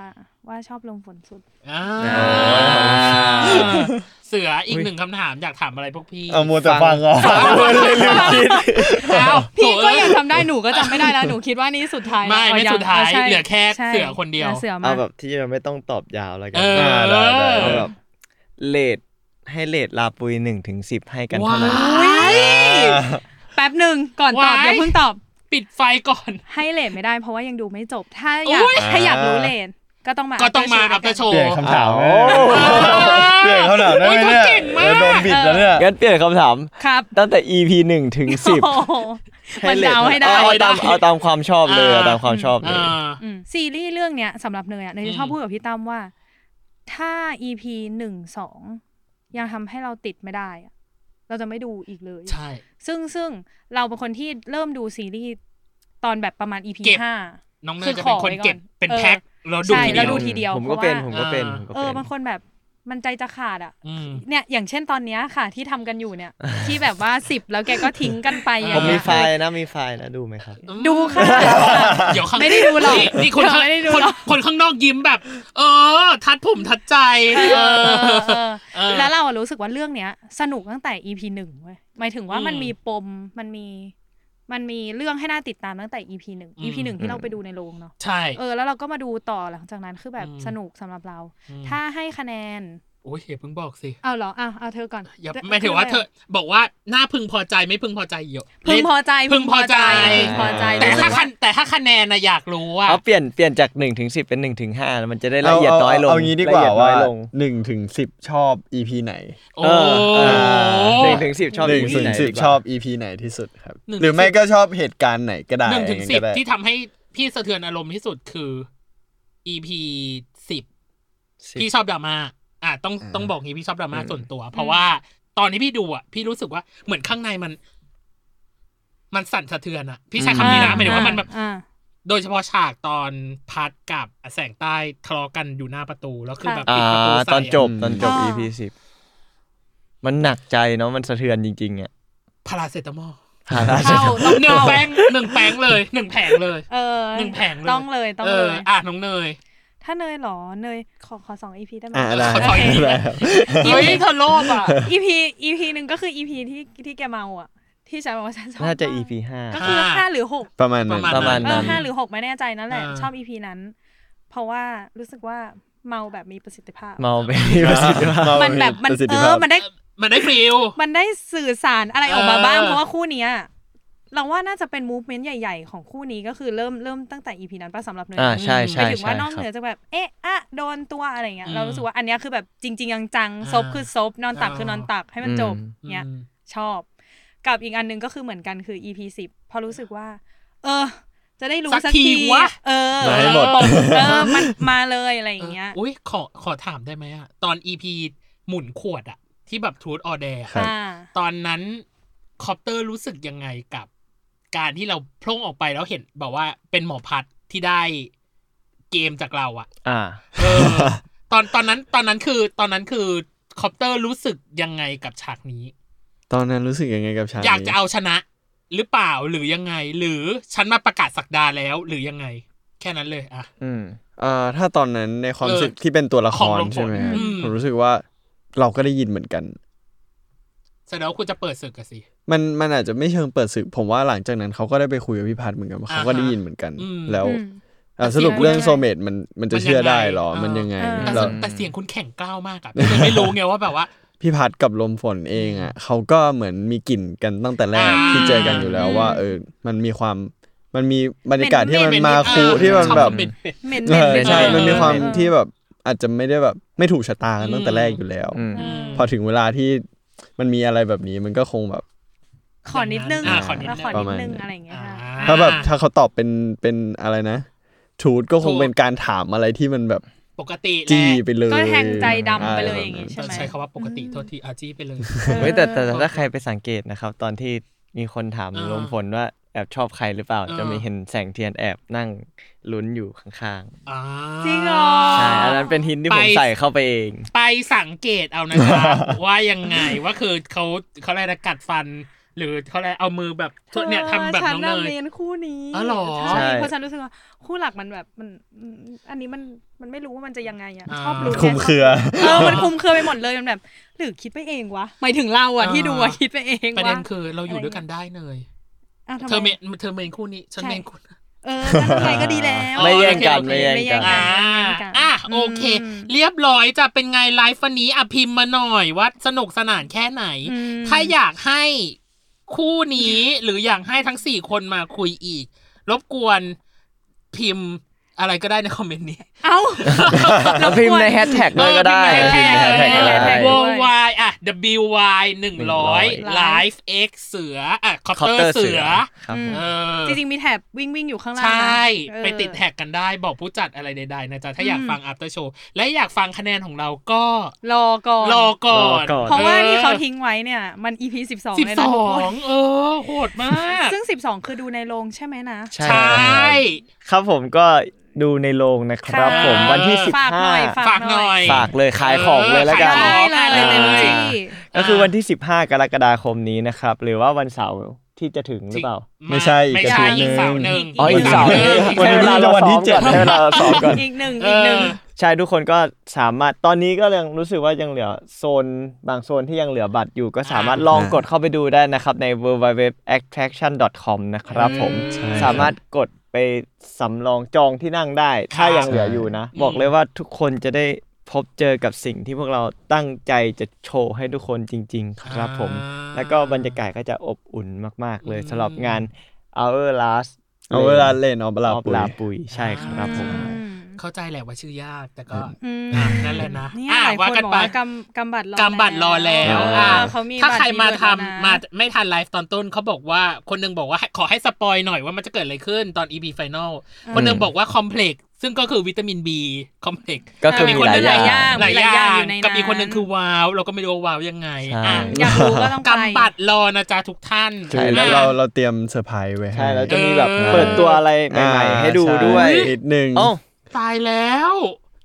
[SPEAKER 6] ว่าชอบลมฝนสุด
[SPEAKER 2] อ่าเสืออีกหนึ่งคำถามอยากถามอะไรพวกพี่
[SPEAKER 4] เอามัวแต่ฟังอ่ะ
[SPEAKER 2] อ้าว
[SPEAKER 6] พี่
[SPEAKER 2] โถ
[SPEAKER 6] ก็
[SPEAKER 2] เอ้ย
[SPEAKER 6] ยังทำได้หนูก็จำไม่ได้แล้วหนูคิดว่านี่สุดท้ายแล้ว
[SPEAKER 2] ไม่ไม่
[SPEAKER 6] เอง
[SPEAKER 2] สุดท้าย
[SPEAKER 6] ะใช่
[SPEAKER 2] เหลือแค่
[SPEAKER 6] ใช่
[SPEAKER 2] เสือคนเดียว
[SPEAKER 6] หลือเสือมา
[SPEAKER 3] เอาแบบที่จะไม่ต้องตอบยาวแล้วกั
[SPEAKER 2] เออ
[SPEAKER 3] าได้ได้เอาแบบเลทให้เลทลาปุยหนึ่งถึงสิบให้กัน
[SPEAKER 2] ว้า
[SPEAKER 3] เท่าไหร่
[SPEAKER 2] ย
[SPEAKER 6] แป๊บหนึ่งก่อนตอบ
[SPEAKER 2] ว้าย
[SPEAKER 6] อย่าเพิ่งตอบ
[SPEAKER 2] ปิดไฟก่อน
[SPEAKER 6] ให้เลทไม่ได้เพราะว่ายังดูไม่จบ ถ้าอยาก
[SPEAKER 2] อุ๊ย
[SPEAKER 6] ถ้าอยากรู้เลทก็ต้องมา
[SPEAKER 2] ก็ต้องมา
[SPEAKER 6] after
[SPEAKER 2] อัพ
[SPEAKER 6] show ด้วยกัน
[SPEAKER 4] เปลี่ย
[SPEAKER 2] โชว์
[SPEAKER 4] นคำถามไหมเปลี่ยนคำถามได้ไหม
[SPEAKER 2] โอ้ย
[SPEAKER 4] เนี่ย
[SPEAKER 2] เขาเก่งมาก
[SPEAKER 4] เออโดนบิดแล้วเนี่ย
[SPEAKER 3] งั้นเปลี่ยนคำถาม
[SPEAKER 6] ครับ
[SPEAKER 3] ตั้งแต่ EP หนึ่งถึงสิบ
[SPEAKER 6] โอ้โหมันเดาให้ได้
[SPEAKER 3] เอาตามเอาตามความชอบเลย
[SPEAKER 2] อ่า
[SPEAKER 3] เอาตามความชอบเลย
[SPEAKER 2] อ่า
[SPEAKER 6] อืมซีรีส์เรื่องเนี้ยสำหรับเนยอะเนยจะชอบ
[SPEAKER 2] อืม
[SPEAKER 6] พูดกับพี่ตั้มว่า ถ้า EP หนึ่งสองยังทำให้เราติดไม่ได้อะเราจะไม่ดูอีกเลย
[SPEAKER 2] ใช่
[SPEAKER 6] ซึ่งซึ่งเราเป็นคนที่เริ่มดูซีรีส์ตอนแบบประมาณ EP
[SPEAKER 2] เก็บ
[SPEAKER 6] ห้า
[SPEAKER 2] น้องเน
[SPEAKER 6] คื
[SPEAKER 2] ย
[SPEAKER 6] อ
[SPEAKER 2] จะเป็นคน
[SPEAKER 6] ขอไว้ก่อน
[SPEAKER 2] เก็บเป็น
[SPEAKER 6] เออ
[SPEAKER 2] แพ็คแล้วดู
[SPEAKER 6] ใช่
[SPEAKER 2] ที
[SPEAKER 6] แล้
[SPEAKER 2] เดีย
[SPEAKER 6] ว
[SPEAKER 2] ว
[SPEAKER 6] ดูทีเดียว
[SPEAKER 3] ผมก็เป็น
[SPEAKER 6] เพ
[SPEAKER 3] ผ
[SPEAKER 6] ราะว่า
[SPEAKER 3] มก็เป็น
[SPEAKER 2] อ่า
[SPEAKER 3] ผมก็
[SPEAKER 6] เอ
[SPEAKER 3] เป็
[SPEAKER 6] อน บางคนแบบมันใจจะขาดอ่ะ
[SPEAKER 2] อืม
[SPEAKER 6] เนี่ยอย่างเช่นตอนเนี้ยค่ะ ที่ทำกันอยู่เนี่ย ที่แบบว่าสิบแล้วแกก็ทิ้งกันไป
[SPEAKER 2] เออ
[SPEAKER 6] อย่า
[SPEAKER 3] ผ
[SPEAKER 6] ง
[SPEAKER 3] ม
[SPEAKER 6] เงี้ย
[SPEAKER 3] มีไฟล์นะมีไฟล์นะดูไหมครับ
[SPEAKER 6] ดูค่ะ
[SPEAKER 2] เดี๋ยวข้าง
[SPEAKER 6] ไม่ได้ดูหรอก
[SPEAKER 2] นี่นี่คนข้าง
[SPEAKER 6] ไม่ได้ดู
[SPEAKER 2] คน
[SPEAKER 6] หรอก
[SPEAKER 2] คนข้างนอกยิ้มแบบ เออ ทัดผมทัดใจ
[SPEAKER 6] เอ
[SPEAKER 2] เอ
[SPEAKER 6] อเออ
[SPEAKER 2] อ
[SPEAKER 6] เออ
[SPEAKER 2] เออ
[SPEAKER 6] แล้วเราอะรู้สึกว่าเรื่องเนี้ย สนุกตั้งแต่ EP หนึ่งเว้ยหมายถึงว่า
[SPEAKER 2] อืม
[SPEAKER 6] มันมีปมมันมี มันมีเรื่องให้น่าติดตามตั้งแต่ EP หนึ่ง
[SPEAKER 2] อืม
[SPEAKER 6] EP หนึ่งที่เราไปดูในโรงเนาะ
[SPEAKER 2] ใช่
[SPEAKER 6] เออแล้วเราก็มาดูต่อหลังจากนั้นคือแบบ
[SPEAKER 2] อืม
[SPEAKER 6] สนุกสำหรับเรา
[SPEAKER 2] อืม
[SPEAKER 6] ถ้าให้คะแนน
[SPEAKER 2] โอ้ยเพิ่งบอกสิ
[SPEAKER 6] เอาเหรออ่ะเอาเธอก่อน
[SPEAKER 2] อย่าไม่ถือว่าเธอบอกว่าหน้าพึงพอใจไม่พึงพอใจเยอะ
[SPEAKER 6] พึงพอใจ
[SPEAKER 2] พึงพอใจ
[SPEAKER 6] พึงพอใจ
[SPEAKER 2] แต่
[SPEAKER 6] รู้สึ
[SPEAKER 2] ถ้ากคะ
[SPEAKER 6] ว่า
[SPEAKER 2] แนนแต่ถ้าคะแนนนะอยากรู้ว่า
[SPEAKER 3] เอาเปลี่ยนเปลี่ยนจาก1นถึงสิเป็น1นถึงห้ามันจะได้ละเอียดน้อยลง
[SPEAKER 4] เอางี้ดีกว่า
[SPEAKER 3] ละเอียน้
[SPEAKER 4] ว่า
[SPEAKER 3] อยลง
[SPEAKER 4] หนึ่งถึงสิบชอบ EP ไหน
[SPEAKER 2] โอ้
[SPEAKER 3] หนึ่งถึงสิบชอบ
[SPEAKER 4] หนึ่ง
[SPEAKER 3] ที่
[SPEAKER 4] ถึ
[SPEAKER 3] ไห
[SPEAKER 4] ง
[SPEAKER 3] น
[SPEAKER 4] สิบ
[SPEAKER 3] ดีกว่า
[SPEAKER 4] ชอบ EP ไหนที่สุดครับ
[SPEAKER 2] หนึ่ง
[SPEAKER 4] หรือไม่ก็ชอบเหตุการณ์ไหนก็ได้
[SPEAKER 2] หนึ่งถึงสิบ
[SPEAKER 4] ก็ได้
[SPEAKER 2] ที่ทำให้พี่สะเทือนอารมณ์ที่สุดคือ EP สิบพี่ชอบดราม่าอ่ะต้องต้องบอกงี้พี่ชอบดราม่าส่วนตัว เพราะว่าตอนที่พี่ดูอ่ะ พี่รู้สึกว่าเหมือนข้างในมัน มันสั่นสะเทือนอ่ะ พี่ใช้คำนี้นะหมายถึงว่ามันแบบ
[SPEAKER 6] อ่า
[SPEAKER 2] โดยเฉพาะฉากตอนพัดกับแสงใต้ทะเลาะกันอยู่หน้าประตูแล้วคือแบบ
[SPEAKER 3] อ่า
[SPEAKER 2] ปิดประตูใส่
[SPEAKER 3] ตอนจบตอนจบ
[SPEAKER 6] อ่า
[SPEAKER 3] EP สิบมันหนักใจเนาะมันสะเทือนจริงๆอ่ะ
[SPEAKER 2] พาราเซตามอล
[SPEAKER 3] หาร้าน
[SPEAKER 6] เข้า
[SPEAKER 2] ห
[SPEAKER 6] ต้อง
[SPEAKER 2] นึ่ง
[SPEAKER 6] เข้า
[SPEAKER 2] แป้งหนึ่งแผงเลยหนึ่งแผงเลย
[SPEAKER 6] เออ
[SPEAKER 2] หนึ่งแผงเลย
[SPEAKER 6] ต้องเลยต้อง
[SPEAKER 2] เอ
[SPEAKER 6] เล
[SPEAKER 2] อย อ่ะน้องเนย
[SPEAKER 6] ถ้าเนยเหรอเนยขอขอสองอีพีได้ไหม
[SPEAKER 4] อ่าได้
[SPEAKER 2] ขอถอย
[SPEAKER 4] ได้ครับ
[SPEAKER 2] เฮ้ยเธอโลภอ่ะ
[SPEAKER 6] อีพีอีพีหนึ่งก็คืออีพีที่ที่แกเมาอ่ะ ที่ฉันบอกว่าฉันชอบ
[SPEAKER 3] น่าจะ
[SPEAKER 6] มก
[SPEAKER 3] EP ห้า
[SPEAKER 6] ก็คือ
[SPEAKER 2] ห้า
[SPEAKER 6] ห้าหรือหก
[SPEAKER 4] ประมาณนั้น
[SPEAKER 3] ประมาณ
[SPEAKER 6] เอ
[SPEAKER 3] นั้
[SPEAKER 6] อน ห้าหรือหกไม่แน่ใจนั่นแหละ
[SPEAKER 2] อ่า
[SPEAKER 6] ชอบอีพีนั้น เพราะว่ารู้สึกว่าเมาแบบมีประสิทธิภาพ
[SPEAKER 3] เมาไปมีประสิทธิภาพ
[SPEAKER 6] มันแบบมัน
[SPEAKER 4] ประสิท
[SPEAKER 6] เอ
[SPEAKER 4] ธิภา
[SPEAKER 6] อ
[SPEAKER 4] พ
[SPEAKER 6] มันได้
[SPEAKER 2] มันได้ฟิล
[SPEAKER 6] มันได้สื่อสารอะไรออกมาบ้าง
[SPEAKER 2] เออ
[SPEAKER 6] เพราะว่าคู่เนี้ย เราว่าน่าจะเป็นมูฟเมนต์ใหญ่ๆ ของคู่นี้ก็คือเริ่มเริ่มตั้งแต่อีพีนั้นปะสำหรับเนย
[SPEAKER 3] อ่าใช่
[SPEAKER 6] หมา
[SPEAKER 3] ใช่
[SPEAKER 6] ยถึง
[SPEAKER 3] ใช่
[SPEAKER 6] ว่านอก
[SPEAKER 3] ครั
[SPEAKER 6] เหนือบ จากแบบเอ๊ะอะโดนตัวอะไรเงี้ย
[SPEAKER 2] อืม
[SPEAKER 6] เรารู้สึกว่าอันเนี้ยคือแบบจริงๆจังๆซบคือซบนอนตัก
[SPEAKER 2] อ่า
[SPEAKER 6] คือนอนตักให้มัน
[SPEAKER 3] อืม
[SPEAKER 6] จบเนี้ย ชอบ กับอีกอันหนึงก็คือเหมือนกันคือ EP สิบพอรู้สึกว่า เออ จะได้รู้
[SPEAKER 2] สัก
[SPEAKER 6] สัก
[SPEAKER 2] ที
[SPEAKER 6] ที
[SPEAKER 2] วะ
[SPEAKER 6] เออ
[SPEAKER 4] มาให้หมด
[SPEAKER 6] เออมันมาเลยอะไรอย่างเงี้ย
[SPEAKER 2] อุ้ยขอขอถามได้ไหมอะตอนอีพีหมุนขวดอะที่แบบทูตออเดร์
[SPEAKER 4] ครับ
[SPEAKER 6] อ่า
[SPEAKER 2] ตอนนั้นคอปเตอร์รู้สึกยังไงกับ การที่เราโพล่งออกไปแล้วเห็นแบบว่าเป็นหมอพัดที่ได้เกมจากเราอะ
[SPEAKER 3] อ่า
[SPEAKER 2] เออ ตอนตอนนั้นตอนนั้นคือตอนนั้นคือคอปเตอร์รู้สึกยังไงกับฉากนี้
[SPEAKER 4] ตอนนั้นรู้สึกยังไงกับฉากนี้
[SPEAKER 2] อยากจะเอาชนะ หรือเปล่าหรือยังไง หรือฉันมาประกาศสักดาแล้ว หรือยังไง แค่นั้นเลยอะ
[SPEAKER 3] อืม
[SPEAKER 4] อ่าถ้าตอนนั้นในความ
[SPEAKER 2] เออ
[SPEAKER 4] รู้สึกที่เป็นตัวละค
[SPEAKER 2] ของ
[SPEAKER 4] ร
[SPEAKER 2] ลง
[SPEAKER 4] ใช่ไหม
[SPEAKER 2] ผล
[SPEAKER 4] ฮะ
[SPEAKER 2] อืม
[SPEAKER 4] ผมรู้สึกว่าเราก็ได้ยินเหมือนกัน
[SPEAKER 2] แสดงว่าคุณจะเปิดศึกกันสิ
[SPEAKER 4] มันมันอาจจะไม่เชิงเปิดศึก ผมว่าหลังจากนั้นเขาก็ได้ไปคุยกับพี่พัฒน์เหมือนกันว่าเขาก็ได้ยินเหมือนกัน
[SPEAKER 2] อืม
[SPEAKER 4] แล้ว
[SPEAKER 6] อืม
[SPEAKER 4] อ่ะสรุปเรื่องโซเมตมันมันจะเชื่อได้เหรอมันยังไง
[SPEAKER 6] เออ
[SPEAKER 2] แต่
[SPEAKER 4] แล้ว
[SPEAKER 2] เสียงแต่เสียงคุณแข็งกล้าวมากอะพี่เลยไม่รู้ไงว่าแบบว่า
[SPEAKER 4] พี่พัดกับลมฝนเองอ่ะเขาก็เหมือนมีกลิ่นกันตั้งแต่แรก
[SPEAKER 2] อ่า
[SPEAKER 4] ที่เจอกันอยู่แล้วว่า เออมันมีความมันมีบรรยากาศที่
[SPEAKER 6] เป็
[SPEAKER 4] มัน นมาคุ
[SPEAKER 2] เป็นเป็น
[SPEAKER 4] ที่มัน
[SPEAKER 2] ชอบ
[SPEAKER 4] แบบ
[SPEAKER 2] เป็นเป็น
[SPEAKER 6] เหม็นๆ
[SPEAKER 4] เออ
[SPEAKER 6] เลย
[SPEAKER 4] ใช่
[SPEAKER 2] เป็น
[SPEAKER 4] มันมีความ
[SPEAKER 6] เออ
[SPEAKER 4] ที่แบบอาจจะไม่ได้แบบไม่ถูกชะตากันตั้งแต่แรกอยู่แล้ว
[SPEAKER 3] อืม
[SPEAKER 6] เออ
[SPEAKER 4] พอถึงเวลาที่มันมีอะไรแบบนี้มันก็คงแบบ
[SPEAKER 6] ขอนิดนึง
[SPEAKER 2] อ่าขอนิดนึง
[SPEAKER 6] แล้วขอนิดนึง
[SPEAKER 4] ประมาณ
[SPEAKER 6] อะไรอย่างเงี้ยค่ะ
[SPEAKER 4] ถ้าแบบถ้าเขาตอบเป็นเป็นอะไรนะทูตก็คง
[SPEAKER 2] ทูต
[SPEAKER 4] เป็นการถามอะไรที่มันแบบ
[SPEAKER 2] ปกติแห
[SPEAKER 4] จี้
[SPEAKER 2] ละ
[SPEAKER 4] ไปเลย
[SPEAKER 6] ก็แทงใจดำไปเลย
[SPEAKER 4] ะร
[SPEAKER 6] อย่างงี้
[SPEAKER 4] แบบนั้น
[SPEAKER 6] ใช่ไหม
[SPEAKER 2] ใช้คำว่าปกติโทษทีอาจี้ไปเลย
[SPEAKER 3] เฮ้ยแต่แต่แต่ถ้าใครไปสังเกตนะครับ ตอนที่มีคนถาม
[SPEAKER 2] อ่า
[SPEAKER 3] ลมฝนว่าแอบชอบใครหรือเปล่า
[SPEAKER 2] อ่า
[SPEAKER 3] จะมีเห็นแสงเทียนแอบนั่งลุ้นอยู่ข้าง
[SPEAKER 2] อ่า
[SPEAKER 6] จริงเหรอ
[SPEAKER 3] ๆใช่อันนั้นเป็นหินที่ผม
[SPEAKER 2] ไป
[SPEAKER 3] ใส่เข้าไปเอง
[SPEAKER 2] ไปสังเกตเอา นะครับ ว่ายังไงว่าคือเขาเขาอะไรนะกัดฟัน หรือเขาอะไรเอามือแบบเนี่ยทำแบบ
[SPEAKER 6] ฉั
[SPEAKER 2] น้อง
[SPEAKER 6] น่ะ
[SPEAKER 2] เนย
[SPEAKER 6] เมนคู่นี้
[SPEAKER 2] อ๋อเหรอ
[SPEAKER 6] ใช่เพราะฉันรู้สึกว่าคู่หลักมันแบบมันอืมอันนี้มันมันไม่รู้ว่ามันจะยังไงอ่ะ
[SPEAKER 2] อ่า
[SPEAKER 6] ชอบรู้
[SPEAKER 4] คุมเครือ
[SPEAKER 6] เออมันคุมเครือไปหมดเลยมันแบบ หรือคิดไปเองวะหมายถึงเราอ่ะที่ดูอ่ะคิดไปเอง
[SPEAKER 2] ประ
[SPEAKER 6] วะ
[SPEAKER 2] เด็นคือเราอยู่ด้วยกันได้เนย
[SPEAKER 6] าวทำไ
[SPEAKER 2] เธอเมนเธอเมนคู่นี้ฉันเมนคู่
[SPEAKER 6] เออนั่นไงก็ดีแล้ว
[SPEAKER 3] ไม่แย่งกั
[SPEAKER 2] โอ
[SPEAKER 3] น
[SPEAKER 2] เค
[SPEAKER 3] ไม่แย่ง
[SPEAKER 6] ไม่แย่
[SPEAKER 3] กั
[SPEAKER 6] งกั
[SPEAKER 3] น
[SPEAKER 2] อ่าน อ่ะโอเค
[SPEAKER 6] อืม
[SPEAKER 2] เรียบร้อยจะเป็นไงไลฟ์วันนี้อ่ะพิมพ์มาหน่อยว่าสนุกสนานแค่ไหน
[SPEAKER 6] อืม
[SPEAKER 2] ถ้าอยากให้คู่นี้ หรืออยากให้ทั้งสี่คนมาคุยอีก รบกวนพิมพ์อะไรก็ได้ในคอมเมนต์นี้
[SPEAKER 6] เอ้า
[SPEAKER 3] แล้วพิมพ์ในแฮชแท็กด้วยก็ได้
[SPEAKER 2] เออ
[SPEAKER 3] พิ
[SPEAKER 2] พิ
[SPEAKER 3] ม
[SPEAKER 2] ม
[SPEAKER 3] พ์ใน
[SPEAKER 2] พ์
[SPEAKER 3] แฮ
[SPEAKER 2] ในแฮ
[SPEAKER 3] ช
[SPEAKER 2] ชแท็ก
[SPEAKER 6] แฮช
[SPEAKER 3] แท็กก็ได้
[SPEAKER 6] แท็ก
[SPEAKER 2] วงวายอ่ะ WY หนึ่งร้อย
[SPEAKER 6] 100
[SPEAKER 2] ไลฟ์ X เสืออ่ะคอปเตอ
[SPEAKER 3] Copter
[SPEAKER 2] ร์เสือ
[SPEAKER 3] ครับ
[SPEAKER 6] อืม
[SPEAKER 2] เออ
[SPEAKER 6] จริงๆมีแถบวิ่งวิ่งๆอยู่ข้างล่าง
[SPEAKER 2] ใช
[SPEAKER 6] นะ
[SPEAKER 2] ่
[SPEAKER 6] เออ
[SPEAKER 2] ไปติดแท็กกันได้บอกผู้จัดอะไรใดๆนะจ๊ะ ถ้าอยาก
[SPEAKER 6] อืม
[SPEAKER 2] ฟัง after show และอยากฟังคะแนนของเราก็
[SPEAKER 6] รอก่อน
[SPEAKER 2] รอก่อน
[SPEAKER 3] รอก่อน
[SPEAKER 6] เพราะว่าที่เขาทิ้งไว้เนี่ย มัน EP สิบสอง
[SPEAKER 2] สิบ
[SPEAKER 6] เลย
[SPEAKER 2] สอ
[SPEAKER 6] นะทุกคน
[SPEAKER 2] งเออ โหดมาก
[SPEAKER 6] ซึ่งสิบสองคือดูในโรงใช่ไหมนะ
[SPEAKER 3] ใช่
[SPEAKER 2] ใช่
[SPEAKER 3] ครับผมก็ดูในโรงนะครับ
[SPEAKER 6] ค่ะ
[SPEAKER 3] ผมวันที่
[SPEAKER 6] ฝากหน่อย
[SPEAKER 3] 15
[SPEAKER 2] ฝากหน่อย
[SPEAKER 3] ฝากเลยขายของเลยแล้วกัน
[SPEAKER 2] ขายของ
[SPEAKER 6] ได้เลย
[SPEAKER 2] ได้เลย
[SPEAKER 6] เต็มที่
[SPEAKER 3] ก็คือวันที่ 15 กรกฎาคมนี้นะครับ หรือว่าวันเสาร์ที่จะถึงหรือเปล่า
[SPEAKER 4] ไม่ใช่อีก
[SPEAKER 2] ไม่ใช่
[SPEAKER 4] อาทิ
[SPEAKER 2] อี
[SPEAKER 4] ตย์
[SPEAKER 2] ก
[SPEAKER 4] หนึ่ง
[SPEAKER 2] เสาร์หนึ่ง
[SPEAKER 3] อ๋ออีกเสาร์หนึ่ง
[SPEAKER 2] อีก
[SPEAKER 4] วั
[SPEAKER 2] เสาร์
[SPEAKER 4] นนี้
[SPEAKER 2] หนึ่ง
[SPEAKER 4] จะวันที่เจ็ด
[SPEAKER 3] ให้เวลาเราซ้อมก่อน
[SPEAKER 6] อีกหนึ่งอีกหนึ่ง
[SPEAKER 3] ใช่ทุกคนก็สามารถตอนนี้ก็ยังรู้สึกว่ายังเหลือโซนบางโซนที่ยังเหลือบัตรอยู่ก็สามารถลองกดเข้าไปดูได้นะครับใน w w w a t t r a c t i o n c o m นะครับผม
[SPEAKER 4] ใช่
[SPEAKER 3] สามารถกดไปสำรองจองที่นั่งได้ ถ้ายังเหลืออยู่นะ บอกเลยว่าทุกคนจะได้พบเจอกับสิ่งที่พวกเราตั้งใจจะโชว์ให้ทุกคนจริง ๆ ครับผม
[SPEAKER 2] อ่า
[SPEAKER 3] แล้วก็บรรยากาศก็จะอบอุ่นมาก ๆ เลยสำหรับงาน Our Last
[SPEAKER 4] เอาเวลาเล่นเอาเวลา
[SPEAKER 3] ออฟ
[SPEAKER 4] ปุ๋ย
[SPEAKER 3] ลาปุยใช่ครับผม
[SPEAKER 2] เข้าใจแหละว่าชื่อยากแต่ก็
[SPEAKER 6] อืม
[SPEAKER 2] อ่ะนั่นแหละนะ
[SPEAKER 6] เนี่ย
[SPEAKER 2] อ่ะ
[SPEAKER 6] หลายค
[SPEAKER 2] ว่าน กัน
[SPEAKER 6] บอก
[SPEAKER 2] ไป
[SPEAKER 6] ว่ากำกำบัตรรอก
[SPEAKER 2] ำบัตรรอแล้ว
[SPEAKER 6] เออ
[SPEAKER 2] อ่ะ
[SPEAKER 6] เขามี
[SPEAKER 2] ถ้าใคร
[SPEAKER 6] บัต
[SPEAKER 2] มาทำ
[SPEAKER 6] ด้วยนะ
[SPEAKER 2] มาไม่ทันไลฟ์ตอนต้นเขาบอกว่าคนหนึงบอกว่าให้ขอให้สปอยหน่อยว่ามันจะเกิดอะไรขึ้นตอน EP Final คนหนึงบอกว่าคอมเพล็กซึ่งก็คือวิตามิน B คอมเพล็ก
[SPEAKER 3] ก็คือ
[SPEAKER 6] มี
[SPEAKER 3] มี
[SPEAKER 6] คน
[SPEAKER 3] หลาย
[SPEAKER 6] ดู
[SPEAKER 3] อ
[SPEAKER 6] หลา
[SPEAKER 3] ย่า
[SPEAKER 6] อย่าง
[SPEAKER 3] ย
[SPEAKER 6] ง
[SPEAKER 2] หลาย
[SPEAKER 6] มีหลายอย่
[SPEAKER 2] อา
[SPEAKER 6] ย่าง
[SPEAKER 2] ง
[SPEAKER 6] อยู่ใน
[SPEAKER 2] กับอีกค
[SPEAKER 6] นั้น
[SPEAKER 2] นหนึงคือว้าว เราก็ไม่รู้ว่าวาวยังไง
[SPEAKER 3] ใช่
[SPEAKER 2] อ่ะ
[SPEAKER 6] อยากรู้ก็ต้องไป
[SPEAKER 2] กำบัตรรอนะจ๊ะทุกท่าน
[SPEAKER 4] ใช่แล้ว
[SPEAKER 2] อ่ะ
[SPEAKER 4] เราเราเตรียมเซอร์ไพรส์ไว้ให้
[SPEAKER 3] ใช่แล้วจะมีแบบ
[SPEAKER 2] เออ
[SPEAKER 3] เปิดตัวอะไรใหม่ๆ ให้ดูด้วย
[SPEAKER 4] ใช่นิดนึง
[SPEAKER 3] เอ้า
[SPEAKER 2] ตายแล้ว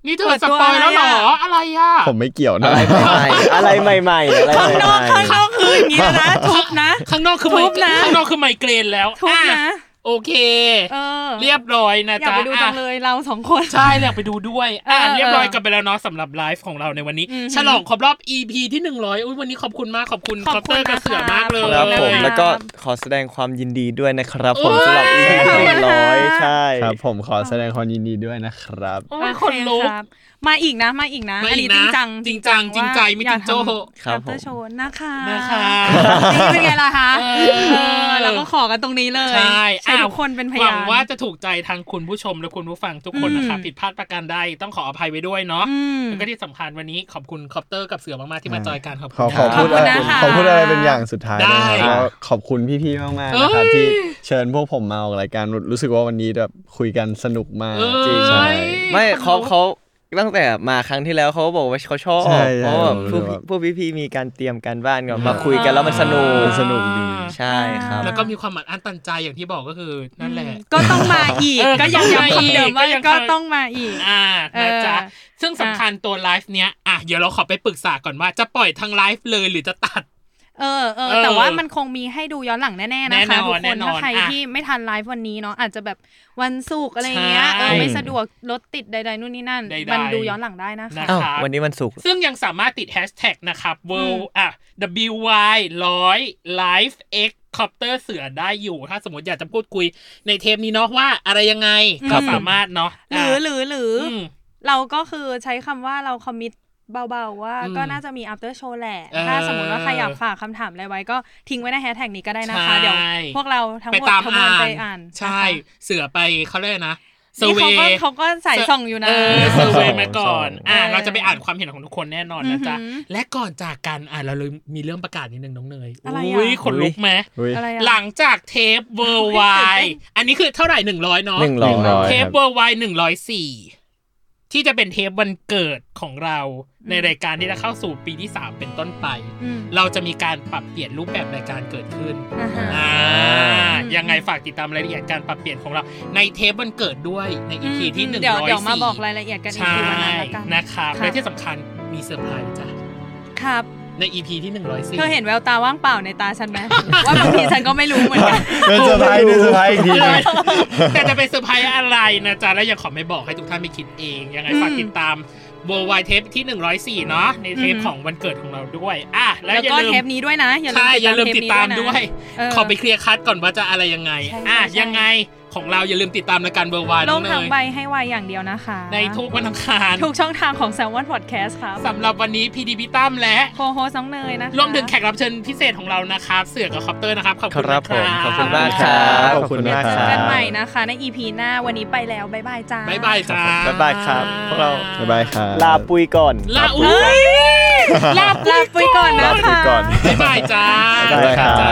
[SPEAKER 2] นี่เธอ
[SPEAKER 6] เปิด
[SPEAKER 2] ส
[SPEAKER 6] ตัว
[SPEAKER 2] ปอยแล้วเหรอ
[SPEAKER 6] อะ
[SPEAKER 2] อะ
[SPEAKER 6] ไรอ่ะ
[SPEAKER 2] ไรอ่ะ
[SPEAKER 4] ผมไม่เกี่ยวนะ
[SPEAKER 3] อะไรใหม่ๆอะไรใหม่ๆอะไร
[SPEAKER 6] ข้างน
[SPEAKER 3] ให
[SPEAKER 6] อก
[SPEAKER 3] ม่
[SPEAKER 6] ข้างนอกคืออย่างนี้แล้วนะทุบนะ
[SPEAKER 2] ข้างนอกคือ
[SPEAKER 6] ทุ
[SPEAKER 2] ไม
[SPEAKER 6] บ
[SPEAKER 2] เกรน
[SPEAKER 6] นะ
[SPEAKER 2] ข้างนอกคือไมเกรนแล้ว
[SPEAKER 6] ทุบ
[SPEAKER 2] อ่
[SPEAKER 6] นะ
[SPEAKER 2] โอเค
[SPEAKER 6] เออ
[SPEAKER 2] เรียบร้อยนะ
[SPEAKER 6] อยาก
[SPEAKER 2] จ๊ะ
[SPEAKER 6] ไปดูจั
[SPEAKER 2] อ่ะ
[SPEAKER 6] งเลยเราสองคน
[SPEAKER 2] ใช่อยากไปดูด้วยอ่ะ
[SPEAKER 6] เออ
[SPEAKER 2] เรียบร้อย
[SPEAKER 6] เออ
[SPEAKER 2] กันไปแล้วเนาะสำหรับไลฟ์ของเราในวันนี้
[SPEAKER 6] อือหือ
[SPEAKER 2] ฉลองครบรอบ EP ที่ 100อุ้ยวันนี้ขอบคุณมากขอบคุณ
[SPEAKER 6] ข
[SPEAKER 2] ค
[SPEAKER 6] อ
[SPEAKER 2] อบ ป
[SPEAKER 6] คุ
[SPEAKER 2] เตอ
[SPEAKER 6] ณ
[SPEAKER 2] ร์กระเสือมากเลย
[SPEAKER 3] ๆครับ
[SPEAKER 6] ขอบ
[SPEAKER 3] ผม
[SPEAKER 6] คุณครับ
[SPEAKER 3] แล้วก็ขอแสดงความยินดีด้วยนะครับ ผม
[SPEAKER 2] โอ้ย
[SPEAKER 3] สำหรับ EP ที่หนึ่งร้อยใช่
[SPEAKER 4] ครับผมขอแสดงความยินดีด้วยนะครับ
[SPEAKER 2] โอ้ยคนลุก
[SPEAKER 6] ครับ มาอีกนะ มาอีกนะ
[SPEAKER 2] มา
[SPEAKER 6] อัน
[SPEAKER 2] อี
[SPEAKER 6] นี้
[SPEAKER 2] ก
[SPEAKER 6] จ
[SPEAKER 2] นะ
[SPEAKER 6] ริงจัง
[SPEAKER 2] จริงจังจริงใจไม่จริงโจ้
[SPEAKER 3] ครับ
[SPEAKER 6] เตอ
[SPEAKER 3] ผม
[SPEAKER 6] ร์โชว์นะคะ
[SPEAKER 2] นะคะ
[SPEAKER 6] นี่เป็นไงล่ะคะ
[SPEAKER 2] เออ
[SPEAKER 6] เออแล้วก็ขอกันตรงนี้เลย
[SPEAKER 2] ใช่อ้าว
[SPEAKER 6] ทุกคนเป็นพ
[SPEAKER 2] ห
[SPEAKER 6] ยา
[SPEAKER 2] วัน งว่าจะถูกใจทางคุณผู้ชมและคุณผู้ฟังทุกคนนะคะ
[SPEAKER 6] อืม
[SPEAKER 2] ผิดพลาดประการใดต้องขออภัยไว้ด้วยเนาะ
[SPEAKER 6] อืม
[SPEAKER 2] แล้วก็ที่สำคัญวันนี้ขอบคุณคอปเตอร์กับเสือมากๆที่มาจอยกันขอบ
[SPEAKER 4] ขอ
[SPEAKER 2] คุณ
[SPEAKER 4] ขอ
[SPEAKER 2] ค
[SPEAKER 4] พู
[SPEAKER 2] รั
[SPEAKER 4] ดอะ
[SPEAKER 2] บ
[SPEAKER 4] ไร
[SPEAKER 6] ขอบคุณนะคะ
[SPEAKER 4] ขอพูดอะไรเป็นอย่างสุดท้าย
[SPEAKER 2] ได้
[SPEAKER 4] นะครับก็ขอบคุณพี่ๆมากๆนะครับ
[SPEAKER 2] เอ้ย
[SPEAKER 4] ที่เชิญพวกผมมาออกรายการรู้สึกว่าวันนี้แบบคุยกันสนุกมาก
[SPEAKER 2] เอ้ย
[SPEAKER 4] จริงใช่
[SPEAKER 3] ไม่เขาเขาตั้งแต่มาครั้งที่แล้วเขาก็บอกว่าเขาชอบ
[SPEAKER 4] ใช่ใช่
[SPEAKER 3] เพราะว่าพว
[SPEAKER 4] ผมรู้
[SPEAKER 3] ก
[SPEAKER 4] ว่า
[SPEAKER 3] พวกพี่ๆมีการเตรียมการบ้านกันมาคุยกันแล้วมันสนุก
[SPEAKER 4] สนุกดี
[SPEAKER 3] ใช่ครับ
[SPEAKER 2] แล้วก็มีความอัดอั้นตันใจอย่างที่บอกก็คือนั่นแหละ
[SPEAKER 6] ก็ต้องมาอีก
[SPEAKER 2] เออ
[SPEAKER 6] ก็ยังย้ำคำเดิม
[SPEAKER 2] ก็
[SPEAKER 6] ว่า
[SPEAKER 2] ยัง
[SPEAKER 6] ก็
[SPEAKER 2] คำ
[SPEAKER 6] ต้องมาอีก
[SPEAKER 2] อ่านะจ๊ะ
[SPEAKER 6] เออ
[SPEAKER 2] ซึ่งสำคัญตัวไลฟ์เนี้ยอ่ะเดี๋ยวเราขอไปปรึกษาก่อนว่าจะปล่อยทางไลฟ์เลยหรือจะตัด
[SPEAKER 6] เออเออ
[SPEAKER 2] เออ
[SPEAKER 6] แต่ว่ามันคงมีให้ดูย้อนหลังแน่ๆ
[SPEAKER 2] แน่
[SPEAKER 6] นะ
[SPEAKER 2] น
[SPEAKER 6] คะ
[SPEAKER 2] อน
[SPEAKER 6] ทุก
[SPEAKER 2] แน่
[SPEAKER 6] คน
[SPEAKER 2] นอน
[SPEAKER 6] ถ้าใคร
[SPEAKER 2] อ่ะ
[SPEAKER 6] ที่ไม่ทันไลฟ์วันนี้เนาะอาจจะแบบวันศุกร์อะไรอย่างเงี้ย
[SPEAKER 2] ใช่
[SPEAKER 6] เออไม่สะดวกรถติดใดๆนู่นนี่นั่น
[SPEAKER 2] ใดๆ
[SPEAKER 6] มันดูย้อนหลังได้นะคะ
[SPEAKER 2] นะครับ
[SPEAKER 3] อ้าววันนี้มันสุกร์
[SPEAKER 2] ซึ่งยังสามารถติดแฮชแท็กนะครับ w
[SPEAKER 6] อืม
[SPEAKER 2] อ่ะ wy ร้อย life x copter เสือได้อยู่ ถ้าสมมติอยากจะพูดคุยในเทปนี้เนาะว่าอะไรยังไง
[SPEAKER 3] ค
[SPEAKER 2] ก็
[SPEAKER 3] รับผม
[SPEAKER 2] สามารถเนาะ
[SPEAKER 6] หรื
[SPEAKER 2] ะ
[SPEAKER 6] อหรือหรืออ
[SPEAKER 2] ม
[SPEAKER 6] เราก็คือใช้คำว่าเราคอมมิตเบาๆว่า
[SPEAKER 2] อืม
[SPEAKER 6] ก็น่าจะมี after show แหละ
[SPEAKER 2] เออ
[SPEAKER 6] ถ้าสมมติว่าใครอยากฝากคำถามอะไรไว้ก็ทิ้งไว้ในแฮชแท็กนี้ก็ได้นะคะ
[SPEAKER 2] ใช่
[SPEAKER 6] เดี๋ยวพวกเราทั้งห
[SPEAKER 2] ไป
[SPEAKER 6] มด
[SPEAKER 2] ตาม
[SPEAKER 6] ทั้งมว
[SPEAKER 2] อ่า
[SPEAKER 6] ลไป
[SPEAKER 2] น
[SPEAKER 6] อ่าน
[SPEAKER 2] ใช่ เสือไปเขาเรียกอะไรนะ
[SPEAKER 6] นี่เขาก็
[SPEAKER 2] survey
[SPEAKER 6] เขาก็สายส่องอยู่นะ
[SPEAKER 2] เออเซอร์เว
[SPEAKER 3] ส่อง
[SPEAKER 2] มาก่อน
[SPEAKER 3] ส่อง
[SPEAKER 2] อ่า
[SPEAKER 6] เออ
[SPEAKER 2] เราจะไปอ่านความเห็นของทุกคนแน่นอนนะจ๊ะ
[SPEAKER 6] อือหือ
[SPEAKER 2] และก่อนจากกันอ่าเราเลยมีเรื่องประกาศนิดนึงน้องเนย
[SPEAKER 6] อะไรอ่ะ
[SPEAKER 2] อุ้ยขนลุกไหม
[SPEAKER 4] อุ๊ย
[SPEAKER 6] อะไรอะ
[SPEAKER 2] หลังจากเทปเวอร์ไว
[SPEAKER 6] เต้น
[SPEAKER 2] อันนี้คือเท่าไหร่หนึ่งร้อยเนาะ
[SPEAKER 3] หนึ่งร้
[SPEAKER 4] ห
[SPEAKER 3] อ
[SPEAKER 4] นึ่งร้อย ย
[SPEAKER 2] เทปเวอร์ไวหนึ่งร้อยสี่ที่จะเป็นเทปวันเกิดของเราในรายการที่จะเข้าสู่ปีที่ 3 เป็นต้นไป
[SPEAKER 6] อืม
[SPEAKER 2] เราจะมีการปรับเปลี่ยนรูปแบบรายการเกิดขึ้น
[SPEAKER 6] อ่าฮะ
[SPEAKER 2] อ่ายังไงฝากติดตามรายละเอียดการปรับเปลี่ยนของเรา ในเทปวันเกิดด้วยในอีพีที่หนึ่ง
[SPEAKER 6] เดี๋ยว
[SPEAKER 2] ร้อย
[SPEAKER 6] เดี๋ยวมา
[SPEAKER 2] สี่
[SPEAKER 6] บอกรายละเอียดกันอีก
[SPEAKER 2] ใช่
[SPEAKER 6] ทีวันนั้นละกัน
[SPEAKER 2] นะครับ
[SPEAKER 6] ค่ะ
[SPEAKER 2] และที่สำคัญมีเซอร์ไพรส์จ้ะ
[SPEAKER 6] ครับ
[SPEAKER 2] ใน EP ที่ 104
[SPEAKER 6] เธอเห็นแววตาว่างเปล่าในตาฉันไหม ว่าบางทีฉันก็ไม่รู้เหมือนกัน
[SPEAKER 4] เดินเซอร์ไพรส์เดินเซอร์ไพรส์อีกทีหนึง
[SPEAKER 2] แต่จะเป็นเซอร์ไพรส์อะไรนะจ๊ะ และยังขอไม่บอกให้ทุกท่านไปคิดเอง ยังไงฝากติดตามโบวายเทปที่ 104 เนาะในเทปของวันเกิดของเราด้วย อ่ะ แล้ว
[SPEAKER 6] แล้ว
[SPEAKER 2] อย่า
[SPEAKER 6] ก็
[SPEAKER 2] ลื
[SPEAKER 6] เทป
[SPEAKER 2] ม
[SPEAKER 6] นี้ด้วยนะอย่าลืม
[SPEAKER 2] ใช่อย่าลืมติดตามด้วย
[SPEAKER 6] เ
[SPEAKER 2] ขอไปเคลียร์คัดก่อนว่าจะอะไรยังไง
[SPEAKER 6] ใช่
[SPEAKER 2] อ่ะ
[SPEAKER 6] ใช่
[SPEAKER 2] ยังไงของเราอย่าลืมติดตามรายการเบอร์วาย
[SPEAKER 6] โล
[SPEAKER 2] น้อก งเน
[SPEAKER 6] ทั้ง
[SPEAKER 2] ย
[SPEAKER 6] ใบให้วายอย่างเดียวนะคะ
[SPEAKER 2] ในทุกวันอังคาร
[SPEAKER 6] ทุกช่องทางของแซลมอนพอดแคสต์ครับ
[SPEAKER 2] สำหรับวันนี้พีดีพิตั้มและ
[SPEAKER 6] โคโฮซ้องเนยนะคะ
[SPEAKER 2] รวมถึงแขกรับเชิญพิเศษของเรานะครับ เสือกับคอปเตอร์นะครับ ขอบ
[SPEAKER 3] ค
[SPEAKER 2] คุณ
[SPEAKER 3] รับผม
[SPEAKER 2] นะ
[SPEAKER 3] ขอบคุณมากครับ
[SPEAKER 4] ขอบคุณมาก
[SPEAKER 6] เจ
[SPEAKER 4] ครั
[SPEAKER 6] อบ กันใหม่นะคะ ใน EP หน้าวันนี้ไปแล้วบ๊ายบายจ้า
[SPEAKER 2] บ๊ายบายจ้า
[SPEAKER 3] บ๊ายบายครับพวกเรา
[SPEAKER 4] บ๊ายบายครับ
[SPEAKER 3] ลาปุยก่อน
[SPEAKER 2] ลาอุ้ย
[SPEAKER 6] ลาปุยก่อนนะ
[SPEAKER 4] ลาปุย
[SPEAKER 6] คะ
[SPEAKER 4] ก่อน
[SPEAKER 2] บ๊ายบายจ้า
[SPEAKER 4] บ๊ายบายครับ
[SPEAKER 2] จ้